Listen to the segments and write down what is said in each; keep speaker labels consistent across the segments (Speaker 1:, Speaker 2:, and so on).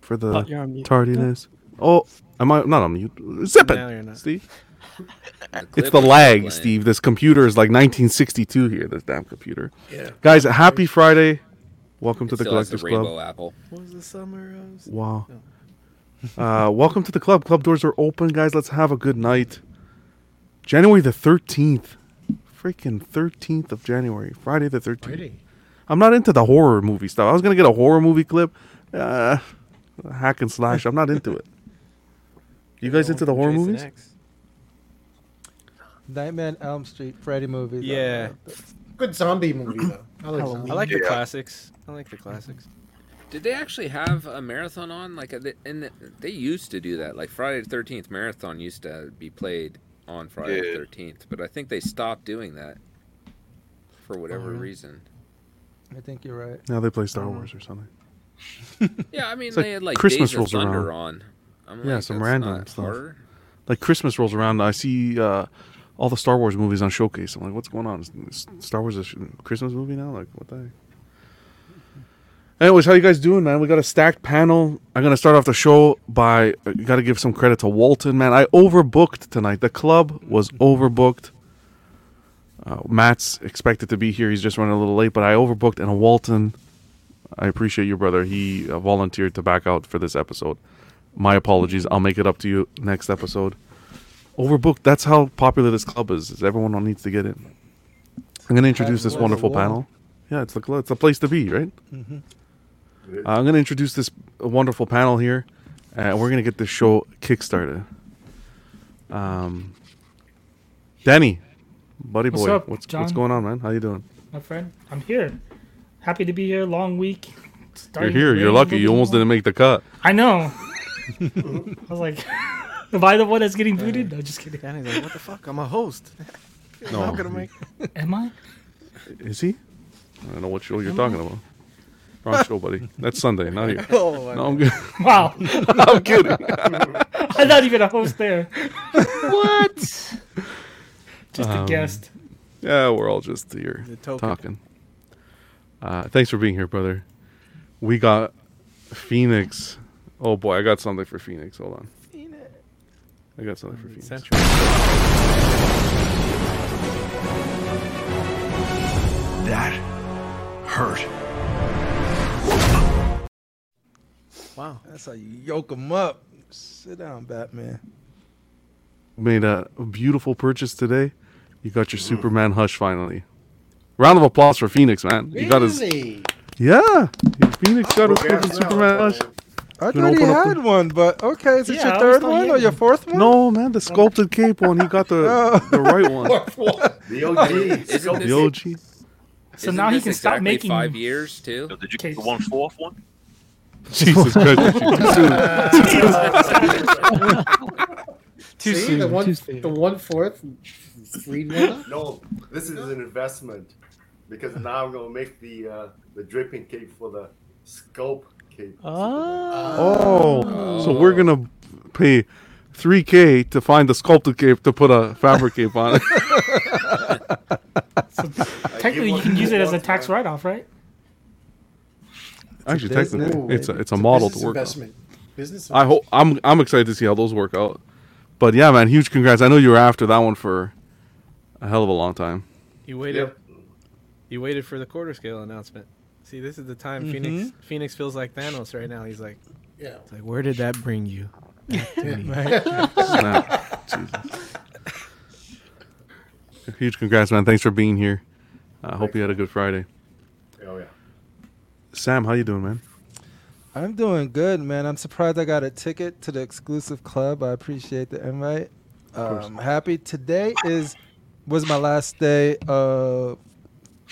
Speaker 1: for
Speaker 2: Oh,
Speaker 1: the
Speaker 2: you're on mute.
Speaker 1: tardiness. Oh, am I not on mute? Zip
Speaker 2: No,
Speaker 1: it,
Speaker 2: you're not.
Speaker 1: Steve. It's
Speaker 3: clip
Speaker 1: the
Speaker 3: is
Speaker 1: lag,
Speaker 3: playing.
Speaker 1: Steve. This computer is like 1962 here. This damn computer.
Speaker 2: Yeah.
Speaker 1: Guys, happy Friday. Welcome
Speaker 3: It
Speaker 1: to the
Speaker 3: still has
Speaker 1: Collectors Club.
Speaker 3: rainbow apple.
Speaker 2: What was the summer of?
Speaker 1: Wow.
Speaker 4: Oh.
Speaker 1: Uh, welcome to the club. Club doors are open, guys. Let's have a good night. January the 13th. Freaking 13th of January. Friday the 13th. I'm not into the horror movie stuff. I was going to get a horror movie clip. Uh, hack and slash. I'm not into it. You guys into the horror
Speaker 2: Jason
Speaker 1: movies?
Speaker 2: X.
Speaker 5: Nightmare on Elm Street, Freddy movies.
Speaker 2: Yeah.
Speaker 6: Good zombie movie though. I like
Speaker 2: I
Speaker 6: zombie.
Speaker 2: like the
Speaker 7: Yeah.
Speaker 2: classics. I like the classics.
Speaker 3: Did they actually have a marathon on? Like, uh, they- and th- they used to do that. Like Friday the Thirteenth marathon used to be played on Friday the
Speaker 7: Yeah.
Speaker 3: Thirteenth, but I think they stopped doing that for whatever
Speaker 2: really?
Speaker 3: reason.
Speaker 5: I think you're right. Uh-huh.
Speaker 1: Now they play Star
Speaker 2: Uh-huh.
Speaker 1: Wars or something.
Speaker 3: Yeah, I mean
Speaker 1: It's like
Speaker 3: they had like
Speaker 1: Christmas
Speaker 3: Days of
Speaker 1: rolls around.
Speaker 3: Thunder on. I'm
Speaker 1: Yeah,
Speaker 3: like,
Speaker 1: some
Speaker 3: that's
Speaker 1: random
Speaker 3: not
Speaker 1: stuff.
Speaker 3: horror.
Speaker 1: Like Christmas rolls around. I see uh, all the Star Wars movies on Showcase. I'm like, what's going on? Is Star Wars a sh- Christmas movie now? Like, what the heck? Anyways, how you guys doing, man? We got a stacked panel. I'm gonna start off the show by uh, you got to give some credit to Walton, man. I overbooked tonight. The club was overbooked. Uh, Matt's expected to be here. He's just running a little late, but I overbooked. And Walton, I appreciate you, brother. He uh, volunteered to back out for this episode. My apologies. I'll make it up to you next episode. Overbooked. That's how popular this club is. is everyone needs to get in. I'm gonna introduce this
Speaker 5: That's
Speaker 1: wonderful
Speaker 5: wonderful.
Speaker 1: panel. Yeah, it's the club. It's the place to be, right?
Speaker 7: Yeah.
Speaker 1: Uh, I'm going to introduce this wonderful panel here, and we're going to get this show kickstarted. Um, Danny, buddy
Speaker 4: What's
Speaker 1: boy,
Speaker 4: up,
Speaker 1: what's what's
Speaker 4: John?
Speaker 1: going on, man? How you doing?
Speaker 4: my friend. I'm here. Happy to be here. Long week.
Speaker 1: You're
Speaker 4: Starting
Speaker 1: here.
Speaker 4: to
Speaker 1: You're
Speaker 4: rain a
Speaker 1: lucky. You
Speaker 4: little
Speaker 1: almost
Speaker 4: more.
Speaker 1: didn't make the cut.
Speaker 4: I know. I was like, am I the one that's getting booted? No, just kidding.
Speaker 2: Danny's like, what the fuck? I'm a host.
Speaker 1: No.
Speaker 2: I'm gonna make.
Speaker 4: Am I?
Speaker 1: Is he? I don't know what show you're talking about. Wrong show, buddy. That's Sunday, not here.
Speaker 2: Oh,
Speaker 1: No, I'm good.
Speaker 4: Wow.
Speaker 1: I'm kidding.
Speaker 4: I'm not even a host there. what? Just a guest.
Speaker 1: Um, Yeah, we're all just here
Speaker 2: The token.
Speaker 1: talking. Uh, thanks for being here, brother. We got Phoenix. Oh boy, I got something for Phoenix. Hold on. I got something for Phoenix.
Speaker 2: Central.
Speaker 7: That hurt.
Speaker 2: Wow.
Speaker 5: That's how you yoke him up. Sit down, Batman.
Speaker 1: Made a beautiful purchase today. You got your Superman hush finally. Round of applause for Phoenix, man. You got his
Speaker 6: Really?
Speaker 1: yeah. Phoenix got his
Speaker 7: Okay,
Speaker 1: freaking
Speaker 7: no,
Speaker 1: Superman hush.
Speaker 5: I
Speaker 1: Gonna
Speaker 5: thought he
Speaker 1: open up
Speaker 5: had one, but okay. Is it
Speaker 4: Yeah, I
Speaker 5: your
Speaker 4: was
Speaker 5: third
Speaker 4: not
Speaker 5: one or
Speaker 4: yet.
Speaker 5: your fourth one? Oh.
Speaker 1: No, man, the sculpted cape one. He got the the right one.
Speaker 7: The OG.
Speaker 3: Isn't this,
Speaker 1: The OG.
Speaker 4: So
Speaker 3: isn't
Speaker 4: now he
Speaker 3: this
Speaker 4: can
Speaker 3: exactly
Speaker 4: stop making.
Speaker 3: five years too.
Speaker 7: Did you get the
Speaker 4: Case.
Speaker 7: one fourth one?
Speaker 1: Jesus Christ! did you do soon?
Speaker 2: Too
Speaker 6: See,
Speaker 2: soon.
Speaker 6: The one,
Speaker 2: too soon.
Speaker 6: the one fourth, three one.
Speaker 8: No, this is an investment because now I'm gonna make the uh, the dripping cape for the scope cape.
Speaker 1: Oh, so we're gonna pay 3k to find the sculpted cape to put a fabric cape on it.
Speaker 4: Technically, you can use it as a tax write-off, right?
Speaker 1: Actually,
Speaker 5: business.
Speaker 1: technically,
Speaker 5: Ooh,
Speaker 1: it's a
Speaker 5: baby.
Speaker 1: it's a model to
Speaker 6: Business
Speaker 1: work. on.
Speaker 6: investment. Business.
Speaker 1: I hope I'm I'm excited to see how those work out. But yeah, man, huge congrats! I know you were after that one for a hell of a long time.
Speaker 2: You waited. You waited for the quarter scale announcement. See, this is the time Phoenix
Speaker 1: Mm-hmm.
Speaker 2: Phoenix feels like Thanos right now. He's like,
Speaker 6: Yeah.
Speaker 2: it's like, where did that bring you?
Speaker 1: Snap. Jesus. Huge congrats, man! Thanks for being here. I hope you had a good Friday.
Speaker 8: Oh yeah.
Speaker 1: Sam, how you doing, man?
Speaker 5: I'm doing good, man. I'm surprised I got a ticket to the exclusive club. I appreciate the invite. I'm happy. Today is was my last day of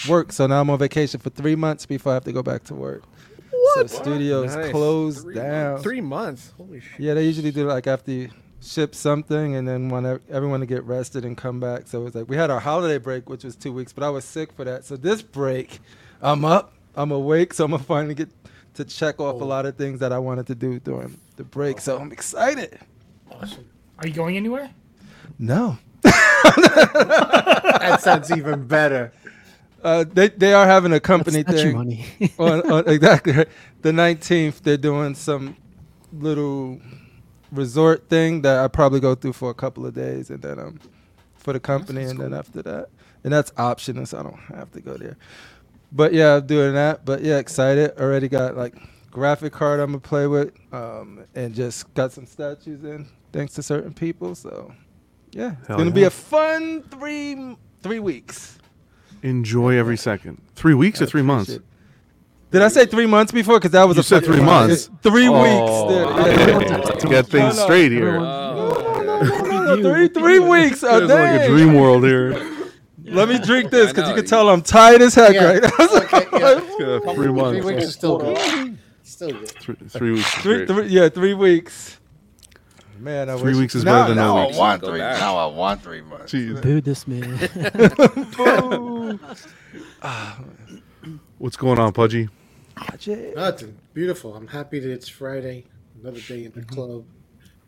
Speaker 5: work, so now I'm on vacation for three months before I have to go back to work. What? So studios
Speaker 2: Nice.
Speaker 5: closed
Speaker 3: Three
Speaker 5: down.
Speaker 2: Three months. Holy shit.
Speaker 5: Yeah, they usually do like after you ship something and then want ev- everyone to get rested and come back. So it's like we had our holiday break, which was two weeks, but I was sick for that. So this break, I'm up, I'm awake, so I'm gonna finally get to check off a lot of things that I wanted to do during the break. So I'm excited.
Speaker 4: Are you going anywhere?
Speaker 5: No.
Speaker 6: That sounds even better.
Speaker 5: Uh, they, they are having a company
Speaker 2: That's
Speaker 5: thing
Speaker 2: your money.
Speaker 5: on, on exactly the 19th. They're doing some little resort thing that I probably go through for a couple of days, and then um, for the company, and then after that, and that's optional, so I don't have to go there. But yeah, I'm doing that. But yeah, excited. Already got like graphic card I'm gonna play with, um, and just got some statues in thanks to certain people. So yeah, it's
Speaker 1: Hell
Speaker 5: gonna be
Speaker 1: yeah.
Speaker 5: a fun three three weeks.
Speaker 1: Enjoy every second. Three weeks or three months?
Speaker 5: Shit. Did I say three months before? Because that was
Speaker 1: You
Speaker 5: a
Speaker 1: said
Speaker 5: fucking
Speaker 1: three
Speaker 5: lie.
Speaker 1: months.
Speaker 5: Three
Speaker 1: Oh,
Speaker 5: weeks. dude. Yeah.
Speaker 1: okay. Let's get things
Speaker 5: No, no,
Speaker 1: straight here.
Speaker 3: Oh,
Speaker 5: No, no, no, three three weeks. Oh,
Speaker 1: It's like a
Speaker 5: dang.
Speaker 1: dream world here.
Speaker 5: Let me drink this
Speaker 3: I
Speaker 5: because you
Speaker 3: know.
Speaker 5: can tell I'm tired as heck
Speaker 6: Yeah.
Speaker 5: right now.
Speaker 6: Okay, yeah.
Speaker 1: Yeah, three
Speaker 6: Three weeks
Speaker 1: months.
Speaker 6: is still good. Still good.
Speaker 1: Three, three weeks. is
Speaker 5: three,
Speaker 1: great.
Speaker 5: three, yeah, three weeks. Man, I
Speaker 1: Three
Speaker 5: wish-
Speaker 1: weeks is
Speaker 5: Nah,
Speaker 1: better than
Speaker 5: nah.
Speaker 1: no
Speaker 7: Now I
Speaker 1: weeks.
Speaker 7: want
Speaker 3: Go
Speaker 7: three.
Speaker 3: back.
Speaker 7: Now I want three months.
Speaker 1: Jeez.
Speaker 9: Boo this man.
Speaker 1: What's going on, Pudgy?
Speaker 6: Nothing. Beautiful. I'm happy that it's Friday. Another day in the
Speaker 1: Mm-hmm.
Speaker 6: club.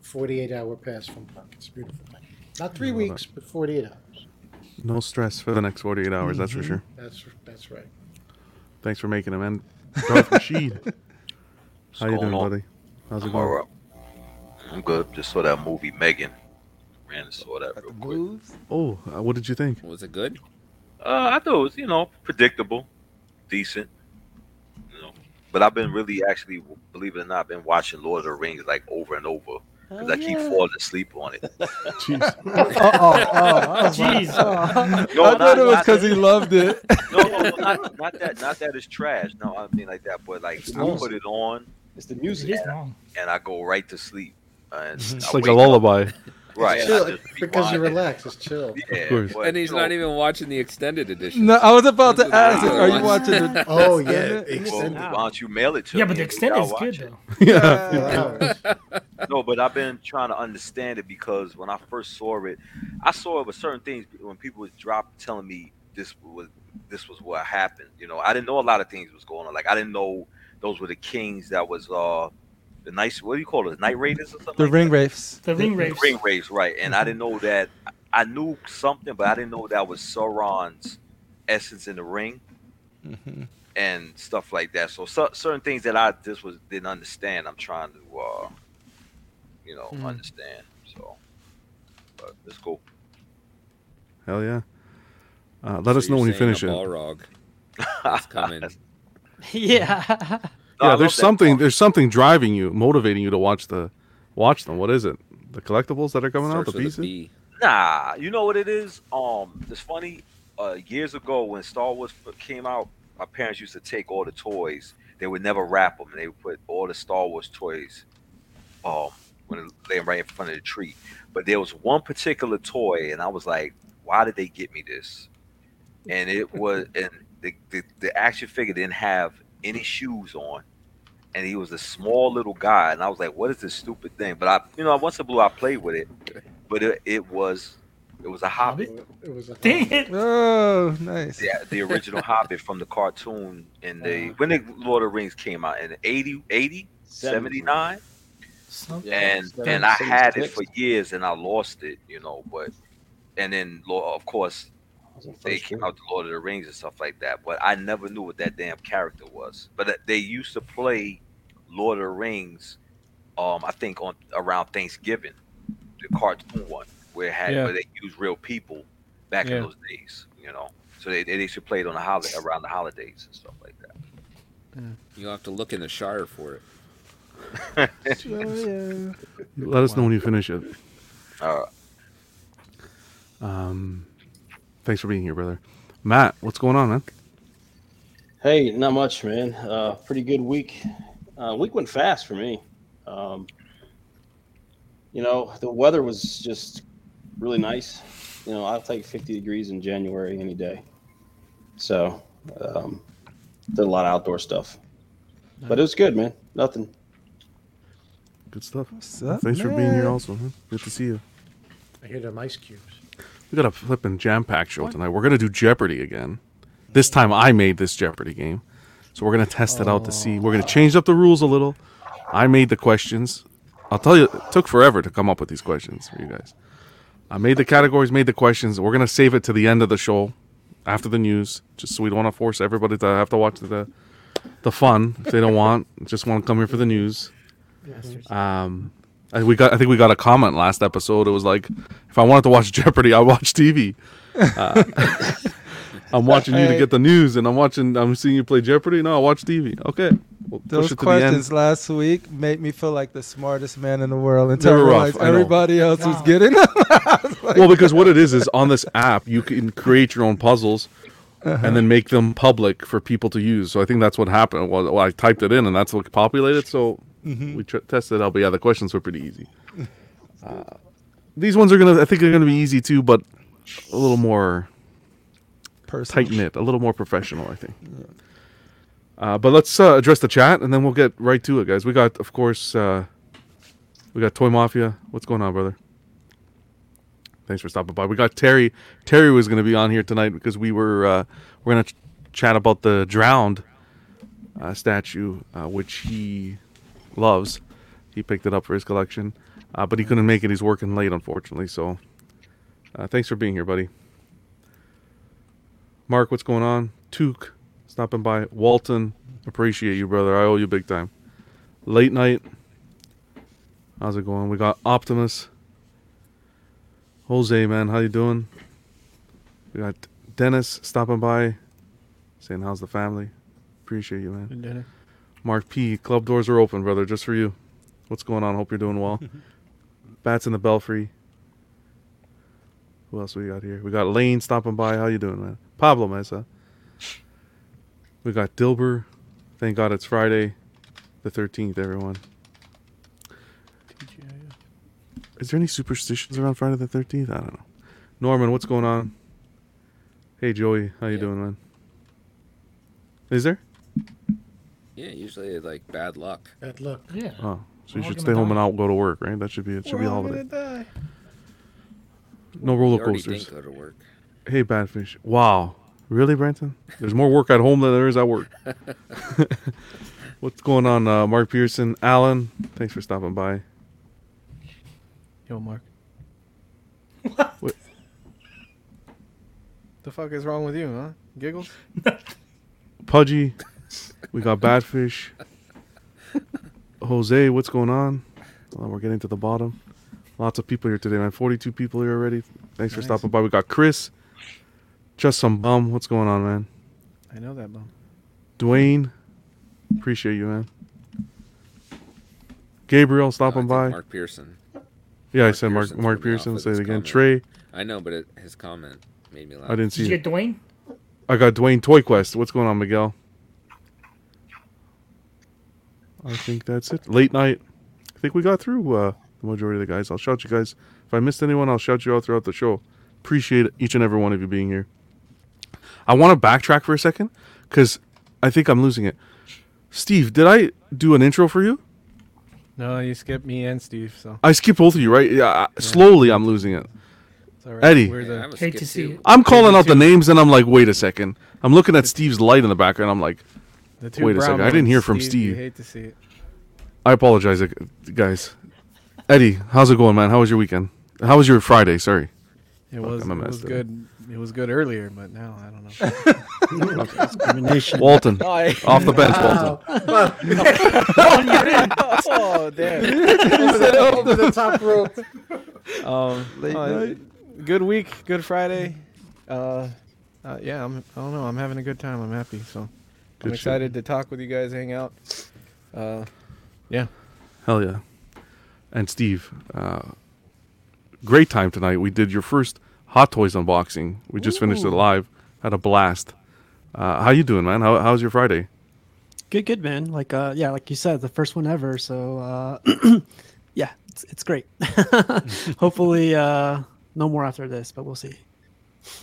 Speaker 6: 48 hour pass from park. It's a beautiful. night. Not three weeks, but 48 hours. Mm-hmm.
Speaker 1: No stress for the next 48 hours, that's for
Speaker 5: Mm-hmm.
Speaker 1: sure.
Speaker 6: That's that's right.
Speaker 1: Thanks for making them, man. Darth Rashid, how you
Speaker 10: What's
Speaker 1: doing,
Speaker 10: going on?
Speaker 1: buddy? How's it
Speaker 10: I'm
Speaker 1: going?
Speaker 10: alright. I'm good. Just saw that movie Megan. Ran and saw that real quick.
Speaker 1: Oh, uh, what did you think?
Speaker 3: Was it good?
Speaker 10: Uh, I thought it was, you know, predictable, decent, you know. But I've been really, actually, believe it or not, I've been watching Lord of the Rings like over and over because
Speaker 5: Oh,
Speaker 10: I keep falling asleep on it.
Speaker 1: Jeez.
Speaker 4: Jeez.
Speaker 10: No,
Speaker 5: I thought
Speaker 10: not-
Speaker 5: it was
Speaker 10: not-
Speaker 5: because he loved it.
Speaker 10: No, no, no, not, not that, not that it's trash. No, I mean like that. But like, I put it on
Speaker 7: It's the
Speaker 4: It
Speaker 7: music.
Speaker 4: is long.
Speaker 10: and I go right to sleep. And
Speaker 5: Mm-hmm.
Speaker 1: It's
Speaker 10: I
Speaker 1: like
Speaker 10: wake
Speaker 1: a
Speaker 10: up-
Speaker 1: lullaby.
Speaker 10: right? and I
Speaker 6: Chill,
Speaker 10: just
Speaker 6: because you
Speaker 10: rewind it.
Speaker 6: relax. It's chill.
Speaker 10: Yeah,
Speaker 1: course.
Speaker 10: but,
Speaker 3: And he's
Speaker 10: you
Speaker 3: not
Speaker 10: know,
Speaker 3: even watching the extended edition.
Speaker 5: No, I was about to ask,
Speaker 3: Wow.
Speaker 5: are you watching the?
Speaker 6: Oh, yeah.
Speaker 5: extended?
Speaker 10: Well,
Speaker 6: Extended.
Speaker 10: why don't you mail it to
Speaker 4: Yeah,
Speaker 10: me
Speaker 4: but the
Speaker 10: and maybe I'll
Speaker 4: extended is
Speaker 10: watch
Speaker 4: good
Speaker 10: it.
Speaker 4: though.
Speaker 1: yeah.
Speaker 10: No, but I've been trying to understand it because when I first saw it, I saw it with certain things when people was drop telling me this was this was what happened. You know, I didn't know a lot of things was going on. Like I didn't know those were the kings that was uh the nice what do you call it? Night raiders or something?
Speaker 5: The
Speaker 10: like
Speaker 5: ring wraiths.
Speaker 4: The ring Mm-hmm.
Speaker 10: that?
Speaker 4: race.
Speaker 10: Ring raiders, right. And I didn't know that I knew something, but I didn't know that was Sauron's essence in the ring
Speaker 5: Mm-hmm.
Speaker 10: and stuff like that. So, cer- certain things that I just was didn't understand, I'm trying to, uh, you know,
Speaker 5: Mhm.
Speaker 10: understand. So, but let's go.
Speaker 1: Hell yeah. Uh, let
Speaker 3: So
Speaker 1: us know
Speaker 3: you're
Speaker 1: when you
Speaker 3: saying
Speaker 1: finish
Speaker 3: a
Speaker 1: it.
Speaker 3: Balrog is coming.
Speaker 4: yeah.
Speaker 10: No, I
Speaker 1: yeah,
Speaker 10: love
Speaker 1: there's
Speaker 10: that
Speaker 1: something.
Speaker 10: part.
Speaker 1: There's something driving you, motivating you to watch the, watch them. What is it? The collectibles that are coming out,
Speaker 3: Starts
Speaker 1: the
Speaker 3: with a
Speaker 1: pieces.
Speaker 3: B.
Speaker 10: Nah, you know what it is. Um, it's funny. Uh, years ago when Star Wars f- came out, my parents used to take all the toys. They would never wrap them. They would put all the Star Wars toys, um, when it lay 'em right in front of the tree. But there was one particular toy, and I was like, "Why did they get me this?" And it was, and the the, the action figure didn't have any shoes on. And he was a small little guy, and I was like, "What is this stupid thing?" But I, you know, once in a blue, I played with it, but it, it was it was a hobbit.
Speaker 6: It was a
Speaker 4: Dang it.
Speaker 5: Oh, nice. Oh,
Speaker 10: Yeah, the original hobbit from the cartoon in the when the Lord of the Rings came out in 80, 80 79
Speaker 4: Some-
Speaker 10: and and I had it for years and I lost it, you know, but and then Lord, of course they came out the Lord of the Rings and stuff like that, but I never knew what that damn character was. But that- they used to play Lord of the Rings um I think on around Thanksgiving, the cartoon one where it had
Speaker 2: Yeah.
Speaker 10: where they used real people back
Speaker 2: Yeah.
Speaker 10: in those days, you know. So they, they used to play it on the holiday around the holidays and stuff like that.
Speaker 3: You'll have to look in the Shire for it.
Speaker 5: Oh,
Speaker 1: Let us know when you finish it.
Speaker 10: Uh,
Speaker 1: Um, thanks for being here, brother. Matt, what's going on, man?
Speaker 9: Hey, not much, man. Uh, pretty good week. Uh, week went fast for me. Um, you know, the weather was just really nice. You know, I'll take 50 degrees in January any day. So, um, did a lot of outdoor stuff. But it was good, man. Nothing.
Speaker 1: Good stuff.
Speaker 5: What's up,
Speaker 1: Thanks for being
Speaker 5: man?
Speaker 1: here, also. Man. Good to see you.
Speaker 6: I hear them ice cubes.
Speaker 1: We got a flipping jam-packed show tonight. We're gonna do Jeopardy again. This time I made this Jeopardy game, so we're gonna test it out to see. We're gonna change up the rules a little. I made the questions. I'll tell you, it took forever to come up with these questions for you guys. I made the categories, made the questions. We're gonna save it to the end of the show, after the news, just so we don't want to force everybody to have to watch the the fun if they don't want. Just want to come here for the news.
Speaker 4: Bastards.
Speaker 1: Um, and we got. I think we got a comment last episode. It was like, if I wanted to watch Jeopardy, I watch TV. Uh, I'm watching you to
Speaker 5: Hey.
Speaker 1: get the news, and I'm watching. I'm seeing you play Jeopardy. No, I watch TV. Okay, we'll
Speaker 5: Those
Speaker 1: push it to the end.
Speaker 5: questions last week made me feel like the smartest man in the world
Speaker 1: They
Speaker 5: until I
Speaker 1: were rough,
Speaker 5: realized
Speaker 1: I know.
Speaker 5: everybody else was getting them. I was like,
Speaker 1: well, because what it is is on this app you can create your own puzzles
Speaker 5: Uh-huh.
Speaker 1: and then make them public for people to use. So I think that's what happened. Well, well, I typed it in and that's what populated. So
Speaker 5: Mhm.
Speaker 1: we tr- tested it out. But yeah, the questions were pretty easy. Uh, these ones are gonna. I think they're gonna be easy too, but a little more
Speaker 5: Personal.
Speaker 1: tight knit, a little more professional. I think. Uh, but let's uh, address the chat and then we'll get right to it, guys. We got, of course, uh, we got Toy Mafia. What's going on, brother? Thanks for stopping by. We got Terry. Terry was going to be on here tonight because we were uh, we're going to ch- chat about the drowned uh, statue, uh, which he loves. He picked it up for his collection, uh, but he couldn't make it. He's working late, unfortunately. So, uh, thanks for being here, buddy. Mark, what's going on? Took stopping by. Walton, appreciate you, brother. I owe you big time. Late night. How's it going? We got Optimus. Jose, man, how you doing? We got Dennis stopping by, saying how's the family. Appreciate you, man.
Speaker 2: Dennis.
Speaker 1: Mark P, club doors are open, brother, just for you. What's going on? Hope you're doing well. Bats in the belfry. Who else we got here? We got Lane stopping by. How you doing, man? Pablo Mesa. We got Dilber. Thank God it's Friday, the thirteenth. Everyone. Is there any superstitions around Friday the thirteenth? I don't know. Norman, what's going on? Hey Joey, how you doing, man? Is there?
Speaker 3: Yeah, usually like bad luck.
Speaker 6: Bad luck. Yeah.
Speaker 1: Oh,
Speaker 3: We're
Speaker 1: so you
Speaker 3: all
Speaker 1: should
Speaker 3: gonna
Speaker 1: stay home
Speaker 3: die.
Speaker 1: and not go to work, right? That should be it. Should be a holiday.
Speaker 2: die.
Speaker 1: No
Speaker 3: You
Speaker 1: roller
Speaker 3: already
Speaker 1: coasters.
Speaker 3: didn't go to work.
Speaker 1: Hey, Badfish. Wow. Really, Branton? There's more work at home than there is at work. What's going on, uh, Mark Pearson? Alan, thanks for stopping by.
Speaker 2: Yo, Mark.
Speaker 1: What?
Speaker 2: The fuck is wrong with you, huh? Giggles?
Speaker 1: Pudgy, we got Badfish. Jose, what's going on? Well, we're getting to the bottom. Lots of people here today, man. 42 people here already. Thanks for
Speaker 2: Nice.
Speaker 1: stopping by. We got Chris. Just some bum. What's going on, man?
Speaker 2: I know that bum.
Speaker 1: Dwayne, appreciate you, man. Gabriel stopping
Speaker 3: I
Speaker 1: by.
Speaker 3: think Mark Pearson.
Speaker 1: yeah, I said Mark
Speaker 3: Pearson's
Speaker 1: Mark
Speaker 3: gonna be off
Speaker 1: Pearson.
Speaker 3: with
Speaker 1: Say it
Speaker 3: his
Speaker 1: again.
Speaker 3: comment.
Speaker 1: Trey,
Speaker 3: I know, but it, his comment made me laugh.
Speaker 1: I didn't see
Speaker 4: Did you
Speaker 1: it.
Speaker 4: get Dwayne?
Speaker 1: I got Dwayne Toyquest. What's going on, Miguel? I think that's it. Late night. I think we got through uh, the majority of the guys. I'll shout you guys. If I missed anyone, I'll shout you out throughout the show. Appreciate each and every one of you being here. I want to backtrack for a second because I think I'm losing it. Steve, did I do an intro for you?
Speaker 2: No, you skipped me and Steve, so
Speaker 1: I skipped both of you, right? Yeah, I- slowly I'm losing it.
Speaker 2: it's all right.
Speaker 1: Eddie.
Speaker 2: We're the-
Speaker 3: I was
Speaker 4: Hate to
Speaker 3: skipped
Speaker 4: see
Speaker 3: too.
Speaker 4: it.
Speaker 1: I'm calling out the names and I'm like, wait a second. I'm looking at Steve's light in the background. I'm like,
Speaker 2: the two
Speaker 1: Wait a
Speaker 2: brown
Speaker 1: second, I didn't
Speaker 2: ones.
Speaker 1: hear from
Speaker 2: You
Speaker 1: Steve.
Speaker 2: hate to see it.
Speaker 1: I apologize, uh, guys. Eddie, how's it going, man? How was your weekend? How was your Friday? Sorry.
Speaker 2: It
Speaker 1: Fuck,
Speaker 2: was,
Speaker 1: I'm a
Speaker 2: it
Speaker 1: mess
Speaker 2: was
Speaker 1: today.
Speaker 2: good. It was good earlier, but now I don't know.
Speaker 11: Discrimination.
Speaker 1: Walton,
Speaker 11: Sorry.
Speaker 1: off the bench, Walton.
Speaker 2: oh damn! "Oh,
Speaker 6: Over the top rope.
Speaker 2: Um,
Speaker 5: Late
Speaker 2: uh,
Speaker 5: night.
Speaker 2: Good week. Good Friday. Uh, uh, yeah, I'm. I don't know. I'm having a good time. I'm happy.
Speaker 1: Good
Speaker 2: So I'm
Speaker 1: shit.
Speaker 2: excited to talk with you guys, hang out. Uh,
Speaker 1: Hell yeah. And Steve, uh, great time tonight. We did your first Hot Toys unboxing. We just finished it live. Had a blast. Uh, how you doing, man? How, how's your Friday?
Speaker 11: Good, good, man. Like, uh, yeah, like you said, the first one ever. So, uh, yeah, it's, it's great. Hopefully, uh, no more after this, but we'll see.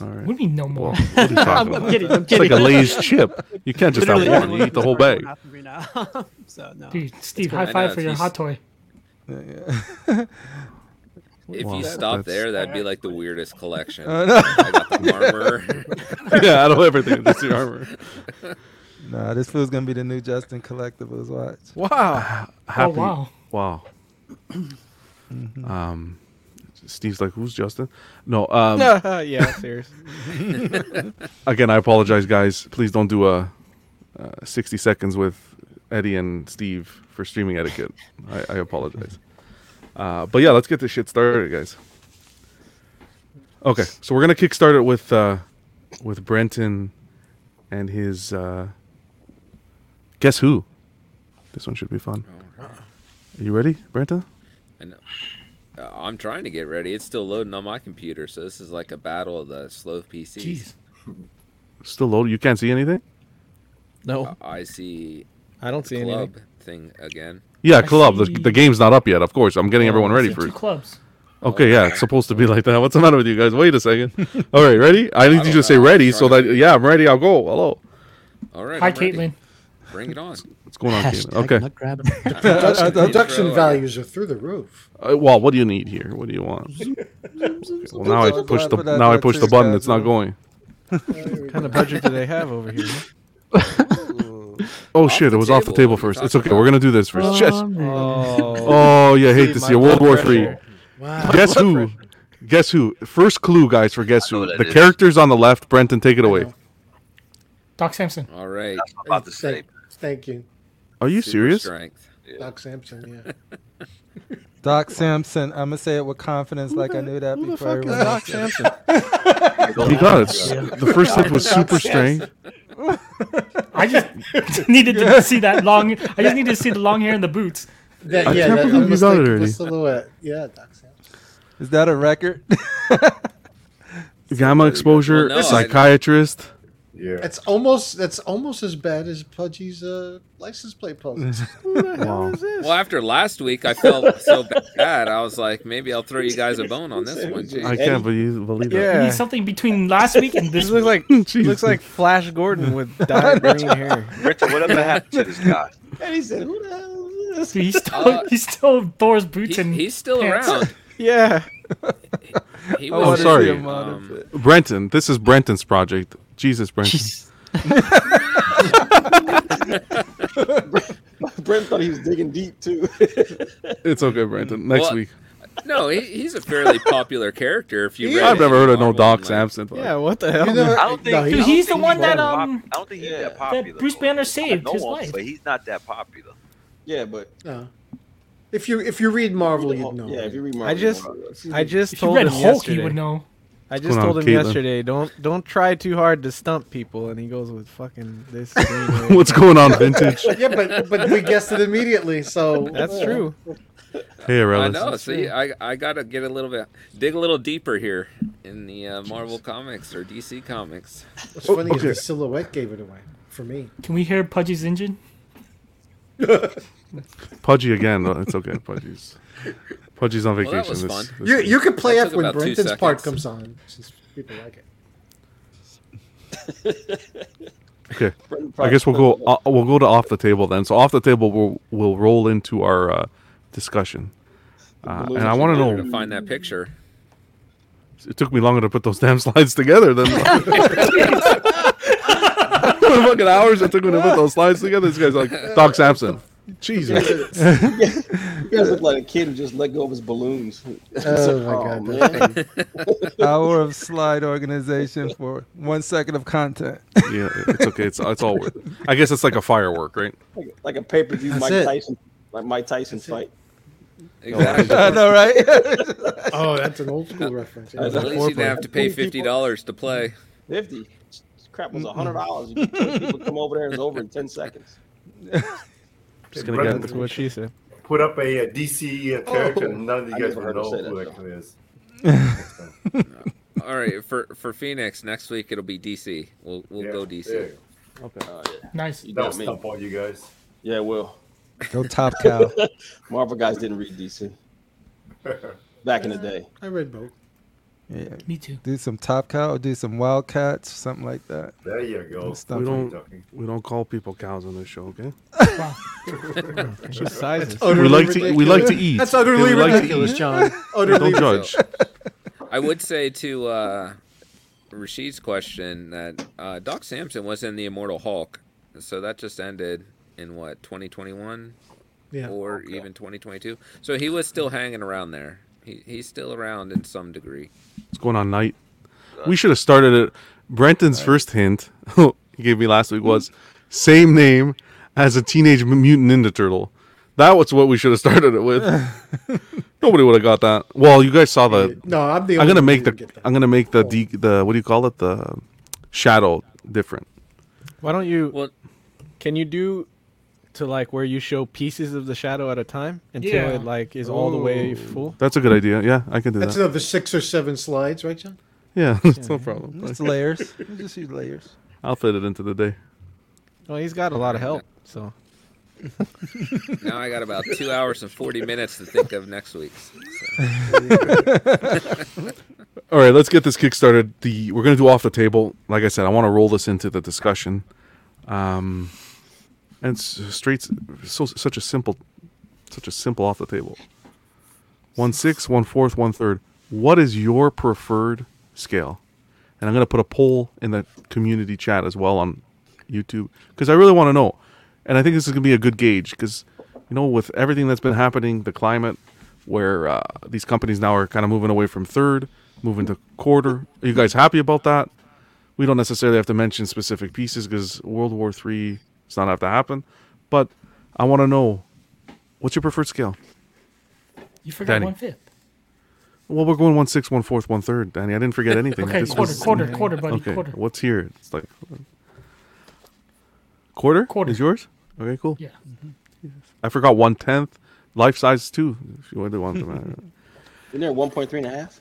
Speaker 1: All right.
Speaker 4: What do you mean no more?
Speaker 1: Well, what are you
Speaker 11: I'm-
Speaker 1: talking
Speaker 11: I'm
Speaker 1: about?
Speaker 11: kidding, I'm
Speaker 1: It's like a
Speaker 11: kidding.
Speaker 1: Lay's chip. You can't just have
Speaker 11: Literally
Speaker 1: one.
Speaker 11: everyone
Speaker 1: You eat the
Speaker 11: is
Speaker 1: whole
Speaker 11: working
Speaker 1: bag.
Speaker 11: after me now. so no.
Speaker 4: Dude, Steve,
Speaker 3: cool. I
Speaker 4: high
Speaker 3: know,
Speaker 4: five
Speaker 3: if
Speaker 4: for your
Speaker 3: he's-
Speaker 4: hot toy.
Speaker 3: If
Speaker 1: Wow,
Speaker 3: you stop
Speaker 1: that's-
Speaker 3: there, that'd be like the weirdest collection.
Speaker 5: Oh, no.
Speaker 3: I got the armor.
Speaker 1: yeah, out of everything. That's your armor.
Speaker 5: nah, this fool's gonna be the new Justin Collectibles. Watch.
Speaker 2: wow.
Speaker 1: Happy.
Speaker 4: Oh
Speaker 1: Wow.
Speaker 4: wow.
Speaker 1: um, Steve's like, who's Justin? No. Um,
Speaker 2: yeah, serious.
Speaker 1: Again, I apologize, guys. Please don't do a, uh 60 seconds with Eddie and Steve for streaming etiquette. I, I apologize. Uh, but yeah, let's get this shit started, guys. Okay, so we're gonna kickstart it with uh, with Brenton and his uh, guess who. This one should be fun. Are you ready, Brenton?
Speaker 3: And uh, I'm trying to get ready. It's still loading on my computer, so this is like a battle of the slow PCs.
Speaker 1: Still loaded. You can't see anything.
Speaker 3: No, Uh, I see.
Speaker 2: I don't see
Speaker 3: club thing again.
Speaker 1: Yeah, club. The, the game's not up yet. Of course, I'm getting everyone ready for it.
Speaker 4: clubs.
Speaker 1: Okay, yeah, it's supposed to be like that. What's the matter with you guys? Wait a second. All right, ready? I need you to say ready so that yeah, I'm ready. I'll go. Hello.
Speaker 3: All right.
Speaker 4: Hi,
Speaker 3: I'm ready.
Speaker 4: Caitlin.
Speaker 3: Bring it on.
Speaker 1: What's going on, Caitlin? Okay.
Speaker 6: Production, production values are through the roof.
Speaker 1: Uh, well, what do you need here? What do you want? Well, now I push the now I push the button. It's not going.
Speaker 2: what kind of budget do they have over here?
Speaker 1: Oh shit! It was off the table first. It's okay. We're gonna do this first. Yes.
Speaker 2: Oh,
Speaker 1: Oh yeah, I hate to
Speaker 2: See,
Speaker 1: see it.
Speaker 2: my
Speaker 1: World
Speaker 2: blood
Speaker 1: War Three.
Speaker 2: pressure. Wow.
Speaker 1: Guess who? Guess who? First clue, guys, for guess who?
Speaker 3: that
Speaker 1: The
Speaker 3: is.
Speaker 1: characters on the left. Brenton, take it away.
Speaker 4: Doc Sampson.
Speaker 3: All right.
Speaker 6: About the same. Thank you,
Speaker 1: Are you serious?
Speaker 3: Strength.
Speaker 6: Doc Sampson. Yeah.
Speaker 5: Doc Sampson. I'm gonna say it with confidence, like I knew that before.
Speaker 6: fuck is
Speaker 5: everyone
Speaker 6: Doc
Speaker 5: else did.
Speaker 1: You got it. The first hit was super strange.
Speaker 4: I just needed to see that long. I just needed to see the long hair and the boots.
Speaker 6: That,
Speaker 1: I
Speaker 6: yeah,
Speaker 1: can't
Speaker 6: that,
Speaker 1: believe
Speaker 6: I
Speaker 1: you
Speaker 6: was
Speaker 1: got it
Speaker 6: thinking
Speaker 1: already.
Speaker 6: the silhouette. Yeah, Doc Sampson.
Speaker 5: Is that a record?
Speaker 1: Gamma exposure,
Speaker 6: Well, no, I-
Speaker 1: psychiatrist.
Speaker 8: Yeah.
Speaker 6: It's almost that's almost as bad as Pudgy's uh, license plate puzzles.
Speaker 1: Wow.
Speaker 3: Well, after last week, I felt so bad. I was like, maybe I'll throw you guys a bone on this one. Jeez.
Speaker 1: I can't believe believe it.
Speaker 4: I
Speaker 2: Yeah.
Speaker 4: need something between last week and this
Speaker 2: This looks
Speaker 4: week.
Speaker 2: like looks like Flash Gordon with dyed green hair.
Speaker 10: Brenton, whatever happened to this guy?
Speaker 6: and he said, "Who the hell is this?"
Speaker 4: Dude, he stole
Speaker 3: Uh,
Speaker 4: he stole Thor's boots
Speaker 3: He-
Speaker 4: and
Speaker 3: he's still
Speaker 4: pants.
Speaker 3: around.
Speaker 2: Yeah.
Speaker 3: He was
Speaker 5: I wanna
Speaker 1: I'm sorry.
Speaker 5: see a mod of
Speaker 3: Um,
Speaker 5: it.
Speaker 1: Brenton, this is Brenton's project. Jesus, Brenton.
Speaker 9: Brent thought he was digging deep too.
Speaker 1: It's okay, Brenton. Next
Speaker 3: Well,
Speaker 1: week.
Speaker 3: no, he, he's a fairly popular character. If you, read
Speaker 1: I've never heard of no
Speaker 3: normal and,
Speaker 1: Doc
Speaker 3: like,
Speaker 1: Sampson. but-
Speaker 2: Yeah. What the hell?
Speaker 6: You never-
Speaker 10: I don't think
Speaker 6: No, he-
Speaker 10: I don't
Speaker 4: he's
Speaker 10: think
Speaker 4: the one that,
Speaker 10: pop-
Speaker 4: um,
Speaker 10: I don't think he's
Speaker 9: yeah,
Speaker 10: that popular.
Speaker 4: Bruce
Speaker 10: though.
Speaker 4: Banner
Speaker 10: I
Speaker 4: saved
Speaker 10: know
Speaker 4: his
Speaker 10: him,
Speaker 4: life.
Speaker 10: but he's not that popular.
Speaker 9: yeah, but
Speaker 6: No. If you if you read Marvel,
Speaker 9: yeah,
Speaker 6: you'd know.
Speaker 9: if you read
Speaker 2: I
Speaker 9: Marvel,
Speaker 2: just
Speaker 9: you know.
Speaker 2: I just
Speaker 4: If you
Speaker 2: told
Speaker 4: read
Speaker 2: him
Speaker 4: Hulk,
Speaker 2: yesterday.
Speaker 4: he would know.
Speaker 2: I just
Speaker 1: going
Speaker 2: told
Speaker 1: on,
Speaker 2: him
Speaker 1: Caitlin?
Speaker 2: yesterday, don't don't try too hard to stump people, and he goes with fucking this. green hair.
Speaker 1: What's going on, Vintage?
Speaker 6: yeah, but but we guessed it immediately, so
Speaker 2: That's true.
Speaker 1: Hey,
Speaker 3: I
Speaker 1: Arelis.
Speaker 3: know. See, I I gotta get a little bit, dig a little deeper here in the uh, Marvel comics or DC comics.
Speaker 6: What's funny
Speaker 1: Oh, okay.
Speaker 6: is the silhouette gave it away for me.
Speaker 4: Can we hear Pudgy's engine?
Speaker 1: Pudgy again. though. It's okay. Pudgy's Pudgy's on
Speaker 3: that
Speaker 1: vacation.
Speaker 3: was
Speaker 1: this-
Speaker 3: fun.
Speaker 1: this
Speaker 6: You
Speaker 1: week.
Speaker 6: you could play
Speaker 3: That
Speaker 6: up
Speaker 3: took
Speaker 6: when
Speaker 3: about two
Speaker 6: Brenton's part
Speaker 3: seconds.
Speaker 6: comes on, since people like it.
Speaker 1: okay. I guess we'll go. Uh, we'll go to off the table then. So off the table, we'll we'll roll into our uh, discussion. Uh, and I want
Speaker 3: Better
Speaker 1: to
Speaker 3: to
Speaker 1: know.
Speaker 3: find that picture.
Speaker 1: It took me longer to put those damn slides together than. What fucking hours it took me to put those slides together. This guy's like Doc Sampson. Jesus.
Speaker 9: You guys look like a kid who just let go of his balloons.
Speaker 6: Oh my god, that
Speaker 9: man.
Speaker 6: thing.
Speaker 5: Hour of slide organization for one second of content.
Speaker 1: yeah, it's okay. It's it's all worth. It. I guess it's like a firework, right?
Speaker 9: Like, like a pay per view
Speaker 6: That's
Speaker 9: Mike
Speaker 6: it.
Speaker 9: Tyson, like Mike Tyson fight.
Speaker 5: Oh,
Speaker 3: Exactly.
Speaker 5: I know, right?
Speaker 6: Oh, that's an old school reference. yeah.
Speaker 3: At least you didn't have to pay fifty dollars to play.
Speaker 9: Fifty. This crap was a hundred dollars. You could- People come over there and it's over in ten seconds.
Speaker 1: Just gonna get
Speaker 2: That's what she said.
Speaker 8: Put up a, uh DC uh, character, and none of you
Speaker 9: Oh. I
Speaker 8: guys
Speaker 9: never
Speaker 8: will
Speaker 9: heard him
Speaker 8: know
Speaker 9: say
Speaker 8: who
Speaker 9: that,
Speaker 8: that guy is.
Speaker 3: All right, for for Phoenix next week it'll be DC. We'll we'll
Speaker 8: Yeah,
Speaker 3: go Uh, DC.
Speaker 8: there you
Speaker 9: Oh, yeah.
Speaker 4: Nice.
Speaker 9: You
Speaker 8: go. That'll
Speaker 9: got me.
Speaker 8: stump all you guys.
Speaker 9: Yeah, well,
Speaker 5: Go top cow.
Speaker 9: Marvel guys didn't read DC back in the day.
Speaker 6: I read both.
Speaker 5: Yeah.
Speaker 4: Me too.
Speaker 5: Do some top cow or do some wildcats, something like that.
Speaker 8: There you go.
Speaker 5: Stop
Speaker 1: We don't-
Speaker 8: Talking.
Speaker 1: We don't call people cows on this show, okay?
Speaker 2: She sizes.
Speaker 1: We like to we like to eat.
Speaker 6: That's utterly
Speaker 1: Okay, we like to
Speaker 6: ridiculous,
Speaker 1: eat.
Speaker 6: John.
Speaker 1: Don't
Speaker 6: Utterly
Speaker 1: judge.
Speaker 3: I would say to uh, Rashid's question that uh, Doc Samson was in the Immortal Hulk, so that just ended in what 2021
Speaker 6: Yeah.
Speaker 3: or even 2022. So he was still hanging around there. He, he's still around in some degree.
Speaker 1: What's going on, Knight? We should have started it. Brenton's first hint he gave me last week was same name as a teenage mutant ninja turtle. That was what we should have started it with. Nobody would have got that. Well, you guys saw the.
Speaker 6: No, I'm the
Speaker 1: I'm gonna
Speaker 6: only
Speaker 1: make
Speaker 6: one who
Speaker 1: the. I'm gonna make the de- the what do you call it the shadow different.
Speaker 2: Why don't you? can you do to like where you show pieces of the shadow at a time until
Speaker 6: Yeah.
Speaker 2: it like is all the way
Speaker 6: Ooh.
Speaker 2: full?
Speaker 1: That's a good idea. Yeah, I can do
Speaker 6: That's
Speaker 1: that.
Speaker 6: another six or seven slides, right, John?
Speaker 1: yeah, that's no problem.
Speaker 5: Just layers. You just use layers.
Speaker 1: I'll fit it into the day.
Speaker 2: Well, he's got a lot of help, so
Speaker 3: Now I got about two hours and forty minutes to think of next week's.
Speaker 1: All right, let's get this kickstarted. The we're gonna do off the table. Like I said, I want to roll this into the discussion. Um, and it's straight, so such a simple, such a simple off the table. One six, one fourth, one third. What is your preferred scale? And I'm gonna put a poll in the community chat as well on YouTube because I really want to know. And I think this is gonna be a good gauge because you know with everything that's been happening, the climate where uh, these companies now are kind of moving away from third, moving to quarter. Are you guys happy about that? We don't necessarily have to mention specific pieces because World War Three does not have to happen. But I want to know what's your preferred scale.
Speaker 4: You forgot
Speaker 1: Danny.
Speaker 4: one fifth.
Speaker 1: Well, we're going one sixth, one fourth, one third, Danny. I didn't forget anything.
Speaker 4: Okay,
Speaker 1: This
Speaker 4: quarter,
Speaker 1: was-
Speaker 4: quarter, quarter, buddy,
Speaker 1: Okay,
Speaker 4: quarter.
Speaker 1: what's here? It's like quarter. Quarter is yours. Okay, cool.
Speaker 4: Yeah. mm-hmm.
Speaker 1: I forgot one tenth. Life size too. If you really want to,
Speaker 9: Isn't there 1.3 and a half?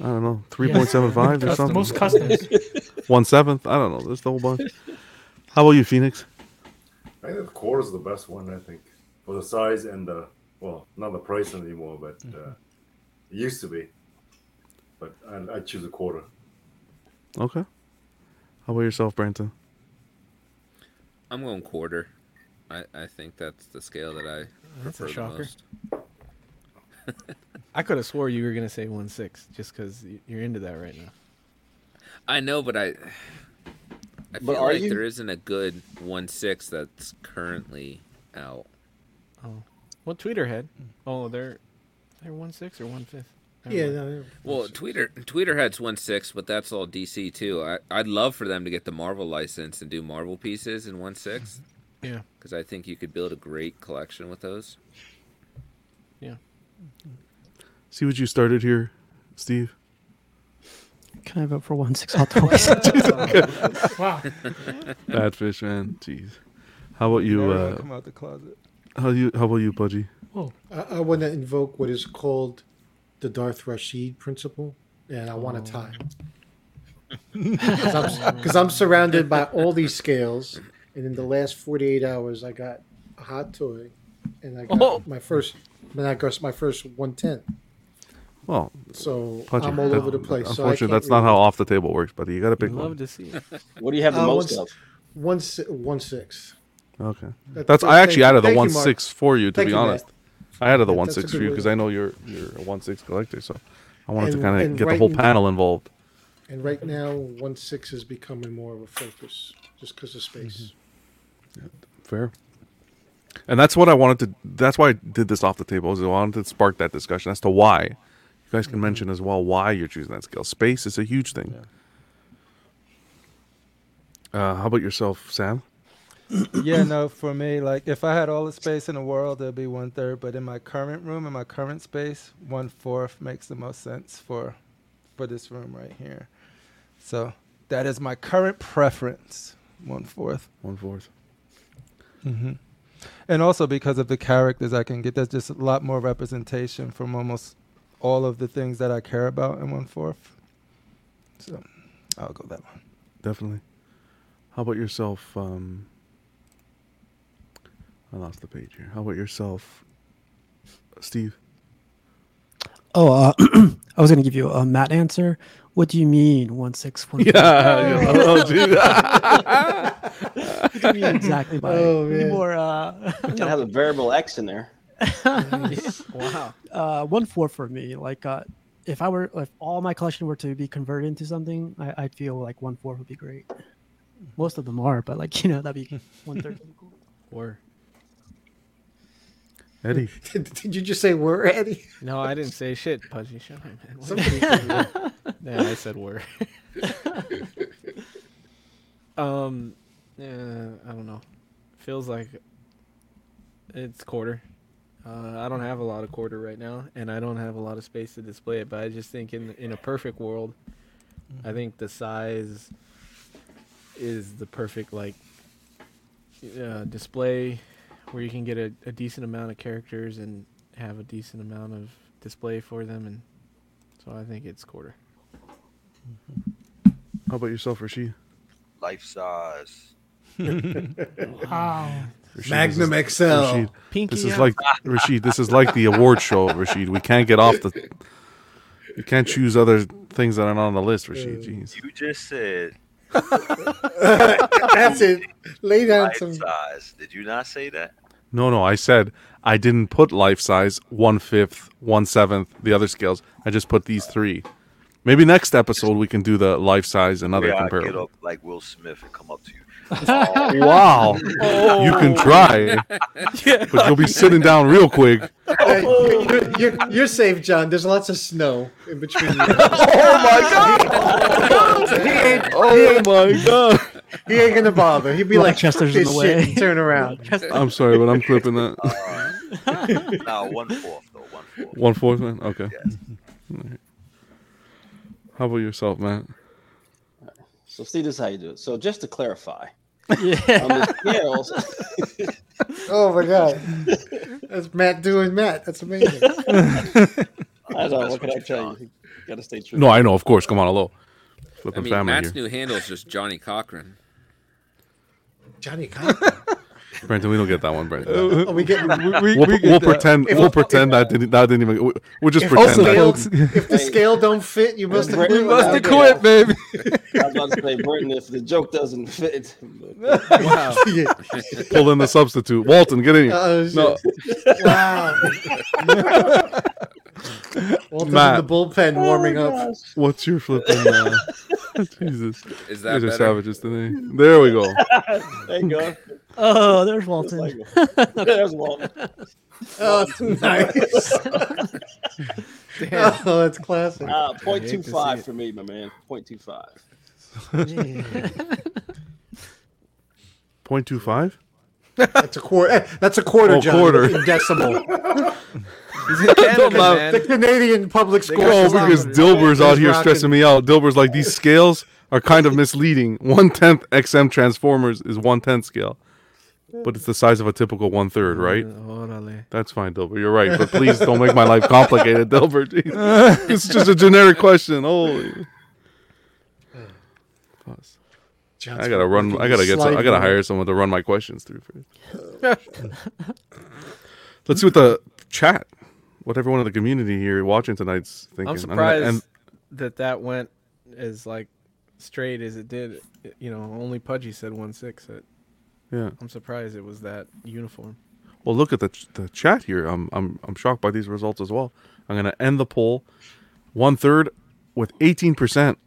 Speaker 1: I don't know, three point seven five or
Speaker 9: Custom-
Speaker 1: something.
Speaker 9: most customs.
Speaker 1: One seventh. I don't know. There's the whole bunch. How about you, Phoenix?
Speaker 8: I think the core is the best one. I think for the size and the well, not the price anymore, but uh, it used to be. But I, I choose a quarter.
Speaker 1: Okay. How about yourself, Branton?
Speaker 3: I'm going quarter. I, I think that's the scale that I
Speaker 2: That's a
Speaker 3: prefer the
Speaker 2: shocker.
Speaker 3: most.
Speaker 2: I could have swore you were gonna say one six just because you're into that right now.
Speaker 3: I know, but I. I
Speaker 2: But
Speaker 3: feel
Speaker 2: are
Speaker 3: like
Speaker 2: you?
Speaker 3: there isn't a good one six that's currently out.
Speaker 2: Oh, well, Tweeter had. Oh, they're they're one six or one fifth.
Speaker 6: Yeah, no, they're-
Speaker 3: Well, Tweeter Tweeterhead's one six, but that's all DC too. I I'd love for them to get the Marvel license and do Marvel pieces in one six.
Speaker 2: Yeah.
Speaker 3: because I think you could build a great collection with those.
Speaker 1: See what you started here, Steve.
Speaker 11: Can I vote for one six hot toys?
Speaker 4: Wow.
Speaker 1: Bad fish, man. Jeez. How about you?
Speaker 5: Never
Speaker 1: Uh,
Speaker 5: come out the closet.
Speaker 1: how you? How about you, Budgie?
Speaker 6: Oh. I, I want to invoke what is called the Darth Rashid principle, and I
Speaker 1: Oh.
Speaker 6: want a tie. Because I'm, surrounded by all these scales, and in the last 48 hours, I got a hot toy, and I got
Speaker 1: Oh.
Speaker 6: my first, then I got my first 110.
Speaker 1: Well,
Speaker 6: So
Speaker 1: Pudgy,
Speaker 6: I'm all
Speaker 1: that-
Speaker 6: over the place. so I
Speaker 1: Unfortunately,
Speaker 6: can't
Speaker 1: that's not
Speaker 6: really-
Speaker 1: how off the table works, buddy. You got to pick one.
Speaker 2: to see.
Speaker 9: What do you have the most
Speaker 6: one,
Speaker 9: of?
Speaker 6: One, si- Uh, one six.
Speaker 1: Okay.
Speaker 6: That-
Speaker 1: That's I
Speaker 6: thank
Speaker 1: actually
Speaker 6: you-
Speaker 1: added the
Speaker 6: thank you,
Speaker 1: one
Speaker 6: Mark.
Speaker 1: six for you. To
Speaker 6: Thank
Speaker 1: be
Speaker 6: you, Matt.
Speaker 1: honest, I added the
Speaker 6: That-
Speaker 1: one
Speaker 6: that's a
Speaker 1: six for
Speaker 6: good
Speaker 1: you
Speaker 6: way
Speaker 1: because
Speaker 6: to-
Speaker 1: I know you're you're a one six collector, so I wanted to
Speaker 6: And-
Speaker 1: kind of
Speaker 6: and
Speaker 1: get the
Speaker 6: right
Speaker 1: whole
Speaker 6: in-
Speaker 1: panel involved.
Speaker 6: And right now, one six is becoming more of a focus just because of space.
Speaker 1: Mm-hmm. Fair. And that's what I wanted to. That's why I did this off the table. Is I wanted to spark that discussion as to why. You guys can mention as well why you're choosing that scale. Space is a huge thing. Uh, how about yourself, Sam?
Speaker 5: yeah, no, for me, like if I had all the space in the world, it'd be one third. But in my current room, in my current space, one fourth makes the most sense for for this room right here. So that is my current preference. One fourth.
Speaker 1: One fourth.
Speaker 5: Mm-hmm. And also because of the characters I can get, there's just a lot more representation from almost all of the things that I care about in one fourth. So I'll go that one.
Speaker 1: Definitely. How about yourself? Um, I lost the page here. How about yourself, Steve?
Speaker 11: Oh, uh, I was going to give you a Matt answer. What do you mean, one six one?
Speaker 1: Yeah, yeah, I love
Speaker 9: Oh,
Speaker 11: What do you mean exactly by
Speaker 5: Oh,
Speaker 11: it?
Speaker 5: man.
Speaker 11: More, uh,
Speaker 9: You gotta have a variable X in there.
Speaker 2: Wow.
Speaker 11: uh, one four for me. Like, uh, if I were, if all my collection were to be converted into something, I, I'd feel like one four would be great. Most of them are, but like you know, that'd be one third.
Speaker 2: Or
Speaker 1: Eddie.
Speaker 6: Did, did you just say we're Eddie?
Speaker 2: no, I didn't say shit, Pudgy. Shut up, man. What
Speaker 6: Somebody
Speaker 2: did I
Speaker 6: said
Speaker 2: say? yeah, I said were. um, uh, I don't know. Feels like It's quarter. Uh, I don't have a lot of quarter right now, and I don't have a lot of space to display it. But I just think in in a perfect world, I think the size is the perfect like uh, display where you can get a, a decent amount of characters and have a decent amount of display for them. And so I think it's quarter.
Speaker 1: How about yourself, Rishi?
Speaker 10: Life size.
Speaker 4: Wow.
Speaker 1: Rashid,
Speaker 6: Magnum
Speaker 1: this is-
Speaker 6: XL.
Speaker 1: Rashid,
Speaker 6: Pinky
Speaker 1: this is
Speaker 6: up.
Speaker 1: like Rashid. This is like the award show, Rashid. We can't get off the. You can't choose other things that aren't on the list,
Speaker 10: Uh.
Speaker 1: Rashid. Jeez.
Speaker 10: You just said.
Speaker 6: That's it. Lay down
Speaker 10: Life
Speaker 6: some.
Speaker 10: size. Did you not say that?
Speaker 1: No, no. I said I didn't put life size, one fifth, one seventh, the other scales. I just put these three. Maybe next episode we can do the life size and other
Speaker 10: Where I get
Speaker 1: comparable.
Speaker 10: up like Will Smith and come up to you.
Speaker 1: Wow, you can try, but you'll be sitting down real quick.
Speaker 6: Hey, you're, you're, you're safe, John. There's lots of snow in between. You.
Speaker 1: Oh my god!
Speaker 6: He ain't gonna bother. He'd be like, "Fuck
Speaker 11: Rochester's in the
Speaker 6: this shit,"
Speaker 11: way.
Speaker 6: and turn around.
Speaker 1: I'm sorry, but I'm clipping that.
Speaker 10: Uh. no, one fourth though. One fourth.
Speaker 1: One fourth man. Okay.
Speaker 10: Yes.
Speaker 1: Alright. How about yourself, Matt?
Speaker 9: So, see, this is how you do it. So, just to clarify, on
Speaker 11: Yeah.
Speaker 9: the scales,
Speaker 6: Oh my god, that's Matt doing Matt. That's amazing.
Speaker 9: I don't know, what can I
Speaker 10: you
Speaker 9: tell you? Got to stay true.
Speaker 1: No, I know, of course. Come on, hello.
Speaker 3: I
Speaker 1: Flipping
Speaker 3: mean,
Speaker 1: family
Speaker 3: Matt's
Speaker 1: here.
Speaker 3: new handle is just Johnny Cochran.
Speaker 6: Johnny, Cochran.
Speaker 1: Brenton, we don't get that one, Brenton.
Speaker 6: are Uh, we getting?
Speaker 5: We, we,
Speaker 1: We'll,
Speaker 5: we get
Speaker 1: we'll
Speaker 5: that.
Speaker 1: pretend.
Speaker 6: If-
Speaker 1: we'll pretend that didn't. That didn't even. we- We'll just
Speaker 6: If
Speaker 1: pretend.
Speaker 5: Also,
Speaker 1: that.
Speaker 5: folks,
Speaker 6: If the scale don't fit, you must have.
Speaker 9: We
Speaker 6: quit
Speaker 5: must
Speaker 6: without
Speaker 5: have
Speaker 6: it.
Speaker 5: quit, baby.
Speaker 9: I was about to say, Britton, if the joke doesn't fit,
Speaker 2: Wow.
Speaker 6: Yeah.
Speaker 1: Pull in the substitute. Walton, get in here.
Speaker 6: Uh-oh,
Speaker 1: no,
Speaker 6: shit. Wow. Walton's
Speaker 1: Matt.
Speaker 6: in the bullpen warming up.
Speaker 1: what's your flipping? Uh, Jesus,
Speaker 3: Is that
Speaker 1: these are
Speaker 3: better?
Speaker 1: savages today. There we go.
Speaker 9: there you go.
Speaker 11: Oh, there's
Speaker 9: Just
Speaker 11: Walton.
Speaker 9: like him. There's Walton.
Speaker 6: Oh, nice. oh, that's classic.
Speaker 9: Uh,
Speaker 2: hate to see
Speaker 9: 0.25
Speaker 2: it.
Speaker 9: for me, my man. 0.25.
Speaker 11: Yeah.
Speaker 1: Point two five.
Speaker 6: That's a quarter. That's a quarter.
Speaker 1: Oh,
Speaker 6: John,
Speaker 1: quarter.
Speaker 6: in decimal.
Speaker 2: He's in Canada,
Speaker 1: laugh.
Speaker 2: man.
Speaker 6: the Canadian public school.
Speaker 1: Oh, because Dilber's out here
Speaker 6: Rockin'.
Speaker 1: stressing me out. Dilber's like these scales are kind of misleading. One tenth XM Transformers is one tenth scale, but it's the size of a typical one third,
Speaker 6: Uh,
Speaker 1: right?
Speaker 2: Órale.
Speaker 1: That's fine, Dilbert. You're right, but please don't make my life complicated, Dilbert. Jeez. It's just a generic question. Holy, I gotta run. I gotta get. Some, I gotta hire someone to run my questions through first. Let's see what the chat, what everyone in the community here watching tonight's thinking.
Speaker 2: I'm
Speaker 1: And then- and-
Speaker 2: surprised that that went as like straight as it did. You know, only Pudgy said one six. It-
Speaker 1: yeah.
Speaker 2: I'm surprised it was that uniform.
Speaker 1: Well, look at the ch- the chat here. I'm I'm I'm shocked by these results as well. I'm gonna end the poll. One third with 18 percent.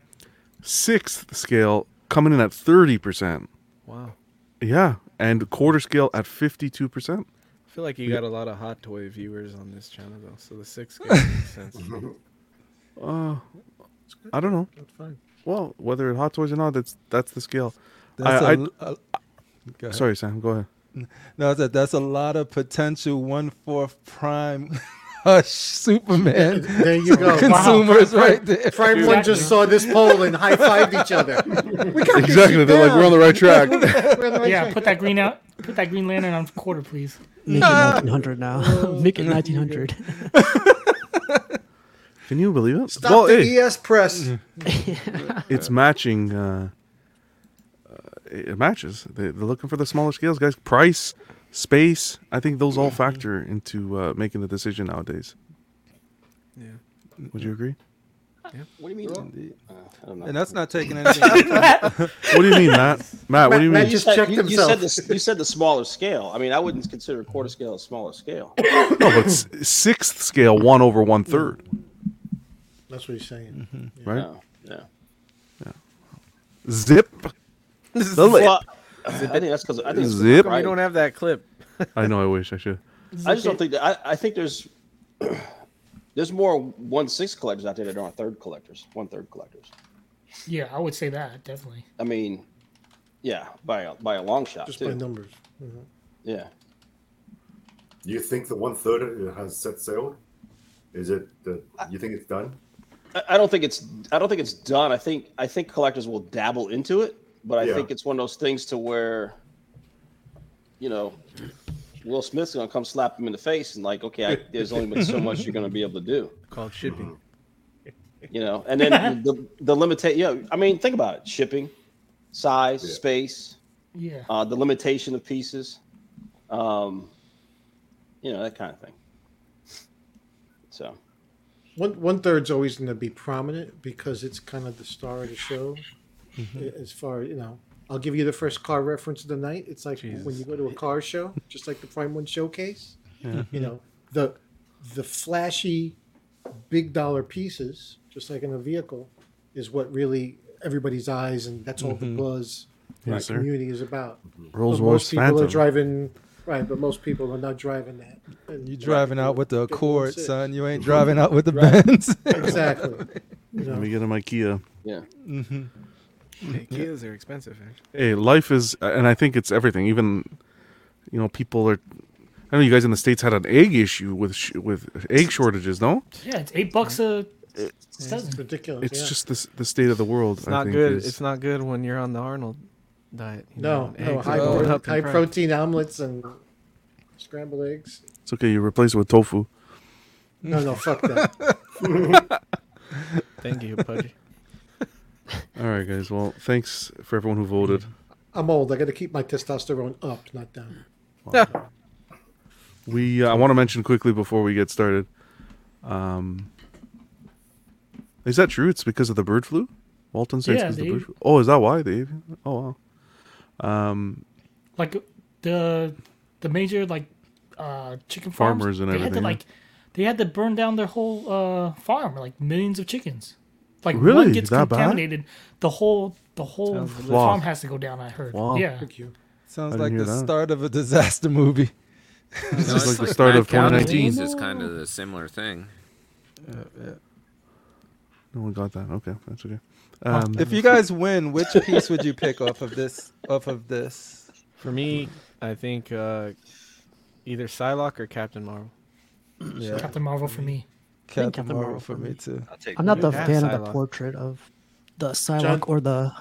Speaker 1: Sixth scale coming in at 30 percent.
Speaker 2: Wow.
Speaker 1: Yeah, and quarter scale at 52 percent.
Speaker 2: I feel like you got a lot of hot toy viewers on this channel though, so the six scale makes sense.
Speaker 1: Uh, I don't know.
Speaker 2: That's fine.
Speaker 1: Well, whether it hot toys or not, that's that's the scale.
Speaker 5: That's
Speaker 1: I-
Speaker 5: a-
Speaker 1: I-
Speaker 5: a- go ahead.
Speaker 1: Sorry, Sam. Go ahead.
Speaker 5: No, that's a, that's a lot of potential one fourth prime hush Superman.
Speaker 6: There you go.
Speaker 5: Consumers right there.
Speaker 6: Prime one just saw this poll and high fived each other. We got this
Speaker 1: Exactly.
Speaker 6: shit
Speaker 1: They're like
Speaker 6: down.
Speaker 1: we're on the right track.
Speaker 6: We're on the right
Speaker 4: yeah,
Speaker 6: track.
Speaker 4: put that green out. Put that green lantern on quarter, please.
Speaker 11: Make it 1900 now.
Speaker 6: Oh.
Speaker 11: Make it 1900.
Speaker 1: Can you believe it?
Speaker 6: Stop
Speaker 1: well,
Speaker 6: the
Speaker 1: hey,
Speaker 6: ES press.
Speaker 5: Mm-hmm.
Speaker 1: it's matching. Uh, uh, it matches. They, they're looking for the smaller scales, guys. Price, space. I think those
Speaker 5: Mm-hmm.
Speaker 1: all factor into uh, making the decision nowadays.
Speaker 2: Yeah.
Speaker 1: Would you agree?
Speaker 9: What do you mean? Uh, I don't know.
Speaker 5: And that's not taking anything.
Speaker 1: What do you mean, Matt? Matt, what do you
Speaker 6: Matt,
Speaker 1: mean?
Speaker 6: Matt just
Speaker 9: Hey,
Speaker 6: checked
Speaker 9: you, you said
Speaker 6: himself.
Speaker 9: the, you said the smaller scale. I mean, I wouldn't consider quarter scale a smaller scale.
Speaker 1: no, but s- sixth scale, one over one third,
Speaker 6: That's what he's saying.
Speaker 1: right?
Speaker 9: No, no.
Speaker 1: Zip. The lip.
Speaker 9: Well, I think that's because I think it's
Speaker 1: Zip.
Speaker 2: How come you don't have that clip?
Speaker 1: I know. I wish I should.
Speaker 9: I just don't think that. I, I think there's there's more one six collectors out there than there are third collectors. One third collectors.
Speaker 4: Yeah, I would say that definitely.
Speaker 9: I mean, yeah, by a, by a long shot
Speaker 6: Just
Speaker 5: Mm-hmm.
Speaker 9: too.
Speaker 6: by numbers.
Speaker 9: yeah,
Speaker 8: Do you think the one third has set sailed? Is it? The, you think it's done?
Speaker 9: I- I don't think it's I don't think it's done. I think I think collectors will dabble into it, but I
Speaker 8: Yeah.
Speaker 9: think it's one of those things to where, you know, Will Smith's gonna come slap him in the face and like, okay, I, there's only been so much you're gonna be able to do.
Speaker 2: Called shipping.
Speaker 9: You know, and then the the limitation. Yeah, I mean, think about it: shipping, size,
Speaker 4: Yeah.
Speaker 9: space,
Speaker 4: Yeah.
Speaker 9: uh, the limitation of pieces, um, you know, that kind of thing. So.
Speaker 6: One one third's always going to be prominent because it's kind of the star of the show.
Speaker 1: Mm-hmm.
Speaker 6: As far you know, I'll give you the first car reference of the night. It's like when you go to a car show, just like the Prime One Showcase.
Speaker 5: Yeah.
Speaker 6: You know the the flashy, big dollar pieces, just like in a vehicle, is what really everybody's eyes and that's all
Speaker 1: Mhm.
Speaker 6: the buzz in
Speaker 1: Yes,
Speaker 6: the
Speaker 1: sir.
Speaker 6: community is about.
Speaker 1: Rolls
Speaker 6: But
Speaker 1: Royce
Speaker 6: most people
Speaker 1: Phantom.
Speaker 6: are driving right, but most people are not driving that. And
Speaker 5: You driving out with the
Speaker 6: Get one
Speaker 5: Accord,
Speaker 6: six.
Speaker 5: son. You ain't driving out with the
Speaker 6: Right.
Speaker 5: Benz.
Speaker 6: exactly. You
Speaker 1: Let
Speaker 6: know.
Speaker 1: me get him IKEA.
Speaker 9: Yeah.
Speaker 5: Mm-hmm.
Speaker 2: Kias are expensive. eh? Actually.
Speaker 1: Hey, life is, and I think it's everything. Even, you know, people are. I know you guys in the states had an egg issue with sh- with egg shortages. No,
Speaker 4: Yeah, it's eight bucks a dozen.
Speaker 6: It's ridiculous.
Speaker 1: it's just the the state of the world.
Speaker 2: It's
Speaker 1: I
Speaker 2: not
Speaker 1: think,
Speaker 2: good.
Speaker 1: is-
Speaker 2: It's not good when you're on the Arnold diet. you
Speaker 6: No,
Speaker 2: know,
Speaker 6: no
Speaker 2: eggs
Speaker 6: high,
Speaker 2: are going
Speaker 6: pro-
Speaker 2: up in
Speaker 6: high
Speaker 2: price.
Speaker 6: protein omelets and scrambled eggs.
Speaker 1: it's okay. You replace it with tofu.
Speaker 6: No, no, fuck that.
Speaker 2: Thank you, Pudgy.
Speaker 1: All right, guys. Well, thanks for everyone who voted.
Speaker 6: I'm old. I got to keep my testosterone up, not down.
Speaker 1: We uh, I want to mention quickly before we get started. Um, is that true? It's because of the bird flu. Walton says
Speaker 4: Yeah,
Speaker 1: because of the
Speaker 4: the
Speaker 1: bird
Speaker 4: avi-
Speaker 1: flu. Oh, is that why the avian? Oh wow. Um,
Speaker 4: like the the major like uh chicken farms,
Speaker 1: Farmers and
Speaker 4: they had to
Speaker 1: everything, yeah.
Speaker 4: like they had to burn down their whole uh farm like millions of chickens like
Speaker 1: Really?
Speaker 4: one gets
Speaker 1: That bad?
Speaker 4: contaminated the whole the whole
Speaker 5: Sounds
Speaker 4: farm
Speaker 5: delicious. Wow.
Speaker 4: has to go down i heard
Speaker 1: Wow.
Speaker 4: yeah
Speaker 6: Thank you.
Speaker 5: Sounds
Speaker 1: I didn't
Speaker 5: like
Speaker 1: hear
Speaker 5: the
Speaker 1: that.
Speaker 5: start of a disaster movie.
Speaker 1: This is like the
Speaker 3: It's
Speaker 1: start
Speaker 3: mad
Speaker 1: of
Speaker 3: cow
Speaker 1: 2019.
Speaker 3: disease is kind of the similar thing.
Speaker 2: Uh,
Speaker 1: no one got that. Okay, that's okay.
Speaker 5: Huh.
Speaker 1: Um,
Speaker 5: if you guys win, which piece would you pick off of this? Off of this?
Speaker 2: For me, I think uh, either Psylocke or Captain Marvel.
Speaker 5: Yeah.
Speaker 4: captain marvel for me
Speaker 5: Captain, Marvel, for me too.
Speaker 10: I'll take
Speaker 11: I'm not the
Speaker 2: Yeah,
Speaker 11: fan of the
Speaker 2: Psylocke.
Speaker 11: portrait of the Psylocke
Speaker 6: John-
Speaker 11: or the.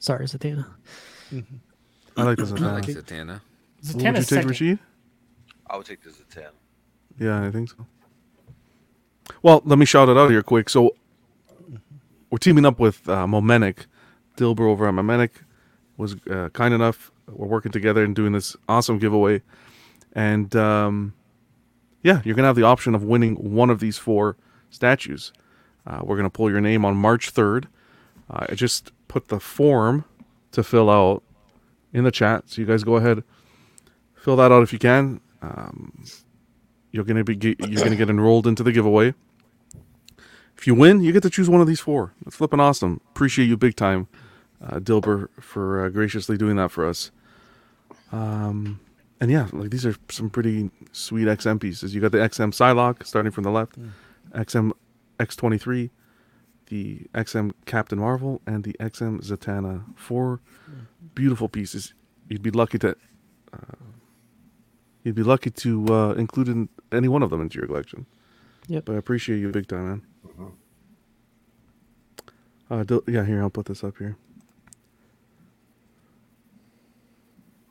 Speaker 11: Sorry, Zatanna.
Speaker 1: I like this.
Speaker 3: I
Speaker 1: Zatanna.
Speaker 3: like Zatanna.
Speaker 1: What would you
Speaker 4: zatanna's
Speaker 1: take,
Speaker 4: second
Speaker 1: Rashid?
Speaker 10: I would take this as a ten.
Speaker 1: Yeah, I think so. Well, let me shout it out here quick. So we're teaming up with uh, Momentic. Dilber over at Momentic was uh, kind enough. We're working together and doing this awesome giveaway. And um, yeah, you're going to have the option of winning one of these four statues. Uh, we're going to pull your name on March 3rd. Uh, I just put the form to fill out in the chat. So you guys go ahead, fill that out if you can. Um, you're gonna be ge- you're gonna get enrolled into the giveaway. If you win, you get to choose one of these four. That's flipping awesome. Appreciate you big time, uh, Dilber, for uh, graciously doing that for us. Um, and yeah, like these are some pretty sweet XM pieces. You got the XM Psylocke starting from the left, XM X23, the XM Captain Marvel, and the XM Zatanna. 4 beautiful pieces. You'd be lucky to uh, You'd be lucky to uh, include in any one of them into your collection.
Speaker 11: Yep.
Speaker 1: But I appreciate you big time, man. Uh, do, yeah, here I'll put this up here.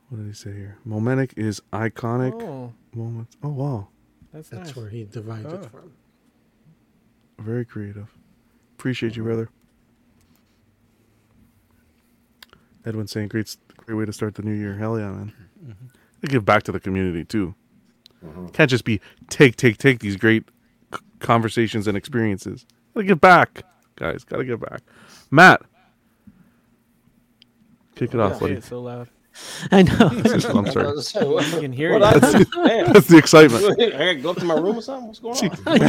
Speaker 1: What did he say here? Momentic is iconic
Speaker 2: Oh,
Speaker 1: moments. Oh wow,
Speaker 2: that's,
Speaker 6: That's
Speaker 2: nice.
Speaker 6: where he derived
Speaker 2: Oh.
Speaker 6: it from.
Speaker 1: very creative. Appreciate you, brother. Edwin saying great, s- great way to start the new year. Hell yeah, man. They give back to the community too. Can't just be take, take, take these great c- conversations and experiences. Gotta give back, guys. Gotta give back. Matt, kick it
Speaker 2: Yeah,
Speaker 1: off, buddy.
Speaker 2: It's so loud.
Speaker 11: I know.
Speaker 1: That's what I'm sorry.
Speaker 9: You
Speaker 2: can hear it.
Speaker 1: That's the- that's the excitement.
Speaker 9: I gotta go up to my room or something. What's going on?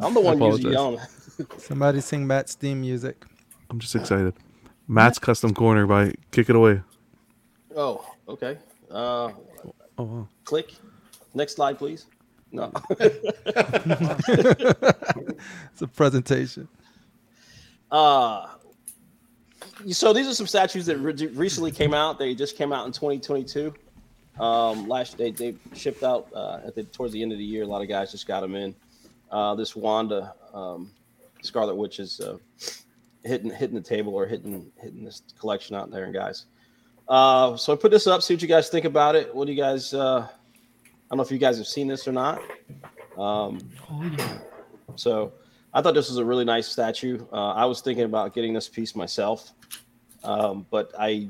Speaker 9: I'm the
Speaker 1: I
Speaker 9: one usually
Speaker 1: apologize.
Speaker 9: yelling.
Speaker 5: Somebody sing Matt's theme music.
Speaker 1: I'm just excited. Matt's custom corner by kick it away.
Speaker 9: Oh, okay. Uh,
Speaker 1: Oh wow.
Speaker 9: click. Next slide, please. No.
Speaker 5: It's a presentation.
Speaker 9: uh, so these are some statues that re- recently came out. They just came out in 2022. Um, last they they shipped out uh, at the, towards the end of the year. A lot of guys just got them in. Uh, this Wanda um, Scarlet Witch is uh, hitting hitting the table or hitting hitting this collection out there, and guys. Uh, so I put this up. See what you guys think about it. What do you guys? Uh, I don't know if you guys have seen this or not. Um, so I thought this was a really nice statue. Uh, I was thinking about getting this piece myself, um, but I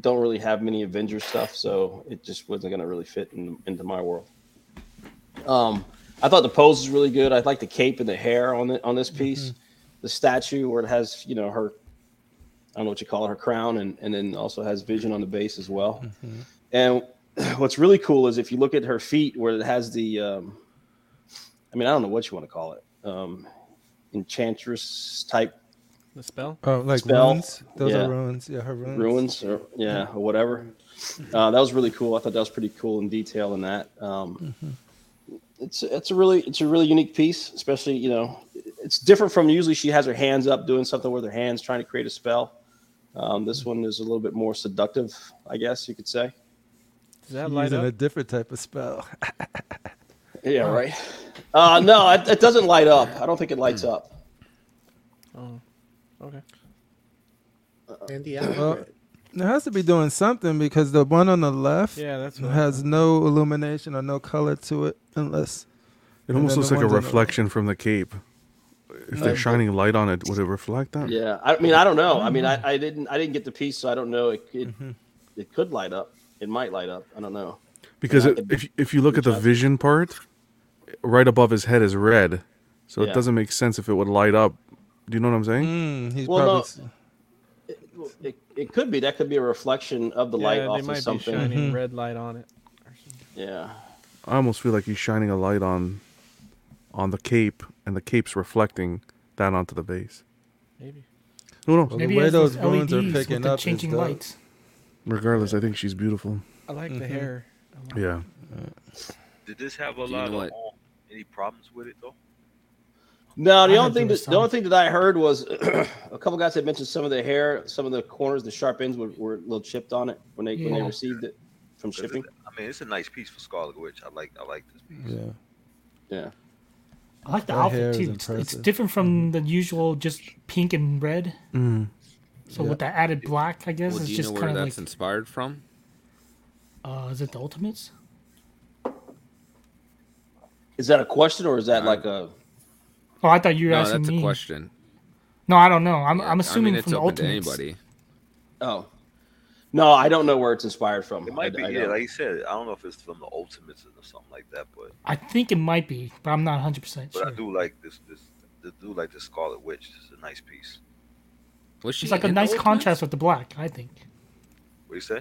Speaker 9: don't really have many Avengers stuff, so it just wasn't going to really fit in, into my world. Um, I thought the pose was really good. I like the cape and the hair on the, on this piece. The statue where it has you know her, I don't know what you call it, her crown, and and then also has Vision on the base as well.
Speaker 2: Hmm.
Speaker 9: And what's really cool is if you look at her feet where it has the, um, I mean, I don't know what you want to call it, um, enchantress type
Speaker 2: The spell?
Speaker 5: Oh, like
Speaker 9: spell.
Speaker 5: runes? Those
Speaker 9: Yeah.
Speaker 5: are ruins. Yeah, her ruins.
Speaker 9: Ruins, or, yeah, or whatever. Uh, that was really cool. I thought that was pretty cool in detail in that. Um,
Speaker 5: Mm-hmm.
Speaker 9: It's it's a really it's a really unique piece, especially you know it's different from usually she has her hands up doing something with her hands trying to create a spell. Um, this
Speaker 5: Mm-hmm.
Speaker 9: one is a little bit more seductive, I guess you could say.
Speaker 2: Does that
Speaker 5: She's
Speaker 2: light
Speaker 5: using
Speaker 2: up?
Speaker 5: a different type of spell.
Speaker 9: Yeah, right. Uh, no, it, it doesn't light up. I don't think it lights up.
Speaker 2: Oh, okay.
Speaker 6: And
Speaker 3: Uh,
Speaker 6: the
Speaker 5: Well,
Speaker 6: alphabet.
Speaker 5: it has to be doing something because the one on the left
Speaker 2: Yeah, that's what I
Speaker 5: has no illumination or no color to it unless
Speaker 1: It
Speaker 5: and
Speaker 1: almost
Speaker 5: then
Speaker 1: looks
Speaker 5: the
Speaker 1: like a
Speaker 5: ones on the-
Speaker 1: reflection from the cape. If
Speaker 9: Uh,
Speaker 1: they're shining light on it, would it reflect that?
Speaker 9: Yeah, I mean, I don't know. I mean, I, I didn't I didn't get the piece, so I don't know. It it,
Speaker 1: Mm-hmm.
Speaker 9: it could light up. It might light up. I don't know.
Speaker 1: Because
Speaker 9: I
Speaker 1: it,
Speaker 9: could-
Speaker 1: if if you look at the vision part, right above his head is red, so
Speaker 9: Yeah.
Speaker 1: it doesn't make sense if it would light up. Do you know what I'm saying?
Speaker 5: Mm, he's
Speaker 9: Well, no, it, well, it, it could be that could be a reflection of the light
Speaker 2: yeah,
Speaker 9: off
Speaker 2: they might
Speaker 9: of something.
Speaker 2: be
Speaker 1: Mm-hmm.
Speaker 2: shining red light on it.
Speaker 9: Yeah,
Speaker 1: I almost feel like he's shining a light on, on the cape, and the cape's reflecting that onto the base.
Speaker 2: Maybe.
Speaker 1: Who knows?
Speaker 5: Well,
Speaker 4: Maybe
Speaker 5: the way
Speaker 4: it's those
Speaker 5: those runes are
Speaker 4: LEDs with
Speaker 5: picking
Speaker 4: the
Speaker 5: up
Speaker 4: changing
Speaker 5: is dope.
Speaker 4: lights.
Speaker 1: Regardless, I think she's beautiful.
Speaker 2: I like the
Speaker 5: Mhm.
Speaker 2: hair. I like-
Speaker 1: Yeah.
Speaker 10: Did this have a
Speaker 3: you
Speaker 10: lot
Speaker 3: know
Speaker 10: of um, any problems with it though?
Speaker 9: No, the
Speaker 4: I
Speaker 9: only
Speaker 4: heard
Speaker 9: thing
Speaker 4: there
Speaker 9: that
Speaker 4: was
Speaker 9: the only thing that I heard was a couple guys had mentioned some of the hair, some of the corners, the sharp ends were, were a little chipped on it when they when they
Speaker 4: Yeah.
Speaker 9: received it from
Speaker 10: 'Cause it-
Speaker 9: shipping.
Speaker 10: I mean, it's a nice piece for Scarlet Witch. I like I like this piece.
Speaker 5: Yeah.
Speaker 9: Yeah,
Speaker 4: I like the
Speaker 5: That hair
Speaker 4: outfit
Speaker 5: is
Speaker 4: too. It's, it's
Speaker 5: impressive.
Speaker 4: different
Speaker 3: Mm-hmm.
Speaker 4: from the usual just pink and red.
Speaker 1: Mm.
Speaker 4: So
Speaker 5: Yeah.
Speaker 4: with that added black, I guess
Speaker 3: Well, do
Speaker 4: it's
Speaker 3: you know
Speaker 4: just
Speaker 3: where
Speaker 4: kind of
Speaker 3: that's
Speaker 4: like.
Speaker 3: inspired from?
Speaker 4: Uh, is it the Ultimates?
Speaker 9: is that a question or is that like a?
Speaker 4: Oh, I thought you were
Speaker 3: No,
Speaker 4: asking
Speaker 3: that's
Speaker 4: me.
Speaker 3: a question.
Speaker 4: No, I don't know. I'm
Speaker 3: Yeah,
Speaker 4: I'm assuming
Speaker 3: I mean, it's
Speaker 4: from the
Speaker 3: open
Speaker 4: Ultimates.
Speaker 3: to anybody.
Speaker 9: Oh, no, I don't know where it's inspired from.
Speaker 10: It might
Speaker 9: I-
Speaker 10: be
Speaker 9: I
Speaker 10: yeah,
Speaker 9: don't.
Speaker 10: like you said. I don't know if it's from the Ultimates or something like that, but
Speaker 4: I think it might be, but I'm not 100 percent
Speaker 3: uh,
Speaker 10: but
Speaker 4: sure.
Speaker 10: I do like this this I do like the Scarlet Witch. This is a nice piece.
Speaker 3: Was she
Speaker 4: It's like a
Speaker 3: in the
Speaker 4: nice
Speaker 3: Ultimates?
Speaker 4: contrast with the black. I think.
Speaker 10: What do you say?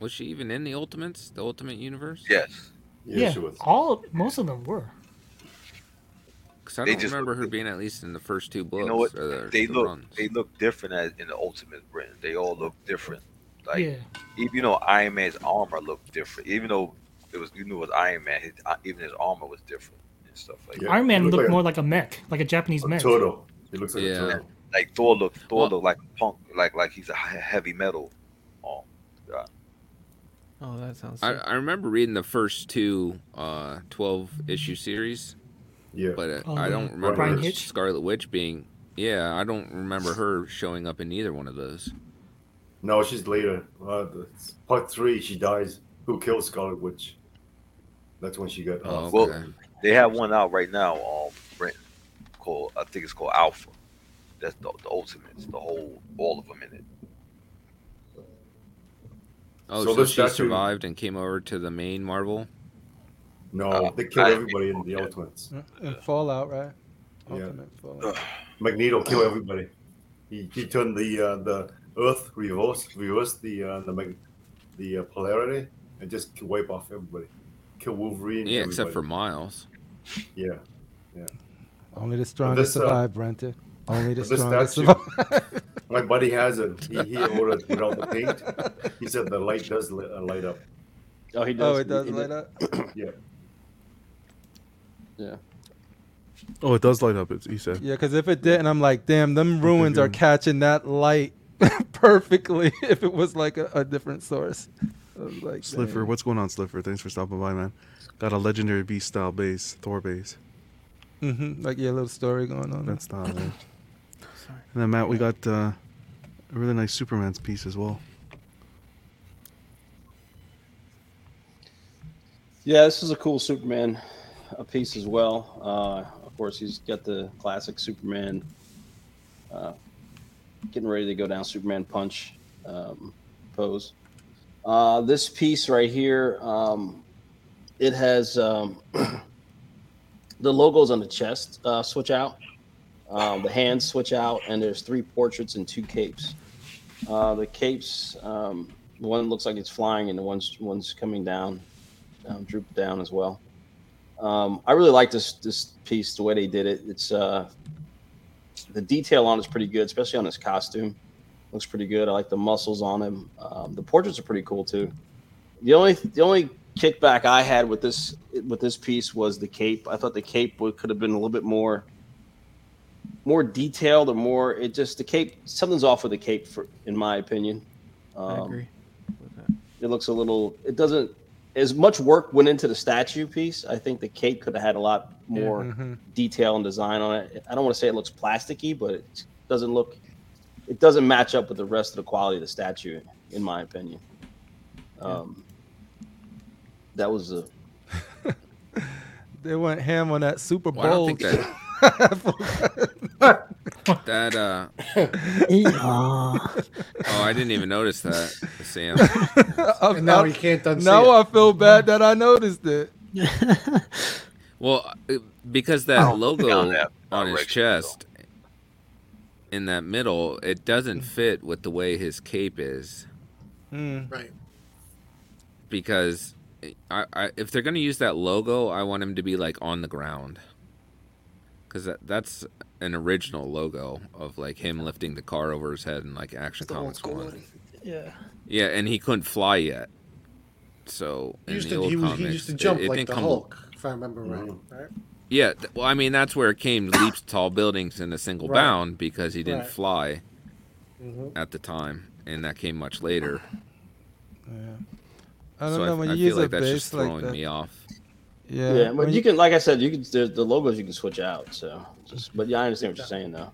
Speaker 3: Was she even in the Ultimates? The Ultimate Universe?
Speaker 10: Yes.
Speaker 8: Yeah, she was.
Speaker 4: all most of them were.
Speaker 3: Because I
Speaker 10: They
Speaker 3: don't
Speaker 10: just
Speaker 3: remember her being at least in the first two books.
Speaker 10: You know what?
Speaker 3: Or the,
Speaker 10: They
Speaker 3: the
Speaker 10: look
Speaker 3: runs.
Speaker 10: they look different as in the Ultimate brand. They all look different. Like
Speaker 4: yeah,
Speaker 10: even you know Iron Man's armor looked different. Even though it was you knew it was Iron Man, his, uh, even his armor was different and stuff like
Speaker 8: Yeah.
Speaker 10: that.
Speaker 4: Iron Man
Speaker 8: it looked
Speaker 4: looked
Speaker 8: like a-
Speaker 4: more like a mech, like a Japanese
Speaker 8: A
Speaker 4: mech.
Speaker 8: turtle. It looks like
Speaker 3: Yeah.
Speaker 8: a turtle.
Speaker 10: Like Thor looked Thor
Speaker 3: Well-
Speaker 10: looked like punk, like like he's a he- heavy metal. Um,
Speaker 2: Oh, that sounds.
Speaker 3: I,
Speaker 2: sick.
Speaker 3: I remember reading the first two uh, 12 issue series,
Speaker 8: Yeah.
Speaker 3: but uh,
Speaker 4: Oh,
Speaker 3: I
Speaker 4: the
Speaker 3: don't remember
Speaker 8: Brian
Speaker 3: her
Speaker 4: Hitch?
Speaker 3: Scarlet Witch being. Yeah, I don't remember her showing up in either one of those.
Speaker 8: No, she's later. Uh, the- it's part three, she dies. Who kills Scarlet Witch? That's when she got. uh,
Speaker 3: Oh,
Speaker 8: off.
Speaker 3: okay.
Speaker 10: Uh, well, they have one out right now. Um, Brent, called I think it's called Alpha. That's the, the Ultimates, the whole all of them in it.
Speaker 3: Oh,
Speaker 8: So
Speaker 3: so,
Speaker 8: this
Speaker 3: she
Speaker 8: statue-
Speaker 3: survived and came over to the main Marvel.
Speaker 8: no,
Speaker 10: uh,
Speaker 8: they kill
Speaker 10: I-
Speaker 8: everybody in the
Speaker 10: yeah.
Speaker 8: Ultimates.
Speaker 5: And Fallout, Mm, right?
Speaker 8: Yeah.
Speaker 5: Ultimate Fallout.
Speaker 8: Magneto kill everybody. He, he turned the uh, the Earth reverse reverse the uh, the mag- the uh, polarity and just wipe off everybody. Kill Wolverine.
Speaker 3: Yeah, except for
Speaker 8: everybody.
Speaker 3: Miles.
Speaker 8: yeah.
Speaker 5: Only the strongest
Speaker 8: uh,
Speaker 5: survive, Brenton. Only the
Speaker 8: but this
Speaker 5: strongest
Speaker 8: statue-
Speaker 5: survive.
Speaker 8: My buddy has it. He, he ordered without the paint. He said the light does li- uh, light up.
Speaker 9: Oh, he does.
Speaker 5: oh, it does
Speaker 9: he- he
Speaker 5: light
Speaker 9: did-
Speaker 5: up.
Speaker 8: Yeah.
Speaker 1: Oh, it does light up. It's, he said.
Speaker 5: Yeah, because if it didn't, I'm like, damn, them ruins are catching that light perfectly. if it was like a, a different source. I was like,
Speaker 1: Sliffer, what's going on, Sliffer? Thanks for stopping by, man. Got a legendary beast style base, Thor base.
Speaker 5: hmm Like yeah, little story going on.
Speaker 1: That's not it. And then Matt, we got uh, a really nice Superman's piece as well.
Speaker 9: Yeah, this is a cool Superman uh piece as well. Uh, of course, he's got the classic Superman, uh, getting ready to go down Superman punch um, pose. Uh, this piece right here, um, it has um, the logos on the chest uh, switch out, um, the hands switch out, and there's three portraits and two capes. Uh, the capes, um, one looks like it's flying, and the one's one's coming down, um, drooped down as well. Um, I really like this this piece, the way they did it. It's uh, the detail on it's pretty good, especially on his costume. Looks pretty good. I like the muscles on him. Um, the portraits are pretty cool too. The only the only kickback I had with this with this piece was the cape. I thought the cape would, could have been a little bit more more detailed or more. It just the cape something's off with the cape for in my opinion. Um,
Speaker 2: I agree.
Speaker 9: it looks a little it doesn't as much work went into the statue piece i think the cape could have had a lot more
Speaker 2: Mm-hmm.
Speaker 5: mhm.
Speaker 9: detail and design on it i don't want to say it looks plasticky but it doesn't look it doesn't match up with the rest of the quality of the statue in my opinion um, that was a
Speaker 5: They went ham on that Super
Speaker 3: Well, I don't
Speaker 5: Bowl.
Speaker 3: think That uh
Speaker 5: Yeah.
Speaker 3: Oh, I didn't even notice that, Sam.
Speaker 5: I'm
Speaker 6: And now
Speaker 5: not-
Speaker 6: we can't unsee
Speaker 5: Now
Speaker 6: it.
Speaker 5: I feel bad that I noticed it.
Speaker 3: Well, uh, because that
Speaker 10: down
Speaker 3: logo
Speaker 10: that
Speaker 3: on his chest in that middle, it doesn't fit with the way his cape is.
Speaker 5: Hmm.
Speaker 6: Right.
Speaker 3: Because I, I if they're gonna use that logo, I want him to be like on the ground. Because that, that's an original logo of like him lifting the car over his head in like Action Comics one.
Speaker 11: Yeah.
Speaker 3: Yeah, and he couldn't fly yet. So in
Speaker 6: used
Speaker 3: the
Speaker 6: to,
Speaker 3: old
Speaker 6: he, was-
Speaker 3: comics,
Speaker 6: he used to
Speaker 3: it-
Speaker 6: jump
Speaker 3: it,
Speaker 6: like
Speaker 3: didn't
Speaker 6: the
Speaker 3: come Mm.
Speaker 6: Hulk, if I remember right. right?
Speaker 3: Yeah, th- well, I mean that's where it came leaps tall buildings in a single
Speaker 6: Right.
Speaker 3: bound because he didn't
Speaker 6: Right.
Speaker 3: fly
Speaker 6: Mhm.
Speaker 3: at the time, and that came much later.
Speaker 5: I don't
Speaker 3: so
Speaker 5: know
Speaker 3: I,
Speaker 5: when
Speaker 3: I
Speaker 5: you
Speaker 3: feel
Speaker 5: use
Speaker 3: like
Speaker 5: a
Speaker 3: that's just
Speaker 5: base
Speaker 3: throwing
Speaker 5: like that.
Speaker 3: me off.
Speaker 5: Yeah,
Speaker 9: yeah but
Speaker 5: when
Speaker 9: you
Speaker 5: you-
Speaker 9: can like i said you can the, the logos you can switch out so just but yeah i understand what you're saying though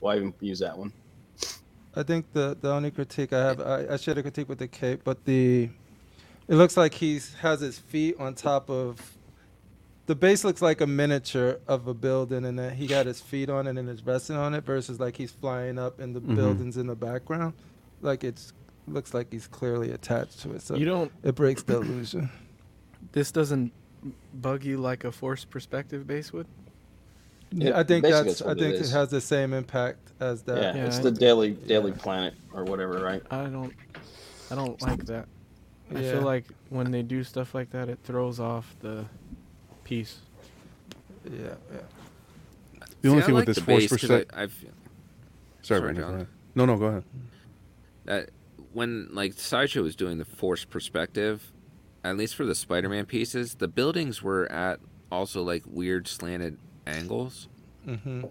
Speaker 9: why even use that one
Speaker 5: I think the the only critique I have, I, I shared a critique with the cape, but the it looks like he has his feet on top of the base looks like a miniature of a building, and then he got his feet on it and is resting on it, versus like he's flying up and the
Speaker 9: Mm-hmm.
Speaker 1: Mhm.
Speaker 5: buildings in the background, like it's looks like he's clearly attached to it. So
Speaker 2: You don't-
Speaker 5: it breaks the illusion.
Speaker 2: This doesn't bug you like a forced perspective base would.
Speaker 5: Yeah,
Speaker 9: Yeah,
Speaker 5: I think
Speaker 9: basically
Speaker 5: that's
Speaker 9: that's
Speaker 5: I
Speaker 9: what it
Speaker 5: think it,
Speaker 9: is.
Speaker 5: has the same impact as that.
Speaker 9: yeah,
Speaker 2: Yeah,
Speaker 9: it's
Speaker 2: I
Speaker 9: the
Speaker 2: think-
Speaker 9: daily daily planet or whatever right
Speaker 2: I don't. I don't like that. I
Speaker 5: Yeah.
Speaker 2: feel like when they do stuff like that, it throws off the piece.
Speaker 5: Yeah, yeah.
Speaker 1: The only
Speaker 3: See, I
Speaker 1: thing
Speaker 3: like
Speaker 1: with this
Speaker 3: the
Speaker 1: force
Speaker 3: base 'cause
Speaker 1: percent.
Speaker 3: I- I've- Sorry,
Speaker 1: Sorry, Brandon,
Speaker 3: John.
Speaker 1: go ahead. No, no, go ahead.
Speaker 3: that when like sideshow was doing the force perspective at least for the spider-man pieces the buildings were at also like weird slanted angles
Speaker 5: Mm-hmm.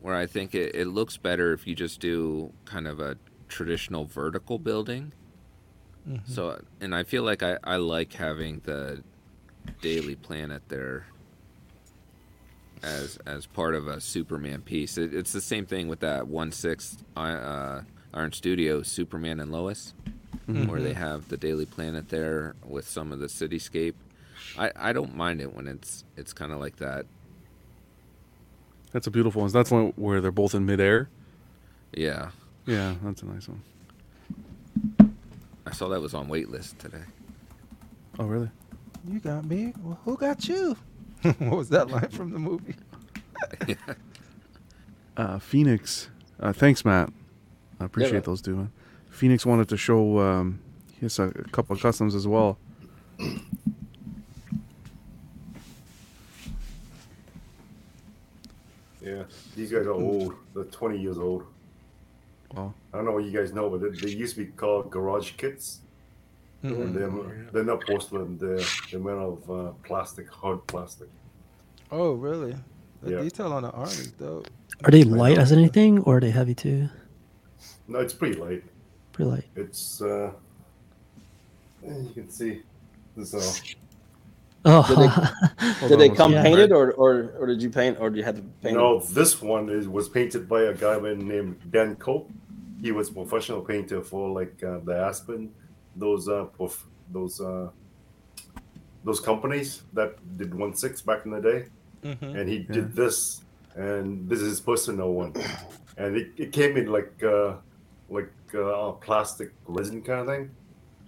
Speaker 3: where i think it, it looks better if you just do kind of a traditional vertical building
Speaker 5: Mhm.
Speaker 3: so and i feel like I, I like having the daily planet there as as part of a superman piece it, it's the same thing with that one sixth uh, iron studio superman and lois where they have the daily planet there with some of the cityscape i i don't mind it when it's it's kind of like that
Speaker 1: That's a beautiful one. That's one where they're both in midair.
Speaker 3: yeah
Speaker 1: Yeah, that's a nice one.
Speaker 3: i saw that was on waitlist today
Speaker 1: Oh, really?
Speaker 5: You got me. Well, who got you? what was that line from the movie?
Speaker 1: Uh, Phoenix. Uh, thanks, Matt. I appreciate
Speaker 5: man.
Speaker 1: those, dude. Man. Phoenix wanted to show um, his a couple of customs as well.
Speaker 8: Yeah, these guys are old. They're 20 years old.
Speaker 1: Wow.
Speaker 8: I don't know what you guys know, but they, they used to be called garage kits.
Speaker 5: Mhm.
Speaker 8: They're, they're not porcelain. They're, they're made of uh, plastic, hard plastic.
Speaker 5: Oh, really? The
Speaker 8: Yeah.
Speaker 5: detail on the arm is dope.
Speaker 11: Are they light as anything, or are they heavy too?
Speaker 8: No, it's pretty light.
Speaker 11: Pretty light.
Speaker 8: It's uh, And you can see this. Uh,
Speaker 3: Oh.
Speaker 9: Did they, did they come painted, or, or or did you paint, or did you have to paint?
Speaker 8: No,
Speaker 9: them?
Speaker 8: this one is, was painted by a guy by the name Dan Cope. He was a professional painter for like uh, the Aspen, those uh, prof- those uh, those companies that did one six back in the day,
Speaker 12: Mhm.
Speaker 8: and he
Speaker 12: Yeah.
Speaker 8: did this, and this is his personal one, and it, it came in like uh, like uh, a plastic resin kind of thing,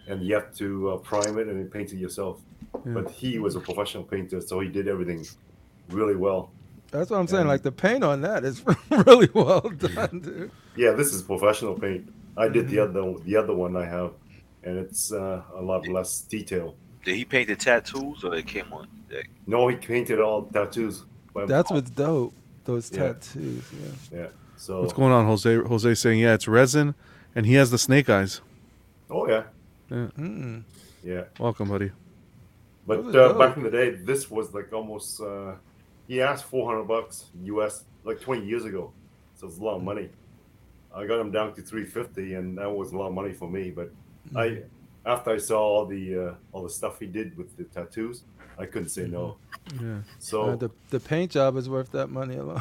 Speaker 8: and you have to uh, prime it and then paint it yourself.
Speaker 5: Yeah.
Speaker 8: But he was a professional painter, so he did everything really well.
Speaker 5: That's what I'm saying. Like the paint on that is really well done, dude.
Speaker 8: Yeah, this is professional paint. I did the other the other one I have, and it's uh, a lot less detail.
Speaker 10: Did he paint the tattoos or it came on? the deck?
Speaker 8: No, he painted all tattoos. by-
Speaker 5: That's what's dope. Those
Speaker 8: Yeah.
Speaker 5: tattoos. Yeah.
Speaker 8: Yeah. So
Speaker 1: What's going on, Jose? Jose saying, yeah, it's resin, and he has the snake eyes.
Speaker 8: Oh yeah,
Speaker 1: Yeah.
Speaker 3: Mm.
Speaker 8: yeah.
Speaker 1: Welcome, buddy.
Speaker 8: But
Speaker 1: Those
Speaker 8: uh,
Speaker 1: are
Speaker 8: back in the day, this was like almost. Uh, he asked four hundred bucks US, like twenty years ago, so it's a lot of money. I got him down to three fifty, and that was a lot of money for me. But I, after I saw all the uh, all the stuff he did with the tattoos, I couldn't say no.
Speaker 5: Mm-hmm. Yeah.
Speaker 8: So-
Speaker 5: Uh, the the paint job is worth that money alone.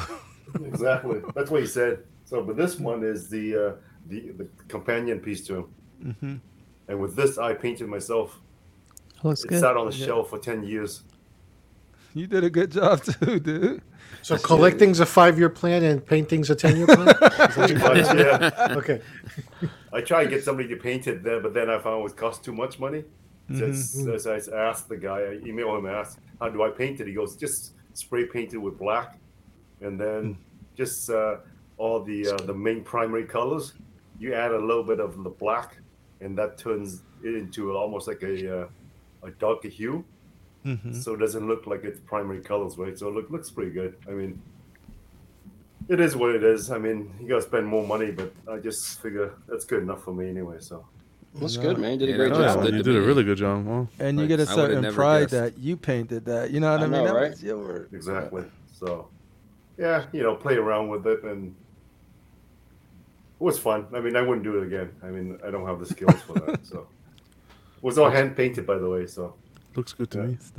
Speaker 8: exactly. That's what he said. So, but this one is the uh, the the companion piece to him.
Speaker 5: Mhm.
Speaker 8: And with this, I painted myself.
Speaker 11: Looks
Speaker 8: it
Speaker 11: good.
Speaker 8: sat on the
Speaker 11: Yeah.
Speaker 8: shelf for ten years.
Speaker 5: You did a good job too, dude.
Speaker 8: So
Speaker 6: Collecting's a five-year plan and painting's a ten-year plan. Is that
Speaker 8: Pretty
Speaker 6: your
Speaker 8: much,
Speaker 6: plan?
Speaker 8: yeah.
Speaker 6: Okay.
Speaker 8: I tried to get somebody to paint it there, but then I found it would cost too much money. So it's-
Speaker 6: Mhm.
Speaker 8: so I asked the guy, I emailed him, and asked, "How do I paint it?" He goes, "Just spray paint it with black, and then just uh, all the uh, the main primary colors. You add a little bit of the black, and that turns it into almost like a uh, a darker hue.
Speaker 12: Mhm.
Speaker 8: So it doesn't look like it's primary colors, right? So it look, looks pretty good. I mean, it is what it is. I mean, you gotta spend more money, but I just figure that's good enough for me anyway. So
Speaker 9: Looks good, man. You did a
Speaker 8: Yeah,
Speaker 9: great
Speaker 8: no,
Speaker 9: job.
Speaker 1: you did a really good job. Well,
Speaker 5: And you get a
Speaker 8: I would've
Speaker 5: certain
Speaker 8: never
Speaker 5: pride
Speaker 8: guessed.
Speaker 5: that you painted that. You know what I, mean? That was your work.
Speaker 8: Exactly. So, yeah, you know, play around with it, and it was fun. I mean, I wouldn't do it again. I mean, I don't have the skills for that. So, it was all hand painted, by the way. So,
Speaker 1: Looks good to me.
Speaker 8: Thanks.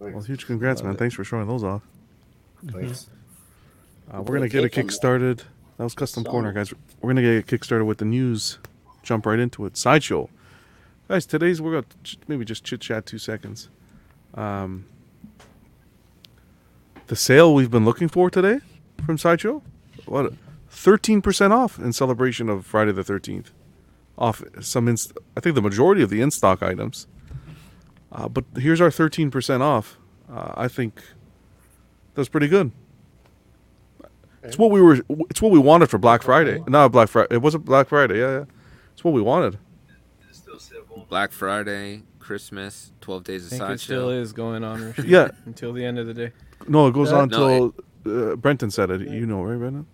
Speaker 1: Well, huge congrats,
Speaker 8: Love
Speaker 1: man.
Speaker 8: it.
Speaker 1: Thanks for showing those off.
Speaker 8: Thanks.
Speaker 1: Uh, we're gonna get a kick started. That was custom corner, guys. We're gonna get a kick started with the news. Jump right into it. Sideshow, guys. Today's we're gonna ch- maybe just chit chat two seconds. Um, the sale we've been looking for today from Sideshow, what thirteen percent off in celebration of Friday the thirteenth. Off some, inst- I think the majority of the in stock items. Uh, but here's our thirteen percent off. Uh, I think that's pretty good. It's what we were. It's what we wanted for Black Friday. Not Black Friday. It wasn't Black Friday. Yeah, yeah. It's what we wanted.
Speaker 3: Black Friday, Christmas, 12 days
Speaker 2: I
Speaker 3: of
Speaker 2: think
Speaker 3: sideshow.
Speaker 2: it still is going on, Rashid,
Speaker 1: Yeah.
Speaker 2: until the end of the day.
Speaker 1: No, it goes
Speaker 2: Yeah.
Speaker 1: on
Speaker 3: No,
Speaker 1: till uh, Brenton said it. You know, right, Brenton?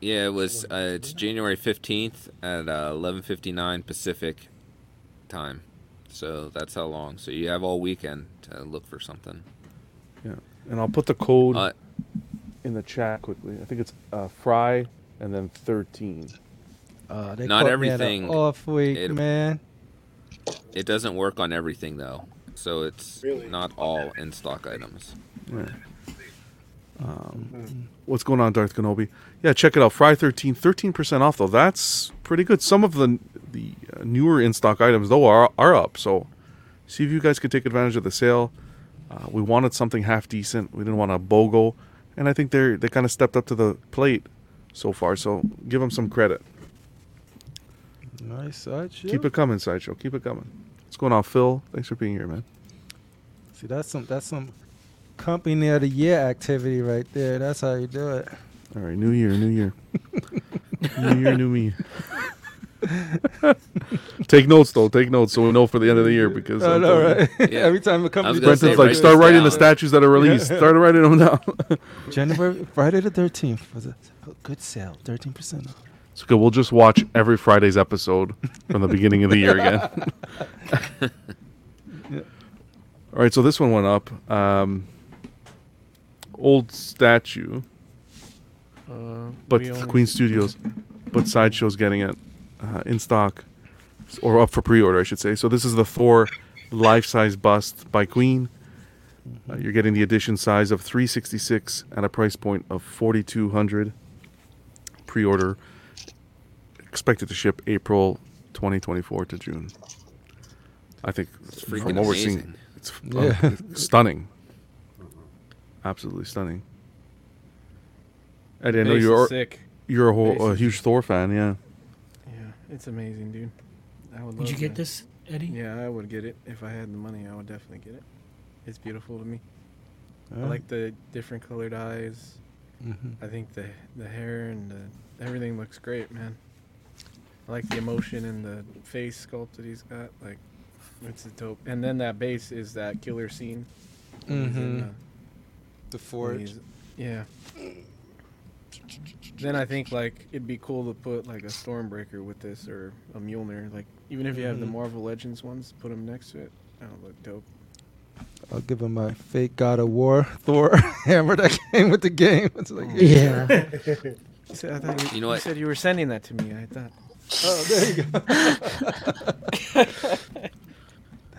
Speaker 3: Yeah, it was. Uh, it's January 15th at uh, 11:59 Pacific time. So that's how long. So you have all weekend to look for something.
Speaker 1: Yeah. And I'll put the code
Speaker 3: Uh,
Speaker 1: in the chat quickly. I think it's uh, Fry and then thirteen.
Speaker 5: Uh, they
Speaker 3: Not
Speaker 5: caught Me
Speaker 3: everything.
Speaker 5: at a off week,
Speaker 3: it-
Speaker 5: man.
Speaker 3: It doesn't work on everything though. So it's not all in stock items.
Speaker 1: Yeah. Um, what's going on, Darth Kenobi? Yeah, check it out. Fry 13, 13% off, though. That's pretty good. Some of the the uh, newer in stock items, though, are, are up. So see if you guys could take advantage of the sale. Uh, we wanted something half decent. We didn't want a BOGO. And I think they're, they kind of stepped up to the plate so far. So give them some credit.
Speaker 5: Nice side shit.
Speaker 1: Keep it coming, Sideshow. Keep it coming. What's going on, Phil? Thanks for being here, man.
Speaker 5: See, that's some that's some company of the year activity right there. That's how you do it.
Speaker 1: All right, new year, new year. new year, new me. take notes though. Take notes so we know for the end of the year because
Speaker 5: I know,
Speaker 1: sometimes-
Speaker 5: right? Yeah. Every time a company I was gonna
Speaker 1: Brenton's
Speaker 5: does say,
Speaker 1: like,
Speaker 5: write
Speaker 1: start
Speaker 5: this
Speaker 1: writing the
Speaker 5: down."
Speaker 1: statues that are released.
Speaker 5: Yeah.
Speaker 1: Start writing them down.
Speaker 5: January Friday the thirteenth was a a good sale, thirteen percent off.
Speaker 1: It's good. We'll just watch every Friday's episode from the beginning of the year again. All right, so this one went up. Um, old statue,
Speaker 2: Uh,
Speaker 1: but
Speaker 2: we only-
Speaker 1: Queen Studios, but Sideshow's getting it uh, in stock. or up for pre-order, I should say. So this is the Thor life-size bust by Queen. Uh, you're getting the edition size of 366 at a price point of 4200. Pre-order expected to ship April 2024 to June. I think
Speaker 3: freaking
Speaker 1: from what we're seeing,
Speaker 3: amazing.
Speaker 1: it's f-
Speaker 5: Yeah.
Speaker 1: uh, it's stunning. Absolutely stunning. I didn't know
Speaker 2: Base
Speaker 1: you
Speaker 2: is
Speaker 1: are
Speaker 2: sick.
Speaker 1: You're a,
Speaker 2: Base
Speaker 1: whole, a
Speaker 2: is-
Speaker 1: huge Thor fan, yeah.
Speaker 2: Yeah, it's amazing, dude. I would.
Speaker 4: Would you
Speaker 2: love
Speaker 4: get
Speaker 2: to-
Speaker 4: this, Eddie?
Speaker 2: Yeah, I would get it if I had the money. I would definitely get it. It's beautiful to me. I
Speaker 5: Alright.
Speaker 2: like the different colored eyes.
Speaker 5: Mhm.
Speaker 2: I think the the hair and the, everything looks great, man. I like the emotion and the face sculpt that he's got. Like, it's a dope. And then that bass is that killer scene. when he's in
Speaker 5: Mhm. The
Speaker 2: the- when
Speaker 5: forge.
Speaker 2: he's- Mm-hmm. Yeah. Then I think like it'd be cool to put like a Stormbreaker with this or a Mjolnir. Like even if you have the
Speaker 3: Mm-hmm.
Speaker 5: Mhm.
Speaker 2: Marvel Legends ones, put them next to it. That would look dope.
Speaker 5: I'll give him my fake God of War Thor hammer that came with the game. It's like,
Speaker 11: Yeah.
Speaker 2: You said, I thought you,
Speaker 3: You know
Speaker 2: you
Speaker 3: what?
Speaker 2: said you were sending that to me. I thought.
Speaker 5: Oh, there you go. there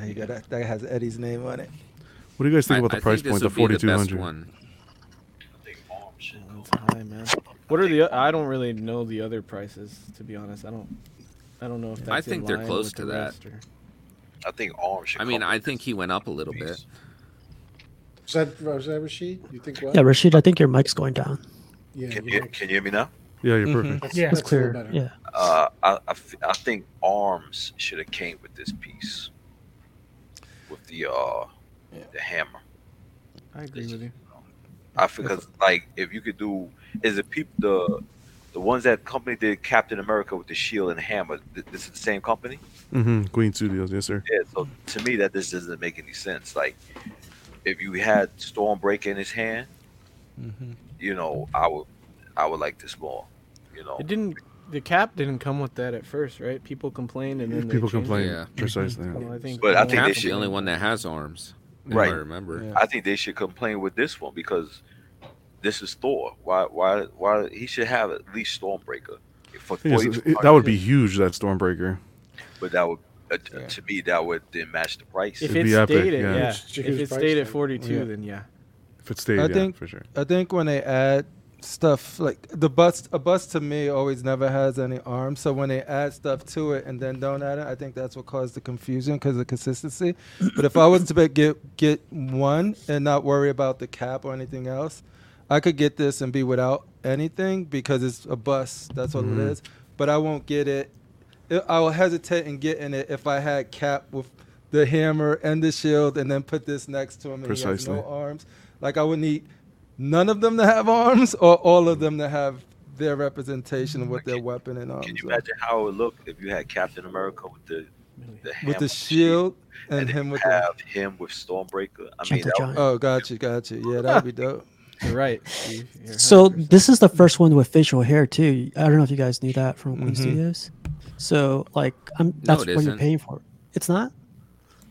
Speaker 5: you go. That, that has Eddie's name on it.
Speaker 1: What do you guys think
Speaker 3: I-
Speaker 1: about the
Speaker 3: I
Speaker 1: price
Speaker 3: think
Speaker 1: point
Speaker 3: this'll
Speaker 1: of
Speaker 3: be the best
Speaker 1: 4200?
Speaker 3: one.
Speaker 2: Oh, it's high, man. What are the? o- I don't really know the other prices to be honest. I don't. I don't know if that's.
Speaker 3: I
Speaker 2: in
Speaker 3: think they're
Speaker 2: line
Speaker 3: close
Speaker 2: with
Speaker 3: to
Speaker 2: the
Speaker 3: that.
Speaker 2: rest or-
Speaker 10: I think Arm should.
Speaker 3: I mean,
Speaker 10: come
Speaker 3: I
Speaker 10: with
Speaker 3: think he went up a little bit.
Speaker 6: Is that, was that Rashid? You think what?
Speaker 11: Yeah, Rashid, I think your mic's going down.
Speaker 6: Yeah,
Speaker 10: this. Can
Speaker 6: you're
Speaker 10: you,
Speaker 6: right.
Speaker 10: can you hear me now?
Speaker 1: Yeah, you're
Speaker 5: Mhm.
Speaker 1: perfect.
Speaker 6: That's-
Speaker 4: Yeah.
Speaker 11: It's
Speaker 6: that's a little
Speaker 11: clear.
Speaker 6: better.
Speaker 11: Yeah.
Speaker 10: Uh, I, I f- I think Arms should have came with this piece, with the uh, the hammer.
Speaker 2: I agree with you.
Speaker 10: I because like if you could do is it peop the the ones that company did Captain America with the shield and hammer. th- This is the same company.
Speaker 1: hmm Queen Studios, yes, sir.
Speaker 10: Yeah. So to me, that this doesn't make any sense. Like if you had Stormbreaker in his hand,
Speaker 5: Mm-hmm.
Speaker 10: you know, I would I would like this more. You
Speaker 3: Oh.
Speaker 10: know,
Speaker 2: It didn't. The cap didn't come with that at first, right? People complained, and then they
Speaker 1: People
Speaker 2: changed it.
Speaker 1: complain.
Speaker 3: Yeah.
Speaker 1: Precisely. yeah.
Speaker 2: Well, I think
Speaker 10: But I
Speaker 2: someone
Speaker 10: think they
Speaker 3: Cap's the
Speaker 2: complained.
Speaker 3: only one that has arms, if I
Speaker 10: Right.
Speaker 3: remember.
Speaker 5: Yeah.
Speaker 10: I think they should complain with this one because this is Thor. Why? Why? Why? He should have at least Stormbreaker. For
Speaker 1: Yes,
Speaker 10: 42
Speaker 1: it- that would be huge, that Stormbreaker.
Speaker 10: but that would uh, t- to me that would then match the price.
Speaker 2: If
Speaker 1: It'd
Speaker 2: it
Speaker 1: be epic,
Speaker 2: stayed at
Speaker 1: yeah.
Speaker 2: yeah,
Speaker 6: It's
Speaker 2: if
Speaker 6: huge
Speaker 2: it
Speaker 6: price
Speaker 2: stayed at
Speaker 6: tag.
Speaker 2: forty two,
Speaker 5: Oh, Yeah.
Speaker 2: then yeah.
Speaker 1: If it stayed,
Speaker 5: I
Speaker 1: yeah,
Speaker 5: think-
Speaker 1: for sure.
Speaker 5: I think when they add stuff like the bus, a bus to me always never has any arms. So when they add stuff to it and then don't add it, I think that's what caused the confusion because of consistency. but if I was to be- get get one and not worry about the cap or anything else, I could get this and be without anything because it's a bus. That's what it
Speaker 1: Mhm.
Speaker 5: is. But I won't get it. I- I will hesitate in getting it if I had cap with the hammer and the shield and then put this next to him and he
Speaker 1: Precisely.
Speaker 5: has no arms. Like I would need none of them to have arms or all of them to have their representation with their weapon and arms.
Speaker 10: Can you
Speaker 5: on.
Speaker 10: imagine how it would look if you had Captain America with the the hammer,
Speaker 5: with the shield and,
Speaker 10: and
Speaker 5: him
Speaker 10: you
Speaker 5: with the
Speaker 10: have him with Stormbreaker? I
Speaker 11: Jack
Speaker 10: mean,
Speaker 11: the
Speaker 10: that
Speaker 11: Giant.
Speaker 10: would,
Speaker 5: Oh, got you, got you. Yeah, that'd be dope.
Speaker 2: You're right. Steve. You're
Speaker 11: So
Speaker 2: 100%.
Speaker 11: this is the first one with facial hair too. I don't know if you guys knew that from Queen
Speaker 1: Mm-hmm.
Speaker 5: Mhm.
Speaker 11: Studios. So like, I'm that's
Speaker 3: it
Speaker 11: what you're
Speaker 3: isn't.
Speaker 11: paying for. It's not.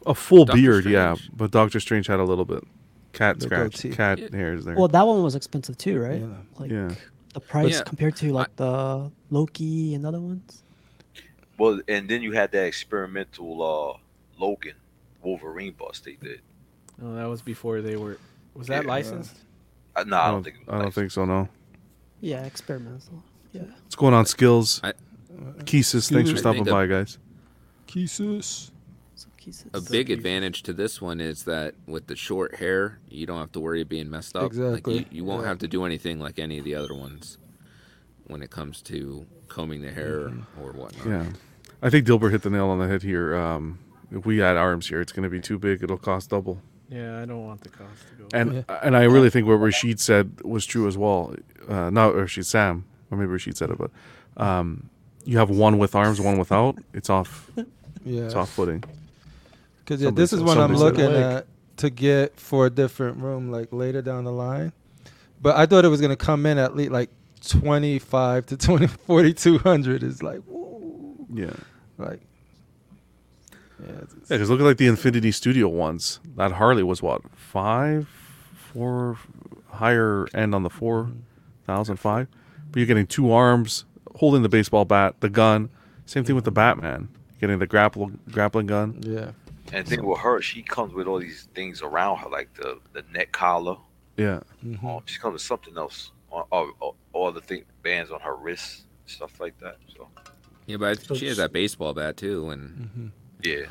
Speaker 1: A full
Speaker 3: Doctor
Speaker 1: beard, yeah,
Speaker 3: Strange.
Speaker 1: but Doctor Strange had a little bit. Cat
Speaker 5: The
Speaker 1: scratch,
Speaker 5: goatee.
Speaker 1: cat hairs there.
Speaker 11: Well, that one was expensive too, right?
Speaker 5: Yeah.
Speaker 11: Like
Speaker 1: Yeah.
Speaker 11: the price
Speaker 3: Yeah.
Speaker 11: compared to like the Loki and other ones.
Speaker 10: well, and then you had that experimental uh, Logan Wolverine bust they did.
Speaker 2: no, that was before they were. Was that
Speaker 10: Yeah.
Speaker 2: licensed?
Speaker 10: Uh, no, I don't think. It was
Speaker 1: I don't
Speaker 10: nice.
Speaker 1: think so. No.
Speaker 11: Yeah, experimental. Yeah.
Speaker 1: What's going on, skills?
Speaker 3: I-
Speaker 1: Kesis, thanks for
Speaker 3: I
Speaker 1: stopping
Speaker 3: think a-
Speaker 1: by, guys.
Speaker 5: Kisses.
Speaker 11: So pieces.
Speaker 3: A big advantage to this one is that with the short hair, you don't have to worry of being messed up.
Speaker 5: Exactly.
Speaker 3: Like you, you won't
Speaker 5: Yeah.
Speaker 3: have to do anything like any of the other ones when it comes to combing the hair or whatnot.
Speaker 1: Yeah, I think Dilbert hit the nail on the head here. Um, if we add arms here, it's going to be too big. It'll cost double.
Speaker 2: Yeah, I don't want the cost to go.
Speaker 1: And and I really think what Rashid said was true as well. Uh, not Rashid Sam, or maybe Rashid said it, but um, you have one with arms, one without. It's off. It's
Speaker 5: Yeah.
Speaker 1: off footing.
Speaker 5: Because yeah,
Speaker 1: Somebody
Speaker 5: this is
Speaker 1: said-
Speaker 5: what I'm
Speaker 1: somebody said
Speaker 5: looking
Speaker 1: it.
Speaker 5: at to get for a different room, like later down the line. But I thought it was gonna come in at least like 25 to 20, 4200 is like, ooh,
Speaker 1: Yeah.
Speaker 5: like, yeah, it's-
Speaker 1: Yeah, because look at like the Infinity Studio ones. That Harley was what five, four, higher end on the four
Speaker 5: Mm-hmm.
Speaker 1: thousand five, but you're getting two arms holding the baseball bat, the gun. Same thing with the Batman. getting the grapple grappling gun.
Speaker 5: Mm-hmm. Yeah.
Speaker 10: And the thing with her, she comes with all these things around her, like the the neck collar.
Speaker 1: Yeah.
Speaker 10: Oh, she comes with something else, or, or, or all the thing, bands on her wrists, stuff like that. So
Speaker 3: Yeah, but she has that baseball bat too, and
Speaker 10: yeah,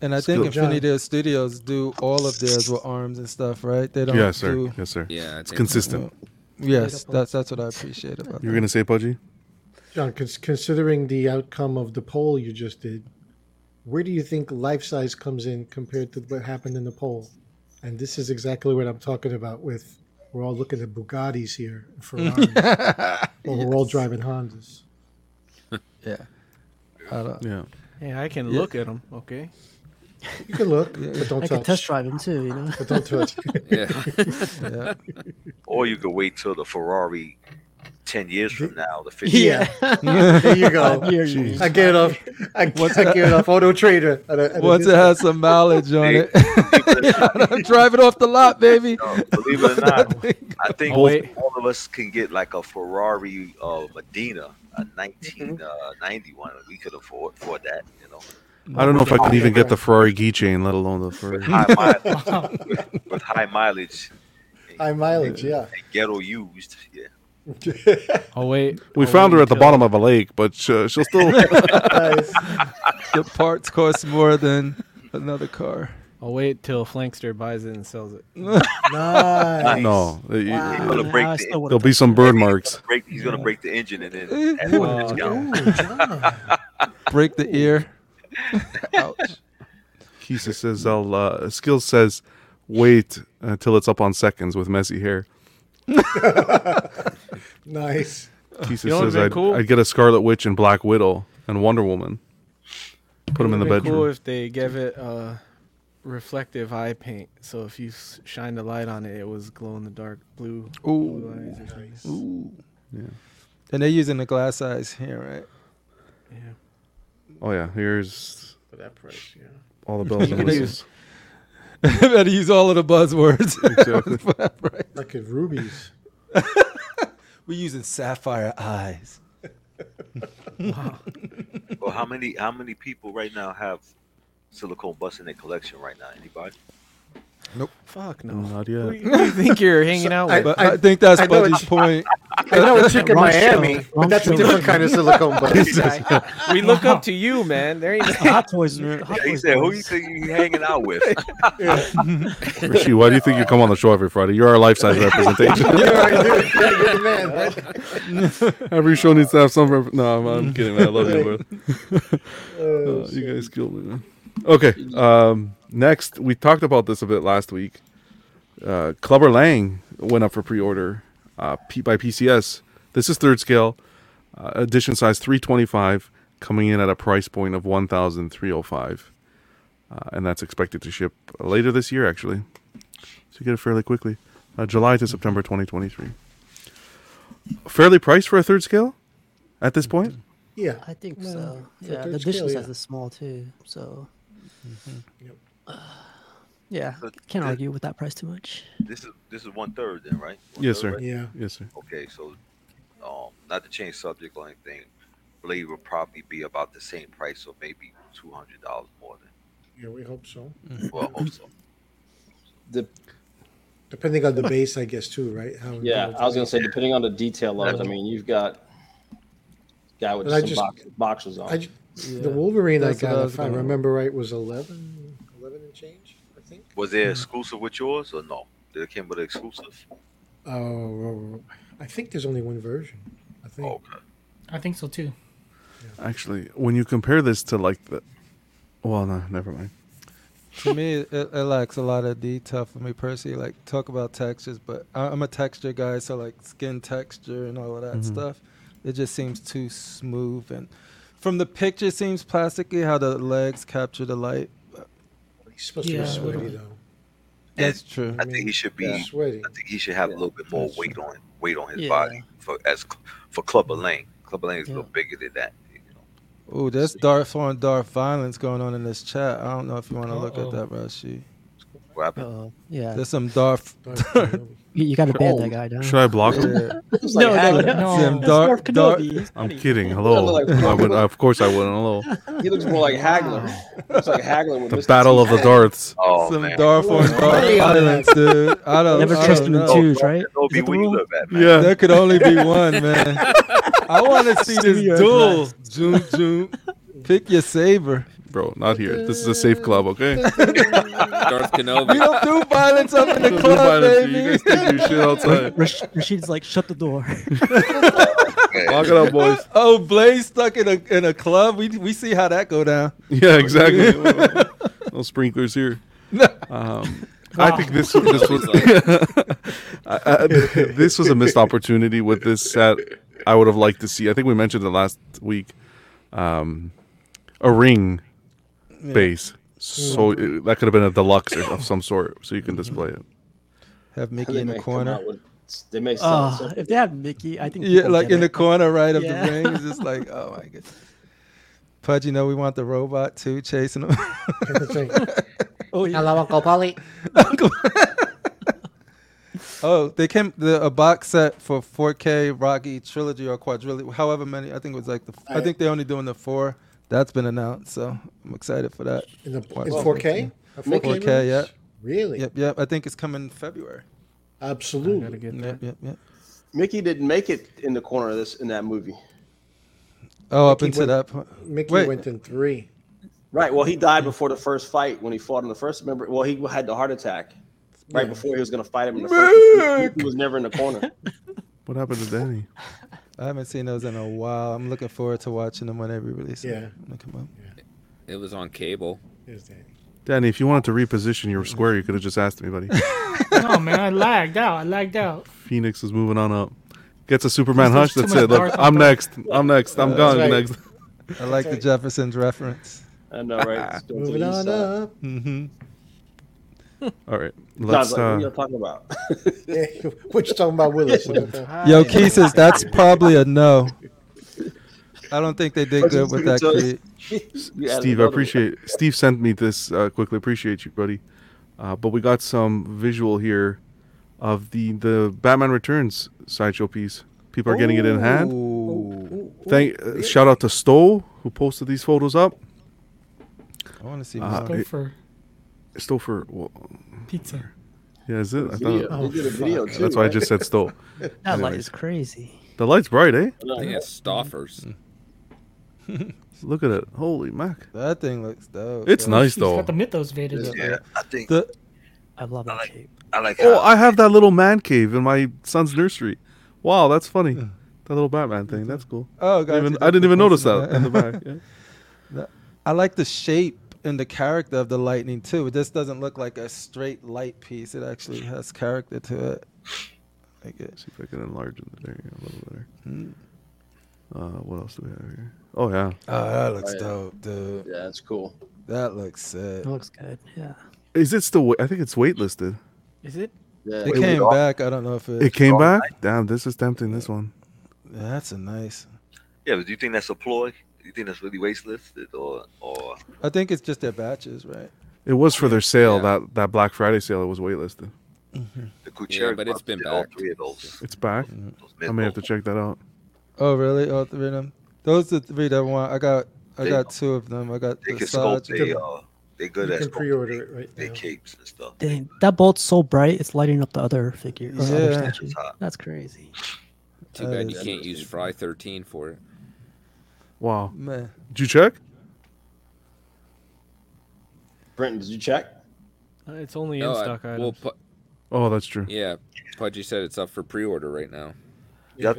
Speaker 5: And I
Speaker 1: Skill
Speaker 5: think
Speaker 1: job.
Speaker 5: Infinity Studios do all of theirs with arms and stuff, right? They don't.
Speaker 1: Yes, sir.
Speaker 5: do-
Speaker 1: Yes, sir. Yeah, It's it's- consistent.
Speaker 5: Yes, that's that's what I appreciate about.
Speaker 1: You were gonna say Pudgy?
Speaker 6: John, cons- considering the outcome of the poll you just did, where do you think life size comes in compared to what happened in the poll? And this is exactly what I'm talking about. With we're all looking at Bugattis here, and Ferraris, but we're all driving Hondas.
Speaker 5: Yeah. I don't,
Speaker 1: yeah.
Speaker 2: Yeah, I can
Speaker 6: Yeah.
Speaker 2: look at them. Okay.
Speaker 6: You can look, but don't
Speaker 11: I
Speaker 6: touch.
Speaker 11: could test drive him too, you know.
Speaker 6: But don't touch.
Speaker 10: yeah. Or you could wait till the Ferrari ten years from now, the 50
Speaker 6: Yeah. there you go.
Speaker 5: I hear you.
Speaker 6: I get it off. I,
Speaker 5: What's
Speaker 6: I
Speaker 5: that?
Speaker 6: get it off Auto Trader. at a- at a
Speaker 5: Once it
Speaker 6: discount.
Speaker 5: has some mileage on it, You know, I'm driving off the lot, baby.
Speaker 10: Believe it or not, I think
Speaker 5: Oh, wait.
Speaker 10: all of us can get like a Ferrari uh, Medina, a
Speaker 6: Mm-hmm.
Speaker 10: 1991. We could afford afford that, you know.
Speaker 1: I don't know if I could even get the Ferrari key chain, let alone the
Speaker 10: with
Speaker 1: Ferrari.
Speaker 10: high mileage, with, with high mileage,
Speaker 6: High mileage, yeah.
Speaker 10: and ghetto used. Yeah,
Speaker 2: Oh wait.
Speaker 1: We
Speaker 2: I'll
Speaker 1: found her
Speaker 2: wait
Speaker 1: at the
Speaker 2: till-
Speaker 1: bottom of a lake, but she, she'll still.
Speaker 5: the parts cost more than another car.
Speaker 2: I'll wait till Flankster buys it and sells it.
Speaker 6: nice.
Speaker 1: No, uh, you-
Speaker 10: He's gonna break the-
Speaker 1: there'll be some burn marks.
Speaker 10: break- he's gonna break the engine and then add one
Speaker 5: Ooh.
Speaker 6: Oh,
Speaker 10: discount.
Speaker 5: Break the ear. Ouch.
Speaker 1: Kisa says, "I'll." Uh, Skills says, "Wait until it's up on seconds with messy hair."
Speaker 6: nice.
Speaker 1: Kisa
Speaker 2: You know what'd
Speaker 1: says,
Speaker 2: been
Speaker 1: I'd,
Speaker 2: cool?
Speaker 1: "I'd get a Scarlet Witch and Black Widow and Wonder Woman, put them in the
Speaker 2: Would've been
Speaker 1: bedroom."
Speaker 2: Cool if they gave it uh, reflective eye paint, so if you s- shine the light on it, it was glow in the dark blue. blue
Speaker 5: Ooh.
Speaker 2: eyes or something.
Speaker 5: Ooh.
Speaker 1: Yeah.
Speaker 5: And they're using the glass eyes here, right?
Speaker 1: Oh yeah, here's
Speaker 6: For that price, yeah.
Speaker 1: all the bells
Speaker 5: You
Speaker 1: and
Speaker 5: could
Speaker 1: whistles.
Speaker 5: Better use all of the buzzwords.
Speaker 1: Exactly.
Speaker 5: For that price.
Speaker 6: Like at rubies.
Speaker 5: We're using sapphire eyes.
Speaker 10: Well, how many how many people right now have silicone butts in their collection right now? Anybody?
Speaker 2: Fuck no.
Speaker 1: Not
Speaker 2: Who
Speaker 1: yet.
Speaker 2: you, who you think you're hanging out with?
Speaker 5: But I, think that's
Speaker 6: I know
Speaker 5: Buddy's point.
Speaker 6: I know a chick in
Speaker 11: Wrong show.
Speaker 6: Miami,
Speaker 11: Wrong
Speaker 6: but that's
Speaker 11: show.
Speaker 6: a different kind of silicone butt.
Speaker 2: we look up to you, man. There ain't
Speaker 11: Hot toys. Hot
Speaker 10: He
Speaker 11: toys.
Speaker 10: said, "Who
Speaker 11: boys.
Speaker 10: you think you hanging out with?"
Speaker 1: Richie, why do you think you come on the show every Friday? You're our life size representation.
Speaker 6: You're right, dude. Yeah, you're the man,
Speaker 10: Oh,
Speaker 6: bud.
Speaker 1: every show needs to have some. Rep- no, I'm, I'm kidding, man. I love you, bro.
Speaker 6: Oh,
Speaker 1: Uh, you guys killed me, man. Okay. Um, next, we talked about this a bit last week. Uh, Clubber Lang went up for pre-order uh, P- by PCS. This is third scale, uh, edition size 325, coming in at a price point of 1,305, uh, and that's expected to ship later this year, actually. So you get it fairly quickly, uh, July to September 2023. Fairly priced for a third scale, at this point.
Speaker 6: yeah.
Speaker 11: I think
Speaker 6: No,
Speaker 11: so.
Speaker 6: for
Speaker 11: Yeah,
Speaker 6: third
Speaker 11: the
Speaker 6: scale,
Speaker 11: edition
Speaker 6: yeah.
Speaker 11: size is small too. So,
Speaker 5: Mm-hmm.
Speaker 6: Yep.
Speaker 11: yeah,
Speaker 10: But
Speaker 11: can't
Speaker 10: the-
Speaker 11: argue with that price too much.
Speaker 10: This is this is one third then, right? One
Speaker 1: Yes,
Speaker 10: third,
Speaker 1: sir.
Speaker 10: right?
Speaker 6: Yeah.
Speaker 1: Yes, sir.
Speaker 10: Okay, so um, not to change subject or anything, Blade will probably be about the same price, or maybe two hundred dollars more
Speaker 6: Yeah, we hope so.
Speaker 10: than. Well, I hope so.
Speaker 9: The,
Speaker 6: Depending on the base, I guess, too, right? How
Speaker 9: yeah, I was gonna say depending on the detail of it. I mean, you've got guy with
Speaker 6: But I
Speaker 9: some
Speaker 6: just-
Speaker 9: box, boxes on.
Speaker 6: I ju- The Wolverine I
Speaker 5: That's what I
Speaker 6: got,
Speaker 5: was
Speaker 6: if I
Speaker 5: gonna-
Speaker 6: remember right, was 11, 11 and change, I think.
Speaker 10: Was it exclusive with yours or no? Did it came with an exclusive?
Speaker 6: Oh, oh, oh. I think there's only one version. I think.
Speaker 10: Oh,
Speaker 4: I think so too.
Speaker 1: Actually, when you compare this to like the, well, no, never mind.
Speaker 5: to me, it, it lacks a lot of detail for me personally. Like talk about textures, but I, I'm a texture guy, so like skin texture and all of
Speaker 11: Mm-hmm.
Speaker 5: that stuff. It just seems too smooth, and from the picture, it seems plasticky how the legs capture the light.
Speaker 6: He's supposed
Speaker 11: Yeah,
Speaker 6: to be sweaty,
Speaker 11: we
Speaker 6: though.
Speaker 5: That's true.
Speaker 10: I think he should be.
Speaker 6: He's sweaty.
Speaker 10: I think he should have a little bit more
Speaker 5: That's
Speaker 10: weight on weight on his
Speaker 11: Yeah.
Speaker 10: body for as for Clubber Lane. Clubber Lane is a little
Speaker 11: Yeah.
Speaker 10: bigger than that. You know?
Speaker 5: Oh, there's dark foreign dark violence going on in this chat. I don't know if you want to look at
Speaker 4: Uh-oh.
Speaker 5: that, Rashi.
Speaker 10: What happened?
Speaker 11: Uh, yeah.
Speaker 5: There's some Darth.
Speaker 11: You- you gotta ban that Oh. guy, don't
Speaker 1: Should I block him?
Speaker 11: It's like, No, no, hang on. no.
Speaker 5: Some
Speaker 11: That's
Speaker 5: Darth,
Speaker 11: Darth
Speaker 5: Darth,
Speaker 11: Kenobi. He's
Speaker 1: I'm
Speaker 11: funny.
Speaker 1: kidding. Hello.
Speaker 9: Like-
Speaker 1: I would, of course, I wouldn't. Hello.
Speaker 9: He looks more like Hagler. Looks like Hagler. With
Speaker 1: The
Speaker 9: Mr.
Speaker 1: Battle of
Speaker 9: T. Oh,
Speaker 1: the Darts.
Speaker 5: some Darth on Darth violence, dude. I don't.
Speaker 11: Never
Speaker 5: I
Speaker 11: trust
Speaker 5: don't
Speaker 11: him in
Speaker 5: know.
Speaker 11: twos, right? Is that the rule?
Speaker 1: Yeah.
Speaker 5: There could only be one, man. I want to see this
Speaker 11: Studio
Speaker 5: duel.
Speaker 11: class.
Speaker 5: Zoom, zoom. Pick your saber.
Speaker 1: Bro, not here. This is a safe club, okay?
Speaker 3: Darth Kenobi.
Speaker 5: We don't do violence up in
Speaker 1: Don't
Speaker 5: the
Speaker 1: do
Speaker 5: club,
Speaker 1: violence,
Speaker 5: baby.
Speaker 1: you guys think you shit outside.
Speaker 11: Rash- Rashid's like, shut the door.
Speaker 1: Lock it up, boys.
Speaker 5: Oh, Blaze stuck in a in a club. We we see how that go down.
Speaker 1: Yeah, exactly. no sprinklers here. Um, I think this this was I, I, this was a missed opportunity with this set. I would have liked to see. I think we mentioned it last week. Um, a ring
Speaker 5: Yeah.
Speaker 1: base, so it, that could have been a deluxe or of some sort, so you can display it.
Speaker 5: Have
Speaker 9: They
Speaker 5: Mickey in
Speaker 9: may
Speaker 5: the
Speaker 9: come
Speaker 5: corner.
Speaker 9: out with- They may sell
Speaker 11: Uh,
Speaker 9: something.
Speaker 11: if they had Mickey, I think.
Speaker 5: Yeah,
Speaker 11: people
Speaker 5: like
Speaker 11: get
Speaker 5: in
Speaker 11: it.
Speaker 5: the corner right of
Speaker 11: Yeah.
Speaker 5: the ring. It's just like, oh my god. Pudge, you know we want the robot too chasing him.
Speaker 11: Oh, yeah.
Speaker 12: Hello, Uncle Polly.
Speaker 5: oh, they came the a box set for 4K Rocky trilogy or quadrilogy, however many. I think it was like the. I think they're only doing the four. That's been announced, so I'm excited for that.
Speaker 6: In the-
Speaker 5: Watch
Speaker 6: in
Speaker 5: that.
Speaker 6: 4K? A 4K
Speaker 5: 4K, yeah.
Speaker 6: release? Really?
Speaker 5: Yep, yep. I think it's coming February.
Speaker 6: Absolutely.
Speaker 5: Yep, yep, yep.
Speaker 9: Mickey didn't make it in the corner of this in that movie.
Speaker 5: Oh, up
Speaker 6: Mickey
Speaker 5: until
Speaker 6: went-
Speaker 5: that point.
Speaker 6: Mickey
Speaker 5: Wait.
Speaker 6: went in three.
Speaker 9: Right. Well, he died
Speaker 11: Mm-hmm.
Speaker 9: before the first fight when he fought in the first. Remember? Well, he had the heart attack right before he was going to fight him in the first. He was never in the corner.
Speaker 1: What happened to Danny?
Speaker 5: I haven't seen those in a while. I'm looking forward to watching them when they release. them.
Speaker 6: Yeah.
Speaker 5: When they come out.
Speaker 3: It was on cable.
Speaker 6: There's Danny.
Speaker 1: Danny, if you wanted to reposition your square, you could have just asked me, buddy.
Speaker 4: No, man, I lagged out. I lagged out.
Speaker 1: Phoenix is moving on up. Gets a Superman hush.
Speaker 4: There's
Speaker 1: That's
Speaker 4: too much
Speaker 1: it. Look,
Speaker 4: Darth
Speaker 1: I'm
Speaker 4: up there.
Speaker 1: next. I'm next. I'm gone
Speaker 6: right.
Speaker 1: next.
Speaker 5: I like the Jeffersons reference.
Speaker 9: I know, right? It's going to
Speaker 6: Moving
Speaker 9: the east
Speaker 6: on
Speaker 9: side.
Speaker 6: up.
Speaker 5: Mm-hmm.
Speaker 1: All right. Let's.
Speaker 9: John's like, what are
Speaker 1: Uh,
Speaker 9: you talking about?
Speaker 6: Yeah, what you talking about, Willis?
Speaker 5: Yo, Key says that's probably a no. I don't think they did good with that. Key.
Speaker 9: You added
Speaker 1: Steve,
Speaker 9: another
Speaker 1: I
Speaker 9: one.
Speaker 1: appreciate. Steve sent me this uh, quickly. Appreciate you, buddy. Uh, but we got some visual here of the the Batman Returns sideshow piece. People are getting it in hand.
Speaker 5: Ooh.
Speaker 1: Thank. Uh, shout out to Stowe who posted these photos up.
Speaker 5: I want to see
Speaker 1: Uh,
Speaker 5: more.
Speaker 4: Go
Speaker 1: it-
Speaker 4: for
Speaker 1: Stowe for. Well,
Speaker 4: pizza.
Speaker 1: yeah, is it? I
Speaker 9: Video.
Speaker 1: thought, Oh,
Speaker 9: They did a video too.
Speaker 1: that's why I
Speaker 9: right?
Speaker 1: just said Stowe.
Speaker 11: That light
Speaker 1: Anyways.
Speaker 11: is crazy.
Speaker 1: The light's bright, eh?
Speaker 9: No,
Speaker 3: I think it's Stoffers.
Speaker 10: Mm-hmm.
Speaker 1: Look at it. Holy mac.
Speaker 5: That thing looks dope.
Speaker 1: It's
Speaker 5: yo.
Speaker 1: nice
Speaker 4: He's
Speaker 1: though.
Speaker 4: got the Mythos Vader.
Speaker 9: Yeah.
Speaker 10: Yeah, I think
Speaker 5: The-
Speaker 11: I love
Speaker 10: I
Speaker 11: that
Speaker 10: like-
Speaker 11: shape.
Speaker 10: I like.
Speaker 1: Oh,
Speaker 10: how-
Speaker 1: I have that little man cave in my son's nursery. Wow, that's funny. That little Batman thing. That's cool.
Speaker 5: oh god,
Speaker 1: Didn't even- I didn't even notice that in the back. yeah.
Speaker 5: I like the shape and the character of the lightning too. It just doesn't look like a straight light piece. It actually has character to it. I guess.
Speaker 1: See if I can enlarge it there a little better.
Speaker 5: Hmm.
Speaker 1: Uh, what else do we have here? Oh yeah,
Speaker 5: Oh, that looks
Speaker 9: yeah.
Speaker 5: dope, dude.
Speaker 9: Yeah, that's cool.
Speaker 5: That looks sick.
Speaker 11: It looks good. Yeah.
Speaker 1: is it still? wa- I think it's waitlisted.
Speaker 4: Is it?
Speaker 9: Yeah.
Speaker 5: It came back. I don't know if it.
Speaker 1: It came back. Damn, this is tempting. This one.
Speaker 5: That's a nice.
Speaker 10: yeah, but do you think that's a ploy? Do you think that's really wastelisted or or
Speaker 5: I think it's just their batches, right?
Speaker 1: It was for their sale.
Speaker 3: Yeah.
Speaker 1: That that Black Friday sale. It was waitlisted.
Speaker 10: the Kucheri?
Speaker 3: but it's
Speaker 10: brothers
Speaker 3: been
Speaker 10: did all
Speaker 3: back.
Speaker 10: three of those.
Speaker 1: It's back.
Speaker 10: those
Speaker 5: Mm-hmm.
Speaker 1: I may have to
Speaker 10: mythos.
Speaker 1: check that out.
Speaker 5: Oh, really? All three of them. Those are the three that I want. I got. I
Speaker 10: They-
Speaker 5: got two of them. I got
Speaker 10: They
Speaker 5: the
Speaker 10: can sculpt.
Speaker 5: Sarge.
Speaker 10: They uh, they good
Speaker 6: You
Speaker 10: at
Speaker 6: can
Speaker 10: sculpting
Speaker 6: pre-order it right
Speaker 10: They
Speaker 6: now.
Speaker 10: capes and stuff.
Speaker 11: Dang, that bolt's so bright, it's lighting up the other figure. Or other
Speaker 5: Yeah.
Speaker 11: statue. That's crazy.
Speaker 3: Too
Speaker 5: Uh,
Speaker 3: bad you can't use Fry 13 for it.
Speaker 1: Wow.
Speaker 5: Man,
Speaker 1: Did you check?
Speaker 9: Brenton, did you check?
Speaker 2: Uh, It's only
Speaker 3: No,
Speaker 2: in
Speaker 3: I-
Speaker 2: stock items.
Speaker 3: well, Pu-
Speaker 1: Oh, that's true.
Speaker 3: yeah, Pudgy said it's up for pre-order right now.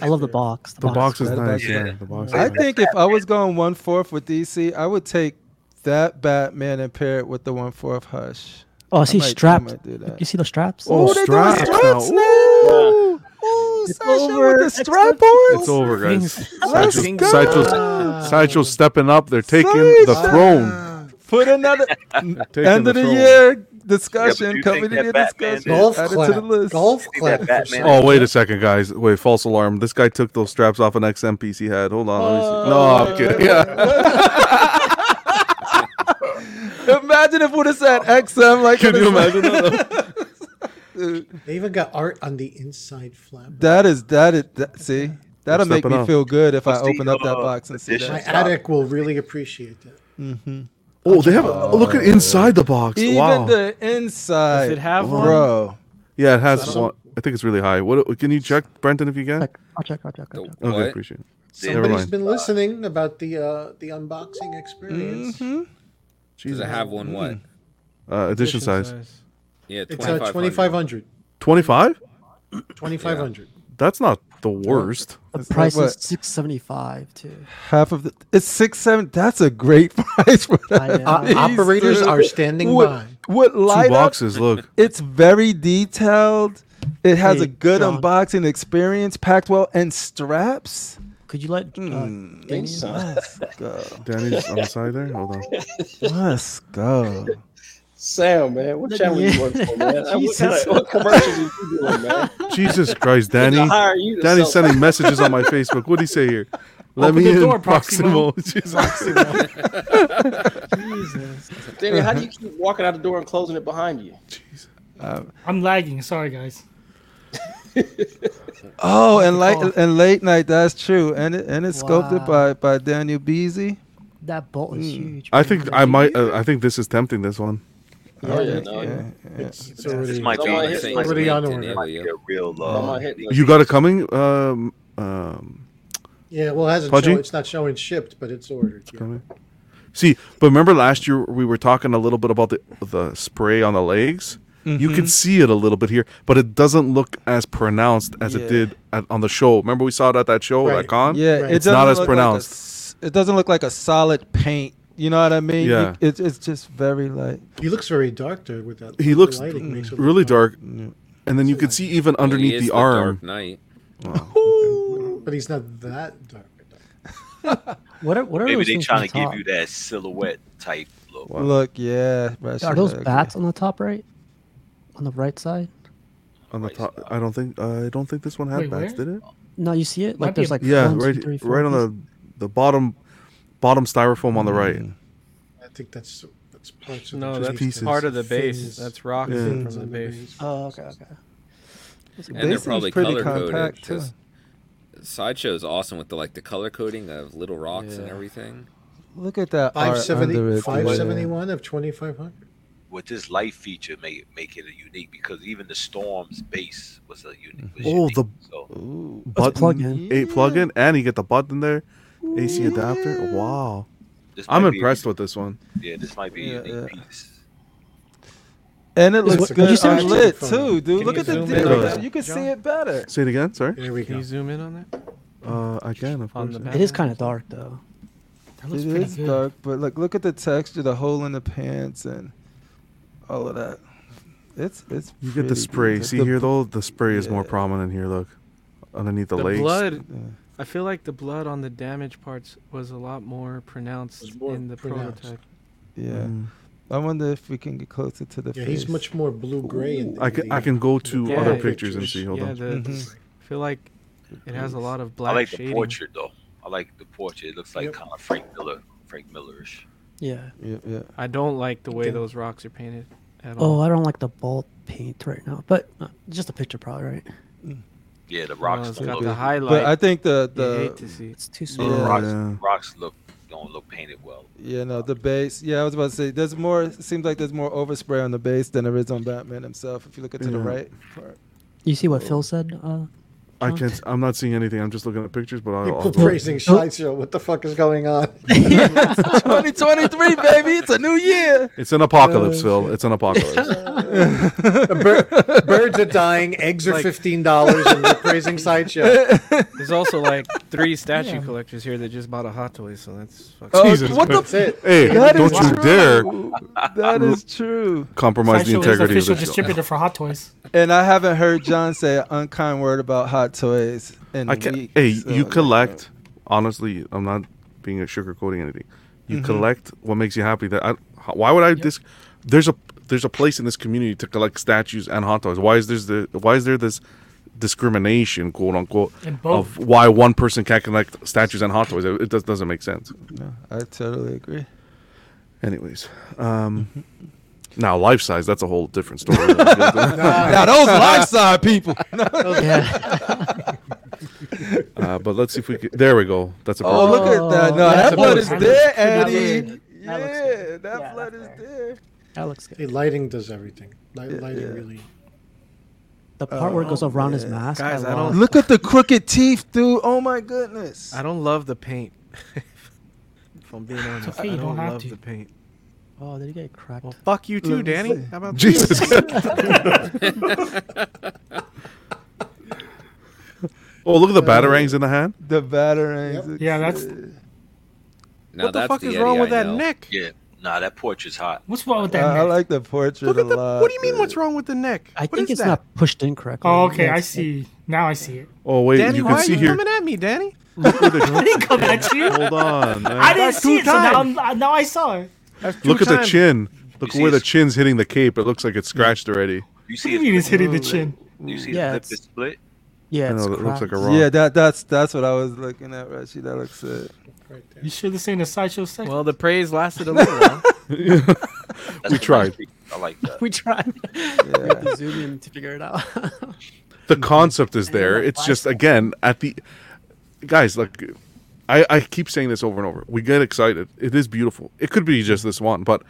Speaker 11: I love the box.
Speaker 1: The box is
Speaker 5: right
Speaker 1: nice.
Speaker 5: back
Speaker 1: Yeah.
Speaker 5: there.
Speaker 1: The box.
Speaker 5: I
Speaker 1: Is nice.
Speaker 5: think if I was going one fourth with DC, I would take that Batman and pair it with the one fourth Hush.
Speaker 11: Oh, I
Speaker 5: I
Speaker 11: see
Speaker 5: might- I
Speaker 11: straps.
Speaker 5: might do that.
Speaker 11: You see the straps?
Speaker 1: Oh, straps now.
Speaker 5: Ooh, Ooh, Sasha
Speaker 11: over.
Speaker 5: with the
Speaker 11: Extra
Speaker 5: strap on.
Speaker 1: It's over, guys.
Speaker 5: Let's
Speaker 1: Sideshow,
Speaker 5: go.
Speaker 1: Sideshow's, Sideshow's stepping up. They're taking the throne.
Speaker 5: Put another
Speaker 1: Taking
Speaker 5: end of the
Speaker 1: throne.
Speaker 5: year
Speaker 10: Yeah, but
Speaker 5: discussion.
Speaker 10: you
Speaker 5: Coming
Speaker 10: think
Speaker 5: to
Speaker 10: that
Speaker 5: your
Speaker 10: Batman
Speaker 5: discussion.
Speaker 10: did-
Speaker 6: Golf
Speaker 5: Add it
Speaker 6: clap.
Speaker 5: to the list.
Speaker 6: Golf
Speaker 10: that
Speaker 6: clap. for
Speaker 10: Batman-
Speaker 6: some-
Speaker 1: Oh, wait a second, guys. Wait, false alarm. This guy took those straps off an XM piece he had. Hold on. Let me see. No, I'm kidding. Yeah.
Speaker 5: imagine if would have said XM? Like,
Speaker 6: Can
Speaker 5: it
Speaker 6: you
Speaker 5: is like-
Speaker 6: imagine
Speaker 5: Dude,
Speaker 6: They even got art on the inside flap.
Speaker 5: that is that is that, see that'll
Speaker 6: We're
Speaker 5: make me
Speaker 6: stepping up.
Speaker 5: feel good if I
Speaker 6: What's the,
Speaker 5: open up that
Speaker 6: uh,
Speaker 5: box and see
Speaker 6: My
Speaker 5: that.
Speaker 6: attic will really appreciate that.
Speaker 5: Mm-hmm.
Speaker 1: Oh, they have. A, look at inside the box.
Speaker 5: Even
Speaker 1: wow.
Speaker 5: the inside.
Speaker 2: Does it have
Speaker 1: one?
Speaker 5: Bro.
Speaker 1: yeah, it
Speaker 5: I
Speaker 1: has
Speaker 5: don't-
Speaker 1: one. I think it's really high. What can you check, Brenton, if you can?
Speaker 11: I'll check. I'll check. I'll
Speaker 1: check.
Speaker 3: What?
Speaker 1: Okay, appreciate it. Never
Speaker 6: Somebody's
Speaker 1: mind.
Speaker 6: been listening about the uh, the unboxing experience.
Speaker 5: Mm-hmm.
Speaker 3: Does it have one what?
Speaker 1: Uh, edition size.
Speaker 3: Yeah,
Speaker 6: It's uh, 2500.
Speaker 1: Twenty-five.
Speaker 6: 2500.
Speaker 1: That's not the worst.
Speaker 11: The
Speaker 5: It's like
Speaker 11: price is
Speaker 5: what?
Speaker 11: six seventy five too.
Speaker 5: Half of the it's six seven. That's a great price for that.
Speaker 11: know.
Speaker 5: piece,
Speaker 6: Operators
Speaker 5: dude.
Speaker 6: are standing
Speaker 5: What-
Speaker 6: by.
Speaker 5: What light up-
Speaker 1: boxes, look.
Speaker 5: It's very detailed. It has
Speaker 11: Hey,
Speaker 5: a good
Speaker 11: John.
Speaker 5: unboxing experience, packed well, and straps. Hmm,
Speaker 11: Could you let uh, Damien
Speaker 5: so.
Speaker 11: last?
Speaker 5: Go.
Speaker 1: Danny's on the side there. Hold on.
Speaker 5: Let's go.
Speaker 9: Sam, man, what channel you work for, man? Uh, What, kind
Speaker 11: Jesus.
Speaker 9: of, what commercials you doing, man?
Speaker 1: Jesus Christ, Danny.
Speaker 9: They hire you to
Speaker 1: Danny's
Speaker 9: sell-
Speaker 1: sending messages on my Facebook. What do you say here? Let
Speaker 9: Open
Speaker 1: me
Speaker 9: the
Speaker 1: in,
Speaker 9: door,
Speaker 1: Proximo.
Speaker 9: Proximo.
Speaker 1: Jesus.
Speaker 11: Jesus.
Speaker 9: Danny, how do you keep walking out the door and closing it behind you?
Speaker 5: Uh,
Speaker 4: I'm lagging. Sorry, guys.
Speaker 5: Oh, and
Speaker 11: Like
Speaker 5: light
Speaker 11: the
Speaker 5: and late night. That's true. And it, and it's sculpted by
Speaker 11: Wow.
Speaker 5: by Daniel Hmm. Beasy.
Speaker 11: That bolt is huge.
Speaker 1: I think I might. Uh, I think this is tempting. This one.
Speaker 9: Oh, yeah, no, yeah.
Speaker 6: It's, it's
Speaker 9: This
Speaker 6: already,
Speaker 9: might be on the
Speaker 6: it's
Speaker 9: same
Speaker 6: already
Speaker 9: link
Speaker 6: on
Speaker 9: in
Speaker 6: order.
Speaker 9: every-
Speaker 10: They're real
Speaker 9: Am I
Speaker 10: love.
Speaker 9: hitting
Speaker 1: You got it coming. Um. Um.
Speaker 6: Yeah, well, it hasn't
Speaker 1: Pudgy?
Speaker 6: shown, it's not showing shipped, but it's ordered. yeah.
Speaker 1: coming. See, but remember last year we were talking a little bit about the the spray on the legs. You
Speaker 4: Mm-hmm.
Speaker 1: can
Speaker 5: Mhm.
Speaker 1: see it a little bit here, but it doesn't look as pronounced as
Speaker 5: Yeah.
Speaker 1: it did at, on the show. Remember we saw it at that show, that
Speaker 6: Right.
Speaker 1: con.
Speaker 5: Yeah,
Speaker 1: it's
Speaker 5: it doesn't
Speaker 1: not as
Speaker 5: look like a
Speaker 1: pronounced.
Speaker 5: s- it doesn't look like a solid paint. You know what I mean? You-
Speaker 1: Yeah.
Speaker 5: It's it's just very light.
Speaker 6: He looks very dark there with that.
Speaker 1: he looks
Speaker 6: lighting makes it look
Speaker 1: really dark, and then you can see even
Speaker 3: Well, he
Speaker 1: underneath
Speaker 3: is
Speaker 1: the,
Speaker 3: the
Speaker 1: arm.
Speaker 3: Dark Knight.
Speaker 6: But he's not that dark.
Speaker 11: What are what are
Speaker 10: Maybe
Speaker 11: those
Speaker 10: they
Speaker 11: things
Speaker 10: trying
Speaker 11: on
Speaker 10: to give
Speaker 11: top?
Speaker 10: you that silhouette type look.
Speaker 5: Look, yeah.
Speaker 11: Are those bats on the top right? On the right side?
Speaker 1: on the top. I don't think I don't think this one had
Speaker 4: Wait,
Speaker 1: bats,
Speaker 4: where?
Speaker 1: did it?
Speaker 11: No, you see it?
Speaker 4: Might
Speaker 11: Like
Speaker 4: be
Speaker 11: there's
Speaker 4: a-
Speaker 11: like
Speaker 1: yeah,
Speaker 11: one, two,
Speaker 1: right,
Speaker 11: three, four
Speaker 1: right on
Speaker 11: pieces.
Speaker 1: the the bottom bottom styrofoam on the right.
Speaker 4: Mm.
Speaker 6: I think that's that's parts of
Speaker 2: No,
Speaker 6: the
Speaker 2: that's
Speaker 1: pieces.
Speaker 2: part of the base.
Speaker 6: Fins.
Speaker 2: That's rocks
Speaker 1: Yeah.
Speaker 2: in
Speaker 6: Fins
Speaker 2: from the
Speaker 6: on the
Speaker 2: base.
Speaker 11: Oh, okay, okay.
Speaker 3: And they're
Speaker 5: This thing's
Speaker 3: probably
Speaker 5: pretty
Speaker 3: color coded.
Speaker 5: compact,
Speaker 3: because Sideshow's awesome with the like the color coding of little rocks and
Speaker 2: Yeah.
Speaker 3: everything.
Speaker 5: Look at that art under
Speaker 6: 570,
Speaker 5: it.
Speaker 6: 571 of 2500.
Speaker 10: With this light feature, make make it a unique because even the storm's base was a unique. Was
Speaker 1: Oh,
Speaker 10: unique.
Speaker 1: the
Speaker 10: So,
Speaker 1: button,
Speaker 11: plug-in.
Speaker 1: a plug-in, and you get the button there, AC adapter. Wow, I'm
Speaker 10: might be a
Speaker 1: impressed with this one.
Speaker 10: Yeah, this might be a unique piece.
Speaker 5: And it
Speaker 11: Is
Speaker 5: looks
Speaker 11: what- would you
Speaker 5: good Uh,
Speaker 11: say
Speaker 5: on
Speaker 11: it's
Speaker 5: lit
Speaker 6: different?
Speaker 5: too, dude.
Speaker 2: Can
Speaker 5: Look
Speaker 2: you
Speaker 5: at the
Speaker 2: zoom
Speaker 5: di-
Speaker 1: in on that,
Speaker 5: you can see
Speaker 2: John?
Speaker 5: it better.
Speaker 1: Say it again. Sorry.
Speaker 6: There we
Speaker 2: Can
Speaker 6: go.
Speaker 2: you zoom in on that?
Speaker 1: Uh, I can of
Speaker 2: On
Speaker 1: course.
Speaker 2: the
Speaker 1: yeah.
Speaker 2: back?
Speaker 11: It is kind of dark though.
Speaker 4: That
Speaker 5: It
Speaker 4: looks pretty
Speaker 5: is
Speaker 4: good.
Speaker 5: dark, but like look at the texture, the hole in the pants, and all of that. It's it's.
Speaker 1: You get
Speaker 5: pretty
Speaker 1: the spray.
Speaker 5: good.
Speaker 1: See
Speaker 5: The-
Speaker 1: here though, the spray is more
Speaker 5: yeah.
Speaker 1: prominent here. Look, underneath the,
Speaker 2: The
Speaker 1: legs.
Speaker 2: blood.
Speaker 5: Yeah.
Speaker 2: I feel like the blood on the damaged parts was a lot more pronounced
Speaker 6: Was more
Speaker 2: in the
Speaker 6: pronounced.
Speaker 2: prototype.
Speaker 5: Yeah.
Speaker 1: Mm.
Speaker 5: I wonder if we can get closer to the
Speaker 6: Yeah,
Speaker 5: face.
Speaker 6: he's much more blue gray. in the-
Speaker 1: I can I can go to
Speaker 2: Yeah.
Speaker 1: other
Speaker 2: Yeah.
Speaker 1: pictures and see. Hold
Speaker 2: yeah,
Speaker 1: on.
Speaker 2: the,
Speaker 6: Mm-hmm.
Speaker 5: Mhm.
Speaker 2: I feel like it has a lot of
Speaker 10: I
Speaker 2: black
Speaker 10: like
Speaker 2: shading.
Speaker 10: the portrait though. I like the portrait. It looks like
Speaker 6: Yep.
Speaker 10: kind of Frank Miller, Frank Millerish.
Speaker 11: Yeah.
Speaker 5: Yeah, yeah.
Speaker 2: I don't like the way
Speaker 6: Okay.
Speaker 2: those rocks are painted at
Speaker 11: Oh,
Speaker 2: all.
Speaker 11: I don't like the bolt paint right now, but uh, just a picture, probably right.
Speaker 2: Mm.
Speaker 10: Yeah, the rocks
Speaker 2: it's
Speaker 10: don't
Speaker 2: got
Speaker 10: look.
Speaker 2: the
Speaker 10: The
Speaker 2: highlight.
Speaker 5: But I think the
Speaker 2: you hate
Speaker 5: the
Speaker 2: to see.
Speaker 11: It's too
Speaker 5: Yeah.
Speaker 11: small.
Speaker 10: rocks,
Speaker 1: Yeah.
Speaker 10: rocks look don't look painted well.
Speaker 5: yeah no the base yeah I was about to say there's more it seems like there's more overspray on the base than there is on Batman himself if you look at to the
Speaker 1: Yeah.
Speaker 5: right part.
Speaker 11: You see what Phil said? Uh,
Speaker 1: I can't. I'm not seeing anything. I'm just looking at pictures, but
Speaker 11: Oh.
Speaker 1: I'll. I'll
Speaker 6: People
Speaker 1: go-
Speaker 6: praising Sideshow. What the fuck is going on?
Speaker 5: 2023 baby it's a new year.
Speaker 1: It's an apocalypse, Phil. It's an apocalypse.
Speaker 6: Bir- Birds are dying. Eggs are
Speaker 2: Like-
Speaker 6: fifteen dollars, and we're praising Sideshow.
Speaker 2: There's also like three statue collectors here that just bought a Hot Toy, so that's fucking.
Speaker 5: Oh,
Speaker 1: Jesus
Speaker 5: what the
Speaker 1: Christ.
Speaker 6: That's it.
Speaker 1: hey,
Speaker 5: That
Speaker 1: don't
Speaker 5: is
Speaker 1: you
Speaker 5: true.
Speaker 1: dare
Speaker 5: that is true.
Speaker 1: compromise the
Speaker 4: Sideshow is
Speaker 1: integrity of
Speaker 4: official
Speaker 1: this show.
Speaker 4: distributor for Hot Toys.
Speaker 5: And I haven't heard John say an unkind word about hot toys in
Speaker 1: I can.
Speaker 5: weeks.
Speaker 1: Hey,
Speaker 5: so-
Speaker 1: you collect. Honestly, I'm not being a sugarcoating anything. You collect what makes you happy. That I, how- why would I dis There's a there's a place in this community to collect statues and hot toys. Why is there's the why is there this discrimination, quote unquote,
Speaker 4: In both.
Speaker 1: of why one person can't collect statues and hot toys? It, it does, doesn't make sense.
Speaker 5: No, I totally agree.
Speaker 1: Anyways, um, now life size, that's a whole different story.
Speaker 5: Now, those life-size people. Yeah.
Speaker 1: uh, but let's see if we can. There we go. That's a
Speaker 5: Oh,
Speaker 1: perfect-
Speaker 5: look at that. No, that blood is there,
Speaker 6: That looks
Speaker 5: Eddie.
Speaker 6: good.
Speaker 5: Yeah, that blood is there.
Speaker 11: That looks good.
Speaker 6: Hey, lighting does everything. Light, lighting really.
Speaker 11: The part where it goes around his mask.
Speaker 2: Guys, I
Speaker 11: love
Speaker 2: don't-
Speaker 11: it.
Speaker 5: Look at the crooked teeth, dude. Oh my goodness.
Speaker 2: I don't love the paint. if I'm being honest,
Speaker 11: okay,
Speaker 2: I
Speaker 11: you
Speaker 2: don't,
Speaker 11: don't have
Speaker 2: love
Speaker 11: to.
Speaker 2: the paint.
Speaker 11: Oh, did he get cracked? Well,
Speaker 2: fuck you too,
Speaker 11: Let me
Speaker 2: Danny.
Speaker 11: see.
Speaker 2: How about
Speaker 1: Jesus. oh, look at the batarangs in the hand.
Speaker 5: Uh, The batarangs.
Speaker 4: Yeah, that's
Speaker 3: Now
Speaker 2: What the
Speaker 3: that's
Speaker 2: fuck is
Speaker 3: Eddie
Speaker 2: wrong with
Speaker 3: I
Speaker 2: that
Speaker 3: know.
Speaker 2: neck?
Speaker 10: Yeah, nah, that portrait's hot.
Speaker 4: what's wrong with
Speaker 5: I,
Speaker 4: that?
Speaker 5: I
Speaker 4: neck?
Speaker 5: like the portrait
Speaker 2: Look
Speaker 5: a
Speaker 2: at the.
Speaker 5: lot.
Speaker 2: What do you mean? What's wrong with the neck?
Speaker 11: I
Speaker 2: What
Speaker 11: think
Speaker 2: is
Speaker 11: it's
Speaker 2: that?
Speaker 11: not pushed in correctly.
Speaker 4: oh, okay.
Speaker 11: Yeah,
Speaker 4: I
Speaker 11: it's-
Speaker 4: see. Now I see it.
Speaker 1: Oh wait,
Speaker 2: Danny,
Speaker 1: you
Speaker 2: why
Speaker 1: can
Speaker 2: are
Speaker 1: see
Speaker 2: you
Speaker 1: here.
Speaker 2: coming at me, Danny?
Speaker 1: Look at the,
Speaker 4: I didn't come at you.
Speaker 1: hold on, man.
Speaker 4: I didn't
Speaker 2: That's
Speaker 4: see
Speaker 2: two
Speaker 4: it. So now,
Speaker 2: times.
Speaker 4: I'm- uh, now I saw it.
Speaker 2: That's two
Speaker 1: Look at the
Speaker 2: times.
Speaker 1: chin. Look
Speaker 10: see
Speaker 1: where the
Speaker 10: his-
Speaker 1: chin's hitting the cape. It looks like it's scratched already.
Speaker 10: You
Speaker 4: What
Speaker 10: see
Speaker 4: do you
Speaker 10: his
Speaker 4: mean it's
Speaker 10: lip,
Speaker 4: hitting the chin?
Speaker 10: you see
Speaker 11: Yeah,
Speaker 10: his lip
Speaker 11: it's-
Speaker 10: is split?
Speaker 11: Yeah,
Speaker 1: I
Speaker 11: it's
Speaker 1: know, it looks like a
Speaker 11: cracked.
Speaker 1: wrong.
Speaker 5: Yeah, that that's that's what I was looking at, Rashi. That looks uh, it.
Speaker 6: Right there.
Speaker 4: You sure this ain't a sideshow sex?
Speaker 2: Well, the praise lasted a little while.
Speaker 10: That's
Speaker 1: We
Speaker 10: a nice
Speaker 1: tried.
Speaker 10: pic. I like that.
Speaker 11: We tried. we had to zoom in to figure it out.
Speaker 1: the concept is there. It's just again at the guys. Look, I I keep saying this over and over. We get excited. It is beautiful. It could be just this one, but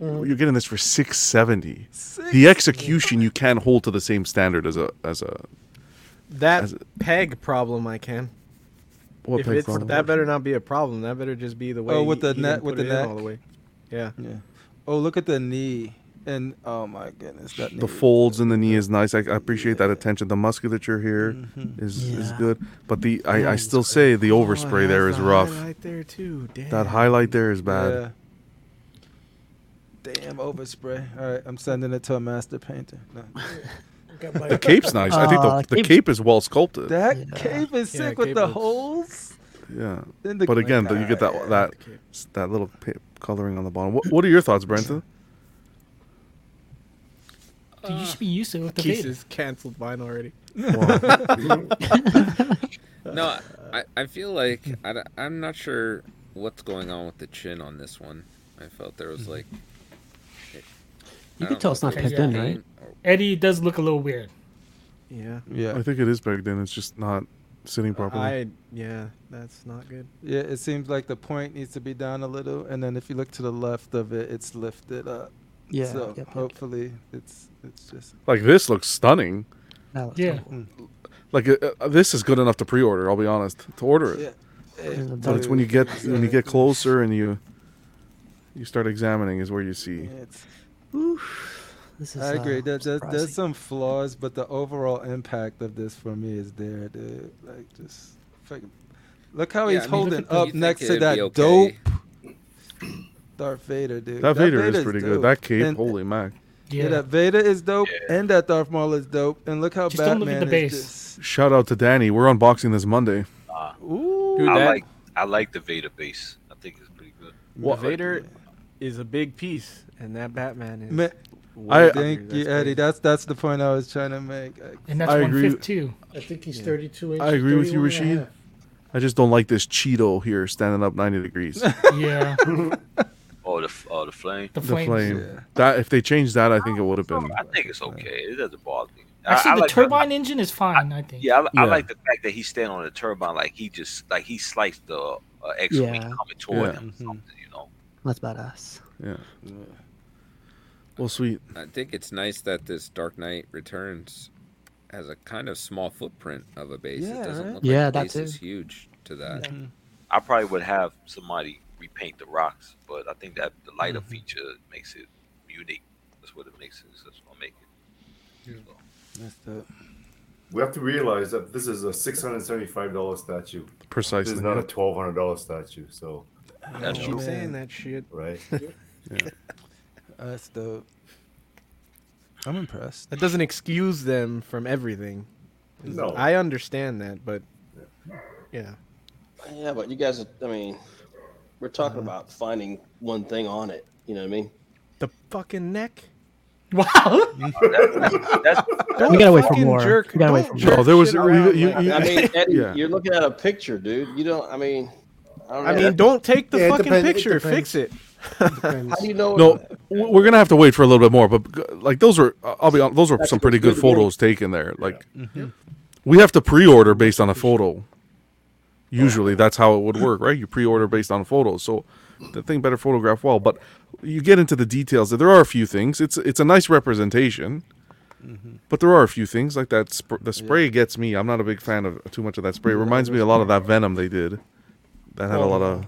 Speaker 1: you're getting this for six seventy. The execution you can't hold to the same standard as a as a
Speaker 2: That
Speaker 1: As-
Speaker 2: peg problem, I can.
Speaker 1: what
Speaker 2: if
Speaker 1: peg
Speaker 2: it's
Speaker 1: problem?
Speaker 2: that better not be a problem. That better just be the way.
Speaker 5: Oh, with
Speaker 2: he-
Speaker 5: the
Speaker 2: he can
Speaker 5: neck- with
Speaker 2: put
Speaker 5: the
Speaker 2: it in
Speaker 5: neck.
Speaker 2: all the way. Yeah.
Speaker 5: Yeah. Oh, look at the knee. And oh my goodness, that knee.
Speaker 1: the folds in the knee is nice. I, I appreciate that attention. The musculature here is is
Speaker 11: Yeah.
Speaker 1: good, but the I, I still say Oh, the overspray there is rough.
Speaker 2: Right there too. Damn.
Speaker 1: That highlight there is bad.
Speaker 5: Yeah. Damn overspray. All right, I'm sending it to a master painter. No.
Speaker 6: Got my-
Speaker 1: The cape's nice. I think the,
Speaker 11: Uh,
Speaker 1: the
Speaker 11: cape's-
Speaker 1: cape is well sculpted.
Speaker 5: That cape is
Speaker 2: Yeah,
Speaker 5: sick with
Speaker 2: cape
Speaker 5: the
Speaker 2: looks-
Speaker 5: holes.
Speaker 1: yeah.
Speaker 5: In the
Speaker 1: but again, though, you get that that that little pa- coloring on the bottom. What, what are your thoughts, Brenta?
Speaker 4: Dude, you should be used to it with the
Speaker 2: Keith
Speaker 4: beta.
Speaker 2: has canceled mine already.
Speaker 1: Wow.
Speaker 9: Uh,
Speaker 3: No, I, I feel like I, am not sure what's going on with the chin on this one. I felt there was like. I
Speaker 11: You can
Speaker 3: don't
Speaker 11: tell
Speaker 3: know
Speaker 11: it's
Speaker 3: if
Speaker 11: not
Speaker 3: there was
Speaker 11: pegged in, right?
Speaker 3: pain or-
Speaker 4: Eddie does look a little weird.
Speaker 2: Yeah.
Speaker 5: Yeah,
Speaker 1: I think it is pegged in. It's just not sitting properly.
Speaker 2: I yeah. That's not good.
Speaker 5: yeah. It seems like the point needs to be down a little, and then if you look to the left of it, it's lifted up.
Speaker 11: Yeah.
Speaker 5: So
Speaker 11: yep, yep.
Speaker 5: hopefully, it's it's just
Speaker 1: like this looks stunning.
Speaker 11: That looks
Speaker 4: Yeah.
Speaker 11: cool.
Speaker 1: Like uh, uh, this is good enough to pre-order. I'll be honest to order it.
Speaker 5: yeah.
Speaker 11: There's a
Speaker 1: But it's when you get when you get closer and you you start examining is where you see.
Speaker 5: It's,
Speaker 11: This is,
Speaker 5: I
Speaker 11: uh,
Speaker 5: agree. There, there, there's
Speaker 11: surprising.
Speaker 5: some flaws, but the overall impact of this for me is there, dude. Like just fucking, look how
Speaker 3: Yeah,
Speaker 5: he's
Speaker 3: I mean, look
Speaker 5: holding
Speaker 3: at the- you
Speaker 5: up
Speaker 3: think
Speaker 5: next to
Speaker 3: it'd
Speaker 5: that
Speaker 3: be
Speaker 5: dope
Speaker 3: okay.
Speaker 5: Darth Vader, dude.
Speaker 1: That
Speaker 5: Darth
Speaker 1: Vader is
Speaker 5: Vader's
Speaker 1: pretty
Speaker 5: dope.
Speaker 1: good. That cape,
Speaker 5: And-
Speaker 1: holy mac.
Speaker 5: Yeah.
Speaker 4: Yeah.
Speaker 5: that Vader is dope, and that Darth Maul is dope, and look how
Speaker 4: Just
Speaker 5: Batman
Speaker 4: don't look at the
Speaker 5: is.
Speaker 4: base.
Speaker 5: Just,
Speaker 1: Shout out to Danny. We're unboxing this Monday.
Speaker 5: ooh,
Speaker 2: Dude,
Speaker 10: Ah. I
Speaker 2: that
Speaker 10: like I like the Vader base. I think it's pretty good.
Speaker 2: well, Vader is a big piece, and that Batman is.
Speaker 5: Ma-
Speaker 2: way
Speaker 1: I-
Speaker 2: bigger.
Speaker 5: thank you,
Speaker 2: That's
Speaker 5: Eddie.
Speaker 2: crazy.
Speaker 5: That's that's the point I was trying to make. I,
Speaker 4: And that's
Speaker 1: I
Speaker 4: one
Speaker 1: agree
Speaker 4: fifth
Speaker 1: with-
Speaker 4: too.
Speaker 6: I think he's
Speaker 2: Yeah.
Speaker 6: 32 inches.
Speaker 1: I agree with you,
Speaker 6: 31 and a
Speaker 1: Rashid.
Speaker 6: half.
Speaker 1: I just don't like this Cheeto here standing up 90 degrees.
Speaker 4: Yeah.
Speaker 10: Oh, the f- oh the flame.
Speaker 4: The
Speaker 10: Oh,
Speaker 1: the
Speaker 4: flames.
Speaker 1: flame. That if they changed that, I think it would have been.
Speaker 10: I think it's okay. It doesn't bother me. I-
Speaker 4: Actually,
Speaker 10: I
Speaker 4: the
Speaker 10: like
Speaker 4: turbine engine is fine, I think.
Speaker 10: Yeah, I, I
Speaker 1: Yeah.
Speaker 10: like the fact that he's standing on the turbine, like he just like he sliced the uh, X wing
Speaker 11: Yeah.
Speaker 10: coming toward
Speaker 1: Yeah.
Speaker 10: him. Or something, you know,
Speaker 11: That's badass.
Speaker 1: Yeah. Well, sweet.
Speaker 3: I think it's nice that this Dark Knight Returns has a kind of small footprint of a base.
Speaker 5: Yeah,
Speaker 3: it doesn't
Speaker 5: right?
Speaker 3: look
Speaker 11: Yeah,
Speaker 3: like the
Speaker 11: that
Speaker 3: base is
Speaker 11: too.
Speaker 3: huge to that.
Speaker 10: I probably would have somebody repaint the rocks, but I think that the lighter
Speaker 4: Mm-hmm.
Speaker 10: feature makes it unique. That's what it makes it. That's what make it. So,
Speaker 5: that's dope.
Speaker 8: We have to realize that this is a six hundred seventy-five dollar statue. This
Speaker 1: Precisely. Oh,
Speaker 8: is not a twelve hundred dollar statue. So
Speaker 10: that's
Speaker 2: Keep
Speaker 10: true.
Speaker 2: saying that shit.
Speaker 8: right.
Speaker 5: Uh, That's dope. I'm impressed.
Speaker 2: That doesn't excuse them from everything.
Speaker 8: No.
Speaker 2: I understand that, but yeah,
Speaker 9: Yeah, but you guys, are- I mean, we're talking
Speaker 1: Uh-huh.
Speaker 9: about finding one thing on it. You know what I mean?
Speaker 2: the fucking neck.
Speaker 4: Wow.
Speaker 11: we gotta wait for
Speaker 2: fucking
Speaker 11: more.
Speaker 2: jerk-
Speaker 11: We gotta wait
Speaker 2: don't
Speaker 11: for
Speaker 2: jerk
Speaker 11: more.
Speaker 1: No, Oh, there was-
Speaker 2: shit
Speaker 1: we-
Speaker 2: around
Speaker 1: you-
Speaker 2: like
Speaker 1: you-
Speaker 9: I
Speaker 2: that.
Speaker 9: mean, Eddie,
Speaker 1: Yeah.
Speaker 9: you're looking at a picture, dude. You don't. I mean, I don't.
Speaker 2: I
Speaker 9: know.
Speaker 2: mean, don't take the
Speaker 6: Yeah, it
Speaker 2: fucking
Speaker 6: depends- it
Speaker 2: picture. Fix it.
Speaker 6: How
Speaker 9: do you know?
Speaker 1: No, w- we're gonna have to wait for a little bit more. But g- like those were, I'll be honest, those were
Speaker 9: That's
Speaker 1: some
Speaker 9: a
Speaker 1: pretty
Speaker 9: good
Speaker 1: good photos taken there. Like
Speaker 9: Mm-hmm.
Speaker 1: we have to pre-order based on a photo. Usually, that's how it would work, right? You pre-order based on photos, so the thing better photograph well. But you get into the details. There are a few things. It's it's a nice representation, but there are a few things like that. Sp- the spray gets me. I'm not a big fan of too much of that spray. It reminds me a lot of that Venom they did. That had a lot of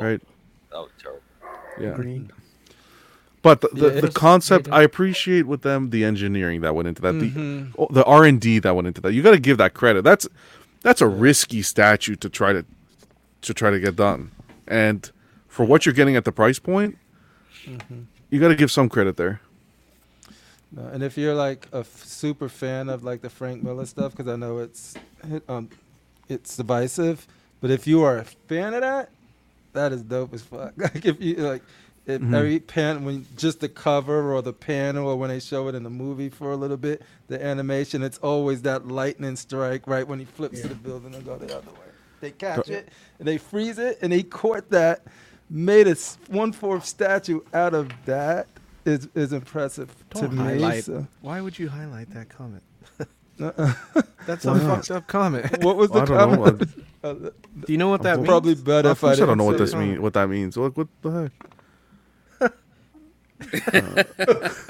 Speaker 1: right.
Speaker 10: That was terrible.
Speaker 1: Yeah. But the,
Speaker 10: Yeah,
Speaker 1: the,
Speaker 10: it
Speaker 1: the
Speaker 10: is-
Speaker 1: concept, I appreciate with them the engineering that went into that,
Speaker 5: Mhm.
Speaker 1: the oh, the R and D that went into that. You got to give that credit. That's that's a risky statue to try to to try to get done, and for what you're getting at the price point, you got to give some credit there.
Speaker 5: No, Uh, and if you're like a f- super fan of like the Frank Miller stuff, because I know it's hit- um, it's divisive, but if you are a fan of that, that is dope as fuck. like if you like, if
Speaker 1: Mhm.
Speaker 5: every pan when just the cover or the panel or when they show it in the movie for a little bit, the animation, it's always that lightning strike right when he flips to the building and go the other way. They catch
Speaker 1: Dra-
Speaker 5: it and they freeze it and they caught that, made a one fourth statue out of that. Is, is impressive to me. uh, so-
Speaker 2: Why would you highlight that comment?
Speaker 5: Uh-uh.
Speaker 2: That's
Speaker 5: Why
Speaker 2: a
Speaker 5: not?
Speaker 2: fucked up comment.
Speaker 5: What was the
Speaker 1: I don't know.
Speaker 5: comment?
Speaker 2: Do you know what that
Speaker 5: I'm
Speaker 2: means?
Speaker 5: probably better
Speaker 1: I,
Speaker 5: if I
Speaker 1: don't know what
Speaker 5: didn't
Speaker 1: this
Speaker 5: say
Speaker 1: mean. What that means? What, what the heck?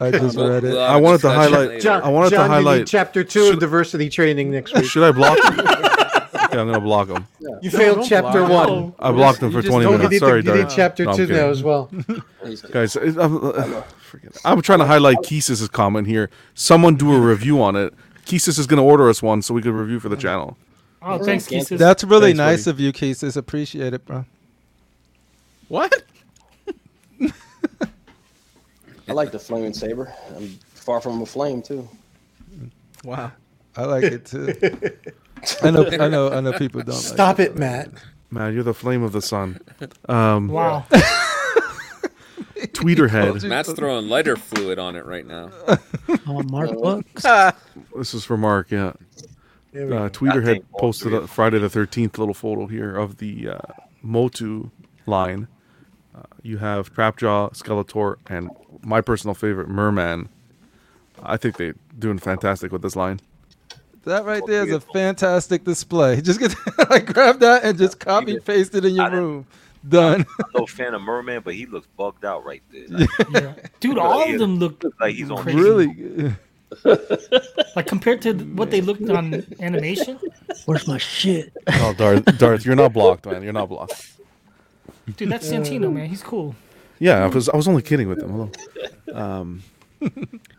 Speaker 5: I just read it.
Speaker 1: I wanted to highlight.
Speaker 6: John,
Speaker 1: I wanted
Speaker 6: John,
Speaker 1: to
Speaker 6: you need
Speaker 1: highlight.
Speaker 6: chapter two of diversity training next week.
Speaker 1: Should I block? him? okay, I'm gonna block him.
Speaker 6: You failed chapter
Speaker 1: block
Speaker 6: one.
Speaker 1: him. I blocked him for 20
Speaker 6: Oh, you
Speaker 1: minutes.
Speaker 6: did the-
Speaker 1: Sorry,
Speaker 6: you did
Speaker 1: Derek.
Speaker 6: chapter
Speaker 1: No, I'm
Speaker 6: two now
Speaker 1: kidding.
Speaker 6: as well.
Speaker 1: guys it- I'm, uh, forget it. I'm trying to highlight Kesis' comment here someone do a review on it Kesis is going to order us one so we could review for the channel
Speaker 4: Oh, thanks, Kesis.
Speaker 5: That's really
Speaker 1: Thanks,
Speaker 5: nice
Speaker 1: buddy.
Speaker 5: of you, Kesis. Appreciate it, bro.
Speaker 2: What?
Speaker 9: I like the flaming saber. I'm far from a flame too.
Speaker 2: Wow.
Speaker 5: I like it too. I know, I know, I know. People don't.
Speaker 6: Stop it, Matt.
Speaker 1: man you're the flame of the sun um
Speaker 4: Wow.
Speaker 1: tweeter head
Speaker 3: Matt's
Speaker 2: uh,
Speaker 3: throwing lighter fluid on it right now.
Speaker 11: Oh, Mark looks.
Speaker 1: this is for Mark yeah
Speaker 6: There we
Speaker 1: uh,
Speaker 6: go.
Speaker 1: tweeter head
Speaker 10: I think all
Speaker 1: posted
Speaker 10: three
Speaker 1: a Friday the 13th little photo here of the uh, Motu line uh, you have Trapjaw Skeletor and my personal favorite Merman I think they're doing fantastic with this line
Speaker 5: That right there is a fantastic display. Just get, like, grab that and just copy paste it in your
Speaker 10: I didn't-
Speaker 5: room. Done.
Speaker 10: I'm no fan of Merman, but he looks bugged out right there. Like,
Speaker 4: Yeah. Dude, all of them look
Speaker 10: Like he's on
Speaker 4: crazy.
Speaker 5: really. good.
Speaker 4: Like compared to what they looked on animation,
Speaker 11: Where's my shit?
Speaker 1: oh Darth Darth you're not blocked man you're not blocked
Speaker 4: dude, that's Santino, man. He's cool.
Speaker 1: Yeah, I was I was only kidding with them. Hello. Um,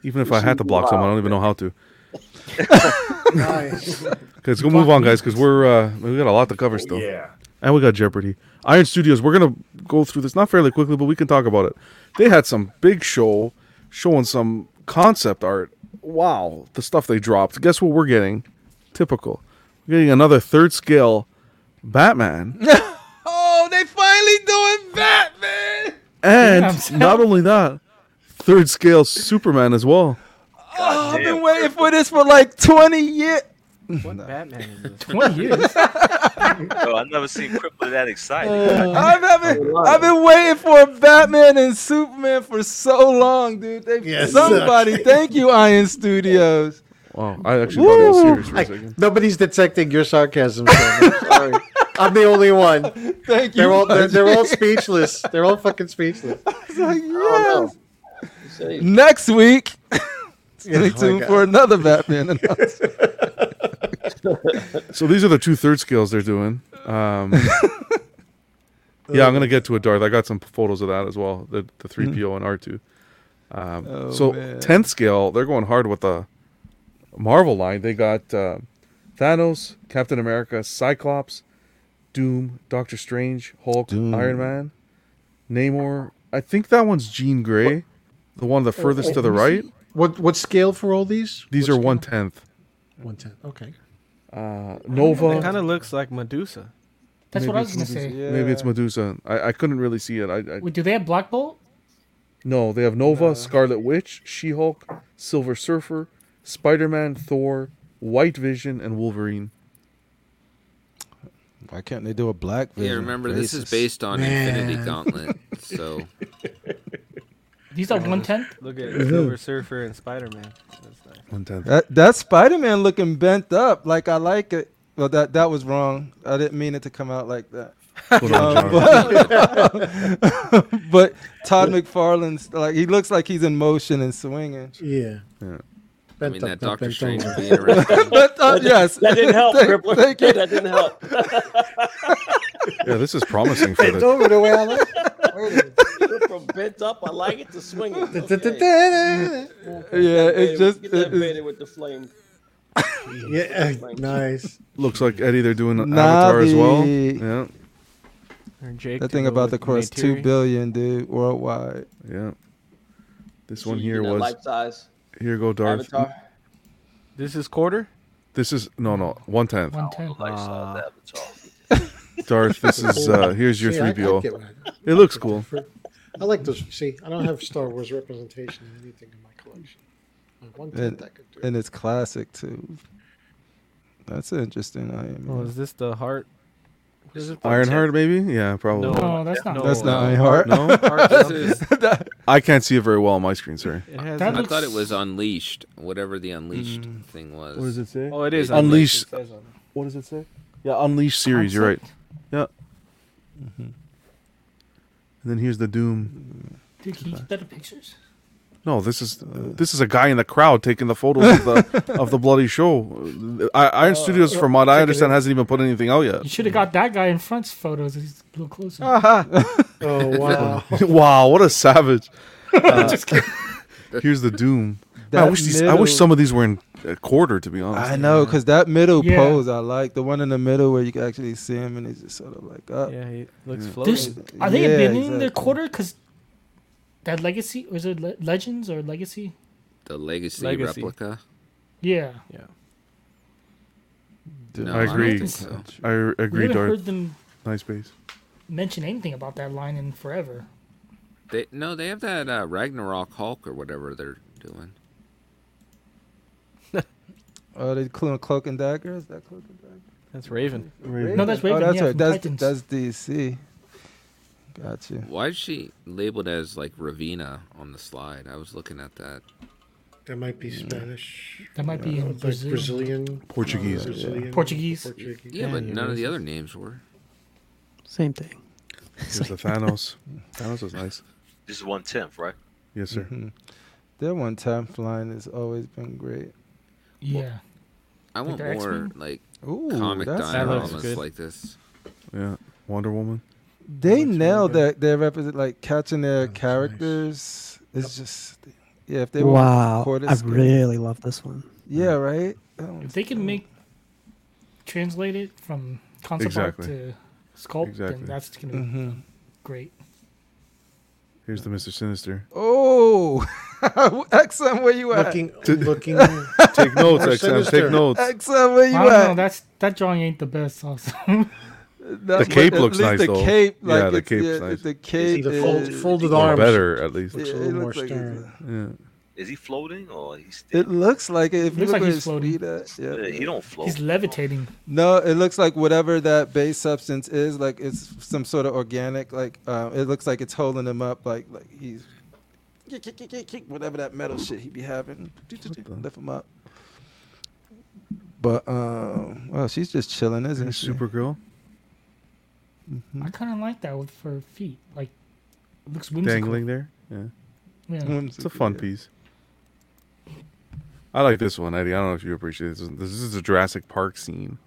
Speaker 1: even if I had to block someone, I don't even know how to.
Speaker 6: Nice.
Speaker 1: Okay, let's go move on, guys, because we're uh, we got a lot to cover still,
Speaker 8: Yeah.
Speaker 1: and we got Jeopardy. Iron Studios. We're gonna go through this not fairly quickly, but we can talk about it. They had some big show showing some concept art. Wow, the stuff they dropped. Guess what we're getting? Typical. We're getting another third scale Batman,
Speaker 5: Oh, they finally doing Batman.
Speaker 1: and
Speaker 4: I'm sorry.
Speaker 1: not only that, third scale Superman as well.
Speaker 5: Oh, I've been waiting for this for like 20 years.
Speaker 2: What Batman is this?
Speaker 4: Twenty years.
Speaker 10: Yo, I've never seen Crippler that excited.
Speaker 4: Uh,
Speaker 5: I've, having, I've been waiting for a Batman and Superman for so long, dude. They,
Speaker 6: Yes.
Speaker 5: somebody, thank you, Iron Studios.
Speaker 1: Wow, I actually thought that was
Speaker 5: Woo!
Speaker 1: serious for a
Speaker 6: Like,
Speaker 1: second.
Speaker 6: nobody's detecting your sarcasm. Sam. I'm sorry. I'm the only one.
Speaker 5: Thank you.
Speaker 6: They're all they're, they're all
Speaker 5: Budgie.
Speaker 6: speechless. They're all fucking speechless.
Speaker 5: It's like,
Speaker 9: Oh,
Speaker 5: yes.
Speaker 9: You say-
Speaker 5: Next week,
Speaker 6: Oh my
Speaker 5: stay tuned
Speaker 6: God.
Speaker 5: for another Batman announcement.
Speaker 1: So these are the two third scales they're doing. Um, yeah, I'm gonna get to it, Darth. I got some photos of that as well. The the three PO and R two. Um,
Speaker 5: Mm-hmm. Oh,
Speaker 1: so
Speaker 5: man.
Speaker 1: tenth scale, they're going hard with the Marvel line. They got uh, Thanos, Captain America, Cyclops, Doom, Doctor Strange, Hulk, Iron Man, Namor. I think that one's Jean Grey, the one the furthest to the right.
Speaker 6: What what scale for all these?
Speaker 1: These are one tenth.
Speaker 6: One ten. Okay.
Speaker 1: Uh,
Speaker 2: It kind
Speaker 1: Nova.
Speaker 2: of looks like Medusa.
Speaker 4: That's what I was gonna say.
Speaker 5: Yeah.
Speaker 1: Maybe it's Medusa. I, I couldn't really see it. I, I
Speaker 4: Wait, do they have Black Bolt?
Speaker 1: No, they have Nova, Scarlet Witch, She Hulk, Silver Surfer, Spider Man, Thor, White Vision, and Wolverine.
Speaker 5: Why can't they do a black
Speaker 3: Yeah,
Speaker 5: version?
Speaker 3: remember this is
Speaker 5: Racist.
Speaker 3: based on Infinity
Speaker 5: Man.
Speaker 3: Gauntlet, so
Speaker 4: These are one tenth.
Speaker 2: Look at Silver Surfer and Spider Man.
Speaker 1: One tenth.
Speaker 5: That that Spider Man looking bent up. Like I like it. Well, that that was wrong. I didn't mean it to come out like that.
Speaker 1: Put on
Speaker 5: Um, but, but Todd McFarlane's like he looks like he's in motion and swinging.
Speaker 6: Yeah.
Speaker 1: Yeah.
Speaker 3: I mean that Doctor Strange would be interesting.
Speaker 5: But, uh, yes.
Speaker 9: That didn't help,
Speaker 5: Thank-
Speaker 9: Crippler.
Speaker 5: thank you.
Speaker 9: That didn't help.
Speaker 1: Yeah, this is promising for
Speaker 6: It's
Speaker 1: the.
Speaker 6: over the way I like it. Wait a minute.
Speaker 9: From bent up, I like it to swing. it. Okay.
Speaker 6: Da-da-da-da.
Speaker 5: Yeah, it just
Speaker 9: Get that
Speaker 5: it- it's-
Speaker 9: baited with the flame.
Speaker 6: Yeah, nice.
Speaker 1: Looks like Eddie, they're doing an
Speaker 5: Navi.
Speaker 1: Avatar as well. Yeah,
Speaker 5: that thing about the cross two billion dude worldwide.
Speaker 1: yeah. This
Speaker 9: So
Speaker 1: one
Speaker 9: you
Speaker 1: here
Speaker 9: get that
Speaker 1: was
Speaker 9: life size
Speaker 1: here go Darth.
Speaker 9: avatar.
Speaker 2: This is quarter.
Speaker 1: This is no no one tenth.
Speaker 4: One
Speaker 3: Oh,
Speaker 4: tenth.
Speaker 10: Life size avatar.
Speaker 1: Ah. Darth, this is uh here's your
Speaker 6: See, I- I
Speaker 1: three PO.
Speaker 6: get what I-
Speaker 1: It looks cool.
Speaker 6: I like those. See, I don't have Star Wars representation in anything in my collection. Like, One thing
Speaker 5: And,
Speaker 6: that could do.
Speaker 5: and it's classic too. That's an interesting. Iron
Speaker 2: Oh,
Speaker 5: Man.
Speaker 2: is this the heart? What is it?
Speaker 1: Ironheart, maybe? Yeah, probably.
Speaker 4: No, that's not.
Speaker 2: No.
Speaker 5: That's not
Speaker 2: uh,
Speaker 5: Iron Heart.
Speaker 1: No?
Speaker 2: Heart
Speaker 3: This
Speaker 2: something.
Speaker 3: is,
Speaker 1: I can't see it very well on my screen. Sorry.
Speaker 2: It has
Speaker 4: That
Speaker 2: a-
Speaker 3: I thought it was Unleashed, whatever the Unleashed thing was.
Speaker 1: it say?
Speaker 2: Oh, it is
Speaker 1: Unleash-
Speaker 2: It says on it.
Speaker 1: What does it say? Yeah, Unleashed series. You're right. Yeah. And then here's the Doom.
Speaker 4: Dude, can you get better pictures?
Speaker 1: No, this is this is a guy in the crowd taking the photos of the of the bloody show. I,
Speaker 5: Uh,
Speaker 1: Iron Studios, from what I understand, hasn't even put anything out
Speaker 4: You
Speaker 1: yet.
Speaker 4: should have got that guy in front's photos. He's a little closer.
Speaker 5: Uh-huh.
Speaker 6: Oh wow!
Speaker 1: wow, what a savage! Uh, here's the Doom. Man, I
Speaker 5: That
Speaker 1: wish these, I wish
Speaker 5: middle-
Speaker 1: some of these were in a quarter. To be honest,
Speaker 5: I know, cause that middle
Speaker 4: Yeah.
Speaker 5: pose I like the one in the middle where you can actually see him and he's just sort of like up.
Speaker 2: Yeah, he looks floating.
Speaker 4: There's, are they
Speaker 5: Yeah,
Speaker 4: abandoning their
Speaker 5: exactly.
Speaker 4: quarter? Because that legacy, or is it Le- Legends or Legacy?
Speaker 3: The Legacy,
Speaker 2: Legacy.
Speaker 3: replica.
Speaker 4: Yeah.
Speaker 3: No,
Speaker 1: I
Speaker 3: don't
Speaker 1: agree.
Speaker 3: think so.
Speaker 1: I r-
Speaker 4: We
Speaker 1: agree,
Speaker 4: haven't
Speaker 1: Darth.
Speaker 4: heard them
Speaker 1: Nice base.
Speaker 4: mention anything about that line in forever.
Speaker 3: They, no, they have that uh, Ragnarok Hulk or whatever they're doing.
Speaker 5: Oh, they cloak, cloak and dagger. Is that cloak and dagger?
Speaker 2: That's Raven.
Speaker 4: No, that's
Speaker 5: Oh,
Speaker 4: Raven,
Speaker 5: that's
Speaker 4: yeah,
Speaker 5: right.
Speaker 4: from
Speaker 5: That's
Speaker 4: Titans.
Speaker 5: that's DC. Got you.
Speaker 3: Why is she labeled as like Ravina on the slide? I was looking at that.
Speaker 6: That might be Spanish.
Speaker 4: That might be in
Speaker 6: It's like
Speaker 4: Brazil.
Speaker 6: Brazilian. Uh,
Speaker 1: Portuguese.
Speaker 6: Brazilian-
Speaker 4: Portuguese.
Speaker 6: Portuguese.
Speaker 3: Yeah, but none of the other names were.
Speaker 11: Same thing.
Speaker 1: Here's the Thanos. Thanos was nice.
Speaker 10: This is one tenth, right?
Speaker 1: Yes, sir.
Speaker 5: Mhm. Their one time flying has always been great.
Speaker 4: Yeah.
Speaker 3: I want
Speaker 4: the
Speaker 3: more
Speaker 4: X-Men?
Speaker 3: like
Speaker 5: Ooh,
Speaker 3: comic
Speaker 5: that's
Speaker 2: That looks
Speaker 3: dioramas
Speaker 2: good.
Speaker 3: like this.
Speaker 1: Yeah, Wonder Woman.
Speaker 5: they
Speaker 6: Looks really
Speaker 5: nailed
Speaker 6: good.
Speaker 5: that. They represent like catching their
Speaker 6: That's nice.
Speaker 5: characters. It's just yeah. If they were
Speaker 11: wow,
Speaker 5: quarter
Speaker 11: I
Speaker 5: scale-
Speaker 11: really love this one.
Speaker 5: yeah right. That
Speaker 4: If
Speaker 5: one's
Speaker 4: they can
Speaker 5: dope.
Speaker 4: make translate it from concept
Speaker 1: Exactly.
Speaker 4: art to sculpt,
Speaker 1: Exactly.
Speaker 4: then that's gonna be
Speaker 5: Mhm.
Speaker 4: great.
Speaker 1: Here's the Mister Sinister.
Speaker 5: Oh, XM, where you at?
Speaker 6: Looking, looking. I
Speaker 1: Take notes,
Speaker 6: Mr.
Speaker 1: XM. Take
Speaker 6: Sinister.
Speaker 1: notes.
Speaker 5: XM, where you
Speaker 4: I don't know.
Speaker 5: at?
Speaker 4: That's that drawing ain't the best. Also,
Speaker 5: That-
Speaker 1: The
Speaker 5: but
Speaker 1: cape
Speaker 5: at
Speaker 1: looks
Speaker 5: least
Speaker 1: nice,
Speaker 5: the
Speaker 1: though.
Speaker 5: Cape,
Speaker 1: Yeah,
Speaker 5: like,
Speaker 1: the
Speaker 5: it's-
Speaker 1: cape's
Speaker 5: yeah,
Speaker 1: nice.
Speaker 5: The
Speaker 6: See
Speaker 5: cape
Speaker 6: the fold,
Speaker 5: is-
Speaker 6: folded
Speaker 1: Or
Speaker 6: arms.
Speaker 1: better, at least.
Speaker 5: yeah,
Speaker 6: Looks a
Speaker 5: it
Speaker 6: little more
Speaker 5: looks like it's-
Speaker 6: stern.
Speaker 1: Yeah.
Speaker 10: Is he floating or he's still?
Speaker 5: It looks like it. If you look
Speaker 4: Looks like
Speaker 5: where
Speaker 4: he's
Speaker 5: his
Speaker 4: floating.
Speaker 5: feet at, yeah.
Speaker 10: Yeah, he don't float.
Speaker 4: he's levitating.
Speaker 5: No, it looks like whatever that base substance is, like it's some sort of organic. Like uh, it looks like it's holding him up, like like he's kick, kick, kick, kick, kick, whatever that metal shit he be having. Do, do, do, Lift him up. But um, well, she's just chilling, isn't
Speaker 1: Here's
Speaker 5: she?
Speaker 1: Supergirl.
Speaker 4: I kind of like that with for feet. Like, it looks whimsical.
Speaker 1: Dangling there. Yeah.
Speaker 5: Mm-hmm.
Speaker 4: Yeah.
Speaker 1: It's a fun piece. I like this one, Eddie. I don't know if you appreciate this. This is the Jurassic Park scene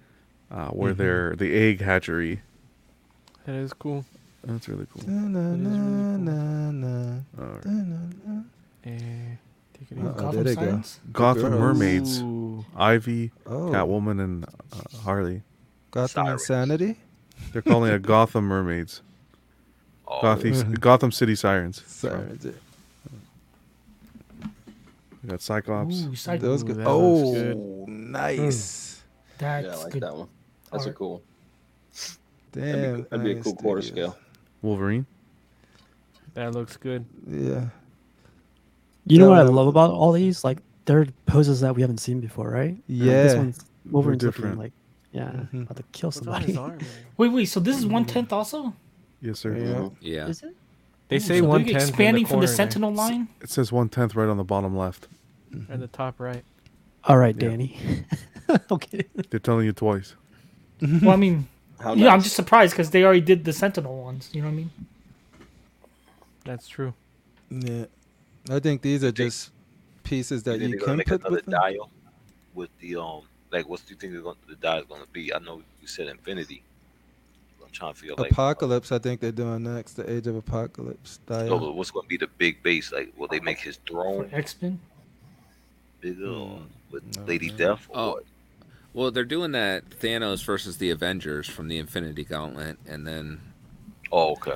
Speaker 1: uh, where
Speaker 5: Mm-hmm.
Speaker 1: they're the egg hatchery.
Speaker 2: That is cool.
Speaker 1: That's really cool.
Speaker 5: piece.
Speaker 1: All right.
Speaker 2: Eh, take it
Speaker 5: Uh-oh,
Speaker 2: easy.
Speaker 5: there they go.
Speaker 4: Science?
Speaker 1: Gotham
Speaker 5: girls.
Speaker 1: Mermaids,
Speaker 2: Ooh.
Speaker 1: Ivy,
Speaker 5: Oh,
Speaker 1: Catwoman, and uh, Harley.
Speaker 5: Gotham
Speaker 10: Cyrus.
Speaker 5: Insanity.
Speaker 1: They're calling it Gotham Mermaids.
Speaker 10: Oh,
Speaker 1: Gotham, Gotham City Sirens.
Speaker 5: Sorry, d-
Speaker 1: We got Cyclops.
Speaker 4: Ooh, side-
Speaker 5: those go-
Speaker 2: that
Speaker 5: oh,
Speaker 2: looks good.
Speaker 5: nice.
Speaker 4: that's
Speaker 9: yeah, I like
Speaker 4: good.
Speaker 9: that one. That's a
Speaker 4: art.
Speaker 9: cool.
Speaker 5: Damn,
Speaker 9: That'd be, cool- that'd be a
Speaker 5: nice,
Speaker 9: cool quarter
Speaker 5: dude.
Speaker 9: scale.
Speaker 1: Wolverine.
Speaker 2: That looks good.
Speaker 5: Yeah,
Speaker 11: You know
Speaker 5: That
Speaker 11: what I
Speaker 5: one-
Speaker 11: love about all these? Like they're poses that we haven't seen before, right? Like,
Speaker 5: yeah.
Speaker 11: this one's Wolverine's looking
Speaker 1: different.
Speaker 11: like Yeah,
Speaker 2: Mm-hmm.
Speaker 11: about to kill
Speaker 4: on
Speaker 11: somebody.
Speaker 4: his arm, Wait, wait. So this is one tenth also.
Speaker 1: Yes, sir.
Speaker 9: Uh-huh.
Speaker 5: Yeah.
Speaker 3: Yeah.
Speaker 4: Is it?
Speaker 2: They
Speaker 4: Ooh,
Speaker 2: say
Speaker 4: so they're
Speaker 2: one tenth.
Speaker 4: Expanding from the Sentinel line.
Speaker 1: It says one tenth right on the bottom left.
Speaker 2: at the top right.
Speaker 11: All right, Danny. okay.
Speaker 1: They're telling you twice.
Speaker 4: Well, I mean,
Speaker 9: How
Speaker 4: yeah, I'm
Speaker 9: nice.
Speaker 4: just surprised because they already did the Sentinel ones. You know what I mean?
Speaker 2: That's true.
Speaker 5: Yeah. I think these are just pieces that
Speaker 10: You think
Speaker 5: you
Speaker 10: they're gonna
Speaker 5: can
Speaker 10: make
Speaker 5: put
Speaker 10: another
Speaker 5: with them.
Speaker 10: dial with the um like what do you think they're gonna, the dial is going to be? I know you said infinity. I'm trying to feel like
Speaker 5: Apocalypse, I think they're doing next. The Age of Apocalypse
Speaker 10: no,
Speaker 5: dial.
Speaker 10: but what's going to be the big base? Like will they make his throne
Speaker 4: X Men.
Speaker 10: bigger
Speaker 5: Hmm,
Speaker 10: or with Lady Death?
Speaker 3: Oh, well, they're doing that Thanos versus the Avengers from the Infinity Gauntlet, and then
Speaker 10: Oh, okay.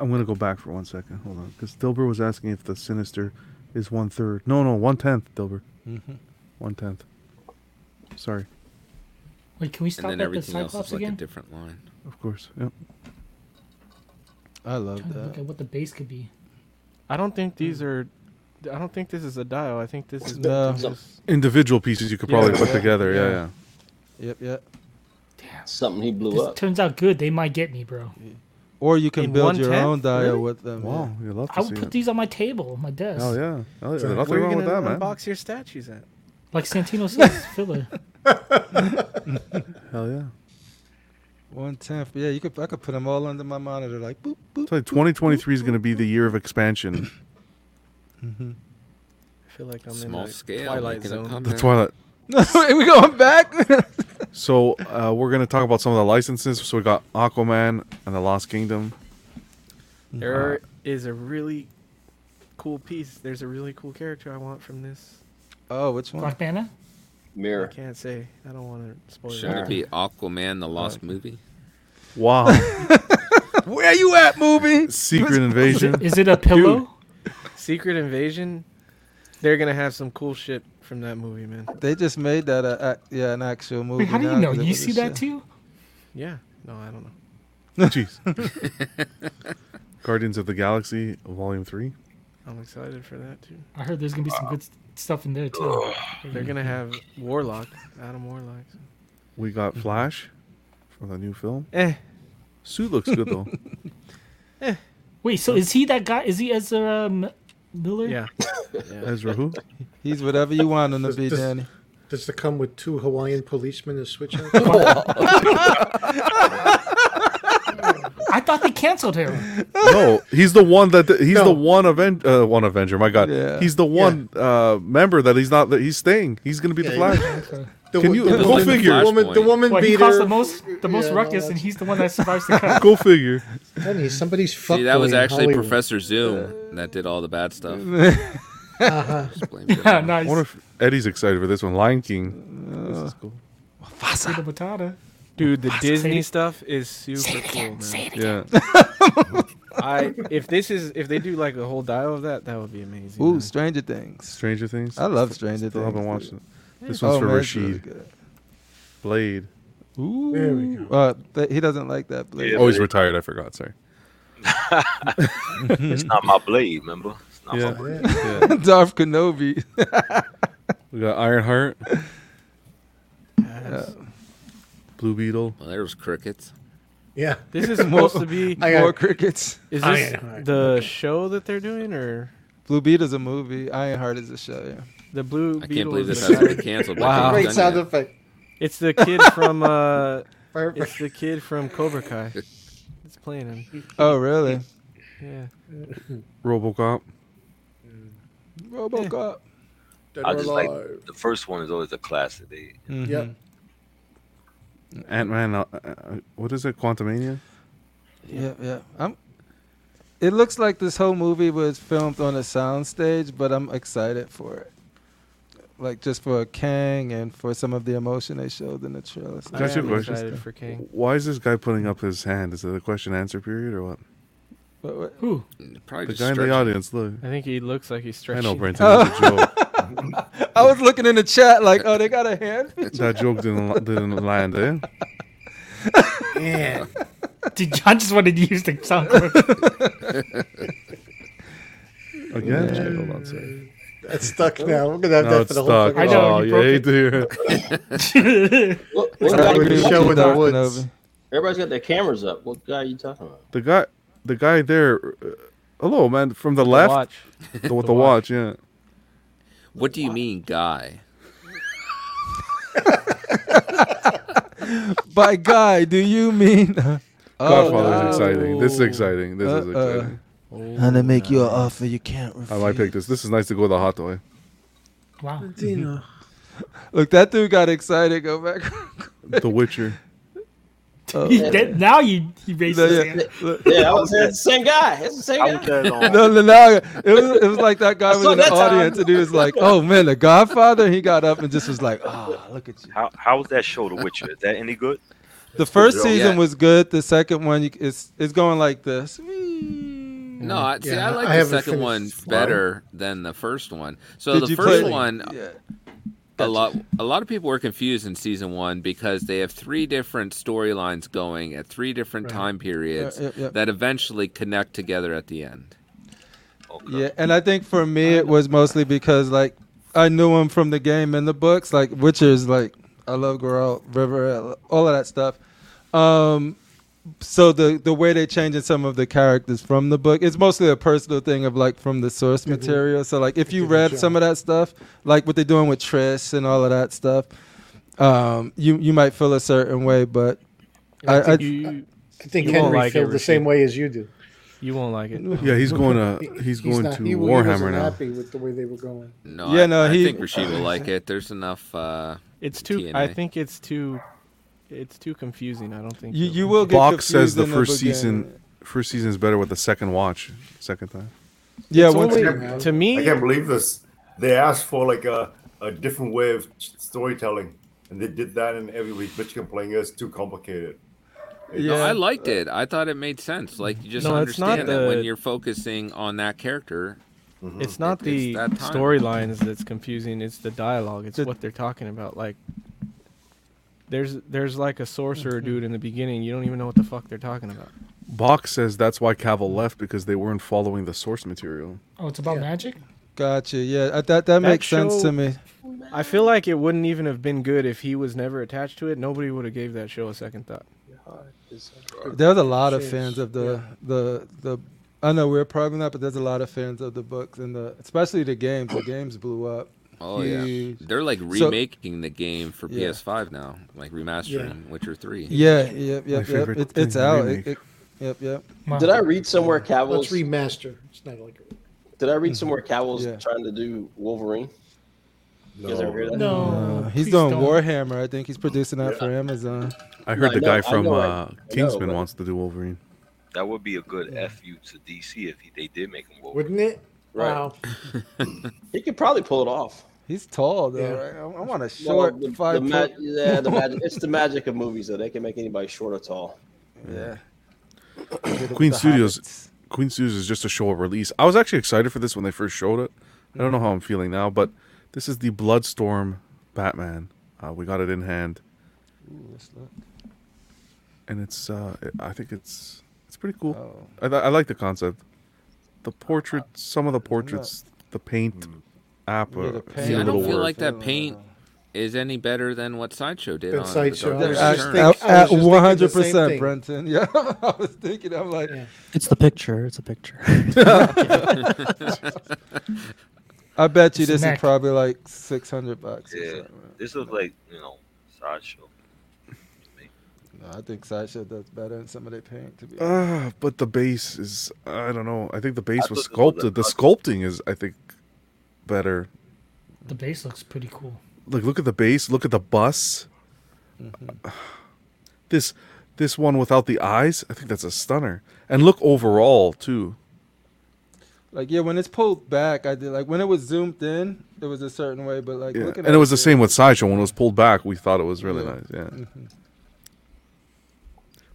Speaker 1: I'm gonna go back for one second. Hold on, because Dilber was asking if the sinister is one third. No, no, one tenth. Dilber,
Speaker 5: Mhm.
Speaker 1: one tenth. Sorry,
Speaker 4: Wait, can we stop
Speaker 3: and then
Speaker 4: at the
Speaker 3: everything else
Speaker 4: Cyclops
Speaker 3: is like a
Speaker 4: again?
Speaker 3: different line.
Speaker 1: of course. Yep.
Speaker 5: I love
Speaker 4: Trying to look
Speaker 3: uh,
Speaker 5: that.
Speaker 4: at what the base could be.
Speaker 2: I don't think
Speaker 1: Hmm.
Speaker 2: these are. I don't think this is a dial. I think this is.
Speaker 5: No.
Speaker 2: this is-
Speaker 1: Individual pieces you could probably
Speaker 2: Yeah.
Speaker 1: put together. Yeah, yeah.
Speaker 5: Yep, yep.
Speaker 9: Something he blew
Speaker 4: This
Speaker 9: up.
Speaker 4: turns out good. They might get me, bro.
Speaker 5: Or you can
Speaker 2: In
Speaker 5: build
Speaker 2: one
Speaker 5: your
Speaker 2: tenth?
Speaker 5: own dial
Speaker 2: Really?
Speaker 5: with them. yeah.
Speaker 1: Wow, you love to
Speaker 4: I
Speaker 1: see
Speaker 4: would put
Speaker 1: it.
Speaker 4: these on my table, my desk.
Speaker 2: Oh,
Speaker 1: Hell yeah. Hell yeah. There's
Speaker 2: Where
Speaker 1: nothing
Speaker 2: you
Speaker 1: wrong with
Speaker 2: gonna
Speaker 1: that, man.
Speaker 2: Unbox your statues at.
Speaker 4: Like Santino says, filler.
Speaker 1: Hell yeah.
Speaker 5: One tenth. Yeah, you could. I could put them all under my monitor, like boop boop.
Speaker 1: So 2023 is gonna be the year of expansion.
Speaker 2: I feel like I'm
Speaker 3: Small
Speaker 2: in the
Speaker 3: scale.
Speaker 2: Twilight
Speaker 3: making a
Speaker 2: Zone.
Speaker 1: the
Speaker 3: comeback.
Speaker 1: Twilight.
Speaker 5: Are we going back?
Speaker 1: So uh, we're gonna talk about some of the licenses. So we got Aquaman and the Lost Kingdom.
Speaker 2: There is a really cool piece. There's a really cool character I want from this.
Speaker 5: oh, which one?
Speaker 4: Black Banner.
Speaker 2: I
Speaker 9: Mirror.
Speaker 2: can't say. I don't want to spoil
Speaker 3: Should
Speaker 2: it.
Speaker 3: it be Aquaman: The Lost Movie?
Speaker 1: Wow.
Speaker 5: Where you at, movie?
Speaker 1: Secret Invasion.
Speaker 4: Is it a pillow?
Speaker 2: Secret Invasion. They're gonna have some cool shit from that movie, man.
Speaker 5: They just made that. A, a, yeah, an actual movie.
Speaker 4: Wait, how do you
Speaker 5: now
Speaker 4: know?
Speaker 5: 'cause it
Speaker 4: You
Speaker 5: was a
Speaker 4: see that
Speaker 5: show.
Speaker 4: too?
Speaker 2: Yeah. No, I don't know.
Speaker 1: Jeez. Guardians of the Galaxy Volume Three.
Speaker 2: I'm excited for that too.
Speaker 4: I heard there's gonna be some good st- stuff in there too.
Speaker 2: They're gonna have Warlock, Adam Warlock.
Speaker 1: We got Flash for the new film.
Speaker 2: Eh,
Speaker 1: Suit looks good though.
Speaker 4: Eh. Wait, so is he that guy? Is he Ezra M- Miller?
Speaker 2: yeah.
Speaker 1: Ezra who?
Speaker 5: He's whatever you want him to
Speaker 6: Just-
Speaker 5: be,
Speaker 6: just-
Speaker 5: Danny.
Speaker 6: Does it come with two Hawaiian policemen to switch out?
Speaker 4: I thought they canceled him.
Speaker 1: No, he's the one that he's
Speaker 5: No.
Speaker 1: the one Aven- uh, one Avenger. My God,
Speaker 5: Yeah.
Speaker 1: he's the one uh, member that he's not that he's staying. He's gonna be the
Speaker 6: Yeah,
Speaker 1: Flash.
Speaker 4: Okay.
Speaker 6: The,
Speaker 1: Can
Speaker 6: wo-
Speaker 1: you-
Speaker 6: the
Speaker 1: go
Speaker 6: woman,
Speaker 1: figure.
Speaker 6: The woman, the
Speaker 3: Flashpoint.
Speaker 6: woman
Speaker 4: Well, he
Speaker 6: beater.
Speaker 4: caused the most the most
Speaker 6: Yeah,
Speaker 4: ruckus,
Speaker 6: no,
Speaker 4: and he's the one that survives the cut.
Speaker 1: Go figure.
Speaker 6: Honey, somebody's fucking.
Speaker 3: See, that was actually Professor Zoom that did all the bad stuff.
Speaker 4: Uh-huh.
Speaker 3: Just blamed it
Speaker 4: yeah,
Speaker 3: on
Speaker 1: I
Speaker 4: nice.
Speaker 1: wonder if Eddie's excited for this one. Lion King. this
Speaker 6: Uh,
Speaker 1: is cool.
Speaker 4: Potato, potato.
Speaker 2: Dude, the
Speaker 4: Say
Speaker 2: Disney
Speaker 4: it-
Speaker 2: stuff is super cool, man.
Speaker 1: Yeah.
Speaker 2: I if this is if they do like a whole dial of that, that would be amazing.
Speaker 5: Ooh,
Speaker 2: man.
Speaker 5: Stranger Things.
Speaker 1: Stranger Things.
Speaker 5: I love Stranger
Speaker 1: Still
Speaker 5: Things.
Speaker 1: haven't watched
Speaker 5: dude.
Speaker 1: it. This
Speaker 5: Oh,
Speaker 1: one's for
Speaker 5: man, it's really
Speaker 1: Rashid.
Speaker 5: good.
Speaker 1: Blade.
Speaker 5: Ooh.
Speaker 6: There we go.
Speaker 5: Uh, th- he doesn't like that. Blade.
Speaker 10: Yeah.
Speaker 1: Oh, he's retired. I forgot. Sorry.
Speaker 10: It's not my blade, remember? It's not my
Speaker 1: Yeah.
Speaker 10: blade.
Speaker 1: yeah.
Speaker 5: Darth Kenobi.
Speaker 1: We got Ironheart, Uh,
Speaker 2: Yes.
Speaker 1: Blue Beetle.
Speaker 3: Well, there was crickets.
Speaker 6: Yeah.
Speaker 2: This is supposed to be.
Speaker 6: I got-
Speaker 5: More crickets.
Speaker 2: Is
Speaker 6: I
Speaker 2: this
Speaker 6: got it.
Speaker 2: the show that they're doing, or
Speaker 5: Blue Beat is a movie. Ironheart is a show. Yeah.
Speaker 2: the Blue
Speaker 3: I can't
Speaker 2: Beetle?
Speaker 3: believe
Speaker 2: is
Speaker 3: this
Speaker 2: the
Speaker 3: has to
Speaker 2: guy-
Speaker 3: be canceled.
Speaker 2: Wow.
Speaker 3: Wow.
Speaker 6: Great sound effect.
Speaker 2: It's the kid from uh,
Speaker 6: Perfect.
Speaker 2: it's the kid from Cobra Kai. It's playing him.
Speaker 5: Oh, really?
Speaker 2: Yeah.
Speaker 1: RoboCop.
Speaker 5: RoboCop.
Speaker 6: Dead
Speaker 10: I
Speaker 6: or
Speaker 10: just like
Speaker 6: alive.
Speaker 10: the first one is always a classic. They
Speaker 5: Mm-hmm.
Speaker 6: Yeah.
Speaker 1: Ant Man. Uh, uh, what is it? Quantumania.
Speaker 5: Yeah, yeah. I'm. It looks like this whole movie was filmed on a soundstage, but I'm excited for it. Like just for Kang and for some of the emotion they showed in the trailer. It's
Speaker 2: I
Speaker 1: That's your
Speaker 2: am
Speaker 1: question.
Speaker 2: excited for King.
Speaker 1: Why is this guy putting up his hand? Is it a question answer period or what?
Speaker 5: But what-
Speaker 4: Who?
Speaker 3: Probably
Speaker 1: The
Speaker 3: just
Speaker 1: guy in the
Speaker 3: stretching.
Speaker 1: audience. Look.
Speaker 2: I think he looks like he's
Speaker 1: I
Speaker 2: stretching.
Speaker 1: know, Brenton. That's a joke.
Speaker 5: I was looking in the chat like, oh, they got a hand.
Speaker 1: That joke didn't li- didn't land, eh?
Speaker 6: Man.
Speaker 4: Dude, John just wanted to use the sound clip.
Speaker 1: Again? Hold on, sorry.
Speaker 6: That's stuck now. We're gonna have
Speaker 1: No,
Speaker 6: that for
Speaker 1: it's
Speaker 6: the whole
Speaker 1: stuck.
Speaker 6: fucking
Speaker 4: I know,
Speaker 1: oh,
Speaker 4: you
Speaker 1: you
Speaker 4: broke
Speaker 1: hate to hear it.
Speaker 9: look, What
Speaker 1: Sorry,
Speaker 9: guy
Speaker 1: we're
Speaker 9: you
Speaker 1: doing
Speaker 9: talking
Speaker 1: show in the
Speaker 9: about?
Speaker 1: woods.
Speaker 9: Everybody's got their cameras up. What guy are you talking about?
Speaker 1: The guy, the guy there. Uh, hello, man, from the, left.
Speaker 9: watch.
Speaker 1: The, with the, watch. yeah.
Speaker 3: What do you mean, guy?
Speaker 5: By guy, do you mean? uh, oh,
Speaker 1: Godfather is exciting. This is exciting. This is
Speaker 5: uh-uh.
Speaker 1: exciting.
Speaker 2: Oh,
Speaker 5: I'm gonna make you an offer you can't
Speaker 1: I might pick this. This is nice to go the hot way.
Speaker 4: Wow.
Speaker 5: Look, that dude got excited. Go back.
Speaker 1: The Witcher.
Speaker 5: Oh.
Speaker 4: He's dead. Now you, you raised
Speaker 5: No,
Speaker 4: his
Speaker 5: yeah.
Speaker 4: hand.
Speaker 9: Yeah, I was the same guy. It's the same
Speaker 10: I was
Speaker 9: guy.
Speaker 10: dead on.
Speaker 5: no, no, no. It was, it was like that guy
Speaker 9: I
Speaker 5: was
Speaker 9: saw
Speaker 5: in the
Speaker 9: that time.
Speaker 5: audience, and he was like, "Oh man, the Godfather." He got up and just was like, "Ah, look at you."
Speaker 10: How how was that show, The Witcher? Is that any good?
Speaker 5: The first
Speaker 10: Yeah.
Speaker 5: season was good. The second one, you, it's it's going like this.
Speaker 3: No, I, see, I
Speaker 6: Yeah,
Speaker 3: like
Speaker 6: I
Speaker 3: the
Speaker 6: haven't
Speaker 3: second
Speaker 6: finished
Speaker 3: one
Speaker 6: Slime.
Speaker 3: better than the first one. So
Speaker 5: Did
Speaker 3: the
Speaker 5: you
Speaker 3: first
Speaker 5: play-
Speaker 3: one, a lot, a lot of people were confused in season one because they have three different storylines going at three different time periods
Speaker 5: yeah, yeah.
Speaker 3: that eventually connect together at the end.
Speaker 5: Yeah, and I think for me it was mostly because like I knew him from the game and the books, like Witcher's like I love Geralt, River, all of that stuff. Um so the the way they changing some of the characters from the book, it's mostly a personal thing of like from the source material. So like if you read some of that stuff, like what they're doing with Triss and all of that stuff, um, you you might feel a certain way, but I, I,
Speaker 2: you,
Speaker 6: I think
Speaker 2: You won't
Speaker 6: Henry
Speaker 2: like it,
Speaker 6: feels the
Speaker 2: Rasheed.
Speaker 6: same way as you do.
Speaker 2: you won't like it.
Speaker 1: Yeah, he's going to he's going
Speaker 6: not-
Speaker 1: to
Speaker 6: he- he
Speaker 1: Warhammer
Speaker 6: wasn't
Speaker 1: now.
Speaker 6: Happy with the way they were going.
Speaker 3: No,
Speaker 5: Yeah,
Speaker 3: I,
Speaker 5: no,
Speaker 3: I
Speaker 5: he-
Speaker 3: think Rasheed will like it. There's enough. Uh,
Speaker 2: It's too.
Speaker 3: TNA.
Speaker 2: I think it's too. It's too confusing. I don't think
Speaker 5: you
Speaker 2: you'll
Speaker 5: you
Speaker 2: like
Speaker 5: will
Speaker 2: it.
Speaker 5: get
Speaker 1: Fox says
Speaker 5: confused
Speaker 1: the
Speaker 5: in
Speaker 1: first
Speaker 5: beginning.
Speaker 1: season, first season is better with the second watch, second time.
Speaker 5: Yeah,
Speaker 2: It's
Speaker 5: once
Speaker 2: only-
Speaker 5: you-
Speaker 2: to me,
Speaker 8: I can't believe this. They asked for like a, a different way of s- storytelling, and they did that in every week. Bitch complaining it's too complicated.
Speaker 3: No,
Speaker 5: yeah.
Speaker 3: I liked it. I thought it made sense. Like you just
Speaker 2: No, it's not
Speaker 3: understand that when
Speaker 2: the- Mm-hmm.
Speaker 3: you're focusing on that character. Mm.
Speaker 2: it's not
Speaker 3: It-
Speaker 2: the
Speaker 3: it's that time.
Speaker 2: storylines that's confusing. It's the dialogue. It's
Speaker 5: The-
Speaker 2: what they're talking about. Like, there's there's like a sorcerer dude in the beginning. You don't even know what the fuck they're talking about.
Speaker 1: Box says that's why Cavill left because they weren't following the source material.
Speaker 4: Oh, it's about magic?
Speaker 5: Gotcha. Yeah, uh, that that makes sense
Speaker 2: show-
Speaker 5: to me.
Speaker 2: I feel like it wouldn't even have been good if he was never attached to it. Nobody would have gave that show a second thought.
Speaker 5: There's a lot of
Speaker 6: Cheers.
Speaker 5: fans of the the the. I know we're probably not, but there's a lot of fans of the books and the especially the games. The games blew up.
Speaker 3: Oh yeah,
Speaker 5: Huge.
Speaker 3: they're like remaking the game for
Speaker 5: Yeah.
Speaker 3: PS5 now, like remastering Witcher Three.
Speaker 5: Yeah, yep, yep, yep.
Speaker 1: favorite
Speaker 5: It,
Speaker 1: thing,
Speaker 5: it's out.
Speaker 1: remake.
Speaker 5: It, it, yep, yep.
Speaker 4: Wow.
Speaker 9: Did I read somewhere
Speaker 6: Let's
Speaker 9: Cavill's?
Speaker 6: remaster. It's not like
Speaker 9: did I read somewhere Cavill's
Speaker 5: Mm-hmm. Yeah.
Speaker 9: trying to do Wolverine? You guys ever hear that?
Speaker 4: No.
Speaker 5: Uh, he's
Speaker 4: please
Speaker 5: doing
Speaker 4: don't.
Speaker 5: Warhammer. I think he's producing that for Amazon.
Speaker 1: I heard
Speaker 9: I
Speaker 1: the
Speaker 9: know-
Speaker 1: guy
Speaker 9: I
Speaker 1: from
Speaker 9: know, I-
Speaker 1: uh,
Speaker 9: I know,
Speaker 1: Kingsman
Speaker 9: but-
Speaker 1: wants to do Wolverine.
Speaker 10: That would be a good fu to DC if he, they did make him Wolverine.
Speaker 6: wouldn't it?
Speaker 9: Right.
Speaker 6: Wow.
Speaker 9: He could probably pull it off.
Speaker 5: He's tall though,
Speaker 6: Yeah.
Speaker 5: right? I, I want a
Speaker 9: Well,
Speaker 5: short
Speaker 9: the, the
Speaker 5: five.
Speaker 9: ma-
Speaker 5: foot-
Speaker 9: yeah, the magic. It's the magic of movies though. They can make anybody short or tall.
Speaker 5: yeah.
Speaker 1: Queen
Speaker 5: The
Speaker 1: Studios-
Speaker 5: habits.
Speaker 1: Queen Suze is just a show of release. I was actually excited for this when they first showed it. I don't know how I'm feeling now, but this is the Bloodstorm Batman. Uh, we got it in hand, and it's. Uh, I think it's it's pretty cool.
Speaker 5: Oh. Uh,
Speaker 1: I, I like the concept. The portrait, some of the portraits, the paint app.
Speaker 5: Hmm. Yeah, the
Speaker 1: Uh,
Speaker 5: paint.
Speaker 1: see
Speaker 3: See,
Speaker 1: a
Speaker 3: I
Speaker 1: little
Speaker 3: don't feel
Speaker 1: word.
Speaker 3: like that paint is any better than what Sideshow did
Speaker 6: Than
Speaker 3: on
Speaker 6: Sideshow.
Speaker 3: The Dark
Speaker 6: I
Speaker 3: Knight
Speaker 6: was just
Speaker 3: Returns.
Speaker 5: At
Speaker 6: thinking- I was just thinking the
Speaker 5: one hundred
Speaker 6: same
Speaker 5: percent,
Speaker 6: thing.
Speaker 5: Brenton. Yeah, I was thinking. I'm like,
Speaker 6: Yeah.
Speaker 11: It's the picture. It's a picture.
Speaker 5: I bet you this
Speaker 4: Smack.
Speaker 5: is probably like six hundred bucks. Or
Speaker 10: Yeah.
Speaker 5: something.
Speaker 10: This looks like you know sideshow.
Speaker 5: No, I think Sideshow does better in some of their paint. To be
Speaker 6: Uh.
Speaker 5: honest.
Speaker 1: Ah, but the base is I don't know. I think the base
Speaker 10: I
Speaker 1: was
Speaker 10: thought it was a
Speaker 1: sculpted. The
Speaker 10: puzzle.
Speaker 1: sculpting is I think better.
Speaker 4: The base looks pretty cool.
Speaker 1: Like look at the base, look at the bus.
Speaker 5: Mm-hmm.
Speaker 1: This this one without the eyes, I think that's a stunner. And look overall too.
Speaker 5: like yeah, when it's pulled back, I did like when it was zoomed in, it was a certain way. But like
Speaker 1: Yeah.
Speaker 5: looking
Speaker 1: And
Speaker 5: at
Speaker 1: it was the same with Sideshow. When it was pulled back, we thought it was really
Speaker 5: Yeah. Mm-hmm.
Speaker 1: nice. Yeah.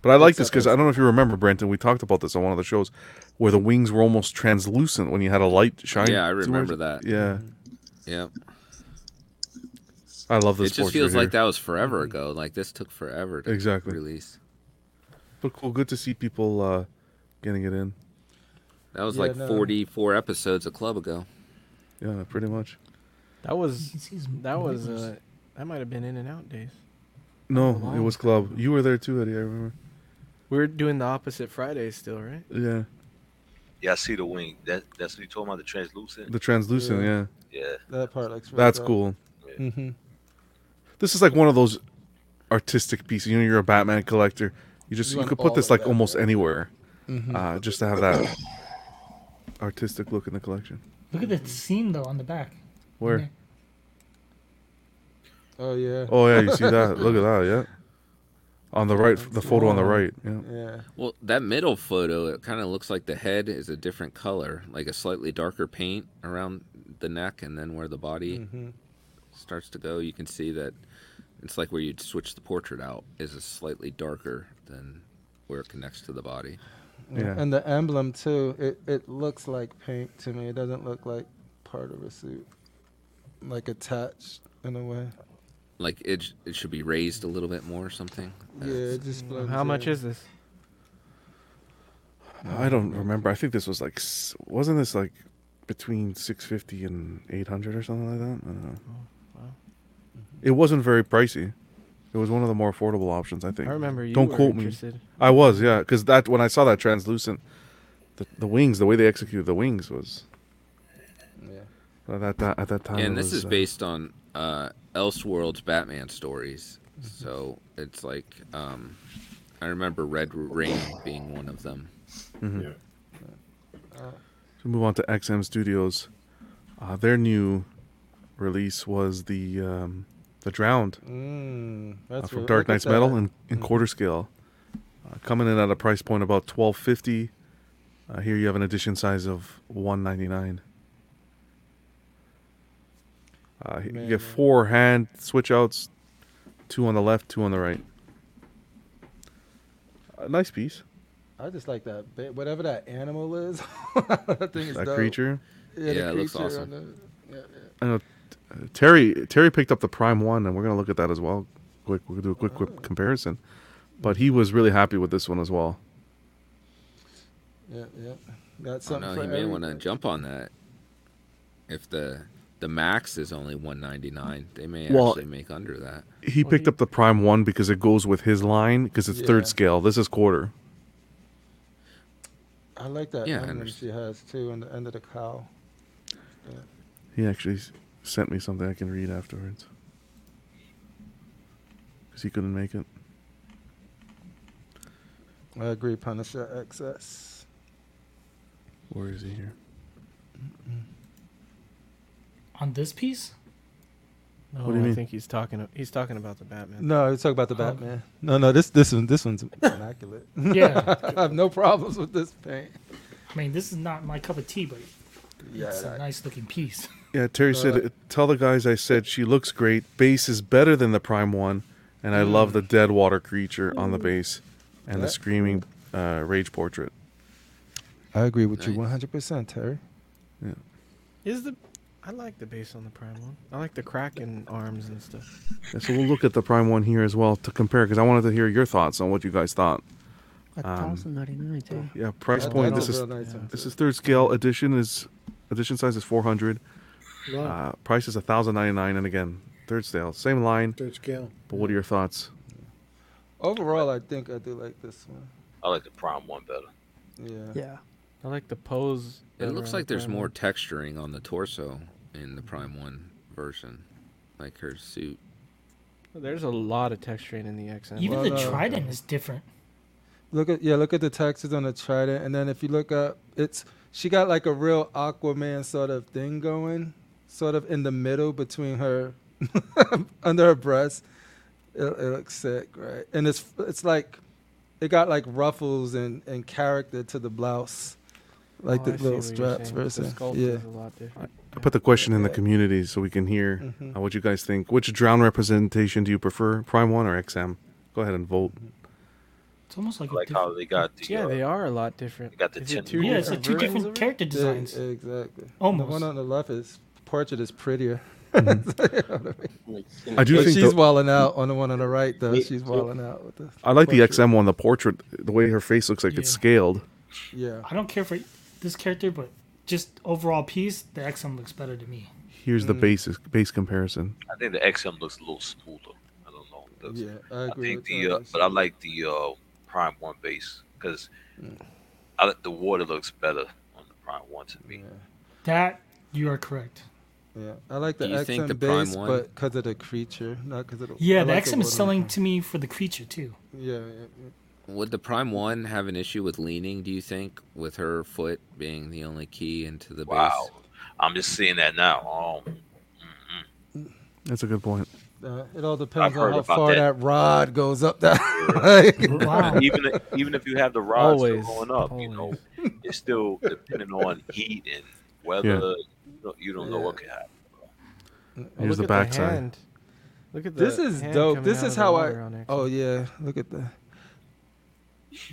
Speaker 1: But I like this
Speaker 5: Exactly.
Speaker 1: because I don't know if you remember, Brenton. We talked about this on one of the shows where the wings were almost translucent when you had a light shine.
Speaker 3: Yeah, I
Speaker 1: towards
Speaker 3: remember
Speaker 1: it.
Speaker 3: that.
Speaker 1: Yeah.
Speaker 5: Mm-hmm.
Speaker 3: Yeah,
Speaker 1: I love
Speaker 3: it
Speaker 1: this.
Speaker 3: just
Speaker 1: portrait
Speaker 3: feels
Speaker 1: here.
Speaker 3: like that was forever ago. Like this took forever to
Speaker 1: Exactly.
Speaker 3: release.
Speaker 1: But cool, good to see people uh, getting it in.
Speaker 3: That was
Speaker 5: Yeah,
Speaker 3: like
Speaker 5: no.
Speaker 3: 44 episodes a club ago.
Speaker 1: Yeah, pretty much.
Speaker 2: That was
Speaker 4: He's- he's
Speaker 2: that was
Speaker 4: ridiculous.
Speaker 2: uh, that might have been in and out days.
Speaker 1: No, it was club. You were there too, Eddie. I remember.
Speaker 2: We're doing the opposite Friday still, right?
Speaker 1: Yeah,
Speaker 10: Yeah, I see the wing. That that's what you talking about the translucent.
Speaker 1: the translucent. Yeah,
Speaker 10: Yeah.
Speaker 5: That part looks really
Speaker 1: that's
Speaker 5: dope.
Speaker 1: cool.
Speaker 5: Mm-hmm.
Speaker 1: This is like one of those artistic pieces. You know, you're a Batman collector. You just
Speaker 5: You
Speaker 1: you,
Speaker 5: want
Speaker 1: could put
Speaker 5: all
Speaker 1: this
Speaker 5: of
Speaker 1: like
Speaker 5: that, Mm-hmm.
Speaker 1: almost anywhere,
Speaker 4: Mhm.
Speaker 1: uh, just to have that artistic look in the collection.
Speaker 4: Look at that seam though on the back.
Speaker 1: Where?
Speaker 4: Yeah.
Speaker 5: Oh yeah.
Speaker 1: Oh yeah, you see that? Look at that. Yeah, on the right, the photo on the right. Yeah.
Speaker 5: Mm-hmm. Yeah.
Speaker 3: Well, that middle photo, it kind of looks like the head is a different color, like a slightly darker paint around the neck, and then where the body
Speaker 5: Mhm.
Speaker 3: starts to go, you can see that it's like where you'd switch the portrait out is a slightly darker than where it connects to the body.
Speaker 1: Yeah.
Speaker 5: And the emblem too. It it looks like paint to me. It doesn't look like part of a suit, like attached in a way.
Speaker 3: Like it, sh- it should be raised a little bit more or something.
Speaker 5: Yeah. It just blends
Speaker 2: How much
Speaker 5: in.
Speaker 2: is this?
Speaker 1: I don't remember. I think this was like s- wasn't this like between 650 and 800 or something like that? I don't know.
Speaker 2: Oh,
Speaker 1: It wasn't very pricey. It was one of the more affordable options, I think.
Speaker 2: remember you
Speaker 1: Don't
Speaker 2: were
Speaker 1: quote
Speaker 2: interested.
Speaker 1: me. I was, yeah, cuz that when I saw that translucent the, the wings, the way they executed the wings was
Speaker 5: Yeah.
Speaker 1: at that, that at that time.
Speaker 3: Yeah, and
Speaker 1: it
Speaker 3: this
Speaker 1: was,
Speaker 3: is
Speaker 1: uh,
Speaker 3: based on uh, Elseworlds Batman stories. So it's like um, I remember Red Rain being one of them.
Speaker 1: Mhm.
Speaker 8: Yeah.
Speaker 1: So move on to XM Studios. Uh, their new release was the um, the Drowned
Speaker 5: Mm,
Speaker 1: uh,
Speaker 5: that's
Speaker 1: from
Speaker 5: real-
Speaker 1: Dark
Speaker 5: look at
Speaker 1: Knight's Metal
Speaker 5: that. Mm-hmm.
Speaker 1: in, in quarter scale, uh, coming in at a price point about twelve fifty. Uh, here you have an edition size of one ninety nine. Uh, you
Speaker 5: Man,
Speaker 1: get four hand switch outs, two on the left, two on the right. A nice piece.
Speaker 5: I just like that bit, whatever that animal is. that thing is
Speaker 1: That
Speaker 5: dope.
Speaker 1: creature?
Speaker 5: Yeah, the
Speaker 3: Yeah, it looks
Speaker 5: creature
Speaker 3: awesome.
Speaker 5: on the- yeah, yeah.
Speaker 1: I know uh, Terry Terry picked up the Prime One, and we're gonna look at that as well. Quick, we'll do a quick, quick comparison. But he was really happy with this one as well.
Speaker 5: Yeah, yeah. Got
Speaker 3: I
Speaker 5: something
Speaker 3: don't
Speaker 5: for
Speaker 3: know. You may want to
Speaker 5: everybody.
Speaker 3: jump on that. If the the max is only one ninety nine, they may
Speaker 1: Well-
Speaker 3: actually make under that.
Speaker 1: He picked up the Prime One because it goes with his line because it's
Speaker 5: Yeah.
Speaker 1: third scale. This is quarter.
Speaker 5: I like that
Speaker 3: Yeah, I
Speaker 5: emblem she
Speaker 3: understand.
Speaker 5: has too on the end of the cow.
Speaker 1: He actually s- sent me something I can read afterwards because he couldn't make it.
Speaker 5: I agree, Punisher XS.
Speaker 1: Where is he here?
Speaker 4: On this piece?
Speaker 2: No,
Speaker 1: What do you mean?
Speaker 2: I think he's talking. He's talking about the Batman. Oh,
Speaker 5: No, let's talk about the Batman. No, no, this this one this one's immaculate.
Speaker 4: Yeah.
Speaker 5: I have no problems with this paint.
Speaker 4: I mean, this is not my cup of tea, but
Speaker 5: Yeah, Uh,
Speaker 4: it's a nice looking piece.
Speaker 1: Yeah, Terry said, "Tell the guys I said she looks great. Base is better than the Prime One, and I love the dead water creature on the base, and the
Speaker 5: Yeah.
Speaker 1: screaming uh, rage portrait."
Speaker 5: I agree with you
Speaker 3: Nice.
Speaker 5: 100, percent Terry.
Speaker 2: Is the I like the base on the Prime one. I like the Kraken arms and stuff.
Speaker 1: Yeah, so we'll look at the Prime One here as well to compare because I wanted to hear your thoughts on what you guys thought.
Speaker 11: A thousand ninety nine too.
Speaker 1: Yeah, price
Speaker 5: That-
Speaker 1: point.
Speaker 5: that
Speaker 1: This
Speaker 5: was
Speaker 1: is
Speaker 5: real nice one,
Speaker 1: this
Speaker 5: too.
Speaker 1: is third scale edition is edition size is four hundred.
Speaker 6: Wow.
Speaker 1: Uh, price is a thousand ninety nine, and again third scale, same line.
Speaker 6: Third scale.
Speaker 1: But what are your thoughts?
Speaker 5: Overall, I think I do like this one.
Speaker 10: I like the prime one better.
Speaker 5: Yeah.
Speaker 11: Yeah.
Speaker 2: I like the pose.
Speaker 3: It
Speaker 2: that
Speaker 3: looks
Speaker 2: are on
Speaker 3: like
Speaker 2: the
Speaker 3: there's
Speaker 5: Uh,
Speaker 2: Prime
Speaker 3: more
Speaker 5: um,
Speaker 2: one.
Speaker 3: texturing on the torso in the Prime One version, like her suit.
Speaker 2: Oh, There's a lot of texturing in the XM.
Speaker 4: Even
Speaker 5: Well,
Speaker 4: the
Speaker 5: uh,
Speaker 4: trident is different.
Speaker 5: Look at yeah, look at the taxes on the trident, and then if you look up, it's she got like a real Aquaman sort of thing going, sort of in the middle between her, under her breast. It, it looks sick, right? And it's it's like, it got like ruffles and and character to the blouse, like
Speaker 2: Oh,
Speaker 5: the
Speaker 2: I see
Speaker 5: little
Speaker 2: what you're
Speaker 5: straps
Speaker 2: saying.
Speaker 5: versus
Speaker 2: The sculpt
Speaker 5: yeah.
Speaker 2: is a lot different.
Speaker 1: I put the question in the community so we can hear uh, what you guys think. Which drown representation do you prefer, Prime One or XM? Go ahead and vote.
Speaker 4: It's almost like,
Speaker 10: I like
Speaker 4: a
Speaker 10: how
Speaker 4: different.
Speaker 10: they got the
Speaker 2: Yeah,
Speaker 10: uh,
Speaker 2: they are a lot different.
Speaker 10: They got the
Speaker 2: Is it
Speaker 10: tin
Speaker 2: two
Speaker 10: roof.
Speaker 4: Yeah, it's like
Speaker 2: different
Speaker 4: two
Speaker 2: versions
Speaker 4: different
Speaker 2: of it?
Speaker 4: character
Speaker 5: Yeah,
Speaker 4: designs.
Speaker 5: exactly.
Speaker 4: Almost. Mm-hmm.
Speaker 5: The one on the left is portrait is prettier.
Speaker 9: Like,
Speaker 1: I do
Speaker 5: But
Speaker 1: think
Speaker 5: she's
Speaker 1: the-
Speaker 5: walling out on the one on the right though.
Speaker 9: Me
Speaker 5: She's
Speaker 9: too.
Speaker 5: walling out with this.
Speaker 1: I like the
Speaker 5: portrait.
Speaker 1: XM one. The portrait, the way her face looks like it's
Speaker 4: Yeah.
Speaker 1: scaled.
Speaker 5: Yeah.
Speaker 4: I don't care for this character, but just overall piece, the XM looks better to me.
Speaker 1: Here's the base base comparison.
Speaker 10: I think the XM looks a little smoother. I don't know. those.
Speaker 5: Yeah, I agree
Speaker 10: think
Speaker 5: with
Speaker 10: the uh,
Speaker 5: others.
Speaker 10: but I like the uh, Prime One base because
Speaker 5: Hmm.
Speaker 10: I like the water looks better on the Prime One to me.
Speaker 4: That you are correct.
Speaker 5: Yeah, I like the
Speaker 10: Do you think
Speaker 5: XM
Speaker 10: the Prime
Speaker 5: base,
Speaker 10: one-
Speaker 5: but because of the creature, not because of the.
Speaker 4: Yeah,
Speaker 5: I
Speaker 4: the
Speaker 5: like
Speaker 4: XM is
Speaker 5: wooden.
Speaker 4: selling to me for the creature too.
Speaker 5: Yeah, yeah, yeah.
Speaker 3: Would the Prime One have an issue with leaning? Do you think, with her foot being the only key into the
Speaker 10: Wow, I'm just seeing that now. Um,
Speaker 1: That's a good point.
Speaker 5: Uh, it all depends
Speaker 10: heard
Speaker 5: on how
Speaker 10: about
Speaker 5: far
Speaker 10: that.
Speaker 5: that. rod goes up that.
Speaker 10: even if, even if you have the rods still
Speaker 5: Always,
Speaker 10: going up, you know, it's still depending on heat and weather.
Speaker 1: Yeah.
Speaker 10: You don't, you don't know what could happen.
Speaker 1: Here's
Speaker 5: Look
Speaker 1: the
Speaker 5: at the
Speaker 1: backside.
Speaker 5: hand.
Speaker 2: Look at
Speaker 5: this
Speaker 2: the
Speaker 5: is
Speaker 2: hand
Speaker 5: dope.
Speaker 2: coming
Speaker 5: This
Speaker 2: out
Speaker 5: is
Speaker 2: of the
Speaker 5: how
Speaker 2: water on
Speaker 5: I.
Speaker 2: X.
Speaker 5: Oh yeah, look at that.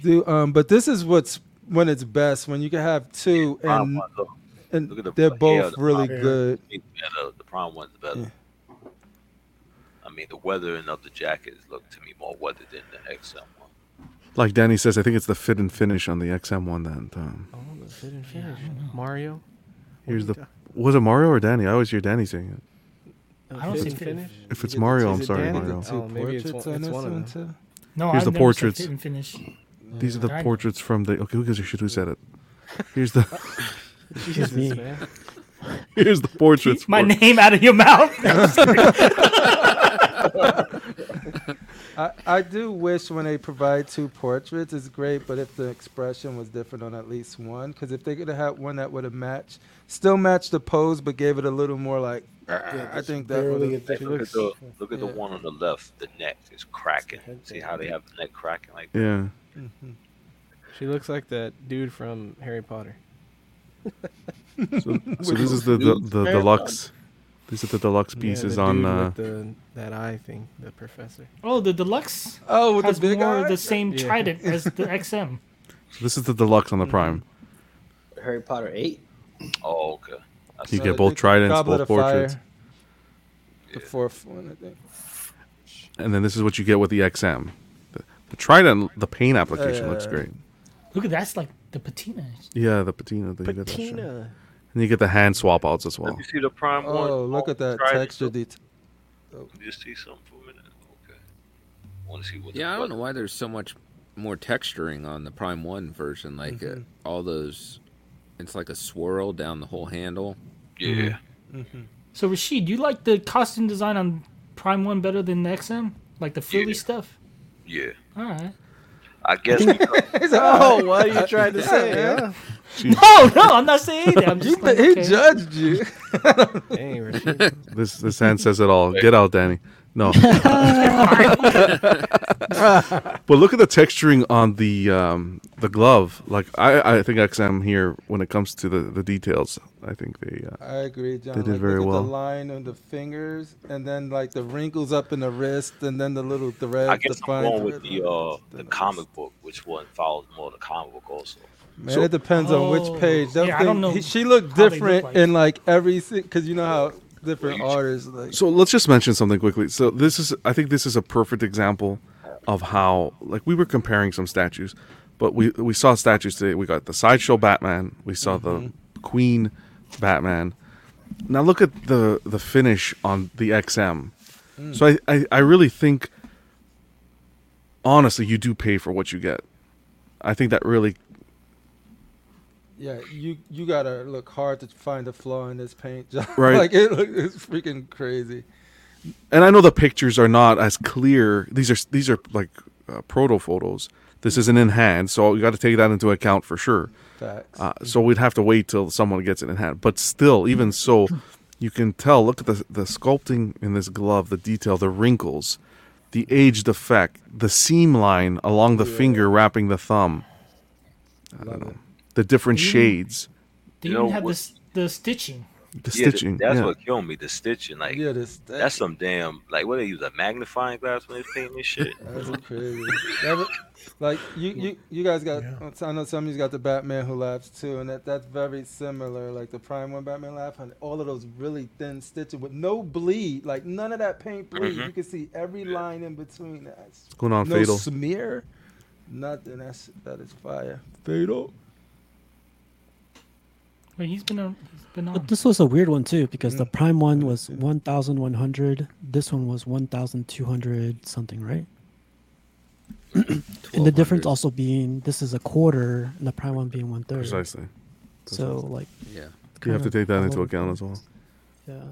Speaker 5: Dude, um, but this is what's when it's best when you can have two
Speaker 10: Prime
Speaker 5: and
Speaker 10: one, look.
Speaker 5: and
Speaker 10: Look at the-
Speaker 5: they're
Speaker 10: yeah,
Speaker 5: both
Speaker 10: the
Speaker 5: really
Speaker 10: prime-
Speaker 5: good.
Speaker 10: I think better- the prime one's better. I mean, the weathering of the jackets look to me more weathered than the XM one.
Speaker 1: Like Danny says, I think it's the fit and finish on the XM one. That um,
Speaker 2: Oh, the fit and finish. Mario.
Speaker 1: here's the was it Mario or Danny? I always hear Danny saying it.
Speaker 4: I don't
Speaker 2: fit
Speaker 4: see
Speaker 2: and
Speaker 4: fit and
Speaker 2: finish?
Speaker 1: If it's
Speaker 5: Is it-
Speaker 1: Mario,
Speaker 5: is
Speaker 1: I'm
Speaker 5: it
Speaker 1: sorry,
Speaker 5: Danny?
Speaker 1: Mario.
Speaker 5: The two
Speaker 2: Oh, maybe it's
Speaker 5: portraits
Speaker 2: one-
Speaker 5: on
Speaker 2: it's
Speaker 5: this
Speaker 2: one of
Speaker 5: one,
Speaker 2: them.
Speaker 5: too?
Speaker 4: No,
Speaker 1: Here's
Speaker 4: I've
Speaker 1: the
Speaker 4: never said
Speaker 1: portraits.
Speaker 4: Fit and finish.
Speaker 1: These are the
Speaker 4: I know.
Speaker 1: portraits from the. Okay, who gives a shit who said it? Here's the.
Speaker 2: Jesus, man.
Speaker 1: Here's the portraits.
Speaker 4: Keep my
Speaker 1: for-
Speaker 4: name out of your mouth.
Speaker 5: I, I do wish when they provide two portraits, it's great, but if the expression was different on at least one, because if they could have had one that would have matched, still matched the pose, but gave it a little more like, "Argh," I
Speaker 6: that's
Speaker 5: think that
Speaker 6: barely
Speaker 5: would
Speaker 6: a
Speaker 5: have.
Speaker 6: difference.
Speaker 10: Look at Ah, the look at the
Speaker 5: Yeah.
Speaker 10: one on the left. The neck is cracking. See how they have the neck cracking like that?
Speaker 1: Yeah.
Speaker 2: Mm-hmm. She looks like that dude from Harry Potter.
Speaker 1: So, so this is the the, the deluxe. These are the deluxe pieces
Speaker 2: the
Speaker 1: on.
Speaker 2: dude
Speaker 1: Uh,
Speaker 2: with the, that eye thing, the professor.
Speaker 4: Oh, the deluxe
Speaker 5: Oh, with
Speaker 4: has
Speaker 5: the big
Speaker 4: more of
Speaker 5: eye?
Speaker 4: the same
Speaker 2: Yeah.
Speaker 4: trident as the XM.
Speaker 1: so this is the deluxe
Speaker 4: Mm-hmm.
Speaker 1: on the Prime.
Speaker 9: Harry Potter eight.
Speaker 10: Oh, okay. I
Speaker 1: You
Speaker 10: see.
Speaker 5: Uh,
Speaker 1: get
Speaker 5: I
Speaker 1: both
Speaker 5: think
Speaker 1: tridents,
Speaker 5: Goblet
Speaker 1: both
Speaker 5: of Fire,
Speaker 1: portraits,
Speaker 5: The fourth one, I think.
Speaker 1: and then this is what you get with the XM. The, the trident, the paint application looks
Speaker 5: Uh,
Speaker 1: great.
Speaker 4: Look at that's like the patina.
Speaker 1: Yeah, the patina. that you get that shit.
Speaker 2: Patina.
Speaker 1: and you get the hand swap outs as well.
Speaker 10: Let me see the prime one.
Speaker 5: Oh, look at that
Speaker 10: try it.
Speaker 5: texture detail.
Speaker 10: Let me Just see something for a minute. Okay. I want to see what.
Speaker 3: base? Yeah, I
Speaker 10: what-
Speaker 3: don't know why there's so much more texturing on the Prime One version. Like
Speaker 1: Mm-hmm.
Speaker 3: uh, all those, it's like a swirl down the whole handle.
Speaker 10: Yeah.
Speaker 1: Mm-hmm.
Speaker 5: Mm-hmm.
Speaker 4: So Rashid, you like the costume design on Prime One better than the XM, like the frilly
Speaker 10: Yeah.
Speaker 4: stuff.
Speaker 10: Yeah.
Speaker 4: All right.
Speaker 10: I guess because
Speaker 2: Oh, what are you trying to say? huh?
Speaker 4: Oh, No, no, I'm not saying that. I'm just like,
Speaker 5: He
Speaker 4: okay.
Speaker 5: judged you.
Speaker 2: Dang, Rashid.
Speaker 1: This this hand says it all. Get out, Danny. No. but look at the texturing on the um, the glove. Like I, I think XM here when it comes to the, the details. I think they uh,
Speaker 5: I agree, John.
Speaker 1: did
Speaker 5: like,
Speaker 1: very
Speaker 5: look
Speaker 1: well.
Speaker 5: At the line on the fingers, and then like the wrinkles up in the wrist, and then the little thread.
Speaker 10: I guess I'm
Speaker 5: defined
Speaker 10: going with
Speaker 5: thread.
Speaker 10: the uh the comic book, which one follows more the comic book also.
Speaker 5: Man, it depends on
Speaker 4: Oh.
Speaker 5: which page. That
Speaker 4: Yeah, I don't
Speaker 5: thing- he-
Speaker 4: know
Speaker 5: she looked
Speaker 4: how they look
Speaker 5: different
Speaker 4: like.
Speaker 5: in like every because you know how different artists like.
Speaker 1: So let's just mention something quickly. So this is I think this is a perfect example of how like we were comparing some statues, but we we saw statues today. We got the sideshow Batman, we saw the Queen Batman. Now look at the the finish on the XM. So I, I I really think honestly you do pay for what you get. I think that really
Speaker 5: Yeah, you you gotta look hard to find a flaw in this paint job.
Speaker 1: Right.
Speaker 5: like it look, it's freaking crazy.
Speaker 1: and I know the pictures are not as clear. These are these are like uh, proto photos. This isn't in hand, so you got to take that into account for sure.
Speaker 5: Facts.
Speaker 1: Uh, so we'd have to wait till someone gets it in hand. But still, even so, you can tell. Look at the the sculpting in this glove, the detail, the wrinkles, the aged effect, the seam line along the finger wrapping the thumb. I don't know the different shades,
Speaker 4: They
Speaker 10: You
Speaker 4: even
Speaker 10: know
Speaker 4: have
Speaker 10: what-
Speaker 4: this the stitching.
Speaker 1: the
Speaker 10: Yeah, th-
Speaker 1: stitching.
Speaker 10: that's
Speaker 1: yeah.
Speaker 10: what killed me. The stitching, like
Speaker 5: yeah, this
Speaker 10: that's some damn like what they use a magnifying glass when they paint this shit.
Speaker 5: That's crazy. That was- like you, you, you guys got. I know some of you got the Batman who laughs too, and that that's very similar. Like the Prime One Batman laugh, and all of those really thin stitching with no bleed, like none of that paint bleed.
Speaker 10: Mm-hmm.
Speaker 5: You can see every line in between. That
Speaker 1: going on
Speaker 5: no
Speaker 1: fatal.
Speaker 5: smear, nothing. That's that is fire. Fatal.
Speaker 4: Wait, he's been on. He's been on.
Speaker 11: But this was a weird one too because
Speaker 1: Mm.
Speaker 11: the prime one was 1100, this one was 1200 something, right? and the difference
Speaker 3: 1200.
Speaker 11: also being this is a quarter and the prime one being one third.
Speaker 1: Precisely.
Speaker 11: So like
Speaker 3: Yeah.
Speaker 1: You have
Speaker 11: kind
Speaker 1: to
Speaker 11: of
Speaker 1: take that
Speaker 11: all
Speaker 1: into
Speaker 11: over
Speaker 1: account as well.
Speaker 11: Yeah.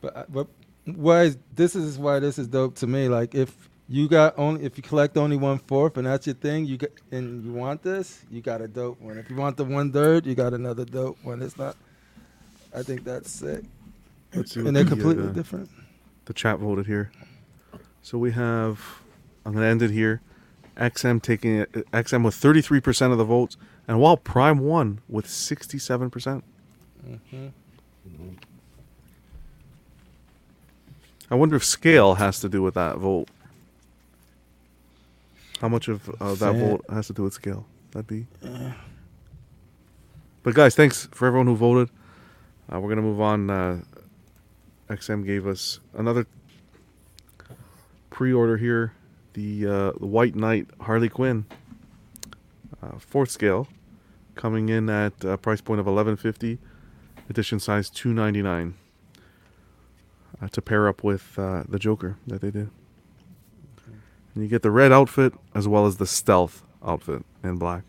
Speaker 5: But I- but why is- this is why this is dope to me. Like if you got only if you collect only one fourth and that's your thing, you get and you want this, you got a dope one. If you want the one third, you got another dope one. It's not. I think that's sick.
Speaker 1: Let's see what
Speaker 5: and they're
Speaker 1: the, uh,
Speaker 5: completely different.
Speaker 1: The chat voted here. So we have. I'm gonna end it here. XM taking it. XM with 33 percent of the votes, and while Prime won with 67 percent.
Speaker 5: Mm-hmm.
Speaker 1: I wonder if scale has to do with that vote. How much of uh, that
Speaker 5: Fair.
Speaker 1: vote has to do with scale? That'd be.
Speaker 5: Uh,
Speaker 1: But guys, thanks for everyone who voted. Uh, we're gonna move on. Uh, XM gave us another pre-order here, the uh, the White Knight Harley Quinn, uh, fourth scale, coming in at a price point of eleven fifty, edition size two ninety nine. Uh, to pair up with uh, the Joker that they did, and you get the red outfit as well as the stealth outfit in black.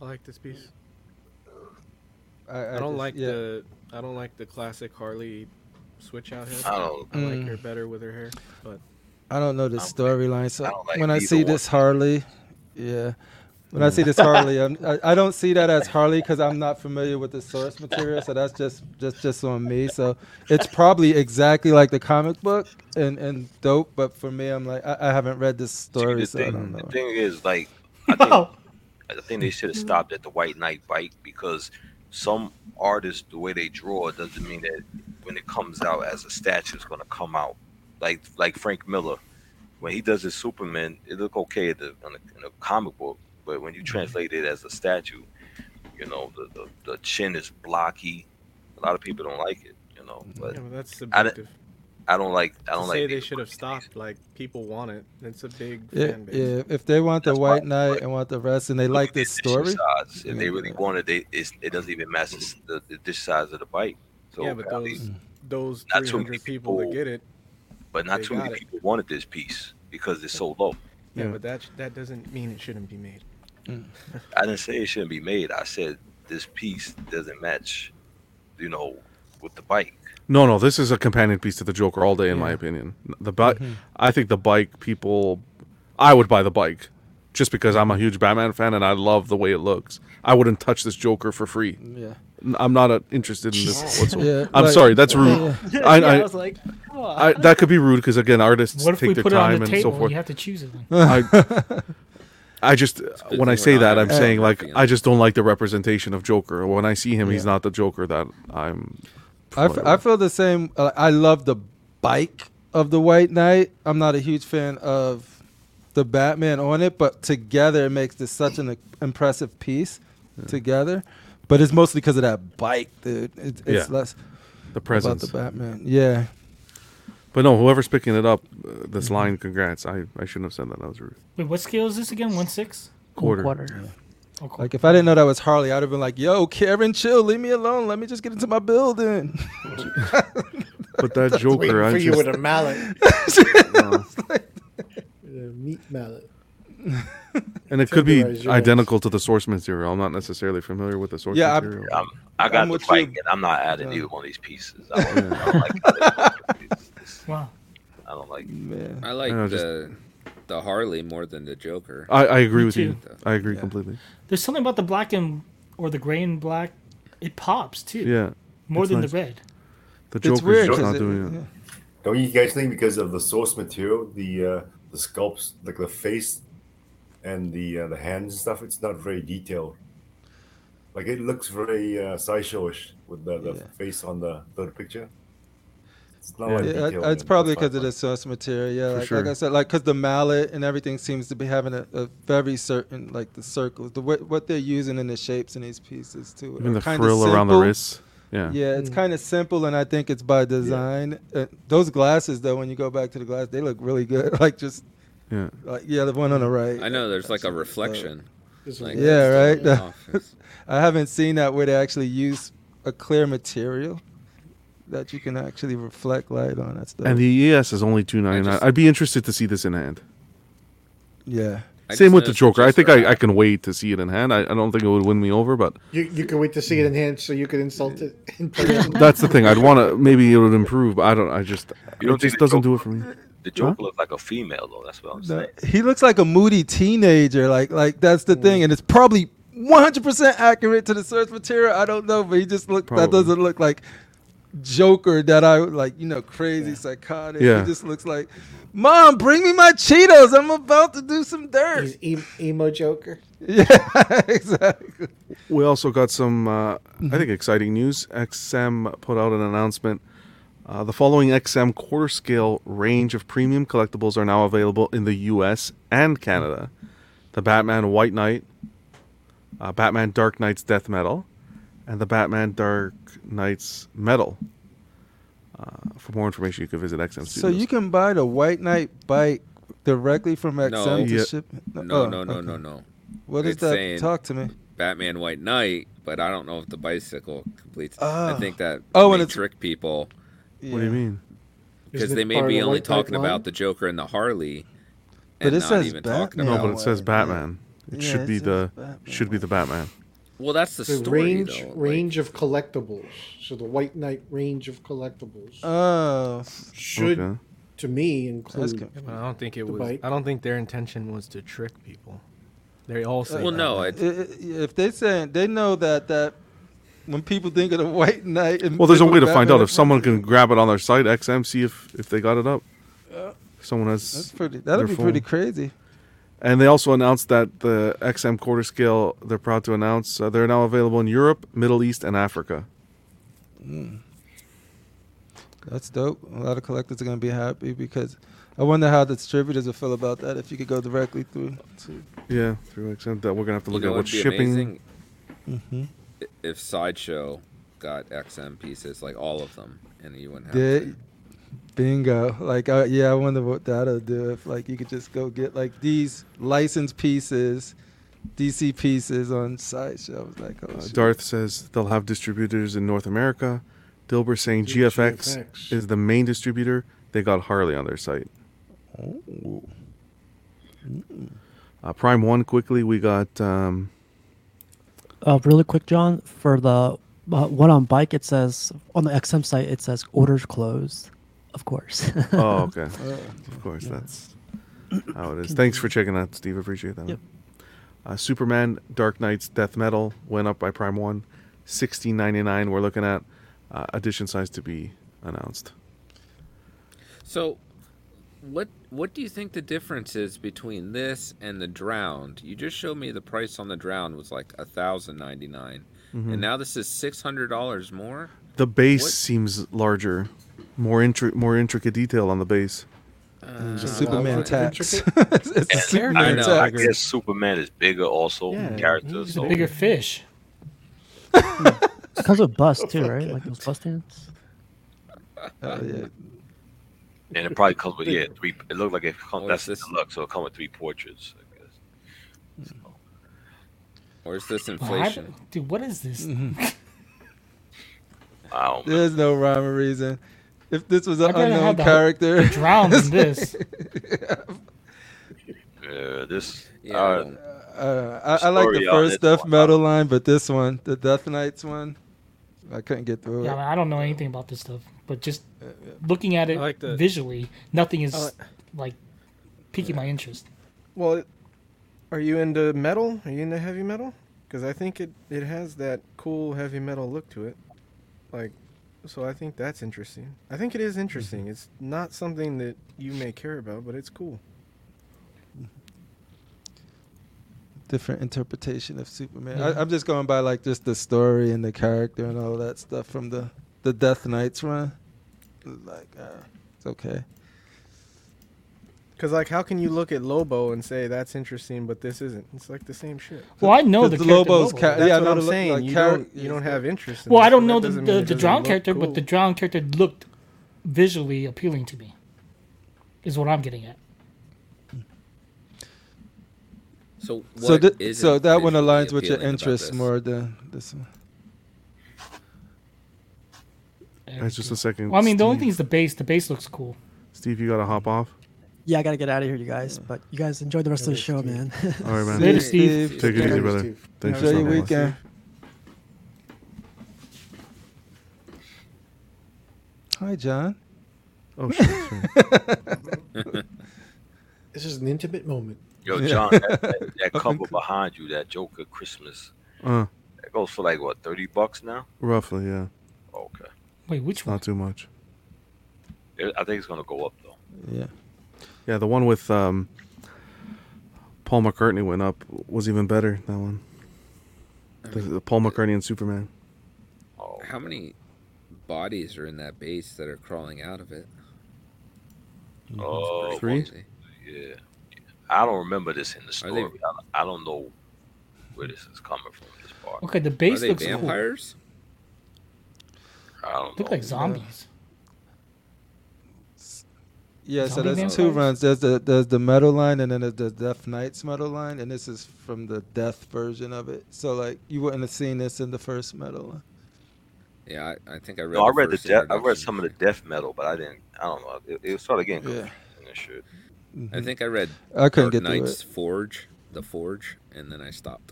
Speaker 2: I like this piece.
Speaker 5: I,
Speaker 2: I don't
Speaker 5: just-
Speaker 2: like
Speaker 5: yeah.
Speaker 2: the I don't like the classic Harley switch out head.
Speaker 10: I don't-
Speaker 2: I like
Speaker 5: Mm.
Speaker 2: her better with her hair, but
Speaker 5: I don't know the storyline. So
Speaker 10: I don't like
Speaker 5: when I
Speaker 10: neither
Speaker 5: see
Speaker 10: one. Mm.
Speaker 5: this Harley, yeah, when I see this Harley, I'm, I, I don't see that as Harley because I'm not familiar with the source material. So that's just just just on me. So it's probably exactly like the comic book and and dope. But for me, I'm like I, I haven't read this story,
Speaker 10: the,
Speaker 5: so I don't
Speaker 10: thing,
Speaker 5: know.
Speaker 10: the thing is, like, I think, I think they should have stopped at the White Knight bike because some artists, the way they draw, it doesn't mean that when it comes out as a statue, it's going to come out. Like, like Frank Miller, when he does his Superman, it look okay in the, in the, in the comic book, but
Speaker 2: Mm-hmm.
Speaker 10: when you translate it as a statue, you know, the, the, the chin is blocky. A lot of people don't like it, you know, but
Speaker 2: yeah, well, that's
Speaker 10: I don't-
Speaker 2: subjective.
Speaker 10: I don't like, I don't
Speaker 2: to
Speaker 10: like
Speaker 2: say
Speaker 10: the-
Speaker 2: they should have stopped. Like people want it. It's a big
Speaker 5: Yeah,
Speaker 2: fan base.
Speaker 5: yeah, if they want the White Knight and want the rest, and they like this story,
Speaker 10: Dish size. If they really wanted, they it's, it doesn't even match the, the, the dish size of the bike. So
Speaker 2: yeah, but
Speaker 10: I mean,
Speaker 2: those those
Speaker 10: Not too
Speaker 2: 300
Speaker 10: many
Speaker 2: people that
Speaker 10: people-
Speaker 2: get it.
Speaker 10: but not
Speaker 2: they
Speaker 10: too many
Speaker 2: got it.
Speaker 10: people wanted this piece because it's so low.
Speaker 2: Yeah,
Speaker 1: Yeah.
Speaker 2: but that that doesn't mean it shouldn't be made.
Speaker 5: Mm.
Speaker 10: I didn't say it shouldn't be made. I said this piece doesn't match, you know, with the bike.
Speaker 1: No, no, this is a companion piece to the Joker all day, in my opinion. The bike,
Speaker 5: Mm-hmm.
Speaker 1: I think the bike people, I would buy the bike, just because I'm a huge Batman fan and I love the way it looks. I wouldn't touch this Joker for free.
Speaker 5: yeah,
Speaker 1: N- I'm not uh, interested in this whatsoever.
Speaker 5: Yeah,
Speaker 1: I'm
Speaker 5: like-
Speaker 1: sorry, that's rude.
Speaker 4: Yeah,
Speaker 1: I,
Speaker 4: I,
Speaker 1: I,
Speaker 4: was like, oh,
Speaker 1: I, that could be rude because again, artists
Speaker 4: what if we
Speaker 1: take
Speaker 4: put
Speaker 1: their
Speaker 4: it on
Speaker 1: time
Speaker 4: the
Speaker 1: and so
Speaker 4: table?
Speaker 1: forth.
Speaker 4: you have to choose it.
Speaker 1: I, I just
Speaker 3: good
Speaker 1: when I
Speaker 3: thing
Speaker 1: say
Speaker 3: we're not
Speaker 1: that, I'm
Speaker 3: having
Speaker 1: saying
Speaker 3: a
Speaker 1: like
Speaker 3: coffee in
Speaker 1: I just don't like the representation of Joker. When I see him, he's
Speaker 5: Yeah.
Speaker 1: not the Joker that I'm.
Speaker 5: I, f- I feel the same. Uh, I love the bike of the White Knight. I'm not a huge fan of the Batman on it, but together it makes this such an impressive piece together. But it's mostly because of that bike, dude. It, it's
Speaker 1: Yeah.
Speaker 5: less
Speaker 1: the
Speaker 5: about
Speaker 1: presence.
Speaker 5: the Batman. Yeah.
Speaker 1: But no, whoever's picking it up, uh, this line, congrats. I, I shouldn't have said that. That was rude.
Speaker 4: Wait, what scale is this again? One six?
Speaker 1: Quarter.
Speaker 4: Oh, cool.
Speaker 5: Like if I didn't know that was Harley, I'd have been like, "Yo, Karen, chill. Leave me alone. Let me just get into my building."
Speaker 1: But that
Speaker 6: Waiting
Speaker 1: Joker,
Speaker 6: for
Speaker 1: I
Speaker 6: you with
Speaker 1: just,
Speaker 6: a mallet,
Speaker 1: no.
Speaker 6: with a meat mallet.
Speaker 1: and it could be
Speaker 6: Tenderize your
Speaker 1: identical to the source material. I'm not necessarily familiar with the source
Speaker 5: Yeah, I'm-
Speaker 1: material.
Speaker 10: I'm, I
Speaker 5: I'm
Speaker 10: got the
Speaker 5: with
Speaker 10: bike,
Speaker 5: you.
Speaker 10: and I'm not adding
Speaker 5: Yeah.
Speaker 10: either one of these pieces. I don't, I don't like. how they look. It's- it's-
Speaker 4: wow.
Speaker 10: I don't like.
Speaker 5: Man.
Speaker 3: I like
Speaker 1: I know, just-
Speaker 3: the the Harley more than the Joker.
Speaker 1: I, I agree with you.
Speaker 3: too.
Speaker 1: I agree completely.
Speaker 4: There's something about the black and or the gray and black. It pops too.
Speaker 1: Yeah,
Speaker 4: More
Speaker 1: it's
Speaker 4: than
Speaker 1: nice.
Speaker 4: the red.
Speaker 1: the
Speaker 5: It's
Speaker 1: Joker's
Speaker 5: weird
Speaker 1: just
Speaker 5: 'cause
Speaker 1: not
Speaker 5: it-
Speaker 1: doing
Speaker 5: yeah.
Speaker 1: it.
Speaker 8: Don't you guys think because of the source material, the uh, the sculpts, like the face and the uh, the hands and stuff, it's not very detailed. Like it looks very uh, sideshowish with the, the
Speaker 5: Yeah.
Speaker 8: face on the third picture. It's not
Speaker 1: Yeah.
Speaker 8: like
Speaker 5: Yeah,
Speaker 8: detailed
Speaker 5: I- it's
Speaker 8: and
Speaker 5: probably
Speaker 8: that's
Speaker 5: because of
Speaker 8: why-
Speaker 5: the source material. Yeah,
Speaker 1: For
Speaker 5: like, like
Speaker 1: sure.
Speaker 5: I said, like because the mallet and everything seems to be having a, a very certain like the circles, the what, what they're using in the shapes in these pieces too.
Speaker 1: Even
Speaker 5: are
Speaker 1: the
Speaker 5: kinda
Speaker 1: frill around the
Speaker 5: simple.
Speaker 1: wrists. Yeah.
Speaker 5: Yeah, it's kind of simple, and I think it's by design. Uh, those glasses, though, when you go back to the glass, they look really good. Like just
Speaker 1: yeah.
Speaker 5: like yeah, the one on the right.
Speaker 3: I know there's like a
Speaker 5: Absolutely.
Speaker 3: reflection.
Speaker 6: It's
Speaker 3: Like,
Speaker 5: yeah, right.
Speaker 3: it's
Speaker 5: The-
Speaker 3: off.
Speaker 5: I haven't seen that where they actually use a clear material that you can actually reflect light on. That's the
Speaker 1: And the ES is only two ninety nine. I'd be interested to see this in hand.
Speaker 5: yeah.
Speaker 3: I
Speaker 1: Same
Speaker 3: just
Speaker 1: with the
Speaker 3: noticed
Speaker 1: Joker. I
Speaker 3: just
Speaker 1: think
Speaker 3: for
Speaker 1: I, I can wait to see it in hand. I, I don't think it would win me over, but
Speaker 6: You, you can wait to see it in hand so you can insult it in person.
Speaker 1: that's the thing. I'd want to. Maybe it would improve. But I don't. I just.
Speaker 10: You don't
Speaker 1: it
Speaker 10: think
Speaker 1: just
Speaker 10: the
Speaker 1: doesn't do it
Speaker 10: Joker-
Speaker 1: for me.
Speaker 10: The Joker looks like a female though. That's what I'm saying.
Speaker 5: The- he looks like a moody teenager. Like like that's the thing, and it's probably 100% accurate to the source material. I don't know, but he just look that
Speaker 1: Probably.
Speaker 5: doesn't look like Joker that I like. You know, crazy psychotic.
Speaker 1: Yeah.
Speaker 5: He just looks like, Mom, bring me my Cheetos. I'm about to do some dirt.
Speaker 6: He's em- emo Joker.
Speaker 5: Yeah, exactly.
Speaker 1: We also got some, uh, I
Speaker 5: Mm-hmm.
Speaker 1: think, exciting news. XM put out an announcement. Uh, the following XM quarter scale range of premium collectibles are now available in the US and Canada the Batman White Knight, uh, Batman Dark Knight's Death Metal, and the Batman Dark Knight's Metal. Uh, for more information, you can visit XM Studios.
Speaker 5: So you can buy the White Knight bike directly from XM
Speaker 3: No.
Speaker 5: to
Speaker 1: Yeah.
Speaker 5: ship.
Speaker 3: No,
Speaker 5: Oh,
Speaker 3: no, no,
Speaker 5: okay.
Speaker 3: no, no.
Speaker 5: What is
Speaker 3: It's
Speaker 5: that?
Speaker 3: saying-
Speaker 5: Talk to me.
Speaker 3: Batman White Knight, but I don't know if the bicycle completes. I
Speaker 5: Oh.
Speaker 3: think that
Speaker 5: Oh,
Speaker 3: may
Speaker 5: and it's-
Speaker 3: trick people
Speaker 1: What do you
Speaker 5: Yeah.
Speaker 1: mean?
Speaker 3: because
Speaker 6: Isn't it
Speaker 3: they may
Speaker 6: part of
Speaker 3: be
Speaker 6: the
Speaker 3: only
Speaker 6: White Knight
Speaker 3: talking
Speaker 6: line?
Speaker 3: about the Joker and the Harley,
Speaker 5: But
Speaker 3: and
Speaker 5: it
Speaker 3: not
Speaker 5: says
Speaker 3: even talking
Speaker 5: Batman.
Speaker 3: about.
Speaker 1: No, but it says Batman. It
Speaker 5: Yeah,
Speaker 1: should
Speaker 5: it
Speaker 1: be
Speaker 5: says
Speaker 1: the
Speaker 5: Batman.
Speaker 1: should be the Batman.
Speaker 3: Well, that's the,
Speaker 6: The
Speaker 3: story
Speaker 6: range
Speaker 3: though. like-
Speaker 6: range of collectibles. So the White Knight range of collectibles
Speaker 5: Oh,
Speaker 6: should,
Speaker 1: Okay.
Speaker 6: to me, include
Speaker 5: good.
Speaker 2: Yeah, but I don't think it
Speaker 6: The
Speaker 2: was.
Speaker 6: bike.
Speaker 2: I don't think their intention was to trick people. They all say.
Speaker 3: well,
Speaker 2: that.
Speaker 3: no, it,
Speaker 5: I- I- if they saying they know that that when people think of the White Knight, and
Speaker 1: Well, there's a
Speaker 5: think
Speaker 1: way
Speaker 5: of
Speaker 1: to find out
Speaker 5: Batman,
Speaker 1: if someone can grab it on their site XM, see if if they got it up. Someone has.
Speaker 5: Uh, that's pretty. That'd
Speaker 1: their
Speaker 5: be pretty
Speaker 1: phone.
Speaker 5: crazy.
Speaker 1: And they also announced that the XM quarter scale. They're proud to announce uh, they're now available in Europe, Middle East, and Africa.
Speaker 5: Hmm. That's dope. A lot of collectors are gonna be happy because I wonder how the distributors will feel about that if you could go directly through. To,
Speaker 1: Yeah, through XM. That we're gonna have to
Speaker 3: you
Speaker 1: look
Speaker 3: know
Speaker 1: at
Speaker 3: what
Speaker 1: what
Speaker 3: would be
Speaker 1: shipping.
Speaker 3: amazing
Speaker 5: Mhm.
Speaker 3: I- if Sideshow got XM pieces, like all of them, and you wouldn't have.
Speaker 5: Did-
Speaker 3: to.
Speaker 5: bingo. Like, uh, yeah, I wonder what that'll do if like you could just go get like these licensed pieces, DC pieces on side shelves. Like, oh,
Speaker 1: Uh,
Speaker 5: shit.
Speaker 1: Darth says they'll have distributors in North America. Dilber saying
Speaker 6: Dude,
Speaker 1: GFX,
Speaker 6: GFX.
Speaker 1: is the main distributor. They got Harley on their site.
Speaker 5: Oh. Hmm.
Speaker 1: Uh, Prime One quickly. We got um,
Speaker 11: Uh, really quick, John, for the uh, one on bike, it says on the XM site, it says orders closed, of course.
Speaker 1: oh okay,
Speaker 4: Uh,
Speaker 11: Uh,
Speaker 1: of course that's how it is. Thanks for checking that, Steve. Appreciate that.
Speaker 11: Yep.
Speaker 1: Uh, Superman, Dark Knight's Death Metal went up by Prime One, sixteen ninety nine. We're looking at uh, edition size to be announced.
Speaker 3: So, what what do you think the difference is between this and the Drowned? You just showed me the price on the Drowned was like a thousand ninety nine, and now this is six hundred dollars more.
Speaker 1: Mm-hmm. The base
Speaker 3: What-
Speaker 1: seems larger, more intri- more intricate detail on the base.
Speaker 5: it's a Superman
Speaker 3: Alright.
Speaker 5: tax. it's a
Speaker 10: I
Speaker 5: Superman
Speaker 10: know. I
Speaker 5: tax.
Speaker 10: guess Superman is bigger also
Speaker 6: Yeah,
Speaker 10: character.
Speaker 4: He's a
Speaker 10: So
Speaker 4: bigger fish.
Speaker 11: it comes with bus too, right? Like those bus stands.
Speaker 5: Oh, yeah.
Speaker 10: and it probably comes with yeah three. It looked like it comes.
Speaker 3: Or
Speaker 10: that's
Speaker 3: is
Speaker 10: this
Speaker 3: this-
Speaker 10: look. So it comes with three portraits. I guess.
Speaker 3: Or is this
Speaker 4: Well, I
Speaker 3: inflation?
Speaker 4: don't- dude, what is this?
Speaker 2: Mm-hmm.
Speaker 10: I don't know.
Speaker 5: There's no rhyme or reason. If this was
Speaker 4: I'd
Speaker 5: an
Speaker 4: rather
Speaker 5: unknown
Speaker 4: have the-
Speaker 5: character,
Speaker 4: Drowned in this.
Speaker 10: Yeah, this.
Speaker 3: Yeah, I
Speaker 10: uh,
Speaker 3: don't-
Speaker 5: uh, I, I like the
Speaker 10: Story on
Speaker 5: first
Speaker 10: this
Speaker 5: Death
Speaker 10: one.
Speaker 5: Metal line, but this one, the Death Knights one, I couldn't get through
Speaker 4: Yeah, I,
Speaker 5: it.
Speaker 4: mean, I don't know anything about this stuff, but just looking at it
Speaker 2: I like the-
Speaker 4: visually, nothing is
Speaker 2: I
Speaker 4: like, piquing my interest.
Speaker 2: Well, are you into metal? Are you into heavy metal? Because I think it it has that cool heavy metal look to it. Like, so I think that's interesting. I think it is
Speaker 5: Mm-hmm.
Speaker 2: interesting. It's not something that you may care about, but it's cool.
Speaker 5: Different interpretation of Superman. I, I'm just going by like just the story and the character and all that stuff from the the Death Knights run. Like, uh, it's okay.
Speaker 2: Because like, how can you look at Lobo and say that's interesting, but this isn't? It's like the same shit.
Speaker 4: Well, I know the,
Speaker 5: The
Speaker 4: character
Speaker 5: Lobo's
Speaker 4: Lobo.
Speaker 5: ca-
Speaker 2: That's
Speaker 5: Yeah,
Speaker 2: what
Speaker 5: no,
Speaker 2: I'm
Speaker 5: the look-
Speaker 2: saying.
Speaker 5: like,
Speaker 2: you
Speaker 5: char-
Speaker 2: don't you don't have interest. In
Speaker 4: well,
Speaker 2: this,
Speaker 4: I don't
Speaker 2: but
Speaker 4: know
Speaker 2: that
Speaker 4: the,
Speaker 2: doesn't
Speaker 4: the,
Speaker 2: mean it
Speaker 4: the
Speaker 2: doesn't
Speaker 4: drowned
Speaker 2: look
Speaker 4: character,
Speaker 2: cool.
Speaker 4: but the drowned character looked visually appealing to me. Is what I'm getting at.
Speaker 3: So what
Speaker 5: so thi-
Speaker 3: is
Speaker 5: so
Speaker 3: it
Speaker 5: that one
Speaker 3: visually
Speaker 5: aligns with your
Speaker 3: appealing about
Speaker 5: interests
Speaker 3: this?
Speaker 5: more than this one.
Speaker 1: That's just a second.
Speaker 4: Well, I mean, the only
Speaker 1: Steve-
Speaker 4: thing is the bass. The bass looks cool.
Speaker 1: Steve, you gotta hop off.
Speaker 11: Yeah, I gotta get out of here, you guys. But you guys enjoy the rest of the show, man.
Speaker 1: All right, man.
Speaker 4: Later, Steve.
Speaker 1: Take it easy,
Speaker 4: Later,
Speaker 1: brother.
Speaker 4: Steve.
Speaker 1: Thanks
Speaker 5: Enjoy
Speaker 1: for stopping
Speaker 5: your
Speaker 1: by.
Speaker 5: weekend. Hi, John.
Speaker 1: Oh
Speaker 5: shit!
Speaker 6: This is an intimate moment.
Speaker 10: Yo,
Speaker 6: Yeah.
Speaker 10: John, that, that, that cover behind you, that Joker Christmas,
Speaker 1: Uh,
Speaker 10: that goes for like what thirty bucks now?
Speaker 1: roughly, yeah.
Speaker 10: Okay,
Speaker 4: Wait, which
Speaker 1: Not too much.
Speaker 10: It- I think it's gonna go up though.
Speaker 5: Yeah.
Speaker 1: Yeah, the one with um, Paul McCartney went up was even better. That one. The, the Paul McCartney and Superman.
Speaker 3: How many bodies are in that base that are crawling out of it?
Speaker 10: Oh,
Speaker 1: Three?
Speaker 10: yeah. I don't remember this in the
Speaker 3: Are
Speaker 10: story.
Speaker 3: they-
Speaker 10: I, don't- I don't know where this is coming from. This part.
Speaker 4: Okay, the base
Speaker 3: are they
Speaker 4: looks cool.
Speaker 3: vampires?
Speaker 10: I don't
Speaker 4: Look
Speaker 10: know.
Speaker 4: like zombies.
Speaker 5: Yeah, so
Speaker 4: Zombie
Speaker 5: there's two
Speaker 4: vampires?
Speaker 5: runs. There's the there's the metal line, and then there's the Death Knights metal line, and this is from the Death version of it. So like you wouldn't have seen this in the first metal line.
Speaker 3: Yeah, I, I think I read.
Speaker 10: No, I read the
Speaker 3: first
Speaker 10: death. I read
Speaker 3: introduction.
Speaker 10: some of the death metal, but I didn't. I don't know. It, it started getting
Speaker 5: Yeah. Mm-hmm.
Speaker 10: confusing and shit.
Speaker 3: I think I read.
Speaker 5: I
Speaker 3: Dark
Speaker 5: couldn't get through
Speaker 3: Knight's Forge, the Forge, and then I stopped.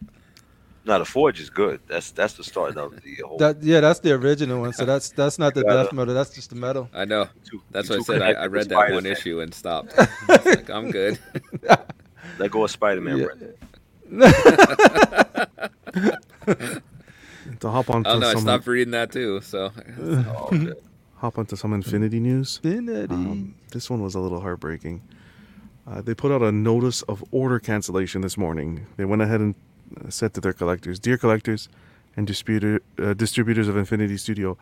Speaker 10: No, the forge is good. That's that's the start of the whole.
Speaker 5: That yeah, that's the original one. So that's that's not the
Speaker 10: Yeah.
Speaker 5: Death metal. That's just the metal.
Speaker 3: I know. That's what I
Speaker 10: you too
Speaker 3: said. I,
Speaker 10: connected
Speaker 3: I
Speaker 10: with
Speaker 3: read that one
Speaker 10: Spider-Man.
Speaker 3: issue and stopped. I was like, I'm good.
Speaker 10: Let go of Spider Man.
Speaker 5: Yeah.
Speaker 1: To hop on.
Speaker 3: Oh no, I
Speaker 1: some,
Speaker 3: stopped reading that too. So.
Speaker 10: Oh, shit.
Speaker 1: hop onto some Infinity news.
Speaker 5: Infinity.
Speaker 1: Um, this one was a little heartbreaking. Uh, they put out a notice of order cancellation this morning. They went ahead and uh, said to their collectors, "Dear collectors and distributor, uh, distributors of Infinity Studio,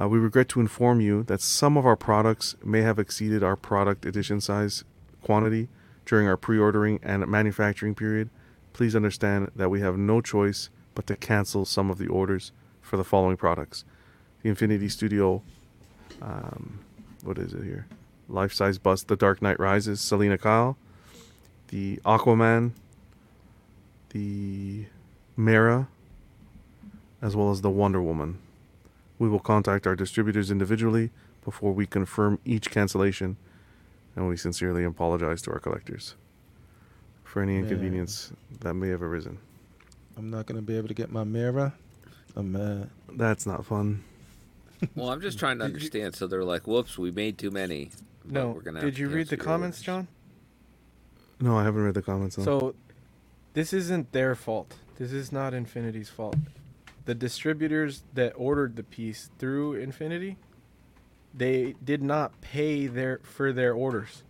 Speaker 1: uh, we regret to inform you that some of our products may have exceeded our product edition size quantity during our pre-ordering and manufacturing period. Please understand that we have no choice but to cancel some of the orders for the following products: the Infinity Studio um, what is it here? Life size bust, The Dark Knight Rises, Selena Kyle, the Aquaman, the Mera, as well as the Wonder Woman. We will contact our distributors individually before we confirm each cancellation, and we sincerely apologize to our collectors for any
Speaker 5: Man.
Speaker 1: inconvenience that may have arisen.
Speaker 5: I'm not gonna be able to get my mirror. I'm mad.
Speaker 1: That's not fun.
Speaker 3: Well, I'm just trying to understand. So they're like, "Whoops, we made too many." but
Speaker 2: No,
Speaker 3: we're gonna have
Speaker 2: did
Speaker 3: to
Speaker 2: you read
Speaker 3: cancel
Speaker 2: the
Speaker 3: your
Speaker 2: comments,
Speaker 3: orders."
Speaker 2: John?
Speaker 1: No, I haven't read the comments. though.
Speaker 2: So, this isn't their fault. This is not Infinity's fault. The distributors that ordered the piece through Infinity, they did not pay their for their orders.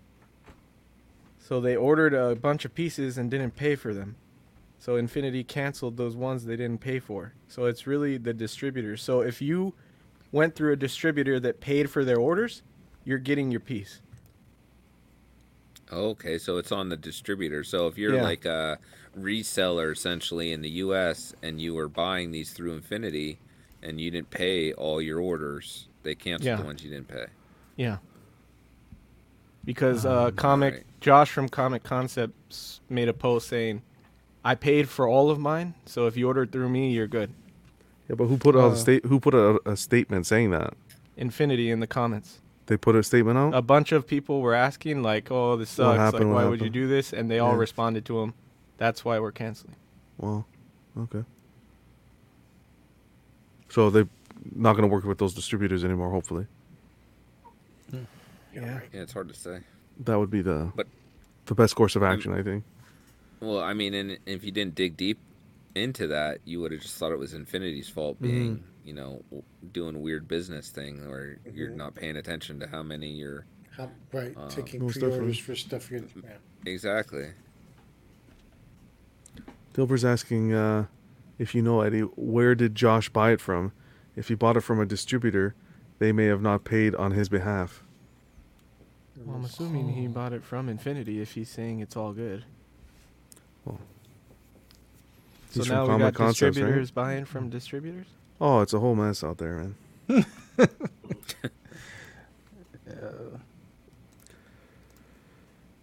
Speaker 2: So they ordered a bunch of pieces and didn't pay for them. So Infinity canceled those ones they didn't pay for. So it's really the distributor. So if you went through a distributor that paid for their orders, you're getting your piece.
Speaker 3: Okay, so it's on the distributor. So if you're
Speaker 2: Yeah.
Speaker 3: like a reseller essentially in the U.S. and you were buying these through Infinity, and you didn't pay all your orders, they canceled
Speaker 2: Yeah.
Speaker 3: the ones you didn't pay.
Speaker 2: Yeah. Because uh, comic Josh from Comic Concepts made a post saying, "I paid for all of mine, so if you ordered through me, you're good."
Speaker 1: yeah, but who put out
Speaker 2: Uh,
Speaker 1: a state? Who put out a statement saying that?
Speaker 2: Infinity in the comments.
Speaker 1: They put a statement out.
Speaker 2: A bunch of people were asking like, "Oh, this
Speaker 1: What
Speaker 2: sucks!
Speaker 1: happened?
Speaker 2: like,
Speaker 1: What
Speaker 2: why would you
Speaker 1: happened?"
Speaker 2: do this?" And they all
Speaker 1: Yeah.
Speaker 2: responded to him, "That's why we're canceling."
Speaker 1: Well, okay. So they're not going to work with those distributors anymore. Hopefully,
Speaker 2: Yeah.
Speaker 3: Yeah, it's hard to say.
Speaker 1: that would be the
Speaker 3: But-
Speaker 1: the best course of action, I think.
Speaker 3: Well, I mean, and if you didn't dig deep into that, you would have just thought it was Infinity's fault
Speaker 6: Mm-hmm.
Speaker 3: being, you know, w- doing weird business thing where you're
Speaker 6: Mhm.
Speaker 3: not paying attention to how many you're
Speaker 6: How, right,
Speaker 3: Uh,
Speaker 6: taking
Speaker 1: most
Speaker 6: pre-orders for stuff you're. Yeah.
Speaker 3: exactly.
Speaker 1: Dilber's asking uh, if you know Eddie, where did Josh buy it from? If he bought it from a distributor, they may have not paid on his behalf.
Speaker 2: Well, I'm assuming he bought it from Infinity if he's saying it's all good.
Speaker 1: Well,
Speaker 2: so
Speaker 1: he's from
Speaker 2: now we
Speaker 1: Comic
Speaker 2: got
Speaker 1: Concepts, right?
Speaker 2: distributors buying from distributors.
Speaker 1: Oh, it's a whole mess out there, man.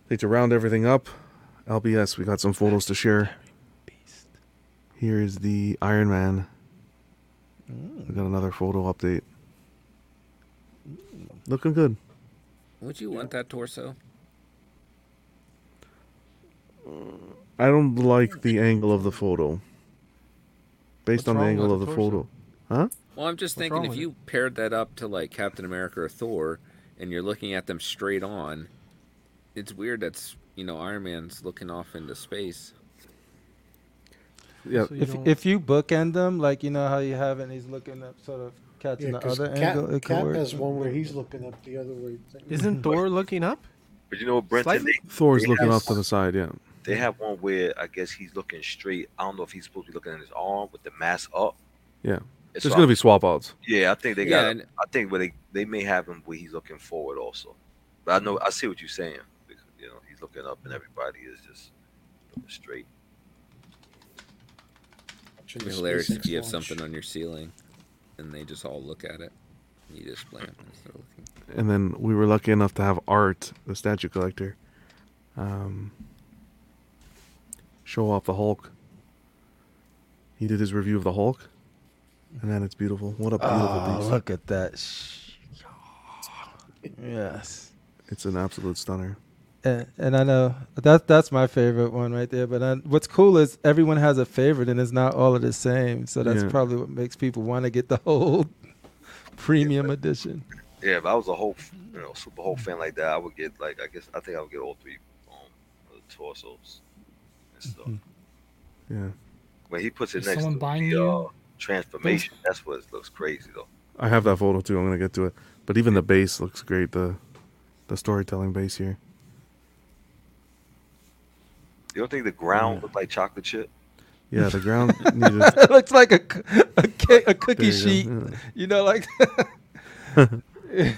Speaker 1: Think to round everything up, LBS, we got some photos to share. Here is the Iron Man.
Speaker 3: Mm.
Speaker 1: We got another photo update. Looking good.
Speaker 3: Would you want that torso?
Speaker 1: Uh, I don't like the angle of the photo. Based
Speaker 3: What's
Speaker 1: on the
Speaker 3: wrong
Speaker 1: angle
Speaker 3: with
Speaker 1: of the
Speaker 3: the torso?
Speaker 1: photo. Huh?
Speaker 3: Well, I'm just
Speaker 1: What's wrong
Speaker 3: thinking if
Speaker 1: with
Speaker 3: you paired that up to like Captain America or Thor, and you're looking at them straight on, it's weird that's you know Iron Man's looking off into space.
Speaker 1: Yeah.
Speaker 5: if if you bookend them, like you know how you have, it and he's looking up, sort of catching
Speaker 6: Yeah,
Speaker 5: the
Speaker 6: 'cause
Speaker 5: other
Speaker 6: Cap,
Speaker 5: angle. It could
Speaker 6: Cap
Speaker 5: work.
Speaker 6: has one where he's looking up the other way.
Speaker 2: Isn't Thor looking up?
Speaker 10: But you know what, Brenton?
Speaker 2: Slightly?
Speaker 10: They,
Speaker 1: Thor's
Speaker 10: they
Speaker 1: looking
Speaker 10: have-
Speaker 1: off to the side, yeah.
Speaker 10: They have one where I guess he's looking straight. I don't know if he's supposed to be looking at his arm with the mask up.
Speaker 1: Yeah.
Speaker 10: It's
Speaker 1: There's going to
Speaker 10: off.
Speaker 1: be swap outs.
Speaker 10: Yeah, I think they
Speaker 3: Yeah,
Speaker 10: got.
Speaker 3: and-
Speaker 10: I think where they they may have him where he's looking forward also. But I know I see what you're saying. Because, you know, he's looking up and everybody is just looking straight.
Speaker 3: It'd be hilarious if you have something on your ceiling, and they just all look at it. and You just plan instead of looking.
Speaker 1: And then we were lucky enough to have Art, the statue collector, um, show off the Hulk. He did his review of the Hulk, and then it's beautiful. What a beautiful
Speaker 5: Oh,
Speaker 1: piece!
Speaker 5: look at that! Sh- Yes,
Speaker 1: It's an absolute stunner.
Speaker 5: and, and I know that that's my favorite one right there. But I, what's cool is everyone has a favorite, and it's not all of the same. So that's
Speaker 1: Yeah.
Speaker 5: probably what makes people want to get the whole premium edition.
Speaker 10: Yeah, if I was a whole you know Super
Speaker 5: Mm-hmm.
Speaker 10: Hulk fan like that, I would get like I guess I think I would get all three um, of the torsos and stuff.
Speaker 1: Yeah,
Speaker 10: When he puts it
Speaker 4: Is
Speaker 10: next
Speaker 4: someone
Speaker 10: to
Speaker 4: buying
Speaker 10: the
Speaker 4: you?
Speaker 10: uh, transformation, that's what looks crazy though.
Speaker 1: I have that photo too. I'm gonna get to it, but even the base looks great. The the storytelling base here.
Speaker 10: You don't think the ground looked like chocolate chip?
Speaker 1: Yeah, the ground needed.
Speaker 5: it looks like a c- a, ca- a cookie
Speaker 1: There you
Speaker 5: sheet.
Speaker 1: go,
Speaker 5: You know, like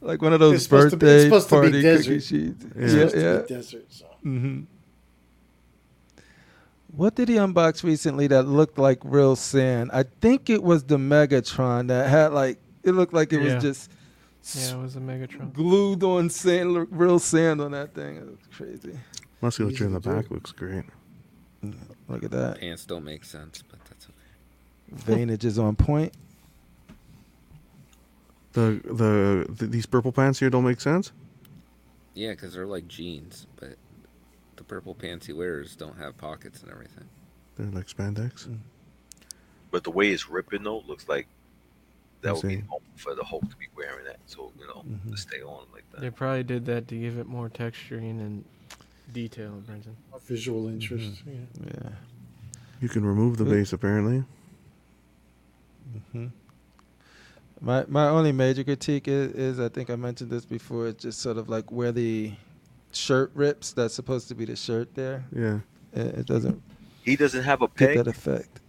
Speaker 5: like one of those
Speaker 6: It's supposed to be-
Speaker 5: birthday
Speaker 6: it's supposed to be
Speaker 5: party cookie
Speaker 6: desert.
Speaker 5: sheets.
Speaker 6: It's supposed to be desert, so.
Speaker 5: hmm What did he unbox recently that looked like real sand? I think it was the Megatron that had like it looked like it
Speaker 2: Yeah.
Speaker 5: was just
Speaker 2: Yeah, it was a Megatron.
Speaker 5: glued on sand, l- real sand on that thing. It was crazy.
Speaker 1: Musculature in the
Speaker 5: Easy to do.
Speaker 1: back looks great.
Speaker 5: Look at
Speaker 1: uh,
Speaker 5: that.
Speaker 3: Pants don't make sense, but that's okay.
Speaker 5: Veinage is on point.
Speaker 1: The the th- these purple pants here don't make sense.
Speaker 3: Yeah, because they're like jeans, but the purple pants he wears don't have pockets and everything.
Speaker 1: They're like
Speaker 5: Mm.
Speaker 1: spandex.
Speaker 10: But the way it's ripping though looks like that would be
Speaker 1: Insane.
Speaker 10: normal for the Hulk to be wearing that. So you know,
Speaker 1: Mm-hmm.
Speaker 10: to stay on like that.
Speaker 2: They probably did that to give it more texturing and detail, Brenton.
Speaker 6: Visual interest.
Speaker 2: Mm-hmm.
Speaker 5: Yeah.
Speaker 1: You can remove the
Speaker 5: Uh,
Speaker 1: base apparently.
Speaker 5: hmm My my only major critique is, is I think I mentioned this before. It's just sort of like where the shirt rips. That's supposed to be the shirt there.
Speaker 1: Yeah.
Speaker 5: It, it doesn't
Speaker 10: He doesn't have a
Speaker 5: get
Speaker 10: peg
Speaker 5: that effect.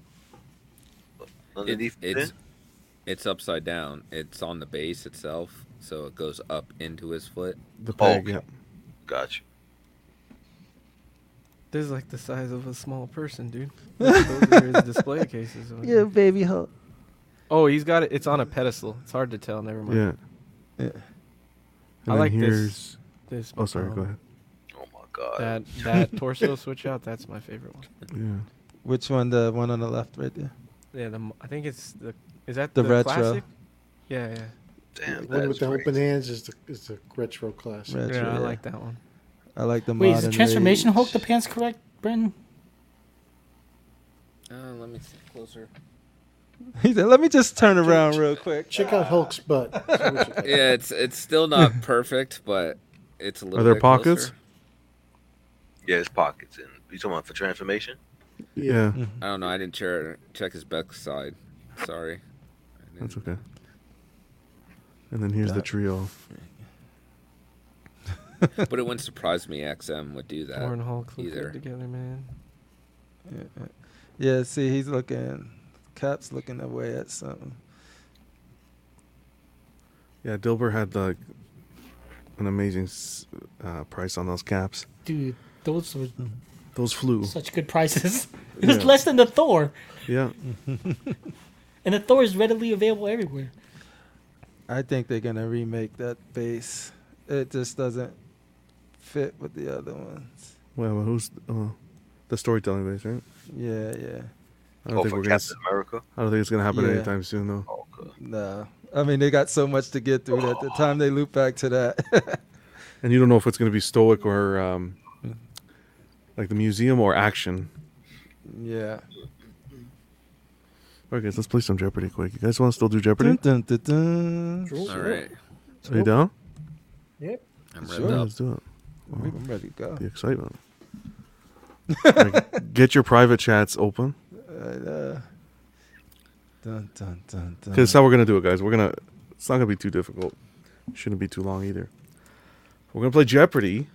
Speaker 3: It,
Speaker 10: underneath it.
Speaker 3: it's it's upside down. It's on the base itself, so it goes up into his foot.
Speaker 1: The
Speaker 10: Oh,
Speaker 1: peg.
Speaker 10: okay.
Speaker 1: yeah.
Speaker 10: Gotcha.
Speaker 2: This is like the size of a small person, dude. Those are his display cases. over there.
Speaker 5: baby Hulk.
Speaker 2: Oh, he's got it. It's on a pedestal. It's hard to tell. Never mind.
Speaker 1: Yeah.
Speaker 5: Yeah.
Speaker 1: And
Speaker 2: I
Speaker 1: then
Speaker 2: like
Speaker 1: here's-
Speaker 2: this. This.
Speaker 1: Oh, sorry. Go
Speaker 2: um,
Speaker 1: ahead.
Speaker 10: Oh my god.
Speaker 2: That that torso switch out. That's my favorite one.
Speaker 1: Yeah.
Speaker 5: Which one? The one on the left, right there.
Speaker 2: Yeah, the, m- I think it's the. Is that
Speaker 5: The
Speaker 2: the,
Speaker 5: retro.
Speaker 2: classic? Yeah, yeah.
Speaker 10: Damn,
Speaker 6: The one
Speaker 10: that
Speaker 6: with
Speaker 10: is
Speaker 6: the open
Speaker 10: crazy.
Speaker 6: hands is the is the retro classic.
Speaker 5: Retro,
Speaker 2: yeah, I
Speaker 5: yeah.
Speaker 2: like that one.
Speaker 5: I like the
Speaker 4: Wait,
Speaker 5: modern.
Speaker 4: is the transformation
Speaker 5: age.
Speaker 4: Hulk the pants correct, Brenton?
Speaker 3: Uh, let me see closer.
Speaker 5: He said, "Let me just turn around real quick."
Speaker 6: Check out Hulk's butt. See what you got.
Speaker 3: Yeah, it's it's still not perfect, but it's a little.
Speaker 1: Are there
Speaker 3: bit
Speaker 1: pockets?
Speaker 3: closer.
Speaker 10: Yeah, his pockets. And you talking about for transformation?
Speaker 1: Yeah.
Speaker 3: I don't know. I didn't check check his back side. Sorry. I
Speaker 1: That's
Speaker 3: didn't-
Speaker 1: okay. And then here's the trio.
Speaker 3: But it wouldn't surprise me. XM would do
Speaker 2: Thor and
Speaker 3: that.
Speaker 2: Hulk look
Speaker 3: either.
Speaker 2: good together, man.
Speaker 5: Yeah, see, he's looking. Cap's looking away at something.
Speaker 1: Yeah, Dilber had like an amazing s- uh, price on those caps.
Speaker 4: Dude, those were
Speaker 2: Mm-hmm.
Speaker 1: Those flew.
Speaker 4: such good prices. it was
Speaker 1: Yeah.
Speaker 4: less than the Thor,
Speaker 1: Yeah.
Speaker 4: and the Thor is readily available everywhere.
Speaker 5: I think they're gonna remake that base. It just doesn't fit with the other ones.
Speaker 1: Well, well, who's uh, the storytelling base, right?
Speaker 5: Yeah, yeah.
Speaker 1: I don't
Speaker 5: Oh,
Speaker 1: think
Speaker 5: for
Speaker 1: we're gonna.
Speaker 5: Captain
Speaker 1: s-
Speaker 5: America?
Speaker 1: I don't think it's gonna happen
Speaker 5: Yeah.
Speaker 1: anytime soon, though.
Speaker 5: Nah. I mean, they got so much to get through that the time they loop back to that.
Speaker 1: And you don't know if it's gonna be stoic or um, like the museum or action.
Speaker 5: yeah.
Speaker 1: All right, guys, let's play some Jeopardy quick. You guys want to still do Jeopardy?
Speaker 5: Dun, dun, dun, dun.
Speaker 3: All right.
Speaker 1: Are you down?
Speaker 4: Yep.
Speaker 3: I'm
Speaker 1: Sure,
Speaker 3: ready up.
Speaker 1: Let's do it.
Speaker 5: I'm ready to go.
Speaker 1: The excitement. All right, get your private chats open.
Speaker 5: Right, uh, dun, dun, dun, dun.
Speaker 1: Because that's how we're gonna do it, guys. We're gonna. It's not gonna be too difficult. Shouldn't be too long either. We're gonna play Jeopardy.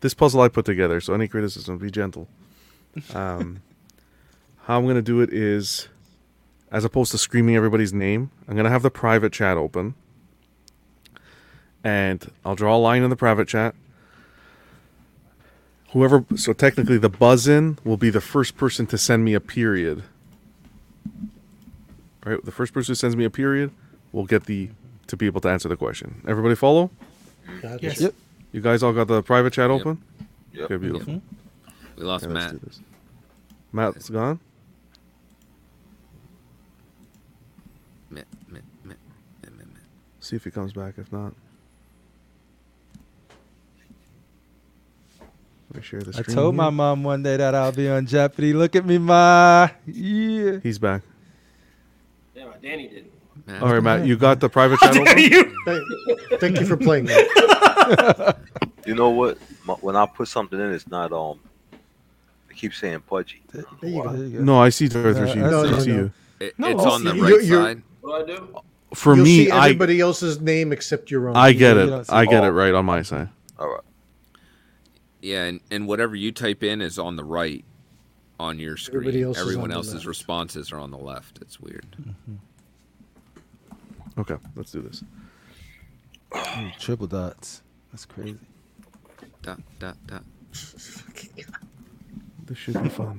Speaker 1: This puzzle I put together, so any criticism, be gentle. Um, how I'm gonna do it is, as opposed to screaming everybody's name, I'm gonna have the private chat open, and I'll draw a line in the private chat. Whoever, so technically, the buzz in will be the first person to send me a period right? The first person who sends me a period will get the to be able to answer the question. Everybody follow?
Speaker 6: Got it.
Speaker 4: Yes. Yep.
Speaker 1: You guys all got the private chat
Speaker 3: Yep.
Speaker 1: open?
Speaker 3: Yep.
Speaker 1: Okay, beautiful.
Speaker 3: Yep.
Speaker 5: Mm-hmm.
Speaker 3: We lost
Speaker 1: Okay,
Speaker 3: Matt.
Speaker 1: let's do this. Matt's gone.
Speaker 3: Matt, Matt, Matt, Matt, Matt, Matt.
Speaker 1: See if he comes back. If not, let me share the
Speaker 5: I
Speaker 1: screen.
Speaker 5: told my
Speaker 1: here.
Speaker 5: mom one day that I'll be on Jeopardy. Look at me, ma. Yeah.
Speaker 1: he's back.
Speaker 9: Yeah, my Danny did.
Speaker 3: Matt.
Speaker 1: All right, Matt, you got the private chat open.
Speaker 6: Thank, thank you for playing. That.
Speaker 10: You know what? My, when I put something in, it's not um. I keep saying pudgy.
Speaker 6: There you go.
Speaker 1: No, I see Darth
Speaker 5: Uh,
Speaker 1: Rasheed.
Speaker 5: I
Speaker 1: I
Speaker 6: see-
Speaker 1: see
Speaker 6: no, no.
Speaker 1: you.
Speaker 3: It-
Speaker 5: No,
Speaker 3: it's on the
Speaker 6: you-
Speaker 3: right
Speaker 6: you're-
Speaker 3: side.
Speaker 9: What do I do?
Speaker 1: For
Speaker 6: You'll
Speaker 1: me,
Speaker 6: see
Speaker 1: I
Speaker 6: everybody else's name except your own.
Speaker 1: I get
Speaker 5: You don't
Speaker 1: it.
Speaker 5: see-
Speaker 1: I
Speaker 3: Oh.
Speaker 1: get it right on my side.
Speaker 10: All right.
Speaker 3: Yeah, and, and whatever you type in is on the right on your screen.
Speaker 6: Everybody else is on
Speaker 3: Everyone
Speaker 6: the
Speaker 3: else's
Speaker 6: left.
Speaker 3: responses are on the left. It's weird.
Speaker 1: Okay, let's do this.
Speaker 5: Ooh, Triple dots. That's crazy.
Speaker 3: Dot, dot, dot.
Speaker 1: This should be fun.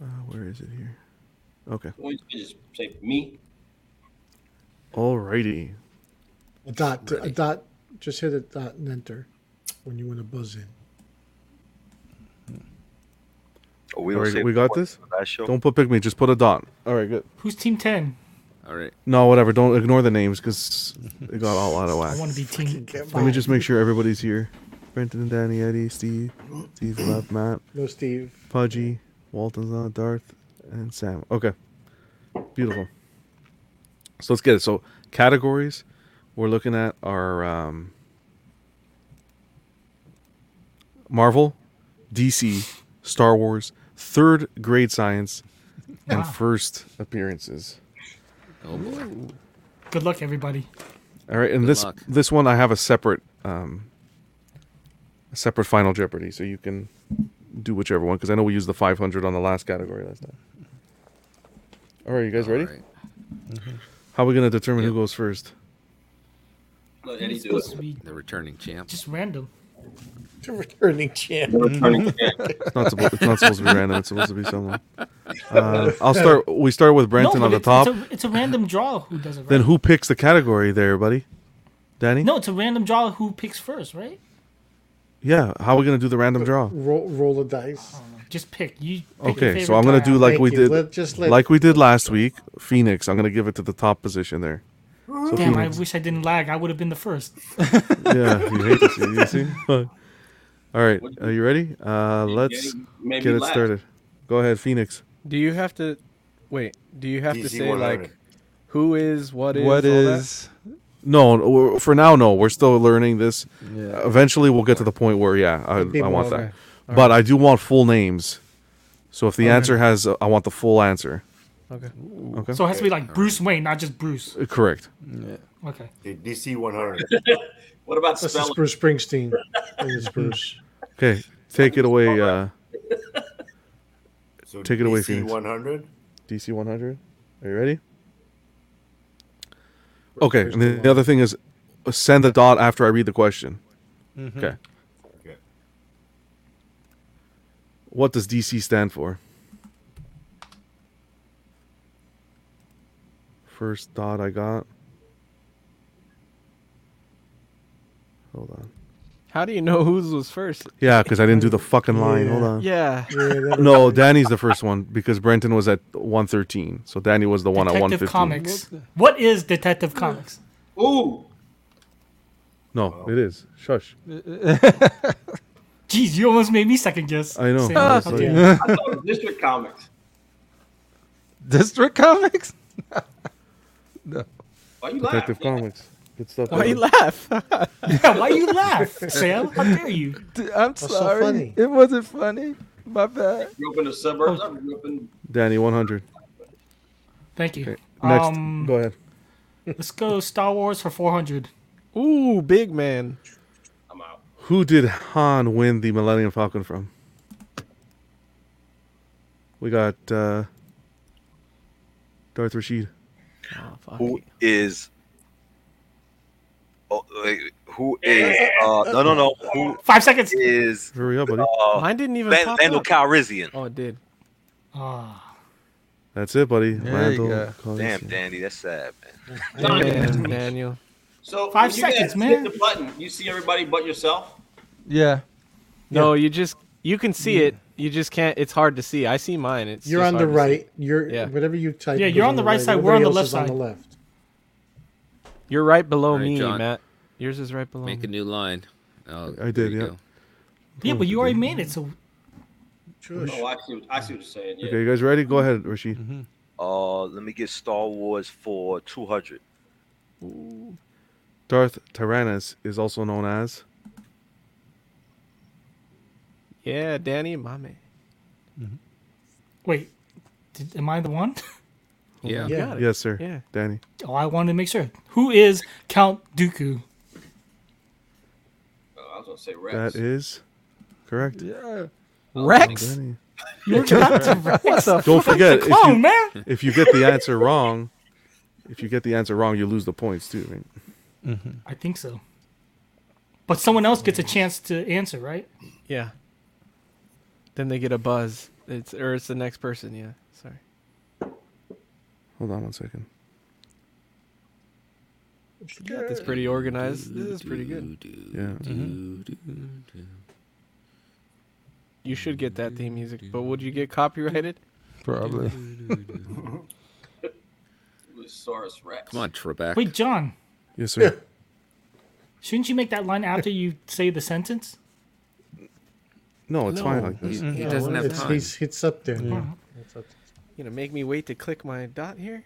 Speaker 1: Uh, where is it here? Okay.
Speaker 9: Why don't you just say me?
Speaker 1: Alrighty.
Speaker 6: A dot, a
Speaker 3: Ready.
Speaker 6: dot. Just hit a dot and enter when you want to buzz in.
Speaker 10: Oh, we
Speaker 1: All
Speaker 10: don't
Speaker 1: right,
Speaker 10: say
Speaker 1: we got
Speaker 10: pudgy
Speaker 1: this?
Speaker 10: for That show.
Speaker 1: Don't put pick me, just put a dot. All right, good.
Speaker 4: Who's Team Ten?
Speaker 3: All right.
Speaker 1: No, whatever. Don't ignore the names because it got all out of
Speaker 4: I want
Speaker 1: whack.
Speaker 4: to be Team.
Speaker 1: Let me just make sure everybody's here. Brenton and Danny, Eddie, Steve, Steve left, Matt,
Speaker 6: No, Steve.
Speaker 1: Pudgy, Walton's on Darth, and Sam. Okay. Beautiful. So let's get it. So categories we're looking at are um, Marvel, DC, Star Wars, third grade science, and
Speaker 4: Wow.
Speaker 1: first appearances.
Speaker 3: Oh boy.
Speaker 4: Good luck, everybody.
Speaker 1: All right, and
Speaker 3: Good
Speaker 1: this
Speaker 3: luck.
Speaker 1: this one I have a separate um a separate final Jeopardy, so you can do whichever one because I know we used the 500 on the last category last time. All right, you guys ready?
Speaker 3: All right.
Speaker 4: Mm-hmm.
Speaker 1: How are we gonna determine
Speaker 3: Yep.
Speaker 1: who goes first?
Speaker 9: Let
Speaker 4: It's
Speaker 9: Eddie do
Speaker 4: supposed
Speaker 9: it.
Speaker 4: to be
Speaker 3: The returning champ.
Speaker 4: just random.
Speaker 6: The returning champ.
Speaker 1: It's not supposed it's not supposed to be random. It's supposed to be someone. Uh, I'll start. We start with Brenton
Speaker 4: no,
Speaker 1: on
Speaker 4: but
Speaker 1: the top.
Speaker 4: it's, It's a, it's a random draw who does it. Right?
Speaker 1: Then who picks the category there, buddy? Danny?
Speaker 4: No, it's a random draw who picks first, right?
Speaker 1: Yeah. How are we gonna do the random draw?
Speaker 6: Roll, roll a dice.
Speaker 4: Just pick. You. Pick your
Speaker 1: Okay, so
Speaker 4: favorite
Speaker 1: I'm gonna
Speaker 4: guy
Speaker 1: do
Speaker 4: out.
Speaker 1: like
Speaker 6: Thank
Speaker 1: we
Speaker 6: you.
Speaker 1: did,
Speaker 6: Let- just let-
Speaker 1: like we did last week. Phoenix. I'm gonna give it to the top position there. So
Speaker 4: Damn, I
Speaker 1: Phoenix-
Speaker 4: wish I didn't lag. I would have been the first.
Speaker 1: yeah, you hate to see. You see? All right, are you ready? Uh, let's
Speaker 9: Maybe
Speaker 1: get it
Speaker 9: last.
Speaker 1: started. Go ahead, Phoenix.
Speaker 2: Do you have to wait? Do you have to
Speaker 8: DC
Speaker 2: say
Speaker 8: 100.
Speaker 2: like who is what is
Speaker 5: What
Speaker 2: all that?
Speaker 5: is?
Speaker 1: No, no, we're- for now, no. We're still learning this.
Speaker 5: Yeah.
Speaker 1: Eventually, we'll get to the point where, yeah, I,
Speaker 6: It'd be
Speaker 1: I want
Speaker 6: more-
Speaker 1: that. But I do want full names. So if the answer has, uh, I want the full answer.
Speaker 2: Okay.
Speaker 1: Okay.
Speaker 4: So it has to be like Bruce Wayne, not just Bruce.
Speaker 1: Uh, Correct.
Speaker 4: Okay.
Speaker 8: Okay, DC 100.
Speaker 9: What about
Speaker 6: This is
Speaker 9: spelling?
Speaker 6: Bruce Springsteen. I think it's Bruce.
Speaker 1: Okay. Take it away, uh,
Speaker 8: So
Speaker 1: Take it away,
Speaker 8: DC
Speaker 1: Phoenix.
Speaker 8: 100.
Speaker 1: DC 100. Are you ready? Okay. And then the other thing is, uh, send the dot after I read the question. Okay.
Speaker 8: Okay.
Speaker 1: What does DC stand for? First thought I got. Hold on.
Speaker 2: How do you know whose was first?
Speaker 1: Yeah, because I didn't do the fucking line. Hold on.
Speaker 2: Yeah.
Speaker 1: No, Danny's the first one because Brenton was at 113. So Danny was the one at
Speaker 4: Detective
Speaker 1: 115.
Speaker 4: Comics. What is Detective Comics?
Speaker 9: Ooh.
Speaker 1: No, it is. Shush.
Speaker 4: Jeez, you almost made me second guess.
Speaker 1: I know. Oh,
Speaker 4: Same.
Speaker 1: I was
Speaker 4: How
Speaker 1: like-
Speaker 4: dare you.
Speaker 1: Yeah.
Speaker 9: I thought it was District Comics.
Speaker 5: District Comics? no.
Speaker 9: Why you laugh?
Speaker 1: Detective Comics. Good stuff.
Speaker 5: Why you
Speaker 1: brother.
Speaker 5: laugh?
Speaker 4: Yeah, why you laugh, Sam? How dare you?
Speaker 5: Dude, I'm
Speaker 6: so
Speaker 5: sorry.
Speaker 6: funny?
Speaker 5: It wasn't funny. My bad.
Speaker 9: Grew up in the suburbs. I grew up in
Speaker 1: Danny 100.
Speaker 4: Thank you.
Speaker 1: Okay, Next.
Speaker 4: Um,
Speaker 1: Go ahead.
Speaker 4: Let's go Star Wars for 400.
Speaker 2: Ooh, big man.
Speaker 9: I'm out.
Speaker 1: Who did Han win the Millennium Falcon from? We got uh, Darth Rashid.
Speaker 2: Oh, fuck.
Speaker 10: Who is? Oh, wait, who is? Uh, no, no, no. Who
Speaker 4: Five seconds.
Speaker 10: is?
Speaker 1: Hurry up, buddy.
Speaker 10: Uh,
Speaker 2: Mine didn't even
Speaker 10: Lan-
Speaker 2: pop
Speaker 10: Lando
Speaker 2: up.
Speaker 10: Calrissian.
Speaker 2: Oh, it did.
Speaker 4: Ah,
Speaker 1: That's it, buddy.
Speaker 5: There you
Speaker 1: Lando Calrissian.
Speaker 10: Damn, Danny, that's sad, man.
Speaker 2: Damn, Daniel.
Speaker 9: So
Speaker 4: Five
Speaker 9: when you guys
Speaker 4: seconds, man.
Speaker 9: Hit the button. You see everybody but yourself.
Speaker 5: Yeah.
Speaker 2: No, you just you can see it. You just can't. It's hard to see. I see mine. It's
Speaker 6: You're
Speaker 2: just
Speaker 6: on the
Speaker 2: hard to see.
Speaker 6: right. You're
Speaker 2: Yeah.
Speaker 6: whatever you type.
Speaker 4: Yeah,
Speaker 6: goes
Speaker 4: you're on the right side, we're on
Speaker 6: Everybody
Speaker 4: the
Speaker 6: else
Speaker 4: left
Speaker 6: is
Speaker 4: side.
Speaker 6: On the left.
Speaker 2: You're right below
Speaker 3: All right,
Speaker 2: me,
Speaker 3: John.
Speaker 2: Matt. Yours is right below
Speaker 3: Make a
Speaker 2: me.
Speaker 3: new line. Oh,
Speaker 1: I did,
Speaker 3: there you
Speaker 1: yeah.
Speaker 3: go.
Speaker 4: yeah, but you already made it, so
Speaker 9: Oh, I see. What, I see what you're saying. Yeah.
Speaker 1: Okay, you guys ready? Go ahead, Rashid.
Speaker 10: Uh, let me get Star Wars for two hundred.
Speaker 1: Darth Tyrannus is also known as.
Speaker 2: Yeah, Danny, my man.
Speaker 4: wait. Did, am I the one?
Speaker 3: Yeah.
Speaker 6: Yeah.
Speaker 2: Got it.
Speaker 1: Yes, sir.
Speaker 2: Yeah.
Speaker 1: Danny.
Speaker 4: Oh, I wanted to make sure. Who is Count Dooku?
Speaker 9: Oh, I was gonna say Rex.
Speaker 1: That is correct.
Speaker 5: Yeah.
Speaker 2: Rex.
Speaker 1: Danny.
Speaker 4: You're Count Rex. What the
Speaker 1: Don't forget, if
Speaker 4: clone,
Speaker 1: you,
Speaker 4: man?
Speaker 1: if you get the answer wrong, if you get the answer wrong, you lose the points too. Right?
Speaker 4: I think so. But someone else gets a chance to answer, right?
Speaker 2: Yeah. Then they get a buzz. It's or it's the next person. Yeah. Sorry.
Speaker 1: Hold on one second.
Speaker 2: You got this pretty organized. This is pretty good. Mm-hmm.
Speaker 1: Yeah.
Speaker 2: You should get that theme music, but would you get copyrighted?
Speaker 5: Probably.
Speaker 9: Lusaurus Rex.
Speaker 3: Come on, Trebek.
Speaker 4: Wait, John,
Speaker 1: Yes, sir.
Speaker 4: shouldn't you make that line after you say the sentence?
Speaker 1: No, it's fine
Speaker 2: No.
Speaker 1: like this.
Speaker 3: He, he doesn't have
Speaker 6: it's,
Speaker 3: time.
Speaker 6: he's, it's up there. It's up there.
Speaker 2: You know, make me wait to click my dot here.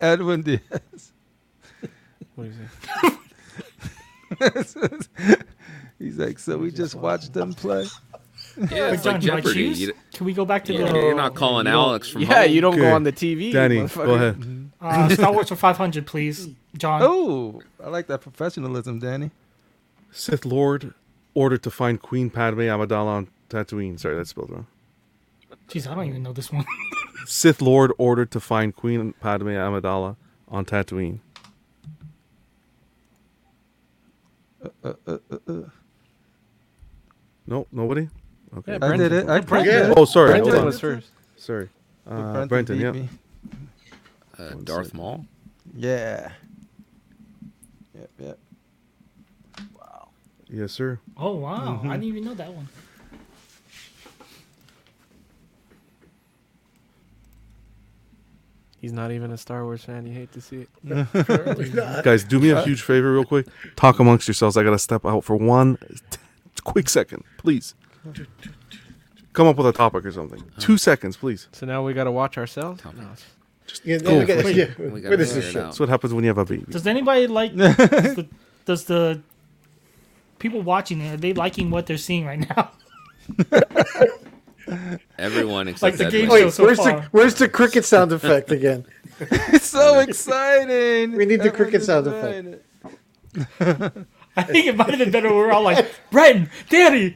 Speaker 5: Edwin Diaz.
Speaker 2: What do you say?
Speaker 5: He's like, so we just watched them play.
Speaker 3: Yeah, it's like
Speaker 4: John, do I
Speaker 3: Jeopardy.
Speaker 4: choose?
Speaker 3: You,
Speaker 4: Can we go back to
Speaker 3: you're,
Speaker 4: the
Speaker 3: you're not calling Alex from
Speaker 2: Yeah,
Speaker 3: home.
Speaker 2: you don't
Speaker 1: Okay.
Speaker 2: go on the TV. you
Speaker 1: Danny, go
Speaker 2: motherfucker.
Speaker 1: ahead.
Speaker 4: uh, Star Wars for 500, please, John?
Speaker 5: Oh, I like that professionalism, Danny.
Speaker 1: Sith Lord ordered to find Queen Padme Amidala on Tatooine. Sorry, that's spelled wrong.
Speaker 4: Jeez, I don't even know this one.
Speaker 1: Sith Lord ordered to find Queen Padme Amidala on Tatooine. No, nobody. Okay.
Speaker 2: Yeah,
Speaker 5: I did it.
Speaker 2: Brendan.
Speaker 5: I
Speaker 4: Brendan.
Speaker 5: Brendan,
Speaker 1: oh, sorry.
Speaker 2: Brendan
Speaker 1: Hold on.
Speaker 2: was first.
Speaker 1: Sorry. Uh,
Speaker 5: Brendan
Speaker 1: Brenton.
Speaker 5: beat
Speaker 1: Yeah.
Speaker 5: me.
Speaker 3: Uh, Darth Maul.
Speaker 5: Yeah. Yep, yep.
Speaker 1: Yes, sir.
Speaker 4: Oh wow,
Speaker 2: Mm-hmm.
Speaker 4: I didn't even know that one.
Speaker 2: He's not even a Star Wars fan. You hate to see it.
Speaker 1: Guys, do me a huge favor, real quick. Talk amongst yourselves. I gotta step out for one t- quick second, please. Come up with a topic or something.
Speaker 3: Uh-huh.
Speaker 1: Two seconds, please.
Speaker 2: So now we got to watch ourselves.
Speaker 3: Topic.
Speaker 2: No.
Speaker 6: Yeah,
Speaker 1: Cool.
Speaker 6: we got-
Speaker 1: Wait.
Speaker 3: We
Speaker 6: yeah,
Speaker 3: gotta
Speaker 6: what is
Speaker 3: figure
Speaker 6: this
Speaker 3: it
Speaker 6: shit?
Speaker 3: out.
Speaker 1: That's what happens when you have a baby.
Speaker 4: Does anybody like? does, the, does the people watching it? Are they liking what they're seeing right now?
Speaker 3: Everyone except
Speaker 4: the game
Speaker 3: Edwin.
Speaker 4: show.
Speaker 6: Wait,
Speaker 4: so
Speaker 6: where's
Speaker 4: far.
Speaker 6: the where's the cricket sound effect again?
Speaker 5: It's so exciting.
Speaker 6: We need the
Speaker 5: Everyone
Speaker 6: cricket sound
Speaker 5: enjoyed
Speaker 6: effect.
Speaker 5: it.
Speaker 4: I think it might have been better. when We're all like, Brenton, Danny,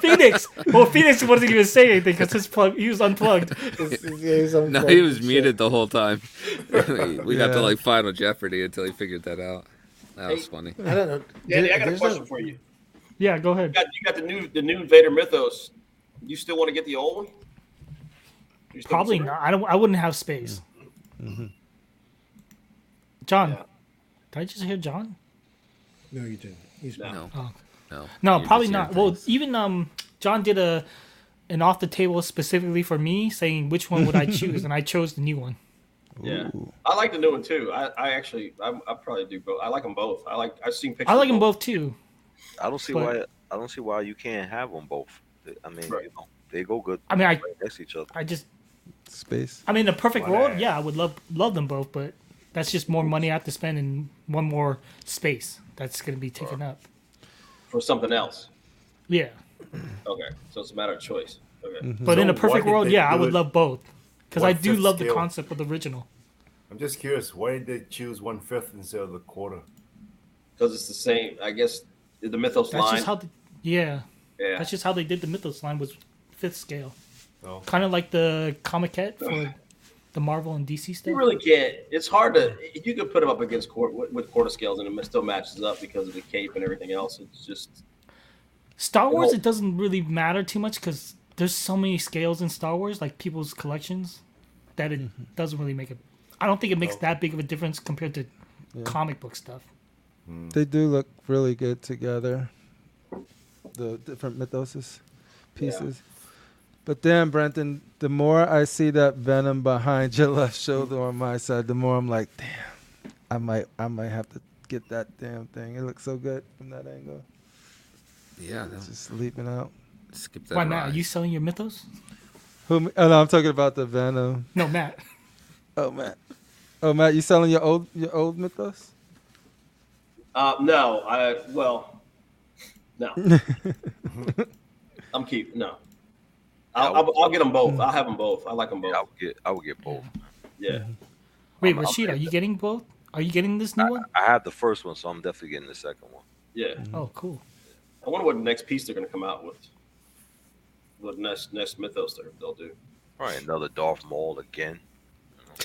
Speaker 4: Phoenix. Well, Phoenix wasn't even saying anything because his plug he was unplugged.
Speaker 6: It's- it's- it's on
Speaker 3: No,
Speaker 6: phone.
Speaker 3: he was
Speaker 6: Shit.
Speaker 3: muted the whole time. we got
Speaker 5: Yeah.
Speaker 3: to like Final Jeopardy until he figured that out. That was funny.
Speaker 6: I don't know.
Speaker 9: Danny, I got a
Speaker 6: There's
Speaker 9: question
Speaker 6: a-
Speaker 9: for you.
Speaker 4: Yeah, go
Speaker 9: You
Speaker 4: ahead.
Speaker 9: got, you got the new the new Vader mythos. You still want to get the old one? You still
Speaker 4: Probably
Speaker 9: consider it?
Speaker 6: Mm-hmm.
Speaker 4: not. I don't. I wouldn't have space. John, Did I just hear John?
Speaker 6: No, you didn't. He's
Speaker 3: No.
Speaker 4: Oh.
Speaker 3: No.
Speaker 4: No,
Speaker 3: You're
Speaker 4: probably
Speaker 3: just
Speaker 4: not.
Speaker 3: hearing
Speaker 4: Well, even um, John did a an off the table specifically for me, saying which one would I choose, and I chose the new one.
Speaker 9: Yeah,
Speaker 5: Ooh.
Speaker 9: I like the new one too. I, I actually, I, I probably do both. I like them both. I like, I've seen pictures.
Speaker 4: I like them
Speaker 9: of
Speaker 4: both too.
Speaker 10: I don't see
Speaker 4: But-
Speaker 10: why. I don't see why you can't have them both. I mean, you
Speaker 9: Right.
Speaker 10: know, they go good.
Speaker 4: I mean, I-
Speaker 10: right next to each other.
Speaker 4: I just,
Speaker 5: Space.
Speaker 4: I mean, the perfect
Speaker 7: Why
Speaker 4: world,
Speaker 7: not?
Speaker 4: yeah, I would love love them both, but that's just more money I have to spend in one more space that's going to be taken up.
Speaker 9: for something else.
Speaker 4: Yeah,
Speaker 9: Okay, so it's a matter of choice. Okay,
Speaker 4: but in
Speaker 8: So
Speaker 4: a perfect
Speaker 8: why did
Speaker 4: world,
Speaker 8: they
Speaker 4: yeah, I
Speaker 8: do
Speaker 4: would
Speaker 8: it
Speaker 4: love both because I do
Speaker 8: one-fifth
Speaker 4: love the
Speaker 8: scale?
Speaker 4: concept of the original.
Speaker 8: I'm just curious, why did they choose one fifth instead of the quarter?
Speaker 9: because it's the same. I guess the mythos
Speaker 4: That's
Speaker 9: line.
Speaker 4: just how, the, yeah,
Speaker 9: yeah,
Speaker 4: that's just how they did the Mythos line was fifth scale,
Speaker 8: No.
Speaker 4: kind of like the Comiket for the Marvel and DC stuff.
Speaker 9: you really can't. It's hard to. You could put them up against court with, with quarter scales, and it still matches up because of the cape and everything else. It's just
Speaker 4: Star Wars,
Speaker 9: Well-
Speaker 4: it doesn't really matter too much because there's so many scales in Star Wars, like people's collections, that it doesn't really make a. I don't think it makes that big of a difference compared to comic book stuff.
Speaker 5: They do look really good together. The different mythoses pieces. But then, Brenton, the more I see that venom behind your left shoulder on my side, the more I'm like, damn, I might, I might have to get that damn thing. It looks so good from that angle.
Speaker 3: Yeah.
Speaker 5: It's
Speaker 3: no,
Speaker 5: just leaping out.
Speaker 3: Skip that.
Speaker 4: Why, Matt? Are
Speaker 3: ride.
Speaker 4: you selling your mythos?
Speaker 5: Who? Oh no, I'm talking about the venom.
Speaker 4: No, Matt.
Speaker 5: Oh Matt, oh Matt, you selling your old, your old mythos?
Speaker 9: uh, no. I well, no. I'm keep no. I'll, I'll, I'll get them both.
Speaker 4: Hmm.
Speaker 9: I'll have them both. I like them
Speaker 10: I
Speaker 9: both.
Speaker 10: would get. I would get both.
Speaker 9: Yeah.
Speaker 4: Hmm. Wait,
Speaker 10: I'm-
Speaker 4: Rashid, are you getting both? Are you getting this new one?
Speaker 10: I have the first one, so I'm definitely getting the second one.
Speaker 9: Yeah.
Speaker 4: Oh, cool.
Speaker 9: I wonder what next piece they're going to come out with. What next next mythos they're- they'll do?
Speaker 10: Probably another Darth Maul again.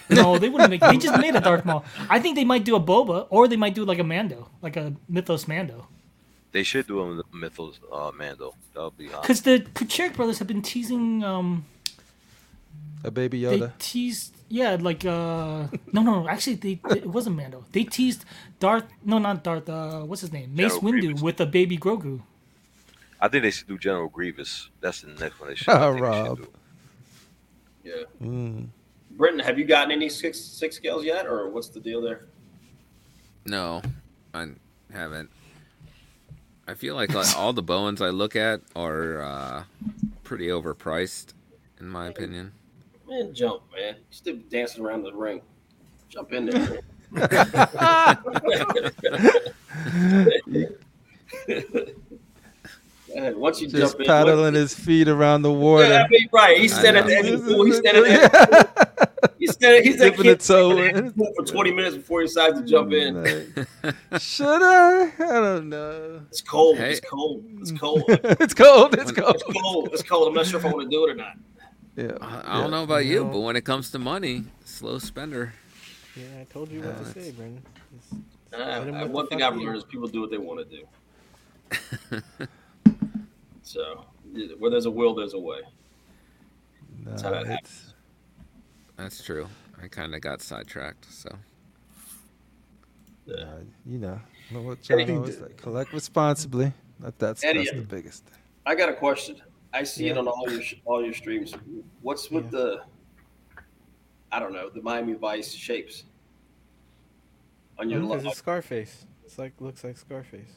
Speaker 4: No, they wouldn't make. They just made a Darth Maul. I think they might do a Boba, or they might do like a Mando, like a Mythos Mando,
Speaker 10: They should do a Mythos uh, Mando. That would be hot.
Speaker 4: because the Kuchek brothers have been teasing um,
Speaker 5: A baby
Speaker 4: they
Speaker 5: Yoda.
Speaker 4: teased yeah like uh no no actually they it wasn't mando they teased darth no not darth uh what's his name mace
Speaker 10: General
Speaker 4: windu
Speaker 10: Grievous.
Speaker 4: with a baby grogu
Speaker 10: I think they should do General Grievous. That's the next one they should, I think they should
Speaker 5: Rob.
Speaker 10: do.
Speaker 9: Yeah.
Speaker 4: Hmm.
Speaker 5: Mm.
Speaker 9: Britton, have you gotten any six six scales yet, or what's the deal there?
Speaker 3: No, I haven't. I feel like, like all the Bowens I look at are uh, pretty overpriced, in my opinion.
Speaker 9: Man, jump, man! Stop dancing around the ring. Jump in there. man, once you
Speaker 5: Just
Speaker 9: jump in,
Speaker 5: paddling
Speaker 9: once-
Speaker 5: his feet around the
Speaker 9: Yeah,
Speaker 5: water.
Speaker 9: I mean, right? He's
Speaker 3: I
Speaker 9: standing
Speaker 3: know.
Speaker 9: there.
Speaker 5: This
Speaker 9: He's
Speaker 5: is
Speaker 9: standing
Speaker 5: a-
Speaker 9: there. He's standing. He's that
Speaker 5: Dipping
Speaker 9: kid
Speaker 5: the toe in.
Speaker 9: standing at the pool for twenty minutes before he decides to jump in.
Speaker 5: Mm, Like, should I? I don't know.
Speaker 9: It's cold.
Speaker 3: Hey.
Speaker 9: It's cold. It's cold.
Speaker 5: it's cold. It's cold.
Speaker 9: It's cold. It's cold. I'm not sure if I want to do it or not.
Speaker 5: Yeah.
Speaker 3: I, I don't know about you, but when it comes to money, slow spender.
Speaker 2: Yeah, I told you what to say, Brendan. It's-
Speaker 9: And I-
Speaker 2: Hit 'em
Speaker 9: I-
Speaker 2: with
Speaker 9: uh, one
Speaker 2: the
Speaker 9: thing
Speaker 2: fuck
Speaker 9: I've
Speaker 2: you.
Speaker 9: learned is people do what they want to do. so, yeah, where there's a will, there's a way.
Speaker 5: Nah,
Speaker 9: how that
Speaker 5: it's-
Speaker 3: That's true. I kind of got sidetracked, so
Speaker 9: Yeah.
Speaker 5: nah, you know, know what
Speaker 9: Eddie,
Speaker 5: John always like. Collect responsibly. That, that's
Speaker 9: Eddie,
Speaker 5: that's the
Speaker 9: uh,
Speaker 5: biggest thing.
Speaker 9: I got a question. I see it
Speaker 2: Yeah.
Speaker 9: on all your all your streams. What's with
Speaker 2: Yeah.
Speaker 9: the I don't know the Miami Vice shapes on your
Speaker 2: Because
Speaker 9: lo-
Speaker 2: it's Scarface. It's like looks like Scarface.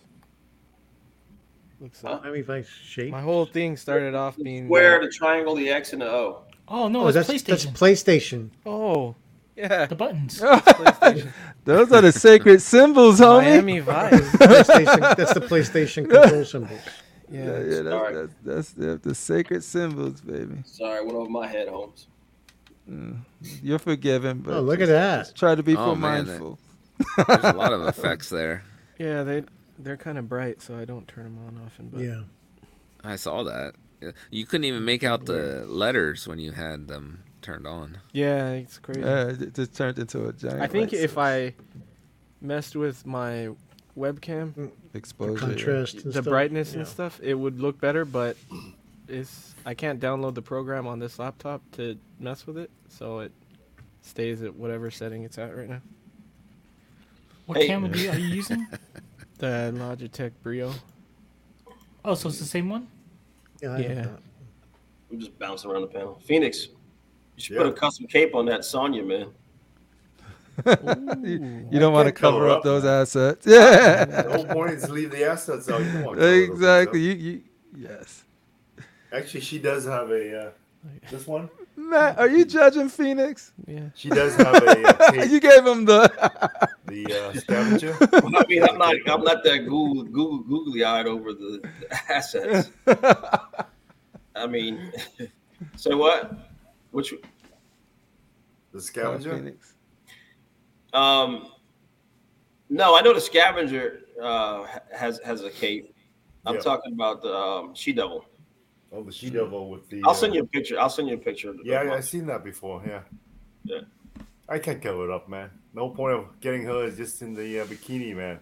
Speaker 2: Looks
Speaker 9: Huh?
Speaker 2: like
Speaker 6: I mean, like shape.
Speaker 2: my whole thing started off being
Speaker 9: square,
Speaker 2: that-
Speaker 9: the triangle, the X, and the O.
Speaker 4: oh no
Speaker 6: Oh,
Speaker 4: it's
Speaker 6: that's
Speaker 4: playstation
Speaker 6: that's PlayStation.
Speaker 2: Oh, yeah,
Speaker 4: the buttons
Speaker 2: PlayStation.
Speaker 5: Those are the sacred symbols, homie.
Speaker 2: Miami Vice.
Speaker 6: PlayStation. that's the PlayStation control symbols.
Speaker 5: Yeah,
Speaker 2: Yeah,
Speaker 5: yeah, that's,
Speaker 9: Alright.
Speaker 5: that's, that's the, the sacred symbols, baby. Mm.
Speaker 9: Sorry, went over my head, Holmes.
Speaker 5: You're forgiven, but
Speaker 6: Oh, look at
Speaker 5: just-
Speaker 6: that.
Speaker 5: just try to be
Speaker 3: Oh, man, that-
Speaker 5: mindful.
Speaker 3: there's a lot of effects there.
Speaker 2: yeah, they they're kind of bright, so I don't turn them on often. But
Speaker 6: Yeah.
Speaker 3: I saw that. You couldn't even make out the letters when you had them turned on.
Speaker 2: yeah, it's crazy.
Speaker 5: Yeah, it just turned into a giant.
Speaker 2: I think
Speaker 5: like,
Speaker 2: if I messed with my webcam,
Speaker 6: Mm. The
Speaker 5: exposure, yeah.
Speaker 6: contrast.
Speaker 2: the
Speaker 6: and stuff.
Speaker 2: brightness
Speaker 6: Yeah.
Speaker 2: and stuff, it would look better, but it's I can't download the program on this laptop to mess with it, so it stays at whatever setting it's at right now.
Speaker 4: What camera do you, are you using?
Speaker 2: The Logitech Brio.
Speaker 4: Oh, so it's the same one?
Speaker 6: Yeah.
Speaker 2: Yeah.
Speaker 9: I'm just bouncing around the panel. Phoenix, you should put
Speaker 8: Yeah.
Speaker 9: a custom cape on that Sonya, man.
Speaker 5: you, you don't want to
Speaker 8: can't cover
Speaker 5: cover up
Speaker 8: up
Speaker 5: those assets. Yeah.
Speaker 8: The whole point is to leave the assets out. You don't want to cover those things up.
Speaker 5: exactly. You, you, yes.
Speaker 8: Actually, she does have a. Uh, this one?
Speaker 5: Matt, are you judging Phoenix?
Speaker 2: Yeah.
Speaker 8: She does have a. Uh, cape,
Speaker 5: you gave him the.
Speaker 8: the uh, scavenger.
Speaker 9: I mean, I'm not, I'm not that goo goo googly eyed over the, the assets. I mean, so what? Which
Speaker 8: The scavenger?
Speaker 5: Phoenix.
Speaker 9: Um, no, I know the scavenger uh, ha- has has a cape. I'm
Speaker 8: Yeah.
Speaker 9: talking about the um, she devil.
Speaker 8: Oh, the she devil with the.
Speaker 9: I'll
Speaker 8: uh,
Speaker 9: send you a picture. I'll send you a picture. of the-
Speaker 8: Yeah, I, I've seen that before. Yeah.
Speaker 9: Yeah.
Speaker 8: I can't cover it up, man. No point of getting her is just in the uh, bikini, man.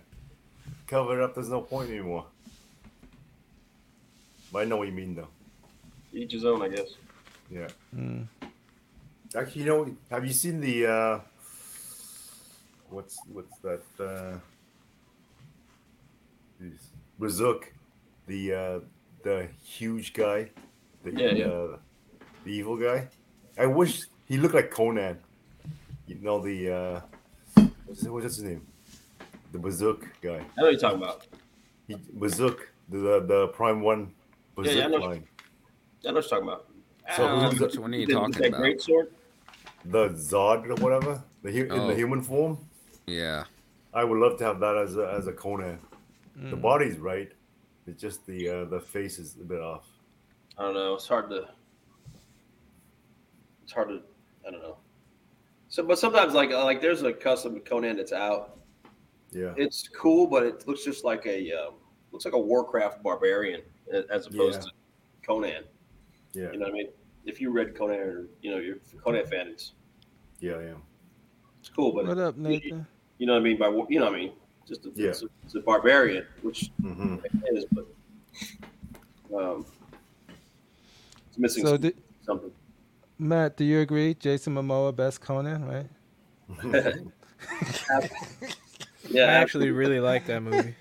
Speaker 8: Cover it up. There's no point anymore. But I know what you mean, though.
Speaker 9: each his own, I guess.
Speaker 8: Yeah. Actually, you know, have you seen the uh, what's what's that? Uh, geez, Razook, the uh, the huge guy, the
Speaker 9: Yeah, yeah.
Speaker 8: Uh, the evil guy. I wish he looked like Conan. You know the uh, what's, his- what's his name? The Bazook guy.
Speaker 9: I know what you're talking about.
Speaker 8: He, Bazook, the, the the Prime One.
Speaker 9: Yeah,
Speaker 8: Bazook
Speaker 9: yeah, I know.
Speaker 8: line.
Speaker 9: I know what you're talking about.
Speaker 8: So
Speaker 9: Um,
Speaker 8: who's-
Speaker 3: which one are you
Speaker 9: is that
Speaker 3: talking about?
Speaker 9: great sword?
Speaker 8: The Zod or whatever, the hu- in
Speaker 3: Oh.
Speaker 8: the human form.
Speaker 3: Yeah.
Speaker 8: I would love to have that as a, as a Conan. The body's right. It's just the uh, the face is a bit off.
Speaker 9: I don't know. It's hard to. It's hard to. I don't know. So, but sometimes like uh, like there's a custom Conan that's out.
Speaker 8: Yeah.
Speaker 9: It's cool, but it looks just like a um, looks like a Warcraft barbarian a- as opposed
Speaker 8: Yeah.
Speaker 9: to Conan.
Speaker 8: yeah.
Speaker 9: You know what I mean? If you read Conan, or, you know you're a Conan fan. It's
Speaker 8: Yeah, I am.
Speaker 9: it's cool, but
Speaker 5: What
Speaker 9: it-
Speaker 5: up,
Speaker 9: you-
Speaker 5: Nathan?
Speaker 9: You know what I mean by war- you know what I mean. Just a,
Speaker 8: Yeah.
Speaker 9: it's, a, it's a barbarian, which
Speaker 8: hmm
Speaker 9: it is, but um, it's missing
Speaker 5: So, do,
Speaker 9: something.
Speaker 5: Matt, do you agree? Jason Momoa, best Conan, right?
Speaker 9: Yeah,
Speaker 2: I actually really like that movie.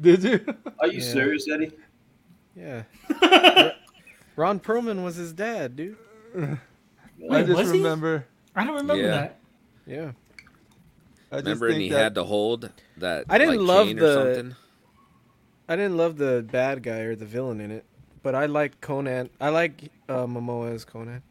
Speaker 5: Did you?
Speaker 9: Are you
Speaker 2: Yeah.
Speaker 9: serious, Eddie?
Speaker 2: Yeah. Ron Perlman was his dad, dude.
Speaker 5: I
Speaker 4: Wait,
Speaker 5: just
Speaker 4: was he?
Speaker 5: remember.
Speaker 4: I don't remember
Speaker 3: Yeah.
Speaker 4: that.
Speaker 2: Yeah.
Speaker 5: I just
Speaker 3: Remember, and
Speaker 5: think
Speaker 3: he
Speaker 5: that-
Speaker 3: had to hold that.
Speaker 2: I didn't
Speaker 3: like,
Speaker 2: love
Speaker 3: chain
Speaker 2: the-
Speaker 3: Or something.
Speaker 2: I didn't love the bad guy or the villain in it, but I like Conan. I like uh, Momoa as Conan.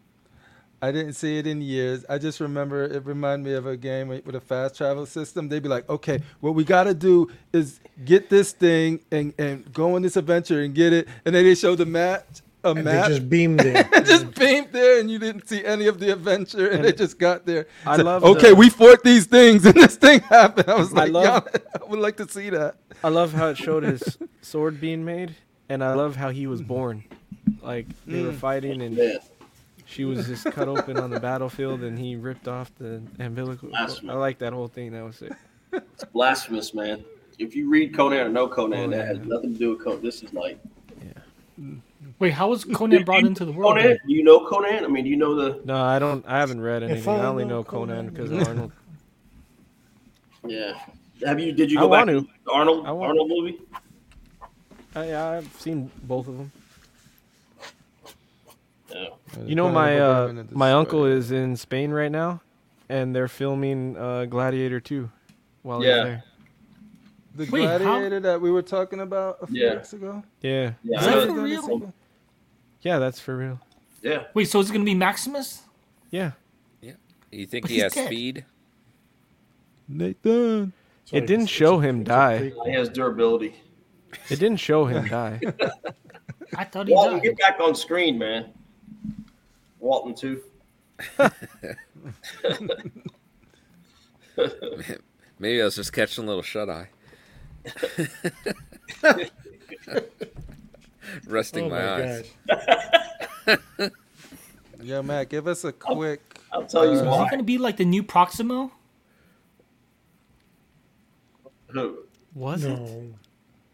Speaker 5: I didn't see it in years. I just remember it reminded me of a game with with a fast travel system. They'd be like, okay, what we got to do is get this thing and, and go on this adventure and get it. And then they showed the map, a
Speaker 6: And
Speaker 5: map,
Speaker 6: they just beamed there.
Speaker 5: and just beamed there and you didn't see any of the adventure and, they just got there.
Speaker 2: I
Speaker 5: It's like,
Speaker 2: love
Speaker 5: Okay,
Speaker 2: the-
Speaker 5: we fought these things and this thing happened. I was
Speaker 2: I
Speaker 5: like,
Speaker 2: love-
Speaker 5: "Yo, I would like to see that.
Speaker 2: I love how it showed his sword being made, and I love how he was born. Like they
Speaker 4: Mm.
Speaker 2: were fighting, and
Speaker 9: Yeah,
Speaker 2: she was just cut open on the battlefield, and he ripped off the umbilical.
Speaker 9: That's
Speaker 2: I like that whole thing. That was sick.
Speaker 9: it's blasphemous, man. If you read Conan or know Conan, that
Speaker 2: Oh, yeah.
Speaker 9: has nothing to do with Conan. This is like
Speaker 4: Wait, how was Conan brought
Speaker 9: You-
Speaker 4: into the world?
Speaker 9: Conan, you know Conan? I mean, you know the
Speaker 2: No, I don't. I haven't read anything. I
Speaker 6: I
Speaker 2: only
Speaker 6: know
Speaker 2: know Conan
Speaker 6: Conan,
Speaker 2: because of Arnold.
Speaker 9: yeah. Have you? Did you
Speaker 2: I
Speaker 9: go back
Speaker 2: want to.
Speaker 9: the Arnold
Speaker 2: I want-
Speaker 9: Arnold movie?
Speaker 2: I, I've seen both of them.
Speaker 9: Yeah.
Speaker 2: You know, my uh, my uncle is in Spain right now, and they're filming uh, Gladiator 2 while
Speaker 9: Yeah.
Speaker 2: he's there.
Speaker 5: The
Speaker 4: Wait, how-
Speaker 5: gladiator that we were talking about a few
Speaker 9: Yeah.
Speaker 5: weeks ago.
Speaker 2: Yeah,
Speaker 9: Yeah,
Speaker 4: Is
Speaker 9: I
Speaker 4: that
Speaker 9: know-
Speaker 4: for real?
Speaker 2: yeah, that's for real.
Speaker 9: yeah.
Speaker 4: Wait, so is it gonna be Maximus?
Speaker 2: Yeah,
Speaker 3: You think
Speaker 4: But
Speaker 3: he
Speaker 4: he's
Speaker 3: has
Speaker 4: dead.
Speaker 3: speed?
Speaker 5: Nathan.
Speaker 2: it didn't show him die.
Speaker 9: He has durability.
Speaker 2: It didn't show him die.
Speaker 4: I thought he
Speaker 9: Walton,
Speaker 4: died.
Speaker 9: get back on screen, man. Walton too.
Speaker 3: Maybe I was just catching a little shut eye. Resting
Speaker 6: Oh
Speaker 3: my,
Speaker 6: my
Speaker 3: eyes.
Speaker 6: god.
Speaker 5: Yeah, Matt, give us a quick.
Speaker 9: I'll tell you
Speaker 5: Uh,
Speaker 4: Is he
Speaker 9: why.
Speaker 4: gonna be like the new Proximo?
Speaker 9: Who-
Speaker 4: Was it?
Speaker 6: No.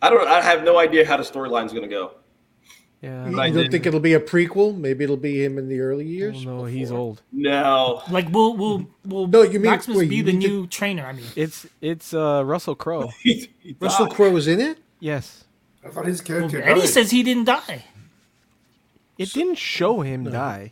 Speaker 9: I don't. I have no idea how the storyline's gonna go.
Speaker 2: Yeah.
Speaker 6: You, you don't think it'll be a prequel? Maybe it'll be him in the early years.
Speaker 2: no, he's old.
Speaker 9: No.
Speaker 4: Like, will will will
Speaker 6: No, you mean-
Speaker 4: Maximus
Speaker 6: wait,
Speaker 4: be
Speaker 6: you
Speaker 4: the
Speaker 6: mean the-
Speaker 4: new trainer? I mean,
Speaker 2: It's it's uh, Russell Crowe.
Speaker 6: Russell Crowe was in it.
Speaker 2: yes.
Speaker 7: I thought his
Speaker 4: well,
Speaker 7: character
Speaker 4: Eddie
Speaker 7: died.
Speaker 4: says he didn't die.
Speaker 2: It didn't show him die.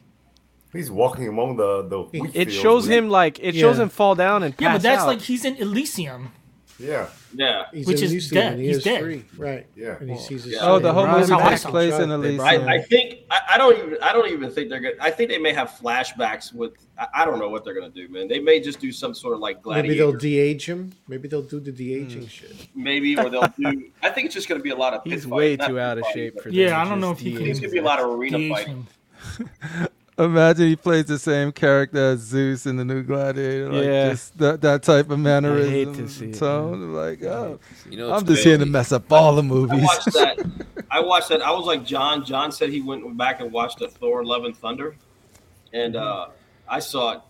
Speaker 8: He's walking among the the. wheat
Speaker 2: It
Speaker 8: fields,
Speaker 2: shows
Speaker 8: man.
Speaker 2: him like it shows
Speaker 6: Yeah.
Speaker 2: him fall down and pass
Speaker 4: Yeah, but that's
Speaker 2: out.
Speaker 4: like he's in Elysium.
Speaker 8: Yeah,
Speaker 9: Yeah.
Speaker 6: He's
Speaker 4: Which
Speaker 6: in
Speaker 4: is
Speaker 6: Elysium
Speaker 4: dead.
Speaker 6: and
Speaker 4: He's
Speaker 6: is
Speaker 4: dead.
Speaker 6: free. Right.
Speaker 8: yeah.
Speaker 6: And he sees his
Speaker 5: Oh, the whole
Speaker 2: Brian
Speaker 5: movie
Speaker 4: Robinson.
Speaker 5: takes place in
Speaker 6: They
Speaker 5: Elysium.
Speaker 6: brought him
Speaker 9: I, I think I, I don't even I don't even think they're gonna I think they may have flashbacks with I, I don't know what they're gonna do, man. They may just do some sort of like
Speaker 6: Maybe
Speaker 9: gladiator
Speaker 6: they'll
Speaker 9: maybe,
Speaker 6: de-age him. Maybe they'll do the de-aging shit.
Speaker 9: or they'll do I think it's just gonna be a lot of pit
Speaker 2: he's
Speaker 9: fights,
Speaker 2: way
Speaker 9: not
Speaker 2: too
Speaker 9: pit
Speaker 2: out of
Speaker 9: fighting,
Speaker 2: shape
Speaker 9: but-
Speaker 2: for
Speaker 4: Yeah,
Speaker 2: this.
Speaker 4: I don't
Speaker 2: Just
Speaker 4: know if he
Speaker 9: I
Speaker 2: the-
Speaker 9: think it's
Speaker 4: can-
Speaker 9: gonna be a lot of arena
Speaker 4: DH
Speaker 9: fighting.
Speaker 4: him.
Speaker 5: Imagine he plays the same character as Zeus in the new Gladiator. Like
Speaker 2: Yeah.
Speaker 5: just that, that type of mannerism.
Speaker 2: see it,
Speaker 5: tone. Like, oh,
Speaker 3: You know,
Speaker 5: I'm
Speaker 3: it's
Speaker 5: just here to
Speaker 3: crazy.
Speaker 5: mess up all the
Speaker 9: I
Speaker 5: movies.
Speaker 9: watched that. I watched that. I was like John. John said he went back and watched the Thor: Love and Thunder, and
Speaker 5: Mm-hmm.
Speaker 9: uh, I saw it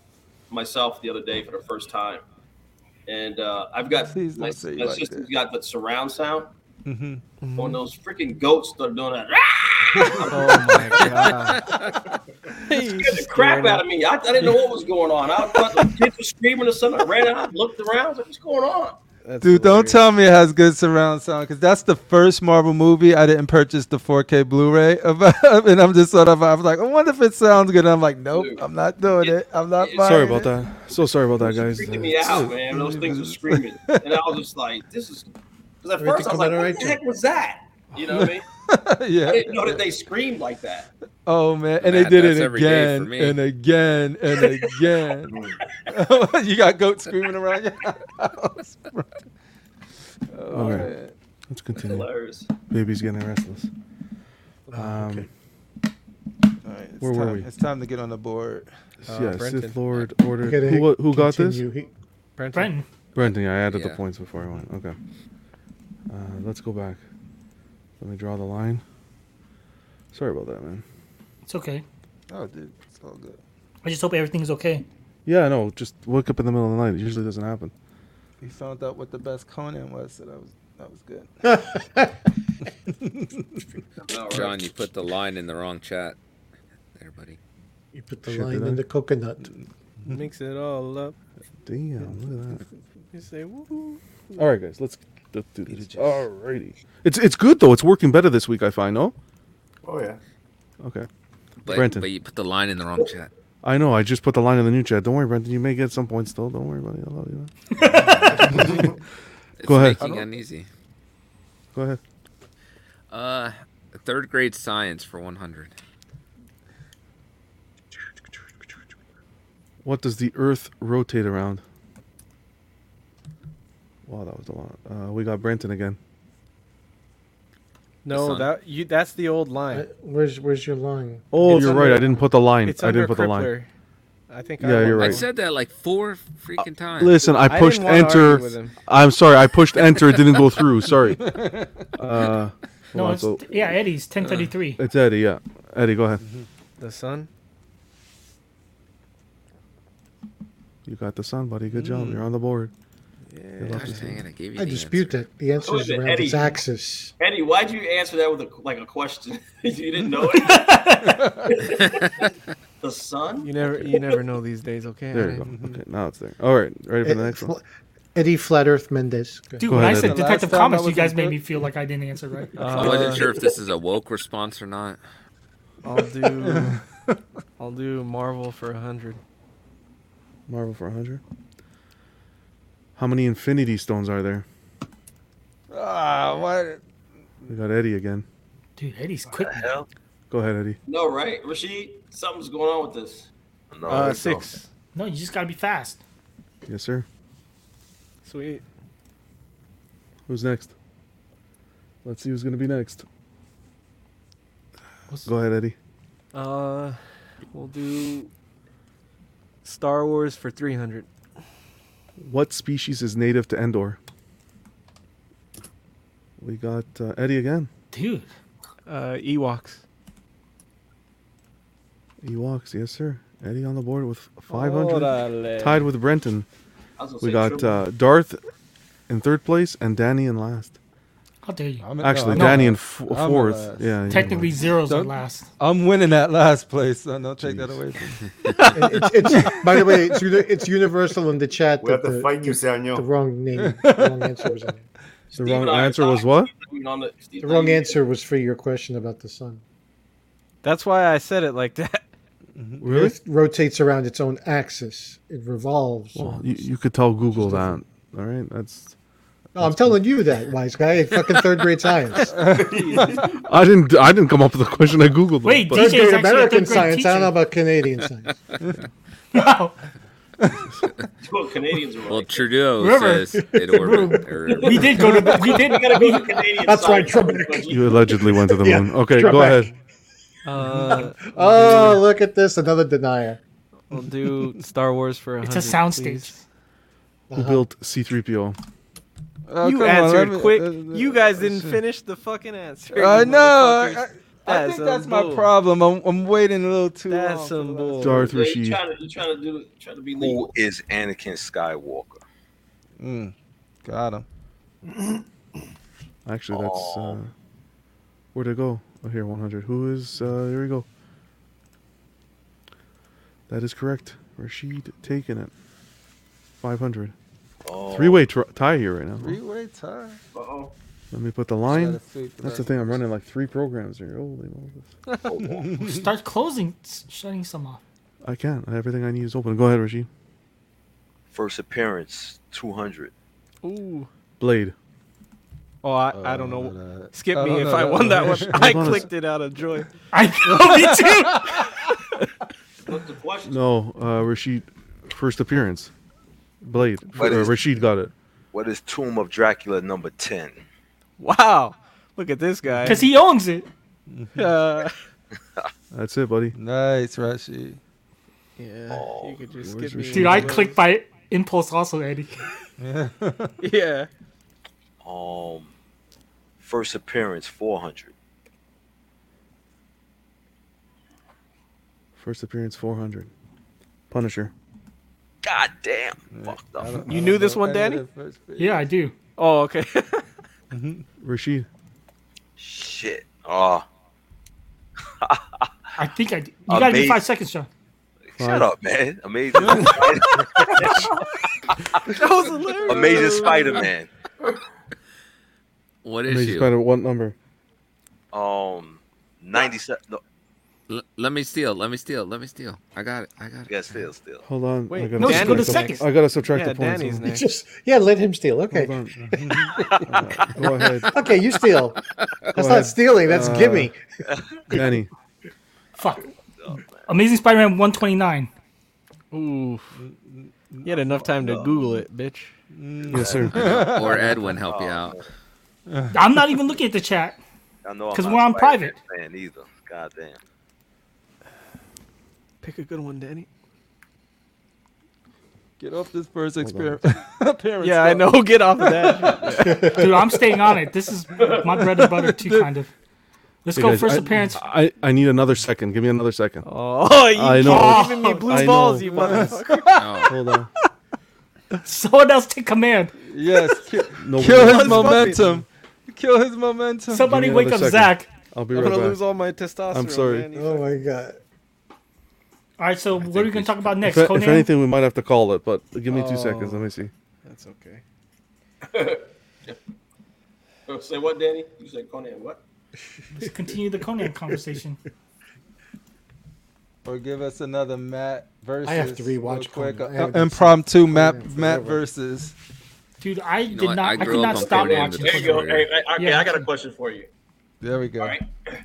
Speaker 9: myself the other day for the first time. And uh, I've got
Speaker 5: Please don't
Speaker 9: my,
Speaker 5: say you
Speaker 9: my
Speaker 5: liked
Speaker 9: sister's
Speaker 5: it.
Speaker 9: got the surround sound
Speaker 5: Mhm.
Speaker 9: on those freaking goats that are doing that. "Ah!"
Speaker 2: Oh my god.
Speaker 9: scared the crap out of me. I, I didn't know what was going on. I thought the kids were screaming or something. I ran out, looked around, I was like, "What's going on?"
Speaker 2: That's
Speaker 5: Dude, don't
Speaker 2: hilarious.
Speaker 5: tell me it has good surround sound because that's the first Marvel movie I didn't purchase the 4K Blu-ray of, and I'm just sort of I was like, I wonder if it sounds good. And I'm like, nope,
Speaker 9: Dude,
Speaker 5: I'm not doing
Speaker 9: it-
Speaker 5: it. I'm not.
Speaker 9: it-
Speaker 5: buying
Speaker 1: Sorry
Speaker 5: it.
Speaker 1: about that. So sorry about that, guys.
Speaker 9: freaking me out, man. Those things were screaming, and I was just like, "This is." Because at
Speaker 6: Everything
Speaker 9: first I was
Speaker 6: come
Speaker 9: like,
Speaker 6: out all right,
Speaker 9: "What the
Speaker 6: Jim?"
Speaker 9: heck was that?" You know what I mean? I
Speaker 5: yeah.
Speaker 9: didn't know that they screamed like that.
Speaker 5: Oh man, and
Speaker 3: Matt,
Speaker 5: they did
Speaker 3: that's
Speaker 5: it
Speaker 3: every day
Speaker 5: again
Speaker 3: for me.
Speaker 5: and again and again. you got goat screaming around your house. bro. Oh,
Speaker 1: Okay.
Speaker 5: man.
Speaker 1: Let's continue.
Speaker 9: Hilarious.
Speaker 1: Baby's getting restless. Um,
Speaker 5: All right, it's
Speaker 1: Where were
Speaker 5: time.
Speaker 1: we?
Speaker 5: It's time to get on the board.
Speaker 2: Uh,
Speaker 1: yeah,
Speaker 2: Brenton.
Speaker 1: Sith Lord ordered.
Speaker 6: Gotta
Speaker 1: Who, wa- who got this?
Speaker 6: continue. He-
Speaker 2: Brenton.
Speaker 4: Brenton.
Speaker 1: Brenton, yeah, I added the
Speaker 3: Yeah.
Speaker 1: points before I went. Okay. Uh, let's go back. Let me draw the line. Sorry about that, man.
Speaker 4: It's okay.
Speaker 5: Oh, dude, it's all good.
Speaker 4: I just hope everything's okay.
Speaker 1: Yeah, no, just woke up in the middle of the night. It usually doesn't happen.
Speaker 5: We found out what the best Conan was, so that was that was good.
Speaker 9: All right.
Speaker 3: John, you put the line in the wrong chat. There, buddy.
Speaker 6: You put the
Speaker 1: Shit,
Speaker 6: line
Speaker 1: did I?
Speaker 6: in the coconut.
Speaker 2: Mix it all up.
Speaker 1: Damn, look at that.
Speaker 2: You say woo.
Speaker 1: All right, guys, let's, let's do this. Alrighty. It's it's good though. It's working better this week. I find. No.
Speaker 8: Oh yeah.
Speaker 1: Okay.
Speaker 3: But,
Speaker 1: Brenton.
Speaker 3: but you put the line in the wrong chat.
Speaker 1: I know. I just put the line in the new chat. Don't worry, Brenton. You may get some points still. Don't worry about it. I love you. man.
Speaker 3: It's
Speaker 1: Go ahead.
Speaker 3: making uneasy.
Speaker 1: Go ahead.
Speaker 3: Uh, third grade science for 100.
Speaker 1: What does the Earth rotate around? Wow, that was a lot. Uh, we got Brenton again.
Speaker 2: No,
Speaker 3: sun.
Speaker 2: that you that's the old line.
Speaker 6: Where's Where's your line?
Speaker 1: Oh,
Speaker 2: It's
Speaker 1: you're
Speaker 2: under-
Speaker 1: right. I didn't put the line.
Speaker 2: It's
Speaker 1: I
Speaker 2: under
Speaker 1: didn't put the line.
Speaker 2: Crippler. I think
Speaker 1: Yeah,
Speaker 2: I
Speaker 1: you're
Speaker 3: I
Speaker 1: right. Uh,
Speaker 3: said that like four freaking times.
Speaker 1: Listen, I
Speaker 2: didn't
Speaker 1: pushed
Speaker 2: wanna argue with
Speaker 1: enter.
Speaker 2: him.
Speaker 1: I'm sorry. I pushed enter. It didn't go through. Sorry. Uh,
Speaker 4: No,
Speaker 1: hold on,
Speaker 4: it's
Speaker 1: so-
Speaker 4: yeah, Eddie's ten thirty three.
Speaker 1: it's Eddie. Yeah, Eddie, go ahead.
Speaker 2: The sun.
Speaker 1: You got the sun, buddy. Good job. You're on the board. Good luck
Speaker 3: Gosh
Speaker 1: this
Speaker 3: dang it, I gave you
Speaker 6: I
Speaker 3: the
Speaker 6: dispute
Speaker 3: answer.
Speaker 6: that. The answer
Speaker 9: Oh,
Speaker 6: is
Speaker 9: the
Speaker 6: around
Speaker 9: Eddie.
Speaker 6: its axis.
Speaker 9: Eddie, why'd you answer that with a, like a question? you didn't know it. the sun.
Speaker 2: You never you never know these days, okay?
Speaker 1: There you go. Okay, now it's there. All right, ready for the
Speaker 6: Ed-
Speaker 1: next one?
Speaker 6: Fla- Eddie Flat Earth Mendez.
Speaker 4: Dude,
Speaker 1: Go
Speaker 4: when I
Speaker 1: ahead,
Speaker 4: said
Speaker 1: Eddie.
Speaker 4: Detective
Speaker 5: Last time I
Speaker 4: Comics, you
Speaker 5: wasn't
Speaker 4: guys made
Speaker 5: good.
Speaker 4: me feel like I didn't answer right.
Speaker 1: Uh,
Speaker 3: I wasn't sure if this is a woke response or not.
Speaker 2: I'll do I'll do Marvel for a hundred.
Speaker 1: Marvel for 100. How many Infinity Stones are there?
Speaker 5: Ah, what?
Speaker 1: We got Eddie again.
Speaker 4: Dude, Eddie's quick. man.
Speaker 9: Hell,
Speaker 1: Go ahead, Eddie.
Speaker 9: no, right, Rashid? Something's going on with this.
Speaker 10: No,
Speaker 2: Uh,
Speaker 10: it's not.
Speaker 2: six.
Speaker 4: No, you just gotta be fast.
Speaker 1: Yes, sir.
Speaker 2: Sweet.
Speaker 1: Who's next? Let's see who's going to be next.
Speaker 2: What's-
Speaker 1: Go ahead, Eddie.
Speaker 2: Uh, we'll do Star Wars for 300.
Speaker 1: What species is native to Endor? We got uh, Eddie again.
Speaker 4: Dude,
Speaker 2: Uh, Ewoks.
Speaker 1: Ewoks, yes, sir. Eddie on the board with 500. Tied with Brenton.
Speaker 9: I was gonna
Speaker 1: We
Speaker 9: say
Speaker 1: got
Speaker 9: triple.
Speaker 1: uh, Darth in third place and Danny in last.
Speaker 4: How dare you?
Speaker 5: I'm in-
Speaker 1: Actually,
Speaker 5: I'm
Speaker 1: Danny
Speaker 5: not-
Speaker 1: in f-
Speaker 5: I'm in
Speaker 1: fourth.
Speaker 5: last.
Speaker 1: Yeah, yeah.
Speaker 4: Technically, zeros are
Speaker 5: Don't-
Speaker 4: last.
Speaker 5: I'm winning that last place. So don't take that away from me.
Speaker 6: It's, it's, by the way, it's, uni- it's universal in the chat.
Speaker 8: We have
Speaker 6: that
Speaker 8: to
Speaker 6: the-
Speaker 8: fight you, Sanyo.
Speaker 6: The wrong name. The wrong answer was, on it.
Speaker 1: The wrong answer was what?
Speaker 6: the wrong answer was for your question about the sun.
Speaker 2: That's why I said it like that.
Speaker 1: Really?
Speaker 6: Earth rotates around its own axis. It revolves.
Speaker 1: Well, you, you could tell Google that. All right, that's.
Speaker 6: No, I'm telling you that, wise guy. It's fucking third grade science.
Speaker 1: I didn't. I didn't come up with the question. I googled. it,
Speaker 4: Wait,
Speaker 1: but-
Speaker 6: Third
Speaker 4: DJ is
Speaker 6: grade
Speaker 4: actually a third
Speaker 6: American
Speaker 4: grade
Speaker 6: science. I
Speaker 4: teacher.
Speaker 6: don't know about Canadian science.
Speaker 4: Wow.
Speaker 9: Well, Canadians are
Speaker 3: Well,
Speaker 9: right.
Speaker 3: Trudeau
Speaker 4: River.
Speaker 3: says it orbit. or-
Speaker 4: We did go to. We did.
Speaker 9: Well,
Speaker 4: We,
Speaker 9: Canadians
Speaker 6: That's right,
Speaker 9: sorry.
Speaker 6: Trebek.
Speaker 1: You allegedly went to the
Speaker 6: Yeah,
Speaker 1: moon. Okay,
Speaker 6: drop
Speaker 1: go
Speaker 6: back.
Speaker 1: ahead.
Speaker 2: Uh,
Speaker 6: Oh, look at this. Another denier.
Speaker 2: we'll do Star Wars for a
Speaker 4: It's a
Speaker 2: hundred,
Speaker 4: soundstage.
Speaker 2: please.
Speaker 1: Who built C-3PO?
Speaker 5: Oh,
Speaker 2: you
Speaker 5: come on, let
Speaker 2: answered
Speaker 5: me-
Speaker 2: quick.
Speaker 5: uh, uh,
Speaker 2: you guys
Speaker 5: uh,
Speaker 2: didn't
Speaker 5: shit.
Speaker 2: finish the fucking answer.
Speaker 5: I
Speaker 2: you
Speaker 5: know. I,
Speaker 2: motherfuckers.
Speaker 5: I- I
Speaker 2: That's
Speaker 5: think
Speaker 2: some
Speaker 5: that's my
Speaker 2: bull.
Speaker 5: problem. I'm, I'm waiting a little too
Speaker 2: That's
Speaker 5: long. for
Speaker 2: some
Speaker 5: the last-
Speaker 2: bull.
Speaker 1: Darth
Speaker 9: Yeah, you
Speaker 1: Rashid.
Speaker 9: trying to you trying to do trying to be
Speaker 10: Who
Speaker 9: legal.
Speaker 10: is Anakin Skywalker?
Speaker 5: Mm, got him.
Speaker 1: Actually, that's uh, where'd it go? Oh, here, 100. Who is? Uh, here we go. That is correct. Rashid taking it. 500.
Speaker 10: Oh,
Speaker 1: Three-way tr- tie here right now.
Speaker 5: Three-way tie.
Speaker 9: Uh-oh.
Speaker 1: Let me put the line. That's the thing. I'm running like three programs here. Holy Moses.
Speaker 4: Start closing, s- shutting some off.
Speaker 1: I can't. Everything I need is open. Go ahead, Rashid.
Speaker 10: first appearance, two hundred.
Speaker 2: Ooh.
Speaker 1: Blade.
Speaker 2: Oh, I, I don't know. Skip
Speaker 5: Uh, I
Speaker 2: me
Speaker 5: don't
Speaker 2: if
Speaker 5: know
Speaker 2: I
Speaker 5: that
Speaker 2: won that
Speaker 5: one.
Speaker 2: one. I
Speaker 1: Hold on a
Speaker 2: clicked it out of joy.
Speaker 4: I know, me too.
Speaker 9: What's the question?
Speaker 1: No, uh, Rashid. First appearance. Blade.
Speaker 10: What
Speaker 1: Uh,
Speaker 10: is-
Speaker 1: Rashid got it.
Speaker 10: What is Tomb of Dracula number ten?
Speaker 2: Wow. Look at this guy.
Speaker 4: Because he owns it.
Speaker 2: Uh,
Speaker 1: That's it, buddy.
Speaker 5: Nice, Rashi.
Speaker 2: yeah.
Speaker 5: Oh,
Speaker 2: you could just
Speaker 1: Where's
Speaker 2: skip me.
Speaker 1: your
Speaker 4: Dude,
Speaker 2: on
Speaker 4: I
Speaker 2: those.
Speaker 4: clicked by impulse also, Eddie.
Speaker 2: Yeah.
Speaker 10: Um, first appearance, four hundred.
Speaker 1: First appearance 400. Punisher.
Speaker 10: God damn, fucked up.
Speaker 2: You knew this one, Danny?
Speaker 4: Yeah, I do.
Speaker 2: Oh, okay.
Speaker 1: Mm-hmm. Rashid.
Speaker 10: Shit. Oh,
Speaker 4: I think I do. You gotta do
Speaker 10: Amazing.
Speaker 4: five seconds, John.
Speaker 10: shut up, man. Amazing,
Speaker 2: that was hilarious.
Speaker 10: amazing Spider-Man.
Speaker 3: What
Speaker 1: Amazing
Speaker 3: issue?
Speaker 1: Spider- what number?
Speaker 10: Um, ninety-seven. No,
Speaker 3: L- let me steal. Let me steal. Let me steal. I got it. I got it.
Speaker 10: yeah, still, still.
Speaker 1: Hold on. I
Speaker 2: Wait,
Speaker 1: gotta
Speaker 4: no,
Speaker 1: subtract
Speaker 4: just go to
Speaker 1: the-
Speaker 4: second.
Speaker 1: I gotta subtract
Speaker 2: Yeah,
Speaker 1: the points.
Speaker 2: Danny's
Speaker 1: Hold
Speaker 2: next.
Speaker 6: Just yeah, let him steal. Okay,
Speaker 1: on. Uh, go ahead,
Speaker 6: okay, you steal. That's
Speaker 1: ahead.
Speaker 6: not stealing. That's
Speaker 1: Uh,
Speaker 6: gimme.
Speaker 1: Danny.
Speaker 4: Fuck. Amazing Spider-Man 129.
Speaker 2: Ooh. You had enough time to Google it, bitch.
Speaker 1: Yes, sir.
Speaker 3: Or Edwin help
Speaker 10: Oh,
Speaker 3: you out.
Speaker 2: Oh,
Speaker 4: I'm not even looking at the chat.
Speaker 10: I know. I'm
Speaker 4: 'Cause
Speaker 10: not
Speaker 4: we're on
Speaker 10: a
Speaker 4: private.
Speaker 10: Spider-Man fan either. God damn.
Speaker 2: Pick a good one, Danny.
Speaker 5: Get off this first
Speaker 1: Hold
Speaker 5: experiment. Parents
Speaker 2: Yeah, I
Speaker 5: club.
Speaker 2: know. Get off of that.
Speaker 4: Dude, I'm staying on it. This is my bread and butter too, kind of. Let's
Speaker 1: Hey,
Speaker 4: go
Speaker 1: guys,
Speaker 4: first
Speaker 1: I-
Speaker 4: appearance.
Speaker 1: I, I need another second. Give me another second.
Speaker 2: oh, you
Speaker 1: I
Speaker 2: I
Speaker 1: know.
Speaker 2: giving me blue
Speaker 1: I
Speaker 2: balls,
Speaker 1: know.
Speaker 2: you motherfucker.
Speaker 1: Hold on.
Speaker 4: Someone else take command.
Speaker 5: Yes, kill,
Speaker 1: No,
Speaker 5: kill
Speaker 1: wait.
Speaker 5: his momentum. Kill his momentum.
Speaker 4: Somebody
Speaker 1: another
Speaker 4: wake up
Speaker 1: second.
Speaker 4: Zach.
Speaker 1: I'll be
Speaker 2: I'm gonna
Speaker 1: right
Speaker 2: lose
Speaker 1: back.
Speaker 2: all my testosterone.
Speaker 1: I'm sorry.
Speaker 2: man.
Speaker 6: Oh my god.
Speaker 4: All right, so what are we gonna talk about
Speaker 1: If,
Speaker 4: next?
Speaker 1: if
Speaker 4: Conan.
Speaker 1: anything, we might have to call it, but give me
Speaker 2: Oh.
Speaker 1: two seconds. Let me see.
Speaker 2: That's okay.
Speaker 9: Oh, Say what, Danny? You said Conan. What?
Speaker 4: Let's continue the Conan conversation.
Speaker 5: Or give us another Matt versus.
Speaker 6: have to
Speaker 5: real
Speaker 6: rewatch
Speaker 5: quick.
Speaker 6: Conan. I
Speaker 5: Uh,
Speaker 6: haven't seen
Speaker 5: impromptu Matt
Speaker 6: Conan
Speaker 5: Matt
Speaker 6: forever.
Speaker 5: versus.
Speaker 4: Dude, I
Speaker 3: know
Speaker 4: did
Speaker 3: what?
Speaker 4: not.
Speaker 3: I
Speaker 4: I, could
Speaker 3: grew up
Speaker 4: not
Speaker 3: on
Speaker 4: stop
Speaker 3: Conan
Speaker 4: watching.
Speaker 3: the
Speaker 9: There you go.
Speaker 3: Sorry.
Speaker 9: Hey, I, okay,
Speaker 4: Yeah.
Speaker 9: I got a question for you.
Speaker 5: There we go.
Speaker 9: All right.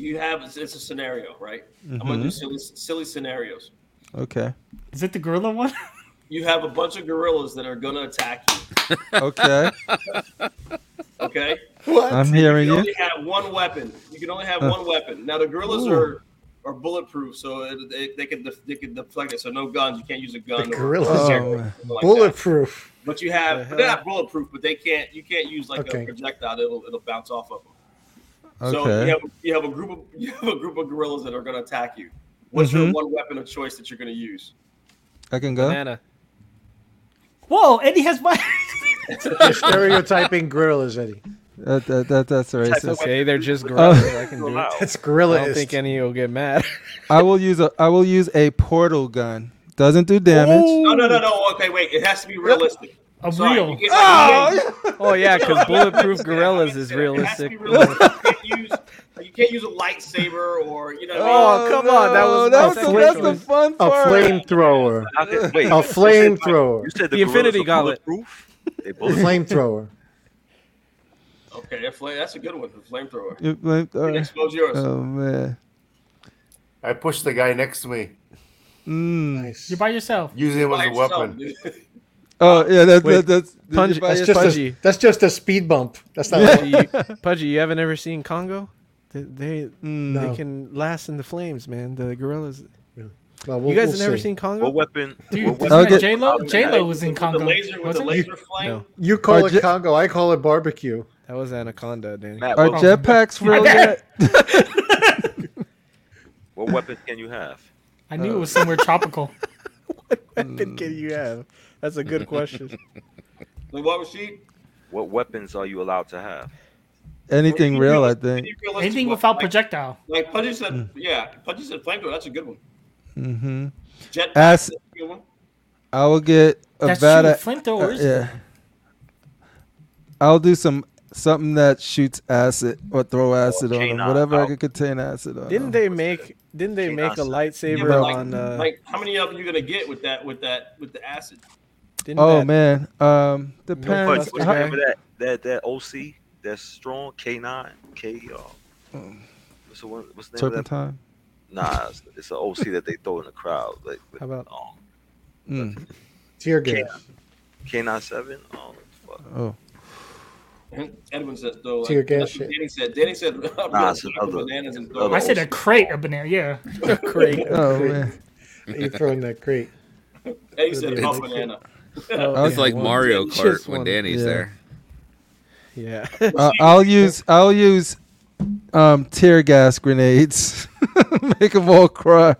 Speaker 9: You have it's, it's a scenario, right? I'm gonna
Speaker 5: Mm-hmm.
Speaker 9: do silly silly scenarios.
Speaker 5: Okay.
Speaker 4: Is it the gorilla one?
Speaker 9: You have a bunch of gorillas that are gonna attack you.
Speaker 5: Okay.
Speaker 9: Okay.
Speaker 5: I'm hearing
Speaker 9: You
Speaker 5: you.
Speaker 9: only have one weapon. You can only have one weapon. Now the gorillas are are bulletproof, so it, they, they can def- they can deflect it. So no guns. You can't use a gun.
Speaker 6: gorillas
Speaker 9: or,
Speaker 5: are
Speaker 9: or something like that.
Speaker 6: Um, Bulletproof.
Speaker 9: But you have they're not bulletproof, but they can't. You can't use like
Speaker 6: Okay.
Speaker 9: a projectile. It'll it'll bounce off of them. So you
Speaker 5: Okay.
Speaker 9: have, you have a group of you have a group of gorillas that are going to attack you. What's
Speaker 2: Mm-hmm.
Speaker 9: your one weapon of choice that you're going to use?
Speaker 5: I can go.
Speaker 2: Banana.
Speaker 4: Whoa, Eddie has my.
Speaker 6: You're stereotyping gorillas, Eddie.
Speaker 5: That, that, that, that's
Speaker 2: So
Speaker 5: racist.
Speaker 2: say they're just
Speaker 5: Uh,
Speaker 2: gorillas. I can do it.
Speaker 6: That's
Speaker 2: I don't
Speaker 6: gorilla-ist.
Speaker 2: think any will get mad.
Speaker 5: I will use a I will use a portal gun. Doesn't do damage.
Speaker 9: No, no, no, no. Okay, wait. It has to be realistic.
Speaker 4: A
Speaker 9: real.
Speaker 2: Oh yeah, because bulletproof gorillas is realistic.
Speaker 9: You can't use a lightsaber or you know. what I
Speaker 2: Oh,
Speaker 9: mean?
Speaker 2: come on, that was
Speaker 5: that
Speaker 4: Oh,
Speaker 5: was the- that's the fun
Speaker 6: A
Speaker 5: part.
Speaker 6: flamethrower.
Speaker 10: Okay,
Speaker 6: A
Speaker 10: wait. You said-
Speaker 6: flamethrower.
Speaker 10: You said
Speaker 2: The
Speaker 10: the, gorillas
Speaker 2: Infinity
Speaker 10: are
Speaker 2: Gauntlet.
Speaker 10: bulletproof? They
Speaker 6: A
Speaker 10: bulletproof.
Speaker 6: flamethrower.
Speaker 9: Okay, that flame, that's a good one. The flamethrower.
Speaker 5: You blamed- all right.
Speaker 9: Next goes yours.
Speaker 5: Oh man.
Speaker 8: I pushed the guy next to me,
Speaker 5: Mm.
Speaker 6: Nice.
Speaker 4: You're by yourself.
Speaker 8: using him as a
Speaker 9: By itself,
Speaker 8: weapon.
Speaker 9: dude.
Speaker 5: Oh yeah, that,
Speaker 2: Wait,
Speaker 5: that, that's
Speaker 2: punch-
Speaker 5: you buy
Speaker 6: That's
Speaker 5: it?
Speaker 6: just, a,
Speaker 2: Pudgy.
Speaker 6: that's just a speed bump. That's not.
Speaker 2: Pudgy, you, Pudgy, you haven't ever seen Congo? They they,
Speaker 6: No.
Speaker 2: they can last in the flames, man. The gorillas.
Speaker 6: Well,
Speaker 2: You
Speaker 6: we'll-
Speaker 2: guys
Speaker 6: we'll
Speaker 2: have never
Speaker 6: see.
Speaker 2: seen Congo?
Speaker 10: What weapon?
Speaker 4: Dude, wasn't
Speaker 10: What weapon?
Speaker 5: Okay.
Speaker 4: that J Lo?
Speaker 9: Um,
Speaker 4: J Lo was in
Speaker 9: with
Speaker 4: Congo.
Speaker 9: The laser, with the
Speaker 4: wasn't it?
Speaker 9: laser flame.
Speaker 2: No.
Speaker 6: You call
Speaker 5: Or
Speaker 6: it
Speaker 5: ju-
Speaker 6: Congo. I call it barbecue.
Speaker 2: That was Anaconda, Danny.
Speaker 10: Matt,
Speaker 5: Are
Speaker 10: what,
Speaker 4: Oh.
Speaker 5: jetpacks real yet?
Speaker 10: what weapon can you have?
Speaker 4: I knew it was somewhere tropical.
Speaker 2: weapon can you have? That's a good question.
Speaker 9: The what was she?
Speaker 10: What weapons are you allowed to have?
Speaker 5: Anything
Speaker 9: Any
Speaker 5: real, I
Speaker 9: realistic-
Speaker 5: think.
Speaker 9: any realistic
Speaker 4: Anything
Speaker 9: one.
Speaker 4: without
Speaker 9: like,
Speaker 4: projectile.
Speaker 9: like Pudgy said,
Speaker 5: Hmm.
Speaker 9: yeah, Pudgy said flamethrower. That's a good one.
Speaker 5: Mm-hmm.
Speaker 9: Jet.
Speaker 5: As-
Speaker 9: that's a good one.
Speaker 5: I will get a
Speaker 4: That's
Speaker 5: vat
Speaker 4: true.
Speaker 5: of
Speaker 4: Flamethrower
Speaker 5: Uh,
Speaker 4: is
Speaker 5: yeah. I'll do some something that shoots acid or throw acid on them,
Speaker 10: canine,
Speaker 5: whatever I
Speaker 10: oh.
Speaker 5: could contain acid on. them.
Speaker 2: Didn't they make? Didn't they make a
Speaker 10: Chainsaw.
Speaker 9: Yeah,
Speaker 2: lightsaber
Speaker 9: but like,
Speaker 2: on? Uh,
Speaker 9: like, how many of them you gonna get with that? With that? With the acid?
Speaker 2: didn't
Speaker 5: Oh
Speaker 2: that-
Speaker 5: man, um,
Speaker 2: Fudge,
Speaker 10: But
Speaker 5: depends.
Speaker 2: what's
Speaker 5: how-
Speaker 10: remember that that that OC that's strong K nine K. Uh, what's the one? What's the name of that?
Speaker 5: turpentine.
Speaker 10: Nah, it's, it's an OC that they throw in the crowd. Like
Speaker 2: How about-
Speaker 10: um,
Speaker 5: Mm.
Speaker 6: Tear gas.
Speaker 10: K nine seven? Oh, fuck.
Speaker 5: Oh,
Speaker 9: Edwin says though. Like,
Speaker 6: Tear gas
Speaker 9: that's what
Speaker 6: shit.
Speaker 9: Danny said. Danny said.
Speaker 10: Nah, it's another-
Speaker 9: bananas and
Speaker 10: another
Speaker 4: I
Speaker 9: throw.
Speaker 4: said a crate of banana. Yeah.
Speaker 2: Craig.
Speaker 5: oh man.
Speaker 6: You throw in that crate.
Speaker 9: Eddie said a banana.
Speaker 2: Oh,
Speaker 3: It's
Speaker 5: Okay.
Speaker 3: like Mario
Speaker 2: Just
Speaker 3: Kart
Speaker 2: one.
Speaker 3: when Danny's
Speaker 5: Yeah.
Speaker 3: there.
Speaker 2: Yeah.
Speaker 5: Uh, I'll use I'll use um tear gas grenades. Make them all cry.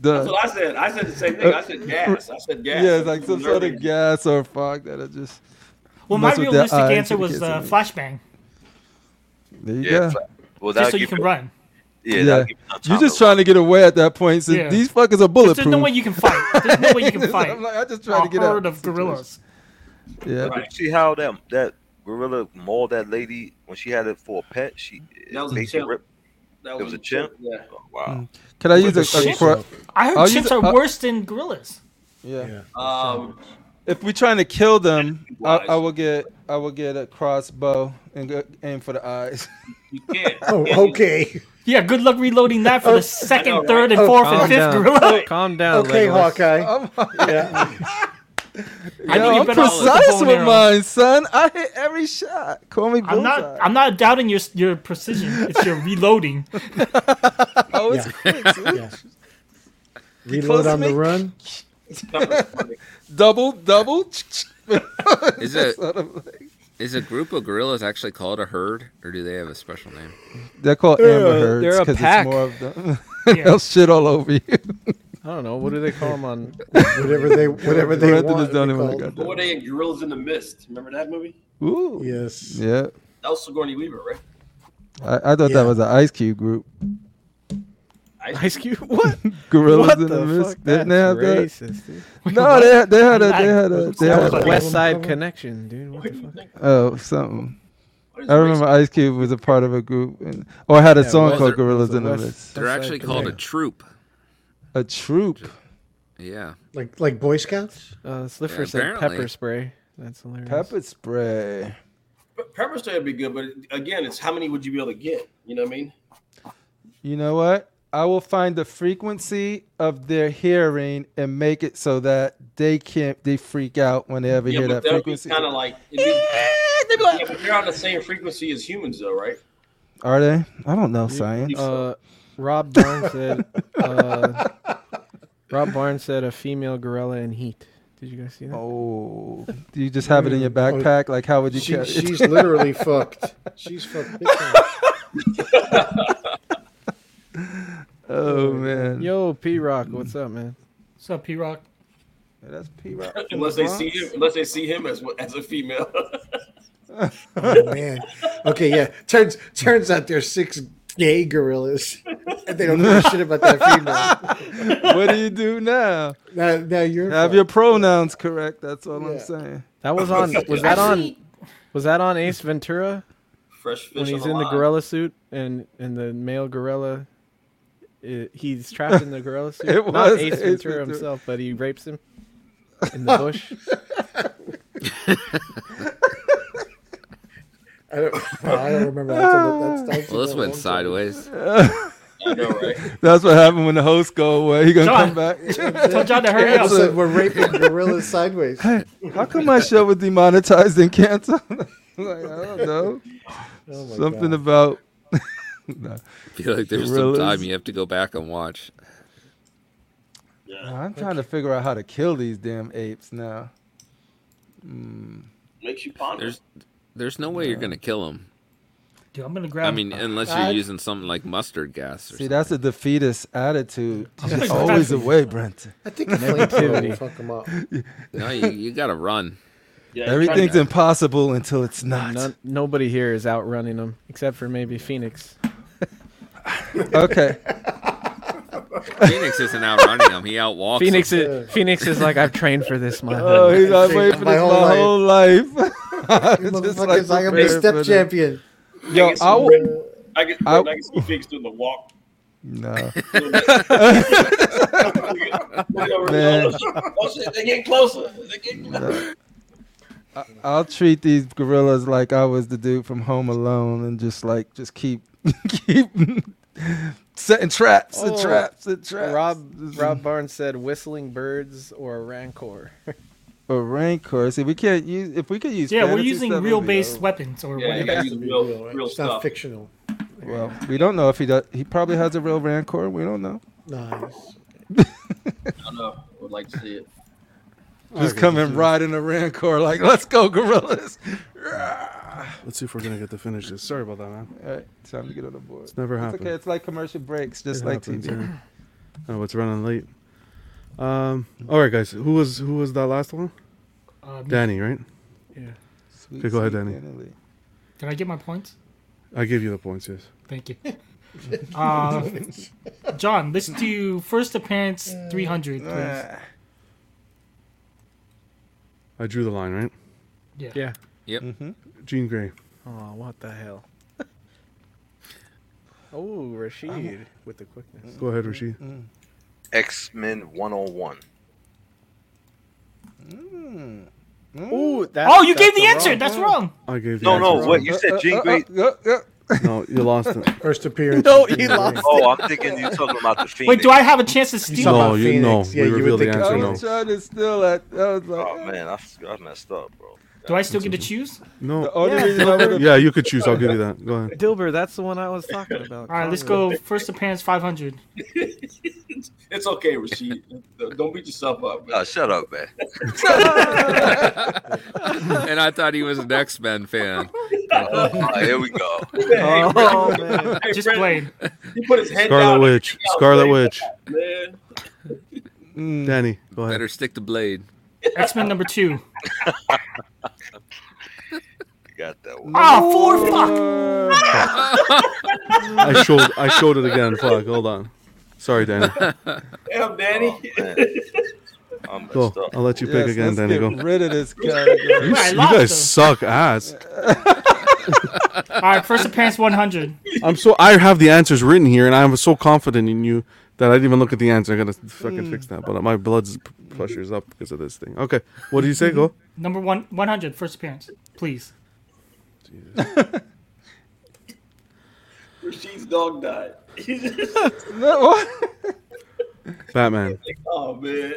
Speaker 9: That's
Speaker 5: The
Speaker 9: what I said. I said the same thing. I said gas. I said gas.
Speaker 5: Uh, yeah, it's like some sort
Speaker 9: Nerdy.
Speaker 5: of gas or fog that are just.
Speaker 4: Well, my
Speaker 5: mess with their
Speaker 4: realistic
Speaker 5: eyes
Speaker 4: answer
Speaker 5: and
Speaker 4: was
Speaker 5: kids
Speaker 4: uh,
Speaker 5: and-
Speaker 4: flashbang,
Speaker 5: There you
Speaker 10: Yeah.
Speaker 5: go.
Speaker 10: Well,
Speaker 4: just
Speaker 10: that
Speaker 4: so you can run.
Speaker 10: Yeah, that'll
Speaker 5: Yeah.
Speaker 10: give enough
Speaker 5: You're
Speaker 10: time
Speaker 5: just
Speaker 10: to-
Speaker 5: trying to get away at that point. Since
Speaker 4: Yeah.
Speaker 5: these fuckers are
Speaker 4: 'Cause
Speaker 5: bulletproof.
Speaker 4: There's no way you can fight. There's no way you can fight.
Speaker 5: I'm like, I just tried
Speaker 4: A
Speaker 5: to get out.
Speaker 4: herd of gorillas.
Speaker 5: Yeah.
Speaker 10: But you see how that that gorilla mauled that lady when she had it for a pet? She
Speaker 9: That was a
Speaker 10: basically
Speaker 9: chimp.
Speaker 10: ripped-
Speaker 9: That
Speaker 10: It was a chimp.
Speaker 9: Yeah.
Speaker 10: Oh, wow.
Speaker 5: Can I use
Speaker 6: With
Speaker 5: a,
Speaker 6: the
Speaker 5: a cro-
Speaker 4: I heard
Speaker 5: I'll use
Speaker 4: chimps
Speaker 5: a-
Speaker 4: are
Speaker 5: uh,
Speaker 4: worse than gorillas.
Speaker 5: yeah.
Speaker 6: Yeah.
Speaker 9: Um,
Speaker 5: If we're trying to kill them, I, I will get I will get a crossbow and go, aim for the eyes.
Speaker 9: you can't.
Speaker 6: Oh,
Speaker 9: Yeah, you-
Speaker 6: okay.
Speaker 4: Yeah, good luck reloading that for the second,
Speaker 9: know, right?
Speaker 4: third, and
Speaker 6: Oh,
Speaker 4: fourth, and
Speaker 2: Calm
Speaker 4: fifth
Speaker 2: down.
Speaker 4: gorilla.
Speaker 2: Calm down.
Speaker 6: Okay,
Speaker 2: Legolas.
Speaker 6: Hawkeye.
Speaker 5: I'm,
Speaker 6: Yeah.
Speaker 4: I
Speaker 5: yo,
Speaker 4: think you
Speaker 5: I'm
Speaker 4: better off with the
Speaker 5: precise
Speaker 4: bow and
Speaker 5: with
Speaker 4: arrow.
Speaker 5: mine, son. I hit every shot. Call me
Speaker 4: I'm
Speaker 5: bullseye.
Speaker 4: not. I'm not doubting your your precision. It's your reloading.
Speaker 5: oh, it's quick, dude.
Speaker 6: yeah. Reload on the
Speaker 5: me.
Speaker 6: run.
Speaker 5: double, double.
Speaker 3: Is it is a group of gorillas actually called a herd, or do they have a special name?
Speaker 5: They're called
Speaker 2: They're
Speaker 5: amber
Speaker 2: a-
Speaker 5: herds
Speaker 2: they're a
Speaker 5: because it's
Speaker 2: pack.
Speaker 5: more of them.
Speaker 4: Yeah.
Speaker 5: They'll shit all over you.
Speaker 2: I don't know. What do they call them on?
Speaker 6: Whatever they, whatever they
Speaker 5: Brandon
Speaker 6: want.
Speaker 5: is the only
Speaker 6: they
Speaker 5: one
Speaker 6: call
Speaker 5: that
Speaker 6: it.
Speaker 9: Who were they in Gorillas in the Mist? Remember that movie?
Speaker 5: Ooh.
Speaker 6: Yes.
Speaker 5: Yeah.
Speaker 9: That was Sigourney Weaver, right?
Speaker 5: I, I thought
Speaker 6: Yeah.
Speaker 5: that was an Ice Cube group.
Speaker 2: Ice Cube. What?
Speaker 5: Gorillas
Speaker 2: what
Speaker 5: in
Speaker 2: the
Speaker 5: the Mist.
Speaker 2: fuck?
Speaker 5: Didn't they
Speaker 2: That's
Speaker 5: have that?
Speaker 2: racist, dude.
Speaker 5: No, they had, they had a they had a they
Speaker 2: That
Speaker 5: had
Speaker 2: was
Speaker 5: a,
Speaker 2: West Side Connection, dude. What
Speaker 9: What
Speaker 2: the
Speaker 9: do you
Speaker 2: fuck?
Speaker 9: think?
Speaker 5: oh something.
Speaker 9: What is
Speaker 5: I remember Ice Cube was a part of a group and or Oh, had a
Speaker 2: Oh, Yeah,
Speaker 5: song
Speaker 3: well,
Speaker 5: called
Speaker 3: they're-
Speaker 5: Gorillas
Speaker 2: they're
Speaker 5: in the
Speaker 2: West-
Speaker 5: Mist.
Speaker 3: They're
Speaker 2: That's
Speaker 3: actually
Speaker 2: like-
Speaker 3: called a
Speaker 2: yeah.
Speaker 3: troop.
Speaker 5: A troop.
Speaker 3: Yeah,
Speaker 6: Like, like Boy Scouts.
Speaker 2: Uh, Slipper
Speaker 3: Yeah,
Speaker 2: said
Speaker 3: apparently.
Speaker 2: pepper spray. That's hilarious.
Speaker 5: Pepper spray.
Speaker 9: Pe- Pepper Spray would be good, but again, it's how many would you be able to get? You know what I mean?
Speaker 5: You know what? I will find the frequency of their hearing and make it so that they can't they freak out when they ever hear that
Speaker 9: that would
Speaker 5: frequency.
Speaker 9: be kind of like. it'd be- yeah, but they're on the same frequency as humans, though, right?
Speaker 5: Are they? I don't know science.
Speaker 2: Uh, Rob Barnes said. Uh, Rob Barnes said a female gorilla in heat. Did you guys see that?
Speaker 5: Oh, do you just have it in your backpack? Like, how would you
Speaker 6: She,
Speaker 5: carry it?
Speaker 6: she's literally fucked. She's fucked. big time.
Speaker 5: Oh man,
Speaker 2: Oh,
Speaker 5: Oh,
Speaker 2: Yo, P Rock, what's up, man?
Speaker 4: What's up, P Rock?
Speaker 5: Yeah, that's P. Rock. from the
Speaker 12: unless they see
Speaker 5: Bronx.
Speaker 12: him, unless they see him as as a female.
Speaker 6: Oh man. Okay, yeah. Turns turns out there's six gay gorillas, and they don't know shit about that female.
Speaker 5: what do you do now?
Speaker 6: Now, now you're
Speaker 5: Have your pronouns correct. That's all I'm
Speaker 6: Yeah.
Speaker 5: saying.
Speaker 2: That was on. Was that on? Was that on Ace Ventura?
Speaker 12: Fresh fish
Speaker 2: When he's
Speaker 12: on
Speaker 2: in the
Speaker 12: line.
Speaker 2: gorilla suit and and the male gorilla, i he's trapped in the gorilla suit.
Speaker 5: It
Speaker 2: Not
Speaker 5: was
Speaker 2: Ace,
Speaker 5: Ace
Speaker 2: Ventura
Speaker 5: Ventura.
Speaker 2: himself, but he rapes him in the bush.
Speaker 6: I don't, I don't remember. That's a, li- that's, that's
Speaker 3: Well, this went
Speaker 6: side.
Speaker 3: sideways.
Speaker 5: That's what happened when the hosts go away. He gonna
Speaker 4: John.
Speaker 5: come back.
Speaker 4: Tell John to hurry up.
Speaker 6: Said, we're raping gorillas sideways.
Speaker 5: Hey, how come my show was demonetized and canceled? like, I don't know.
Speaker 6: Oh my
Speaker 5: Something
Speaker 6: God.
Speaker 5: about. Nah.
Speaker 3: I feel like there's
Speaker 5: Gorillas.
Speaker 3: some time you have to go back and watch.
Speaker 5: I'm trying to figure out how to kill these damn apes now. Mm.
Speaker 12: Makes you ponder.
Speaker 3: There's there's no way you're gonna kill them.
Speaker 4: Dude, I'm gonna grab.
Speaker 3: I mean, unless you're
Speaker 6: I-
Speaker 3: using something like mustard gas. Or
Speaker 5: See,
Speaker 3: something.
Speaker 5: that's a defeatist attitude. Just
Speaker 4: just
Speaker 5: always
Speaker 4: laughing.
Speaker 5: away, Brent.
Speaker 6: I think a flamethrower will fuck them up.
Speaker 3: no, you, you gotta run.
Speaker 12: Yeah, you're trying
Speaker 5: Everything's impossible until it's not.
Speaker 2: None, nobody here is outrunning him except for maybe Phoenix.
Speaker 5: Okay.
Speaker 3: Phoenix isn't outrunning him. He outwalks.
Speaker 2: Phoenix
Speaker 3: him.
Speaker 2: is Phoenix is like I've trained for this my
Speaker 5: Oh,
Speaker 2: whole life."
Speaker 5: he's not waiting for this my
Speaker 6: My whole
Speaker 5: whole life. Just like
Speaker 6: Motherfuckers, I am the
Speaker 5: prepare for
Speaker 6: step
Speaker 5: this.
Speaker 6: champion.
Speaker 12: to-
Speaker 5: Yo,
Speaker 12: I get some
Speaker 5: I'll-
Speaker 12: Rick- I get,
Speaker 5: I'll-
Speaker 12: I get some figs doing the walk.
Speaker 5: No.
Speaker 12: Man. Oh, shit, they getting closer. They getting closer.
Speaker 5: I'll treat these gorillas like I was the dude from Home Alone, and just like just keep keep setting traps and
Speaker 2: Oh,
Speaker 5: traps and traps.
Speaker 2: Rob Rob Barnes said whistling birds or a rancor.
Speaker 5: or rancor. See, we can't use if we could use.
Speaker 4: yeah, we're
Speaker 5: fantasy
Speaker 4: using
Speaker 5: stuff, it'd
Speaker 4: real
Speaker 5: be
Speaker 4: based
Speaker 5: over.
Speaker 4: weapons or
Speaker 12: Yeah, you
Speaker 4: whatever.
Speaker 12: gotta
Speaker 6: It's
Speaker 12: use real,
Speaker 6: right?
Speaker 12: real
Speaker 6: It's not
Speaker 12: stuff.
Speaker 6: fictional.
Speaker 5: Well, we don't know if he does. He probably has a real rancor. We don't know.
Speaker 6: Nice.
Speaker 12: I don't know. I would like to see it.
Speaker 5: Just come and ride in a rancor, like let's go gorillas.
Speaker 1: Let's see if we're gonna get to finish this. Sorry about that, man.
Speaker 5: All right, time to get on the board. It's
Speaker 1: never
Speaker 5: It's
Speaker 1: happened.
Speaker 5: okay. It's like commercial breaks, just
Speaker 1: It
Speaker 5: like
Speaker 1: happens,
Speaker 5: TV.
Speaker 1: yeah. Oh, it's running late. Um. All right, guys. Who was who was that last one?
Speaker 4: Uh,
Speaker 1: Danny, right?
Speaker 5: Sweet,
Speaker 1: Okay, go ahead,
Speaker 5: sweet
Speaker 1: Danny.
Speaker 5: Danny.
Speaker 4: did I get my points?
Speaker 1: I give you the points. Yes.
Speaker 4: Thank you. Uh, John, let's do first appearance 300, please.
Speaker 5: Ah.
Speaker 1: I drew the line, right?
Speaker 4: Yeah.
Speaker 2: Yeah. Mm-hmm.
Speaker 1: Jean Grey.
Speaker 2: Oh, what the hell. Oh, Rashid with the quickness.
Speaker 1: Go ahead, Rashid.
Speaker 10: Mm-hmm. X Men 101.
Speaker 5: Hmm.
Speaker 2: Ooh, that's,
Speaker 4: Oh, you gave
Speaker 2: that's
Speaker 4: the
Speaker 2: a
Speaker 4: answer.
Speaker 2: wrong-
Speaker 4: That's wrong.
Speaker 1: I gave.
Speaker 10: No,
Speaker 1: the
Speaker 10: no,
Speaker 1: answers
Speaker 10: what you said, Jean Grey.
Speaker 5: Uh, uh, uh,
Speaker 1: wrong. No, you lost it.
Speaker 6: First appearance.
Speaker 5: No,
Speaker 6: of
Speaker 5: he
Speaker 6: Jean
Speaker 5: lost.
Speaker 6: Grey.
Speaker 10: Oh, I'm thinking you're talking about the Phoenix.
Speaker 4: Wait, do I have a chance to
Speaker 6: You
Speaker 4: steal?
Speaker 6: saw
Speaker 1: No,
Speaker 6: about
Speaker 1: you-
Speaker 6: Phoenix.
Speaker 1: no, we
Speaker 6: would
Speaker 1: revealed the
Speaker 6: think-
Speaker 5: I
Speaker 1: answer, no.
Speaker 5: was trying to steal that. I was like,
Speaker 10: Oh man, I, f- I messed up, bro.
Speaker 4: Do I still get to choose?
Speaker 5: the
Speaker 1: No.
Speaker 5: only reason I would
Speaker 1: Yeah, you could choose. I'll give you that. Go ahead.
Speaker 2: Dilber, that's the one I was talking about.
Speaker 4: All right, let's
Speaker 2: Conrad.
Speaker 4: go first appearance 500.
Speaker 12: It's okay, Rasheed. Don't beat yourself up. man.
Speaker 10: Oh, shut up, man.
Speaker 3: and I thought he was an X Men fan.
Speaker 10: Oh, here we go.
Speaker 12: Hey,
Speaker 2: Oh, man.
Speaker 12: hey,
Speaker 4: Just
Speaker 12: Brandon,
Speaker 4: playing.
Speaker 12: He put his head
Speaker 1: Scarlet
Speaker 12: down.
Speaker 1: Witch.
Speaker 12: out,
Speaker 1: Scarlet
Speaker 12: baby.
Speaker 1: Witch.
Speaker 12: Man.
Speaker 5: Mm,
Speaker 1: Danny, go ahead.
Speaker 3: Better stick to Blade.
Speaker 4: X Men number two.
Speaker 10: You got that one.
Speaker 4: Oh, four. Fuck.
Speaker 5: uh,
Speaker 1: I showed. I showed it again. Fuck. Hold on. Sorry, Danny.
Speaker 12: Damn, Danny.
Speaker 10: I'm messed
Speaker 1: Go.
Speaker 10: up.
Speaker 1: Oh, I'll let you pick
Speaker 5: yes,
Speaker 1: again,
Speaker 5: let's
Speaker 1: Danny.
Speaker 5: get
Speaker 1: Go.
Speaker 5: rid of this category.
Speaker 1: You,
Speaker 4: I
Speaker 1: you
Speaker 4: lost
Speaker 1: guys
Speaker 4: them.
Speaker 1: suck ass.
Speaker 4: All right, first appearance 100.
Speaker 1: I'm so I have the answers written here, and I'm so confident in you that I didn't even look at the answer. I gotta fucking fix that. But my blood pressure is up because of this thing. Okay, what did you say? Go.
Speaker 4: Number one, 100, first appearance, please.
Speaker 12: Rasheed's dog died. He's just
Speaker 5: No, what?
Speaker 1: Batman.
Speaker 12: like, oh man.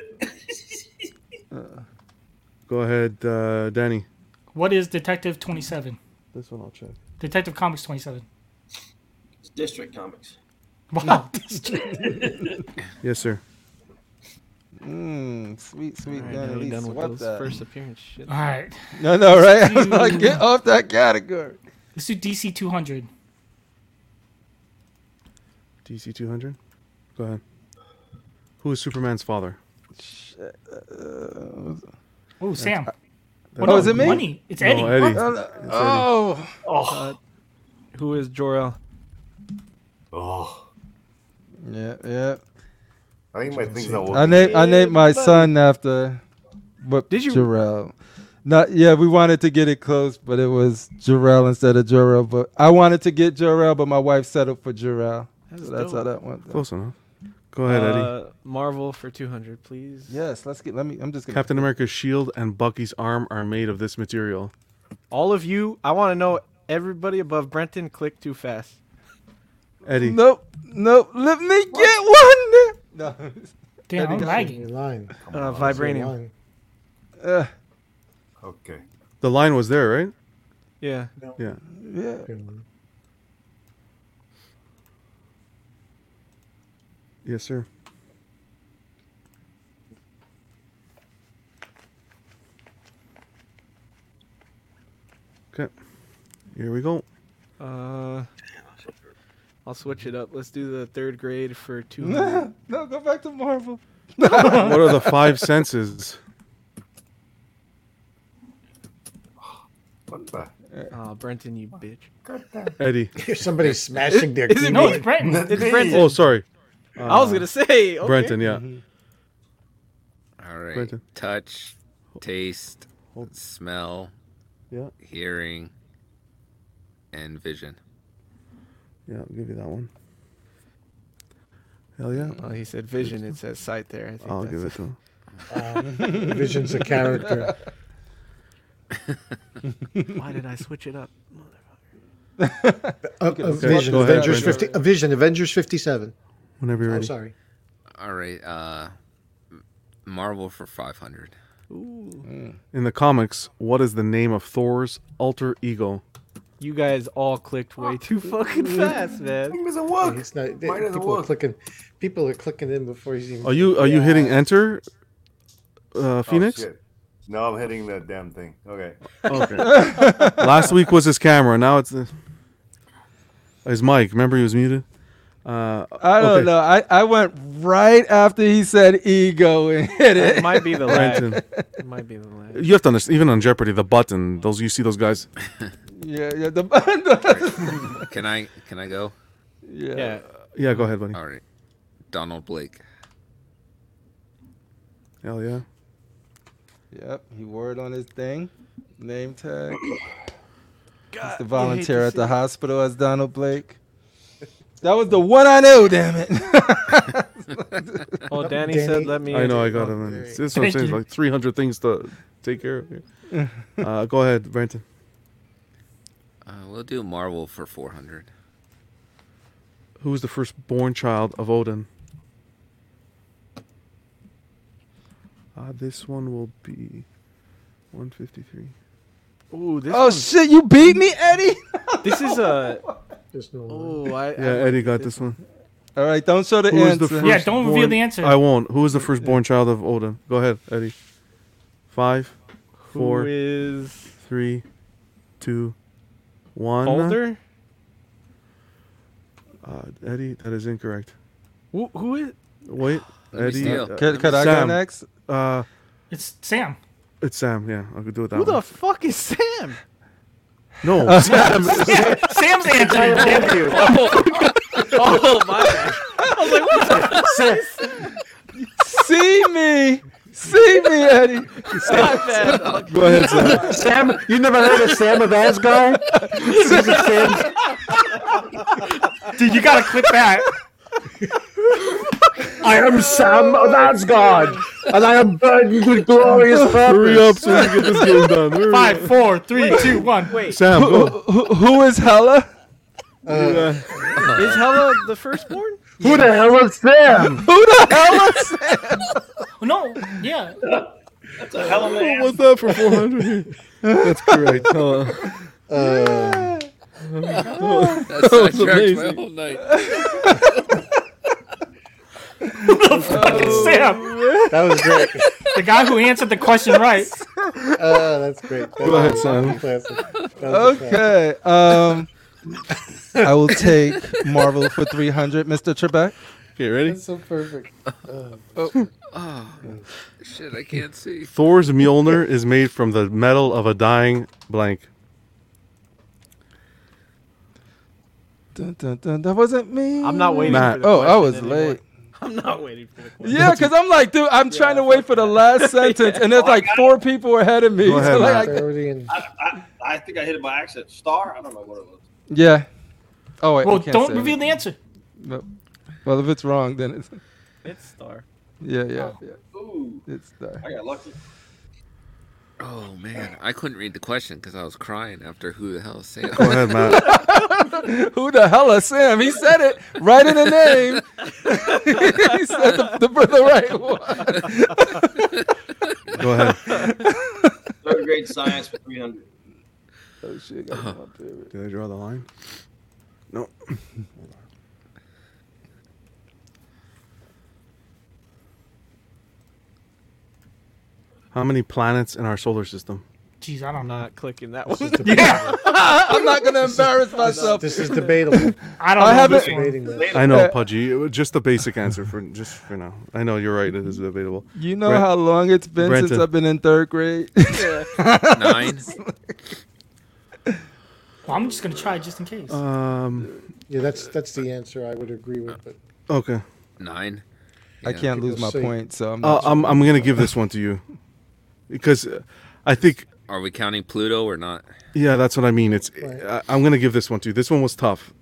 Speaker 1: Go ahead, uh, Danny.
Speaker 4: What is Detective 27?
Speaker 1: This one I'll check.
Speaker 4: Detective Comics 27.
Speaker 12: It's District Comics.
Speaker 4: Wow.
Speaker 1: Yes, sir.
Speaker 5: Mm, sweet, sweet
Speaker 2: Alright,
Speaker 5: Danny.
Speaker 2: now
Speaker 5: At
Speaker 2: you're
Speaker 5: least
Speaker 2: done with
Speaker 5: sweat
Speaker 2: those
Speaker 5: that.
Speaker 2: first appearance shit.
Speaker 4: All right.
Speaker 5: No, no, right? I'm like, get off that category.
Speaker 4: Let's do DC 200.
Speaker 1: DC 200. Go ahead. Who is Superman's father?
Speaker 4: Oh, Sam.
Speaker 5: Oh, is it me?
Speaker 4: Money. It's Eddie.
Speaker 5: Oh,
Speaker 4: What?
Speaker 5: no. oh.
Speaker 2: God. Uh, who is Jorel?
Speaker 8: Oh,
Speaker 5: yeah, yeah.
Speaker 8: I think my thing's
Speaker 10: Oh,
Speaker 8: not
Speaker 5: I
Speaker 8: working.
Speaker 5: named I named my son after what
Speaker 2: Did you-
Speaker 5: Jarrell. Not yeah, we wanted to get it close, but it was Jarrell instead of Jarrell. But I wanted to get Jarrell, but my wife settled for Jarrell.
Speaker 2: That's
Speaker 5: so that's how
Speaker 2: dope.
Speaker 5: that went.
Speaker 1: Close enough. Go ahead, Eddie.
Speaker 2: Uh, Marvel for 200, please.
Speaker 5: Yes, let's get. Let me. I'm just gonna.
Speaker 1: Captain America's shield and Bucky's arm are made of this material.
Speaker 2: All of you, I want to know everybody above Brenton click too fast.
Speaker 1: Eddie.
Speaker 5: Nope, nope. Let me get one. No.
Speaker 4: Damn, I'm
Speaker 5: Eddie,
Speaker 4: lagging.
Speaker 6: Your line.
Speaker 2: Uh,
Speaker 6: It's your
Speaker 2: vibranium.
Speaker 6: line.
Speaker 5: uh,
Speaker 8: Okay.
Speaker 1: The line was there, right?
Speaker 2: Yeah.
Speaker 1: Yeah.
Speaker 5: yeah.
Speaker 1: Yes, sir. Okay. Here we go.
Speaker 2: Uh, I'll switch it up. Let's do the third grade for 200.
Speaker 5: no, go back to Marvel.
Speaker 1: What are the five senses?
Speaker 8: What the?
Speaker 2: oh, Brenton, you bitch.
Speaker 1: Eddie.
Speaker 6: Hear somebody smashing their
Speaker 2: Is it
Speaker 4: No,
Speaker 6: keyboard.
Speaker 4: it's Brenton.
Speaker 2: It's Brenton.
Speaker 1: Oh, sorry. Uh,
Speaker 2: I was going to say. Okay.
Speaker 1: Brenton, yeah.
Speaker 3: All right.
Speaker 1: Brenton.
Speaker 3: Touch, taste,
Speaker 1: Hold.
Speaker 3: smell,
Speaker 1: Yeah.
Speaker 3: hearing, and vision.
Speaker 2: Mm-hmm.
Speaker 1: Yeah, I'll give you that one. Hell yeah.
Speaker 2: Well, Oh, he said vision. It says sight there. I think
Speaker 1: I'll
Speaker 2: that's
Speaker 1: give it to him.
Speaker 6: Um, Vision's a character.
Speaker 2: Why did I switch it up?
Speaker 6: A, a
Speaker 5: Okay,
Speaker 6: vision.
Speaker 1: go ahead,
Speaker 6: Avengers
Speaker 1: Brandon.
Speaker 6: fifty. A vision. Avengers fifty-seven.
Speaker 1: Whenever
Speaker 5: Oh,
Speaker 1: you're
Speaker 6: I'm
Speaker 1: ready.
Speaker 6: sorry.
Speaker 3: All right. Uh, M- Marvel for 500.
Speaker 1: In the comics, what is the name of Thor's alter ego?
Speaker 2: You guys all clicked
Speaker 6: Ah.
Speaker 2: way too fucking fast, man.
Speaker 8: Thing doesn't work.
Speaker 6: Mm-hmm. It's not. they-
Speaker 8: Mine doesn't
Speaker 6: people are
Speaker 8: work.
Speaker 6: clicking. People are clicking in before he's even.
Speaker 1: Are you are you hitting enter? Uh, Phoenix.
Speaker 8: Oh, shit. No, I'm hitting that damn thing. Okay.
Speaker 1: okay. Last week was his camera. Now it's the, his mic. Remember he was muted. Uh,
Speaker 5: I don't
Speaker 1: okay.
Speaker 5: know. I, I went right after he said ego and hit
Speaker 2: It
Speaker 5: it.
Speaker 2: might be the lag.
Speaker 1: Brenton.
Speaker 2: It might be the lag.
Speaker 1: You have to understand. Even on Jeopardy, the button. Those you see those guys.
Speaker 5: yeah, yeah. The,
Speaker 3: Can I can I go?
Speaker 5: yeah.
Speaker 2: Yeah.
Speaker 1: Yeah, go ahead, buddy.
Speaker 3: All right. Donald Blake.
Speaker 1: Hell yeah.
Speaker 5: Yep. He wore it on his thing. Name tag. He's the
Speaker 2: to
Speaker 5: volunteer at
Speaker 2: see
Speaker 5: the
Speaker 2: it.
Speaker 5: hospital as Donald Blake. That was the one I know, damn it.
Speaker 2: Oh, Danny,
Speaker 6: Danny-
Speaker 2: said, "Let me."
Speaker 1: I know. I got him. man. This is what I'm
Speaker 4: Thank
Speaker 1: saying.
Speaker 4: you.
Speaker 1: Like 300 things to take care of. Here. Uh, go ahead, Brenton.
Speaker 3: Uh, we'll do Marvel for 400.
Speaker 1: Who is the firstborn child of Odin? Uh, this one will be 153.
Speaker 2: Ooh, this.
Speaker 5: oh shit, you beat me, Eddie?
Speaker 2: one- this is a.
Speaker 6: There's no. line.
Speaker 2: Oh, I.
Speaker 1: Yeah, Eddie got this one.
Speaker 5: All right, don't show the
Speaker 1: Who is
Speaker 5: answer.
Speaker 1: the first
Speaker 4: Yeah, don't reveal the answer.
Speaker 1: I won't. Who is the firstborn child of Odin? Go ahead, Eddie. Five,
Speaker 2: Who
Speaker 1: four,
Speaker 2: is
Speaker 1: three, two, one.
Speaker 2: older?
Speaker 1: Uh, Eddie, that is incorrect.
Speaker 2: Who, who is?
Speaker 1: Wait,
Speaker 3: Let me
Speaker 1: Eddie.
Speaker 3: steal.
Speaker 1: uh,
Speaker 5: could could I go
Speaker 1: Sam.
Speaker 5: next?
Speaker 1: Uh,
Speaker 4: It's Sam.
Speaker 1: it's Sam. Yeah, I could do it that
Speaker 2: Who
Speaker 1: one.
Speaker 2: the fuck is Sam?
Speaker 1: no,
Speaker 4: Yeah, Sam's answering. damn it.
Speaker 2: oh my! God.
Speaker 5: See me. See me, Eddie.
Speaker 1: go ahead, Sam.
Speaker 7: Sam, you never heard of Sam of Asgard?
Speaker 4: Dude, you gotta clip that.
Speaker 7: I am Sam of Asgard, and I am burdened with glorious
Speaker 1: Hurry up so we can get this game done. Hurry
Speaker 4: Five,
Speaker 1: up.
Speaker 4: four, three, two, one.
Speaker 2: Wait,
Speaker 1: Sam,
Speaker 5: who,
Speaker 1: go.
Speaker 5: who, who is Hella?
Speaker 2: is Hella the firstborn?
Speaker 7: Who the hell is Sam?
Speaker 5: Who the hell is
Speaker 4: No, yeah.
Speaker 1: What was that for 400? That's correct. Hold on.
Speaker 4: Oh
Speaker 3: That's
Speaker 1: was
Speaker 3: sidetracked my
Speaker 1: amazing.
Speaker 3: whole night.
Speaker 4: Fucking Sam.
Speaker 6: That was great.
Speaker 4: The guy who answered the question right.
Speaker 6: Oh, that's great. That
Speaker 1: Go ahead,
Speaker 6: was
Speaker 1: Sam.
Speaker 6: classic. That was a classic.
Speaker 5: Okay. Um, I will take Marvel for 300, Mr. Trebek.
Speaker 1: Okay, ready?
Speaker 5: That's so perfect. Uh,
Speaker 3: oh, oh, shit! I can't see.
Speaker 1: Thor's Mjolnir is made from the metal of a dying blank.
Speaker 5: Dun, dun, dun, that wasn't me.
Speaker 2: I'm not waiting
Speaker 1: Matt.
Speaker 2: for the
Speaker 5: oh,
Speaker 2: question
Speaker 5: I was
Speaker 2: anymore.
Speaker 5: late.
Speaker 2: I'm not waiting for the question.
Speaker 5: Yeah, because I'm like, dude, I'm trying to wait for the last sentence, and there's like four people ahead of me.
Speaker 1: Go ahead,
Speaker 5: so like,
Speaker 1: Matt.
Speaker 5: I-
Speaker 12: I, I, I think I hit it by accident. Star? I don't know what it was.
Speaker 5: yeah. Oh wait.
Speaker 4: well,
Speaker 5: I can't
Speaker 4: don't
Speaker 5: say
Speaker 4: reveal
Speaker 5: it.
Speaker 4: the answer.
Speaker 5: No. Well, if it's wrong, then it's
Speaker 2: It's star.
Speaker 5: yeah,
Speaker 2: Oh.
Speaker 5: yeah,
Speaker 12: Oh. Ooh,
Speaker 5: yeah. It's there.
Speaker 12: I got lucky.
Speaker 3: Oh man, I couldn't read the question because I was crying after who the hell is Sam.
Speaker 1: Go ahead, Matt.
Speaker 5: Who the hell is Sam? He said it right in the name. he said the, the, the right one.
Speaker 1: Go ahead.
Speaker 12: Third grade science for 300.
Speaker 5: Oh shit! I
Speaker 9: Uh-huh.
Speaker 5: got my favorite.
Speaker 1: Did I draw the line? No. How many planets in our solar system?
Speaker 4: Jeez, I don't
Speaker 2: I'm
Speaker 4: know.
Speaker 2: not clicking that one.
Speaker 5: I'm not gonna embarrass myself.
Speaker 6: This is debatable.
Speaker 4: I don't
Speaker 5: I
Speaker 4: know
Speaker 5: haven't-
Speaker 4: this one.
Speaker 6: Debating that.
Speaker 1: I know,
Speaker 5: Uh,
Speaker 1: Pudgy. It was Just the basic answer for just for now. I know you're right. It is debatable.
Speaker 5: You know
Speaker 1: Brent-
Speaker 5: how long it's been since
Speaker 1: Brenton.
Speaker 5: I've been in third grade.
Speaker 3: Nine.
Speaker 4: Well, I'm just gonna try just in case.
Speaker 1: Um.
Speaker 6: Yeah, that's that's the answer I would agree with. But
Speaker 1: Okay.
Speaker 3: Nine.
Speaker 5: I can't lose my
Speaker 6: People say-
Speaker 5: point, so I'm.
Speaker 1: Uh,
Speaker 5: Not
Speaker 1: I'm I'm gonna give this one to you, because uh, I think
Speaker 3: Are we counting Pluto or not?
Speaker 1: yeah, that's what I mean. It's
Speaker 6: Right.
Speaker 1: I, I'm gonna give this one to you. This one was tough.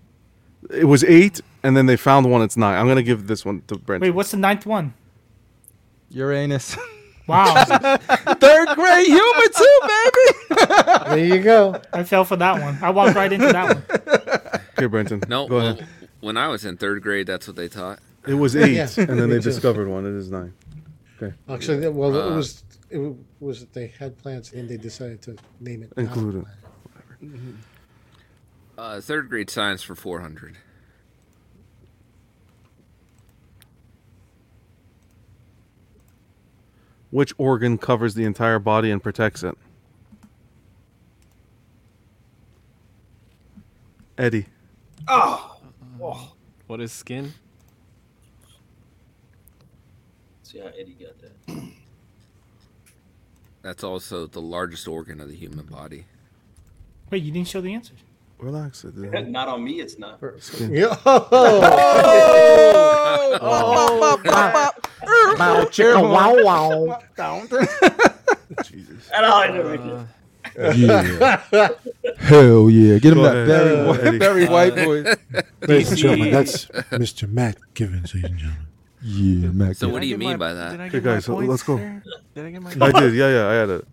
Speaker 1: It was eight, and then they found one. It's nine. I'm gonna give this one to Brent.
Speaker 4: Wait, what's the ninth one?
Speaker 5: Uranus.
Speaker 4: Wow,
Speaker 5: third grade human too, baby.
Speaker 6: there you go.
Speaker 4: I fell for that one. I walked right into that one.
Speaker 1: Okay, Brenton.
Speaker 3: No.
Speaker 1: go
Speaker 3: well,
Speaker 1: ahead.
Speaker 3: when I was in third grade, that's what they taught.
Speaker 1: It was eight,
Speaker 6: Yes,
Speaker 1: and then
Speaker 6: me
Speaker 1: they
Speaker 6: too.
Speaker 1: discovered one. It is nine.
Speaker 6: Actually, that- well, it
Speaker 3: Uh,
Speaker 6: was it was that they had plants and they decided to name it. after
Speaker 1: Included.
Speaker 6: plants.
Speaker 4: Mm-hmm.
Speaker 3: Uh, third grade science for four hundred.
Speaker 1: Which organ covers the entire body and protects it? Eddie.
Speaker 12: Oh, oh.
Speaker 2: What is skin?
Speaker 12: See how Eddie got that.
Speaker 3: That's also the largest organ of the human body.
Speaker 4: Wait, you didn't show the answer.
Speaker 1: Relax.
Speaker 12: Not on me, it's not.
Speaker 6: Yeah. Oh,
Speaker 5: Oh, bop, bop, bop, bop, bop. Er,
Speaker 7: Wow, chicka, wow, wow.
Speaker 1: Jesus.
Speaker 12: At all, I never did.
Speaker 4: Uh,
Speaker 5: yeah. Hell yeah! Get him
Speaker 1: Go
Speaker 5: that
Speaker 1: ahead,
Speaker 6: Uh,
Speaker 5: Barry, Whi-
Speaker 1: Eddie.
Speaker 5: Barry White
Speaker 4: Uh,
Speaker 5: voice.
Speaker 2: Ladies and gentlemen, that's
Speaker 6: Mr. Matt Givens, ladies and gentlemen.
Speaker 5: Yeah, Mac.
Speaker 3: So what do
Speaker 2: Did I
Speaker 3: you
Speaker 2: get
Speaker 3: mean
Speaker 2: my-
Speaker 3: by that?
Speaker 2: Did I
Speaker 1: Okay,
Speaker 2: get my
Speaker 1: guys, so
Speaker 2: points
Speaker 1: let's go.
Speaker 2: there? Did I get my?
Speaker 1: I did. Yeah, yeah. I had it.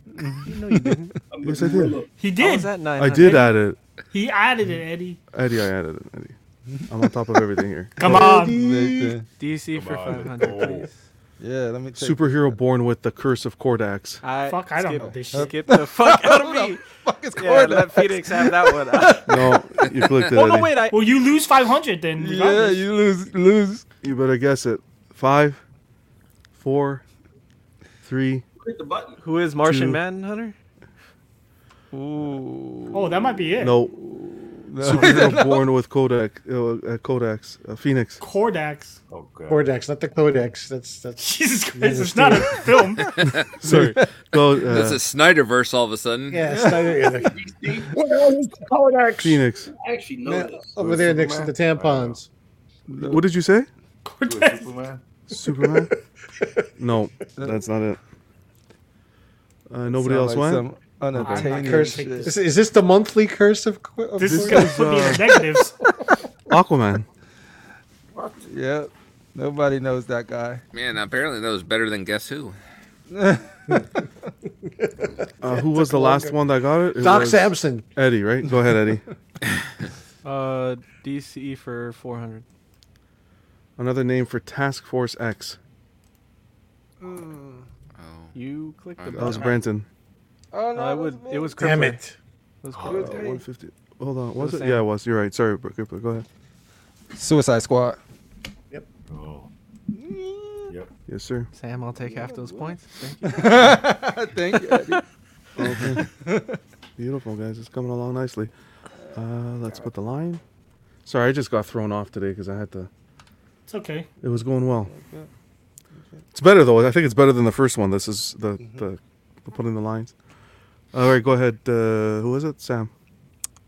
Speaker 2: No, you didn't.
Speaker 12: I'm
Speaker 1: Yes, I
Speaker 12: looking
Speaker 1: did.
Speaker 12: real up.
Speaker 4: He
Speaker 2: I
Speaker 4: did.
Speaker 2: was at nine.
Speaker 1: I did add it.
Speaker 4: He added it, Eddie.
Speaker 1: Eddie, I added it. Eddie. I'm on top of everything here.
Speaker 4: Come on.
Speaker 5: Yeah,
Speaker 2: DC for
Speaker 8: Come on.
Speaker 2: 500, please.
Speaker 5: let me take
Speaker 1: Superhero born with the curse of Cordax.
Speaker 2: I
Speaker 4: Fuck, I don't
Speaker 2: skip,
Speaker 4: know this shit.
Speaker 2: Skip the fuck out of me.
Speaker 5: Fuck is
Speaker 2: yeah,
Speaker 5: Cordax?
Speaker 2: let Phoenix have that one. Uh,
Speaker 1: No, you clicked it.
Speaker 2: oh no,
Speaker 1: Eddie.
Speaker 2: wait, I.
Speaker 4: Well, you lose 500 then.
Speaker 5: Yeah,
Speaker 4: regardless.
Speaker 5: you lose, lose.
Speaker 1: You better guess it. Five, four, three.
Speaker 12: Click the button.
Speaker 2: Who is Martian
Speaker 1: Two.
Speaker 2: Manhunter? Ooh.
Speaker 4: Oh, that might be it.
Speaker 1: No. Superhero born with Kodak, uh, uh, Kodaks, uh, Phoenix.
Speaker 4: Cordax.
Speaker 8: Oh, God.
Speaker 6: Codex, not the codex. That's that's
Speaker 4: Jesus Christ, it's not a film.
Speaker 1: Sorry. Go, uh,
Speaker 3: That's a Snyderverse all of a sudden.
Speaker 6: yeah. it's not- yeah, the-
Speaker 12: See,
Speaker 1: Phoenix.
Speaker 12: I actually know
Speaker 6: yeah,
Speaker 12: this.
Speaker 6: over there next to the tampons.
Speaker 1: What did you say?
Speaker 8: Who is Superman?
Speaker 1: Superman? no, that's not it. Uh, nobody
Speaker 5: Sound
Speaker 1: else
Speaker 5: like
Speaker 1: went?
Speaker 5: some unattainable
Speaker 4: cursing.
Speaker 6: Curse.
Speaker 5: shit.
Speaker 6: Is, is this the monthly curse of? Qu- of
Speaker 4: This is
Speaker 6: Qu-
Speaker 4: going to put me in the negatives.
Speaker 1: Aquaman.
Speaker 5: Yep. Nobody knows that guy.
Speaker 3: Man, apparently that was better than Guess Who.
Speaker 1: Uh, who was the last one that got it? It
Speaker 6: Doc
Speaker 1: was
Speaker 6: Samson.
Speaker 1: Eddie, right? Go ahead, Eddie.
Speaker 2: Uh, DC for 400.
Speaker 1: Another name for Task Force X.
Speaker 3: Oh,
Speaker 2: You click the
Speaker 3: I
Speaker 1: That was
Speaker 2: button.
Speaker 1: Branton.
Speaker 5: Oh
Speaker 2: No, I would. It was
Speaker 6: Damn
Speaker 2: Crippler.
Speaker 6: it!
Speaker 2: It was
Speaker 1: Uh,
Speaker 2: Crippler.
Speaker 5: me.
Speaker 1: 150. Hold on. Was
Speaker 2: was
Speaker 1: it?
Speaker 2: Sam.
Speaker 1: Yeah, it was. You're right. Sorry, Br- Crippler. Go ahead.
Speaker 5: Suicide Squad. Mm.
Speaker 8: Oh. Yep.
Speaker 1: Yes, sir.
Speaker 2: Sam, I'll take half those points. Thank you.
Speaker 5: Thank you. Eddie.
Speaker 1: Okay. Beautiful, guys. It's coming along nicely. Uh, let's put the line. Sorry, I just got thrown off today because I had to
Speaker 4: It's okay.
Speaker 1: It was going well. It's better though. I think it's better than the first one. This is the
Speaker 4: Mm-hmm.
Speaker 1: the, the putting the lines. All right, go ahead. Uh, who was it, Sam?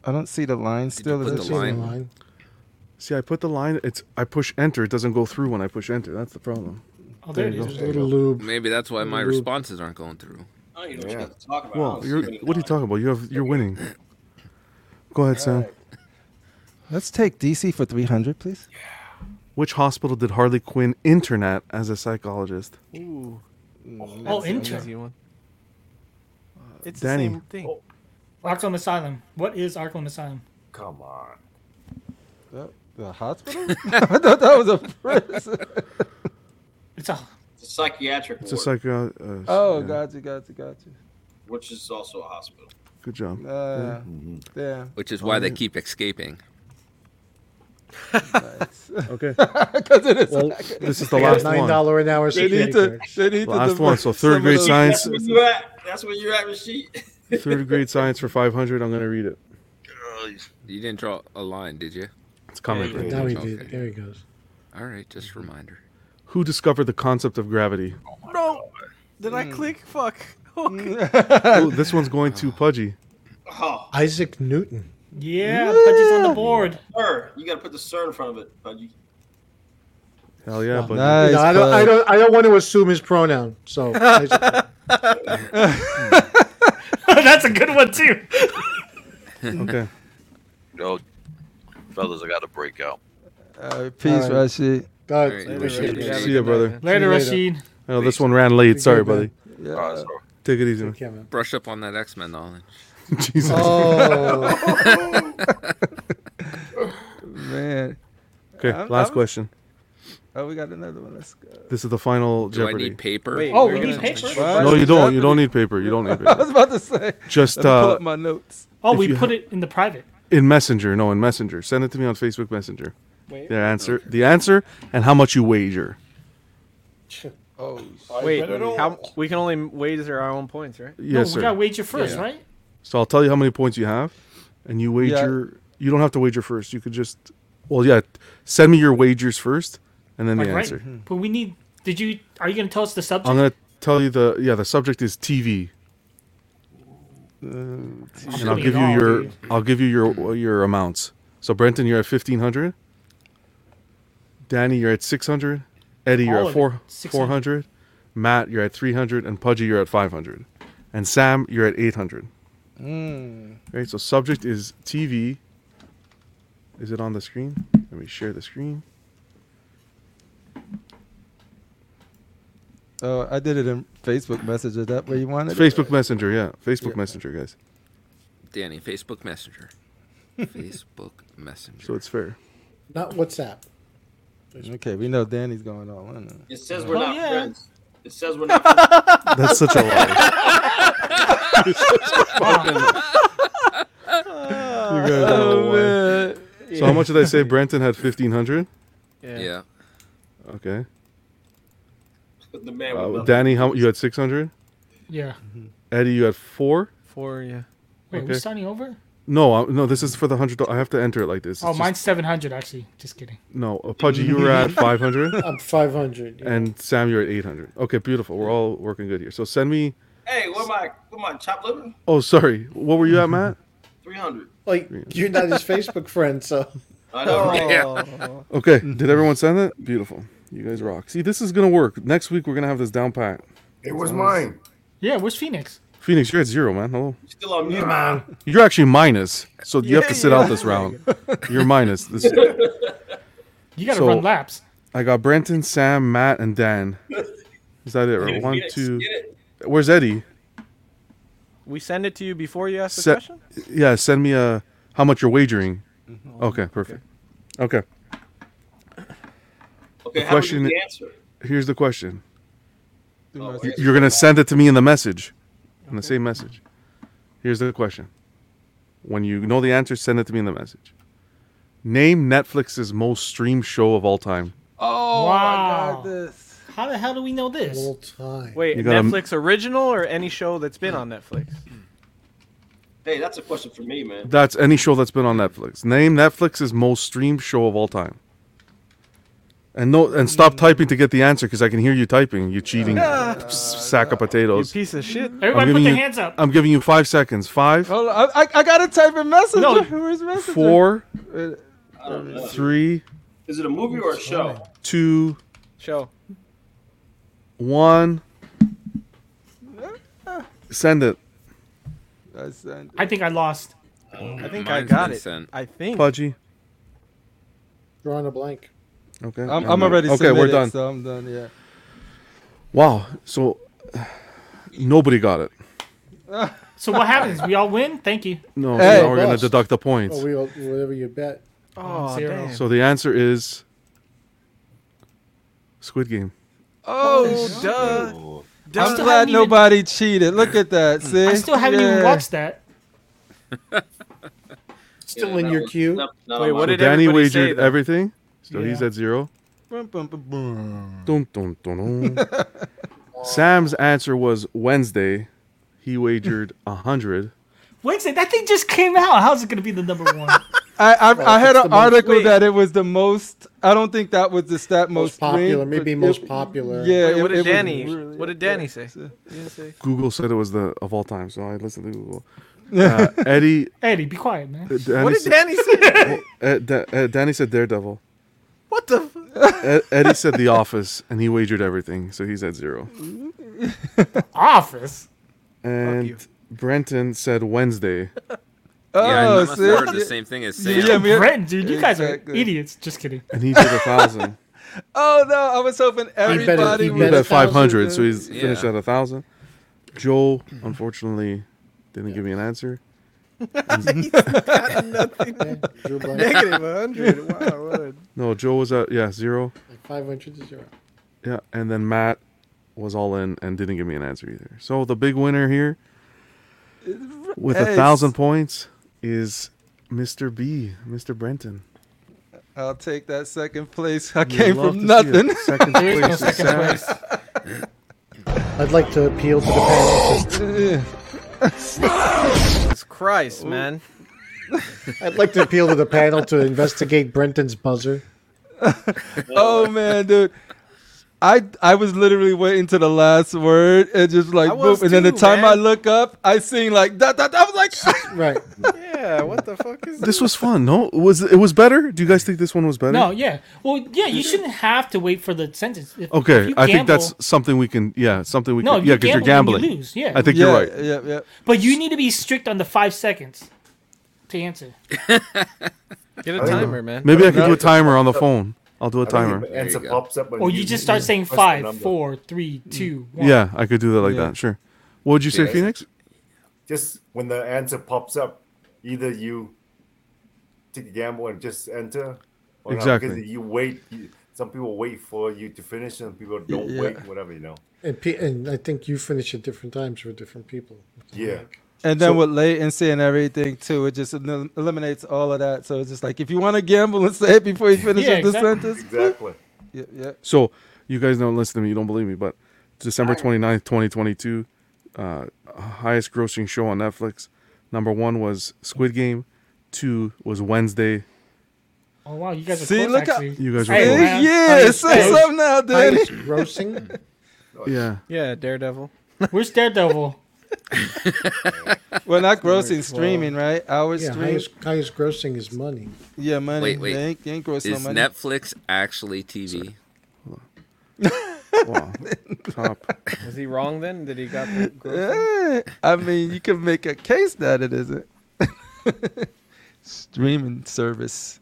Speaker 5: I don't see the line still.
Speaker 3: put
Speaker 5: Is
Speaker 3: the
Speaker 5: it still
Speaker 3: line?
Speaker 1: See, I put the line. It's I push enter. It doesn't go through when I push enter. That's the problem.
Speaker 4: Oh, there
Speaker 1: you
Speaker 4: it
Speaker 1: go.
Speaker 4: is.
Speaker 3: Maybe that's why my
Speaker 1: Little lube.
Speaker 3: responses aren't going through.
Speaker 12: Oh, you don't have to talk about
Speaker 1: Well,
Speaker 12: it.
Speaker 1: you're, what are you talking about? You have you're winning. Go ahead, Sam.
Speaker 5: Let's take DC for 300, please.
Speaker 1: Which hospital did Harley Quinn internet as a psychologist?
Speaker 2: Ooh. Mm,
Speaker 4: Oh,
Speaker 2: That's an easy
Speaker 4: intern.
Speaker 2: one.
Speaker 4: It's
Speaker 1: the Danny. same
Speaker 4: thing. Oh. Arkham Asylum. What is Arkham Asylum?
Speaker 12: Come on.
Speaker 5: The, the hospital? I thought that was a prison.
Speaker 4: it's a
Speaker 12: It's a psychiatric
Speaker 1: It's a
Speaker 12: ward,
Speaker 1: psycho. Uh,
Speaker 5: Oh,
Speaker 1: yeah.
Speaker 5: gotcha, gotcha, gotcha.
Speaker 12: which is also a hospital.
Speaker 1: Good job.
Speaker 5: Uh,
Speaker 1: Mm-hmm.
Speaker 5: yeah.
Speaker 3: Which
Speaker 1: Oh,
Speaker 3: is why they keep escaping.
Speaker 1: Okay.
Speaker 5: Because it is.
Speaker 1: Well, this is the last one.
Speaker 6: $9 an hour
Speaker 5: They need
Speaker 6: security
Speaker 5: to.
Speaker 6: guards.
Speaker 5: They need to
Speaker 1: Last one.
Speaker 5: divert
Speaker 1: So
Speaker 5: some
Speaker 1: third
Speaker 5: of
Speaker 1: grade
Speaker 5: those-
Speaker 1: science,
Speaker 12: That's where you at. That's where you're at, Rasheed.
Speaker 1: third grade science for five hundred. I'm gonna read it.
Speaker 3: You didn't draw a line, did you?
Speaker 1: It's coming.
Speaker 3: Yeah,
Speaker 6: Now he
Speaker 3: Okay.
Speaker 6: did. There he goes.
Speaker 3: All right, just a reminder.
Speaker 1: Who discovered the concept of gravity?
Speaker 2: No. Did I click? Fuck. Mm.
Speaker 1: Oh, this one's going to Pudgy.
Speaker 12: Oh,
Speaker 6: Isaac Newton.
Speaker 4: Yeah, Pudgy's on the board.
Speaker 12: sir. You got to put the sir in front of it. But you,
Speaker 1: Hell yeah, Pudgy.
Speaker 5: Nice,
Speaker 6: No, I don't. I
Speaker 5: bud.
Speaker 6: don't. I don't want to assume his pronoun. So Isaac-
Speaker 4: That's a good one too.
Speaker 1: Okay.
Speaker 10: Yo, fellas, I got to break out.
Speaker 5: Uh, peace,
Speaker 6: All right.
Speaker 5: Rashid.
Speaker 6: God,
Speaker 3: All right,
Speaker 6: later,
Speaker 3: appreciate
Speaker 6: Isaac.
Speaker 3: it.
Speaker 1: See ya, brother.
Speaker 4: Later,
Speaker 6: See you
Speaker 4: Rashid.
Speaker 1: Oh, this one ran late. Sorry, buddy.
Speaker 5: Yeah.
Speaker 10: All right, so.
Speaker 1: Take it easy. man.
Speaker 6: Okay, man.
Speaker 3: Brush up on that X Men knowledge.
Speaker 1: Jesus.
Speaker 6: Oh,
Speaker 5: Man.
Speaker 1: okay,
Speaker 5: I'm-
Speaker 1: last
Speaker 5: I'm-
Speaker 1: question.
Speaker 5: Oh, we got another one. Let's go.
Speaker 1: This is the final
Speaker 3: Do
Speaker 1: Jeopardy.
Speaker 3: I need paper?
Speaker 2: Wait,
Speaker 4: Oh,
Speaker 2: we're
Speaker 4: we
Speaker 2: gonna-
Speaker 4: need paper.
Speaker 5: What?
Speaker 1: no, you don't. You don't need paper. You don't need
Speaker 5: I
Speaker 1: paper.
Speaker 5: was about to say.
Speaker 1: Just
Speaker 5: Let me pull
Speaker 1: uh,
Speaker 5: up my notes.
Speaker 4: Oh,
Speaker 1: If
Speaker 4: we
Speaker 1: you
Speaker 4: put it in the private.
Speaker 1: in Messenger. No, in Messenger. Send it to me on Facebook Messenger.
Speaker 2: Wait.
Speaker 1: The answer, the answer, and how much you wager.
Speaker 5: Oh,
Speaker 2: Wait, how, we can only wager our own points, right?
Speaker 4: No,
Speaker 1: Yes,
Speaker 4: we
Speaker 1: sir.
Speaker 4: gotta wager first, right?
Speaker 1: So I'll tell you how many points you have, and you wager. You don't have to wager first. You could just, well, yeah, send me your wagers first, and then
Speaker 4: Like,
Speaker 1: the
Speaker 4: right?
Speaker 1: answer.
Speaker 4: But we need. Did you? Are you gonna tell us the subject?
Speaker 1: I'm gonna tell you the yeah. The subject is TV,
Speaker 4: Uh, I'm
Speaker 1: and I'll
Speaker 4: putting
Speaker 1: give
Speaker 4: it
Speaker 1: you
Speaker 4: all,
Speaker 1: your
Speaker 4: dude.
Speaker 1: I'll give you your your amounts. So Brenton, you're at fifteen hundred. Danny, you're at six hundred. Eddie, you're
Speaker 4: All
Speaker 1: at
Speaker 4: of
Speaker 1: four
Speaker 4: it, 600.
Speaker 1: four hundred. Matt, you're at three hundred, and Pudgy, you're at five hundred, and Sam, you're at eight hundred.
Speaker 12: Mm.
Speaker 1: Right. So subject is TV. Is it on the screen? Let me share the screen.
Speaker 5: Oh, I did it in Facebook Messenger. That way you wanted it?
Speaker 1: Facebook Messenger, yeah. Facebook
Speaker 5: Yeah.
Speaker 1: Messenger, guys.
Speaker 3: Danny, Facebook Messenger. Facebook Messenger.
Speaker 1: So it's fair.
Speaker 6: not WhatsApp.
Speaker 5: Okay, we know Danny's going all in.
Speaker 12: it says we're
Speaker 4: Oh,
Speaker 12: not
Speaker 4: yeah.
Speaker 12: friends. It says we're not. friends.
Speaker 1: That's such a lie.
Speaker 4: Uh,
Speaker 1: You guys are all
Speaker 4: oh,
Speaker 1: lying. So how much did I say Brenton had fifteen hundred?
Speaker 3: yeah.
Speaker 1: Okay.
Speaker 12: the man with
Speaker 1: Uh,
Speaker 12: nothing.
Speaker 1: Danny, how you had six hundred? Mm-hmm.
Speaker 4: Yeah.
Speaker 1: Eddie, you had four.
Speaker 2: Four, yeah.
Speaker 4: Wait,
Speaker 1: Okay.
Speaker 4: we starting over?
Speaker 1: No, I, no, this is for the hundred. I have to enter it like this. It's
Speaker 4: Oh,
Speaker 1: just-
Speaker 4: mine's seven hundred actually. Just kidding.
Speaker 1: No, uh, Pudgy, you were at five hundred,
Speaker 6: I'm 500. yeah.
Speaker 1: and Sam, you're at eight hundred. Okay, beautiful. We're all working good here. So send me.
Speaker 12: Hey, what am I? What am I? Chopped liver?
Speaker 1: Oh, sorry. What were you at, Matt?
Speaker 12: Three hundred.
Speaker 6: Like you're not his Facebook friend, so
Speaker 12: I know. right?
Speaker 1: Okay. Did everyone send it? Beautiful. You guys rock. See, this is gonna work. Next week we're gonna have this down pat.
Speaker 8: It was mine.
Speaker 4: Yeah, where's Phoenix?
Speaker 1: Phoenix, you're at zero, man. Hello.
Speaker 12: Still on mute, man.
Speaker 1: You're actually minus, so you have to sit out this round. You're minus. This,
Speaker 4: You gotta
Speaker 1: So-
Speaker 4: run laps.
Speaker 1: I got Brenton, Sam, Matt, and Dan. Is that it? Right? One,
Speaker 12: Get it,
Speaker 1: two.
Speaker 12: Get it.
Speaker 1: Where's Eddie?
Speaker 2: We send it to you before you ask the
Speaker 1: Se-
Speaker 2: question?
Speaker 1: Yeah, send me a how much you're wagering.
Speaker 2: Mm-hmm.
Speaker 1: Okay, perfect. Okay,
Speaker 12: Okay,
Speaker 1: The
Speaker 12: how do
Speaker 1: question-
Speaker 12: we get the answer?
Speaker 1: here's the question.
Speaker 12: Oh,
Speaker 1: You- You're gonna send it to me in the message, in the same message. Here's the question. When you know the answer, send it to me in the message. Name Netflix's most streamed show of all time.
Speaker 12: oh
Speaker 4: wow.
Speaker 5: this.
Speaker 4: How the hell do we know this?
Speaker 6: all time.
Speaker 2: Wait,
Speaker 1: You gotta-
Speaker 2: Netflix original or any show that's been on Netflix?
Speaker 12: hey, that's a question for me, man.
Speaker 1: That's any show that's been on Netflix. Name Netflix's most streamed show of all time. And no, and stop typing to get the answer because I can hear you typing. You cheating s- sack of potatoes.
Speaker 2: piece of shit.
Speaker 1: I'm giving you- I'm giving you five seconds. Five,
Speaker 5: Hold on, I, I, I gotta type in messenger.
Speaker 12: No.
Speaker 5: Where's messenger?
Speaker 1: four,
Speaker 5: Wait,
Speaker 12: I don't know.
Speaker 1: three,
Speaker 12: Is it a movie or a show?
Speaker 1: two,
Speaker 2: Show.
Speaker 1: one. Send it,
Speaker 5: I sent.
Speaker 4: I think I lost.
Speaker 2: I think I got it. I think.
Speaker 1: Pudgy.
Speaker 6: Drawing a blank.
Speaker 1: Okay.
Speaker 5: I'm,
Speaker 1: Never
Speaker 5: I'm
Speaker 1: mind.
Speaker 5: already
Speaker 1: Okay, we're done.
Speaker 5: So I'm done. Yeah.
Speaker 1: Wow. So nobody got it.
Speaker 2: Ah.
Speaker 4: So what happens? We all win. Thank you.
Speaker 1: No,
Speaker 5: Hey.
Speaker 1: now we're gonna
Speaker 6: Lost.
Speaker 1: deduct the points.
Speaker 6: Or we'll- Oh, whatever you bet.
Speaker 2: Oh,
Speaker 4: Zero.
Speaker 2: damn.
Speaker 1: So the answer is Squid Game.
Speaker 5: Oh, duh.
Speaker 2: Duh.
Speaker 5: I'm
Speaker 4: Still
Speaker 5: glad
Speaker 4: haven't even-
Speaker 5: nobody cheated. Look at that.
Speaker 1: Hmm.
Speaker 5: See?
Speaker 4: I still haven't even
Speaker 5: Yeah.
Speaker 4: watched that.
Speaker 6: Still in your queue.
Speaker 2: Wait, what
Speaker 1: So
Speaker 2: did
Speaker 1: Danny
Speaker 2: everybody say,
Speaker 1: wagered
Speaker 2: though?
Speaker 1: everything, so he's
Speaker 4: Yeah.
Speaker 1: at zero.
Speaker 5: Bum, bum, bum, bum.
Speaker 1: Dun, dun, dun, dun. Sam's answer was Wednesday. He wagered a hundred.
Speaker 4: Wednesday, that thing just came out. How's it gonna be the number one?
Speaker 5: I I, I had
Speaker 6: that's the
Speaker 5: an
Speaker 6: most-
Speaker 5: article
Speaker 2: Wait.
Speaker 5: that it was the most. I don't think that was the stat most,
Speaker 6: Most popular,
Speaker 5: read,
Speaker 6: maybe
Speaker 5: but
Speaker 6: most
Speaker 5: it-
Speaker 6: popular.
Speaker 5: Yeah.
Speaker 2: Wait, what
Speaker 5: it-
Speaker 2: did
Speaker 5: it was
Speaker 2: Danny?
Speaker 5: really-
Speaker 2: what did Danny say? He didn't say.
Speaker 1: Google said it was the of all time, so I listened to Google. Uh, Eddie,
Speaker 4: Eddie, be quiet, man.
Speaker 1: uh, Danny
Speaker 2: What did
Speaker 1: said,
Speaker 2: Danny say?
Speaker 1: uh, Da- uh, Danny said Daredevil.
Speaker 2: what the? F-
Speaker 1: Ed- Eddie said The Office, and he wagered everything, so he's at zero.
Speaker 4: Office.
Speaker 1: And
Speaker 2: you.
Speaker 1: Brenton said Wednesday.
Speaker 3: yeah,
Speaker 5: Oh,
Speaker 3: I must have heard the
Speaker 5: see?
Speaker 3: same thing as Sam.
Speaker 5: Yeah, we-
Speaker 4: Brent, dude, you guys are
Speaker 5: Exactly.
Speaker 4: idiots. Just kidding.
Speaker 1: and he did a thousand.
Speaker 5: Oh no! I was hoping everybody.
Speaker 6: he
Speaker 1: He was
Speaker 6: bet
Speaker 5: would-
Speaker 1: at five hundred, so he's
Speaker 3: Yeah.
Speaker 1: finished at a thousand. Joel, unfortunately, didn't give me an answer.
Speaker 6: Drew a blank.
Speaker 5: negative 100. Wow, what a-
Speaker 1: No, Joel was at yeah zero.
Speaker 6: Like 500 to zero.
Speaker 1: Yeah, and then Matt was all in and didn't give me an answer either. So the big winner here with
Speaker 5: Hey,
Speaker 1: a thousand points is Mr. B, Mr. Brenton.
Speaker 5: I'll take that second place. I
Speaker 1: You'd
Speaker 5: came
Speaker 1: love
Speaker 5: from
Speaker 1: to see it.
Speaker 5: nothing.
Speaker 1: Second
Speaker 4: There is no
Speaker 1: place. is
Speaker 4: second
Speaker 1: Sam.
Speaker 4: place.
Speaker 6: I'd like to appeal to the panel. to-
Speaker 2: Jesus Christ,
Speaker 1: Oh.
Speaker 2: man.
Speaker 6: I'd like to appeal to the panel to investigate Brenton's buzzer.
Speaker 5: oh man, dude. I I was literally waiting to the last word and just like
Speaker 2: I was
Speaker 5: boop. And then the
Speaker 2: too,
Speaker 5: time I
Speaker 2: man.
Speaker 5: look up, I seen like that. That I was like,
Speaker 6: Right.
Speaker 2: Yeah, what the fuck is
Speaker 1: This was fun. No, was it was better? Do you guys think this one was better?
Speaker 4: No, yeah. Well, yeah, you shouldn't have to wait for the sentence. If-
Speaker 1: Okay,
Speaker 4: if you
Speaker 1: I think that's
Speaker 4: gamble-
Speaker 1: something we can. Yeah, something we
Speaker 4: No,
Speaker 1: can.
Speaker 4: if
Speaker 1: Yeah,
Speaker 4: you
Speaker 1: because you're
Speaker 4: gamble, then
Speaker 1: gambling.
Speaker 4: you lose, yeah.
Speaker 1: I think
Speaker 5: yeah,
Speaker 1: you're right.
Speaker 5: Yeah, yeah.
Speaker 4: But you need to be strict on the five seconds to answer.
Speaker 2: Get a timer, man.
Speaker 1: Maybe I
Speaker 8: No,
Speaker 1: can do a
Speaker 8: it's-
Speaker 1: timer on the phone. I'll do a timer.
Speaker 4: uh,
Speaker 8: It ends
Speaker 3: There
Speaker 8: up
Speaker 3: you go.
Speaker 8: pops up when
Speaker 4: Or you just start saying
Speaker 8: press the
Speaker 4: five,
Speaker 8: number.
Speaker 4: four, three, two, one.
Speaker 1: Yeah, I could do that like that. Sure. What would you say,
Speaker 3: Yeah.
Speaker 1: Phoenix?
Speaker 8: Just when the answer pops up, either you take a gamble and just enter, or not,
Speaker 1: Exactly.
Speaker 8: because you wait. You, some people wait for you to finish, and people don't
Speaker 5: yeah.
Speaker 8: wait. Whatever you know.
Speaker 6: And, P- and I think you finish at different times for different people.
Speaker 8: Yeah.
Speaker 5: And then with latency and everything too, it just elim- eliminates all of that. So it's just like if you want to gamble and say it before you finish
Speaker 4: Yeah,
Speaker 5: up the
Speaker 4: exactly.
Speaker 5: sentence.
Speaker 8: Exactly.
Speaker 5: Yeah, yeah.
Speaker 1: So you guys don't listen to me. You don't believe me, but December 29th, 2022, uh, highest grossing show on Netflix. Number one was Squid Game. Two was Wednesday.
Speaker 4: Oh wow, you guys are
Speaker 5: See,
Speaker 4: close
Speaker 5: look how-
Speaker 4: actually.
Speaker 1: You guys are
Speaker 4: Hey,
Speaker 1: close.
Speaker 4: man.
Speaker 5: yeah, say
Speaker 6: Highest-
Speaker 5: something now, Danny.
Speaker 6: Highest grossing.
Speaker 1: Yeah.
Speaker 2: Yeah, Daredevil.
Speaker 4: Where's Daredevil?
Speaker 5: Well, not grossing, streaming, right? Hours
Speaker 6: Yeah,
Speaker 5: stream.
Speaker 6: highest, highest grossing is money.
Speaker 5: Yeah, money.
Speaker 3: Wait, wait.
Speaker 5: They ain't, they ain't gross no
Speaker 3: Is
Speaker 5: money.
Speaker 3: Netflix actually TV?
Speaker 1: Wow. Top.
Speaker 2: Was he wrong then? Did he got the gross?
Speaker 5: Eh, I mean, you can make a case that it isn't. Streaming service.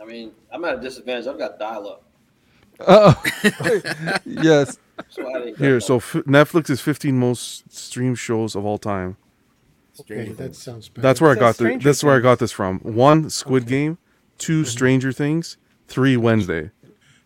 Speaker 12: I mean, I'm at a disadvantage. I've got dial up.
Speaker 5: Oh, yes.
Speaker 12: So I didn't get
Speaker 1: Here,
Speaker 12: that.
Speaker 1: so f- Netflix is 15 most streamed shows of all time.
Speaker 6: Okay,
Speaker 8: Stranger
Speaker 6: that
Speaker 8: Things.
Speaker 6: sounds better.
Speaker 1: That's where I
Speaker 2: says
Speaker 1: got the,
Speaker 2: Stranger
Speaker 1: This is where I got this from. One, Squid Game. 2 Stranger Things. Three, Wednesday.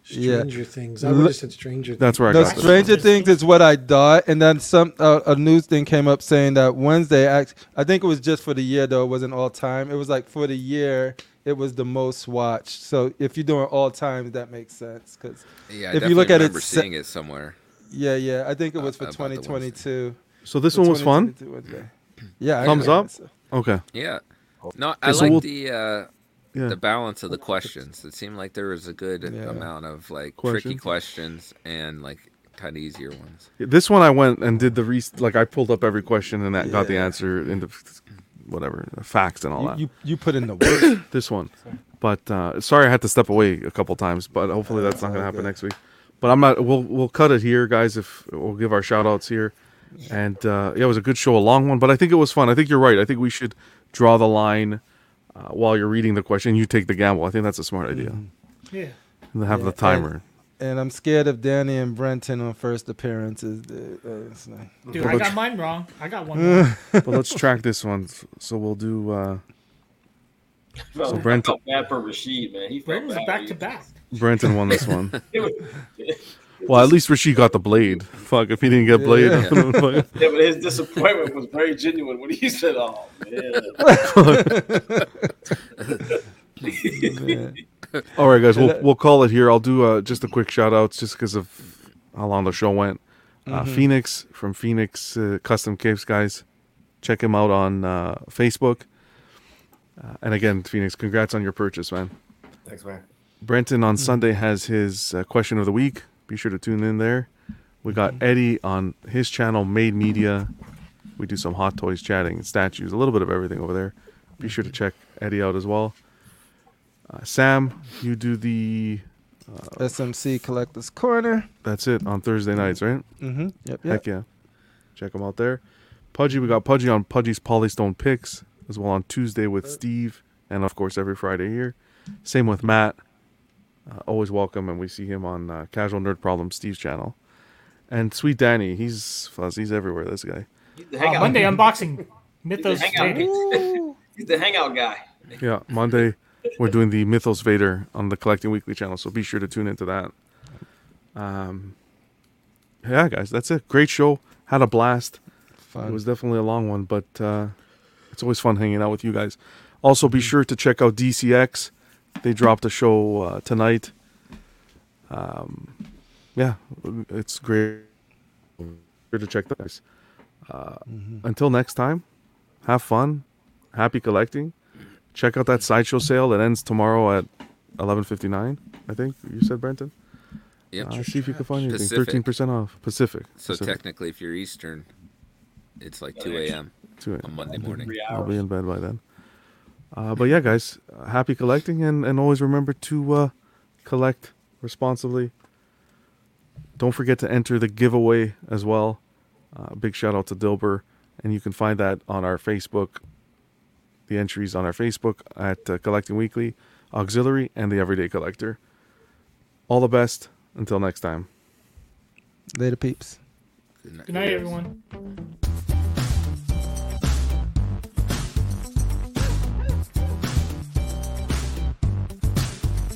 Speaker 5: Yeah.
Speaker 6: Stranger Things. I would
Speaker 5: Look-
Speaker 6: have said Stranger Things.
Speaker 1: That's where I
Speaker 5: No,
Speaker 1: got this.
Speaker 5: Stranger Things is what I thought, and then some. Uh, a news thing came up saying that Wednesday. act- I think it was just for the year though. It wasn't all time. It was like for the year. It was the most watched. So if you're doing all time, that makes sense. Cause
Speaker 3: Yeah, I
Speaker 5: If you look
Speaker 3: definitely
Speaker 5: at it
Speaker 3: remember
Speaker 5: se-
Speaker 3: seeing it somewhere.
Speaker 5: yeah, yeah. I think it was for
Speaker 3: about the Wednesday.
Speaker 5: 2022.
Speaker 1: So this
Speaker 5: The
Speaker 1: one was fun.
Speaker 5: 2022 Wednesday. Yeah. I
Speaker 1: Thumbs
Speaker 5: agree.
Speaker 1: up? Okay.
Speaker 3: Yeah. No, I
Speaker 1: so
Speaker 3: like
Speaker 1: we'll-
Speaker 3: the uh,
Speaker 1: Yeah.
Speaker 3: the balance of the questions. It seemed like there was a good
Speaker 1: Yeah.
Speaker 3: amount of like tricky
Speaker 1: Questions.
Speaker 3: questions and like kind of easier ones.
Speaker 1: This one I went and did the re- like I pulled up every question and that got the answer in the whatever the facts and all
Speaker 5: You-
Speaker 1: that.
Speaker 5: you- you put in the work.
Speaker 1: this one, but uh, sorry I had to step away a couple times. But hopefully that's not going to happen next week. But I'm not. We'll we'll cut it here, guys. If we'll give our shout outs here, and uh, yeah, it was a good show, a long one, but I think it was fun. I think you're right. I think we should draw the line uh, while you're reading the question. You take the gamble. I think that's a smart idea.
Speaker 4: Yeah.
Speaker 1: And have
Speaker 5: Yeah,
Speaker 1: the
Speaker 5: and-
Speaker 1: timer.
Speaker 5: And I'm scared of Danny and Brenton on first appearances. dude. Uh, it's not-
Speaker 4: Dude, I got mine wrong. I got one. wrong.
Speaker 1: but let's track this one. So we'll do. Uh,
Speaker 12: Felt-
Speaker 1: so
Speaker 12: I
Speaker 1: Brent,
Speaker 12: felt bad for Rashid, man. He felt
Speaker 4: It was
Speaker 12: bad.
Speaker 4: back to back.
Speaker 1: Brenton won this one.
Speaker 12: It was-
Speaker 1: Well, at least Rasheed got the blade. Fuck, if he didn't get blade,
Speaker 12: Yeah. yeah,
Speaker 1: fuck.
Speaker 12: but his disappointment was very genuine when he said, "Oh man."
Speaker 1: All right, guys, we'll
Speaker 5: And, uh,
Speaker 1: we'll call it here. I'll do uh, just a quick shout outs just because of how long the show went. Uh,
Speaker 5: Mhm.
Speaker 1: Phoenix from Phoenix uh, Custom Capes, guys, check him out on uh, Facebook. Uh, and again, Phoenix, congrats on your purchase, man.
Speaker 8: Thanks, man.
Speaker 1: Brenton on Sunday has his uh, question of the week. Be sure to tune in there. We got Eddie on his channel, Made Media. We do some hot toys chatting and statues, a little bit of everything over there. Be sure to check Eddie out as well. Uh, Sam, you do the. Uh,
Speaker 5: SMC Collectors Corner.
Speaker 1: that's it on Thursday nights, right?
Speaker 5: Mhm. Yep, yep.
Speaker 1: Heck yeah. Check them out there. Pudgy, we got Pudgy on Pudgy's Polystone Picks as well on Tuesday with Steve, and of course every Friday here. Same with Matt. Uh, always welcome, and we see him on uh, Casual Nerd Problem Steve's channel. And Sweet Danny, he's fuzz, he's everywhere. This guy.
Speaker 12: hang on.
Speaker 4: Uh, Monday unboxing. Mythos.
Speaker 12: He's the hangout.
Speaker 4: Daily.
Speaker 12: He's the hangout guy.
Speaker 1: Yeah, Monday we're doing the Mythos Vader on the Collecting Weekly channel, so be sure to tune into that. Um, yeah, guys, that's it. Great show. Had a blast. It was definitely a long one, but uh, it's always fun hanging out with you guys. Also, be sure to check out DCX. They dropped a show uh, tonight. Um, yeah, it's great. Sure to check that. guys. Uh, Until next time, have fun, happy collecting. Check out that sideshow sale that ends tomorrow at eleven fifty nine. I think you said Brenton.
Speaker 3: Yep.
Speaker 1: Uh, see if you can find anything.
Speaker 3: Pacific.
Speaker 1: Thirteen percent off Pacific.
Speaker 3: So
Speaker 1: Pacific.
Speaker 3: technically, if you're Eastern, it's like 2 a.m.
Speaker 1: 2 a.m.
Speaker 3: on Monday morning.
Speaker 1: I'll be in bed by then. Uh, but yeah, guys, uh, happy collecting and, and always remember to uh, collect responsibly. Don't forget to enter the giveaway as well. Uh, big shout out to Dilber. And you can find that on our Facebook, the entries on our Facebook at uh, Collecting Weekly, Auxiliary, and the Everyday Collector. All the best. Until next time.
Speaker 5: Later, peeps.
Speaker 4: Good night, everyone.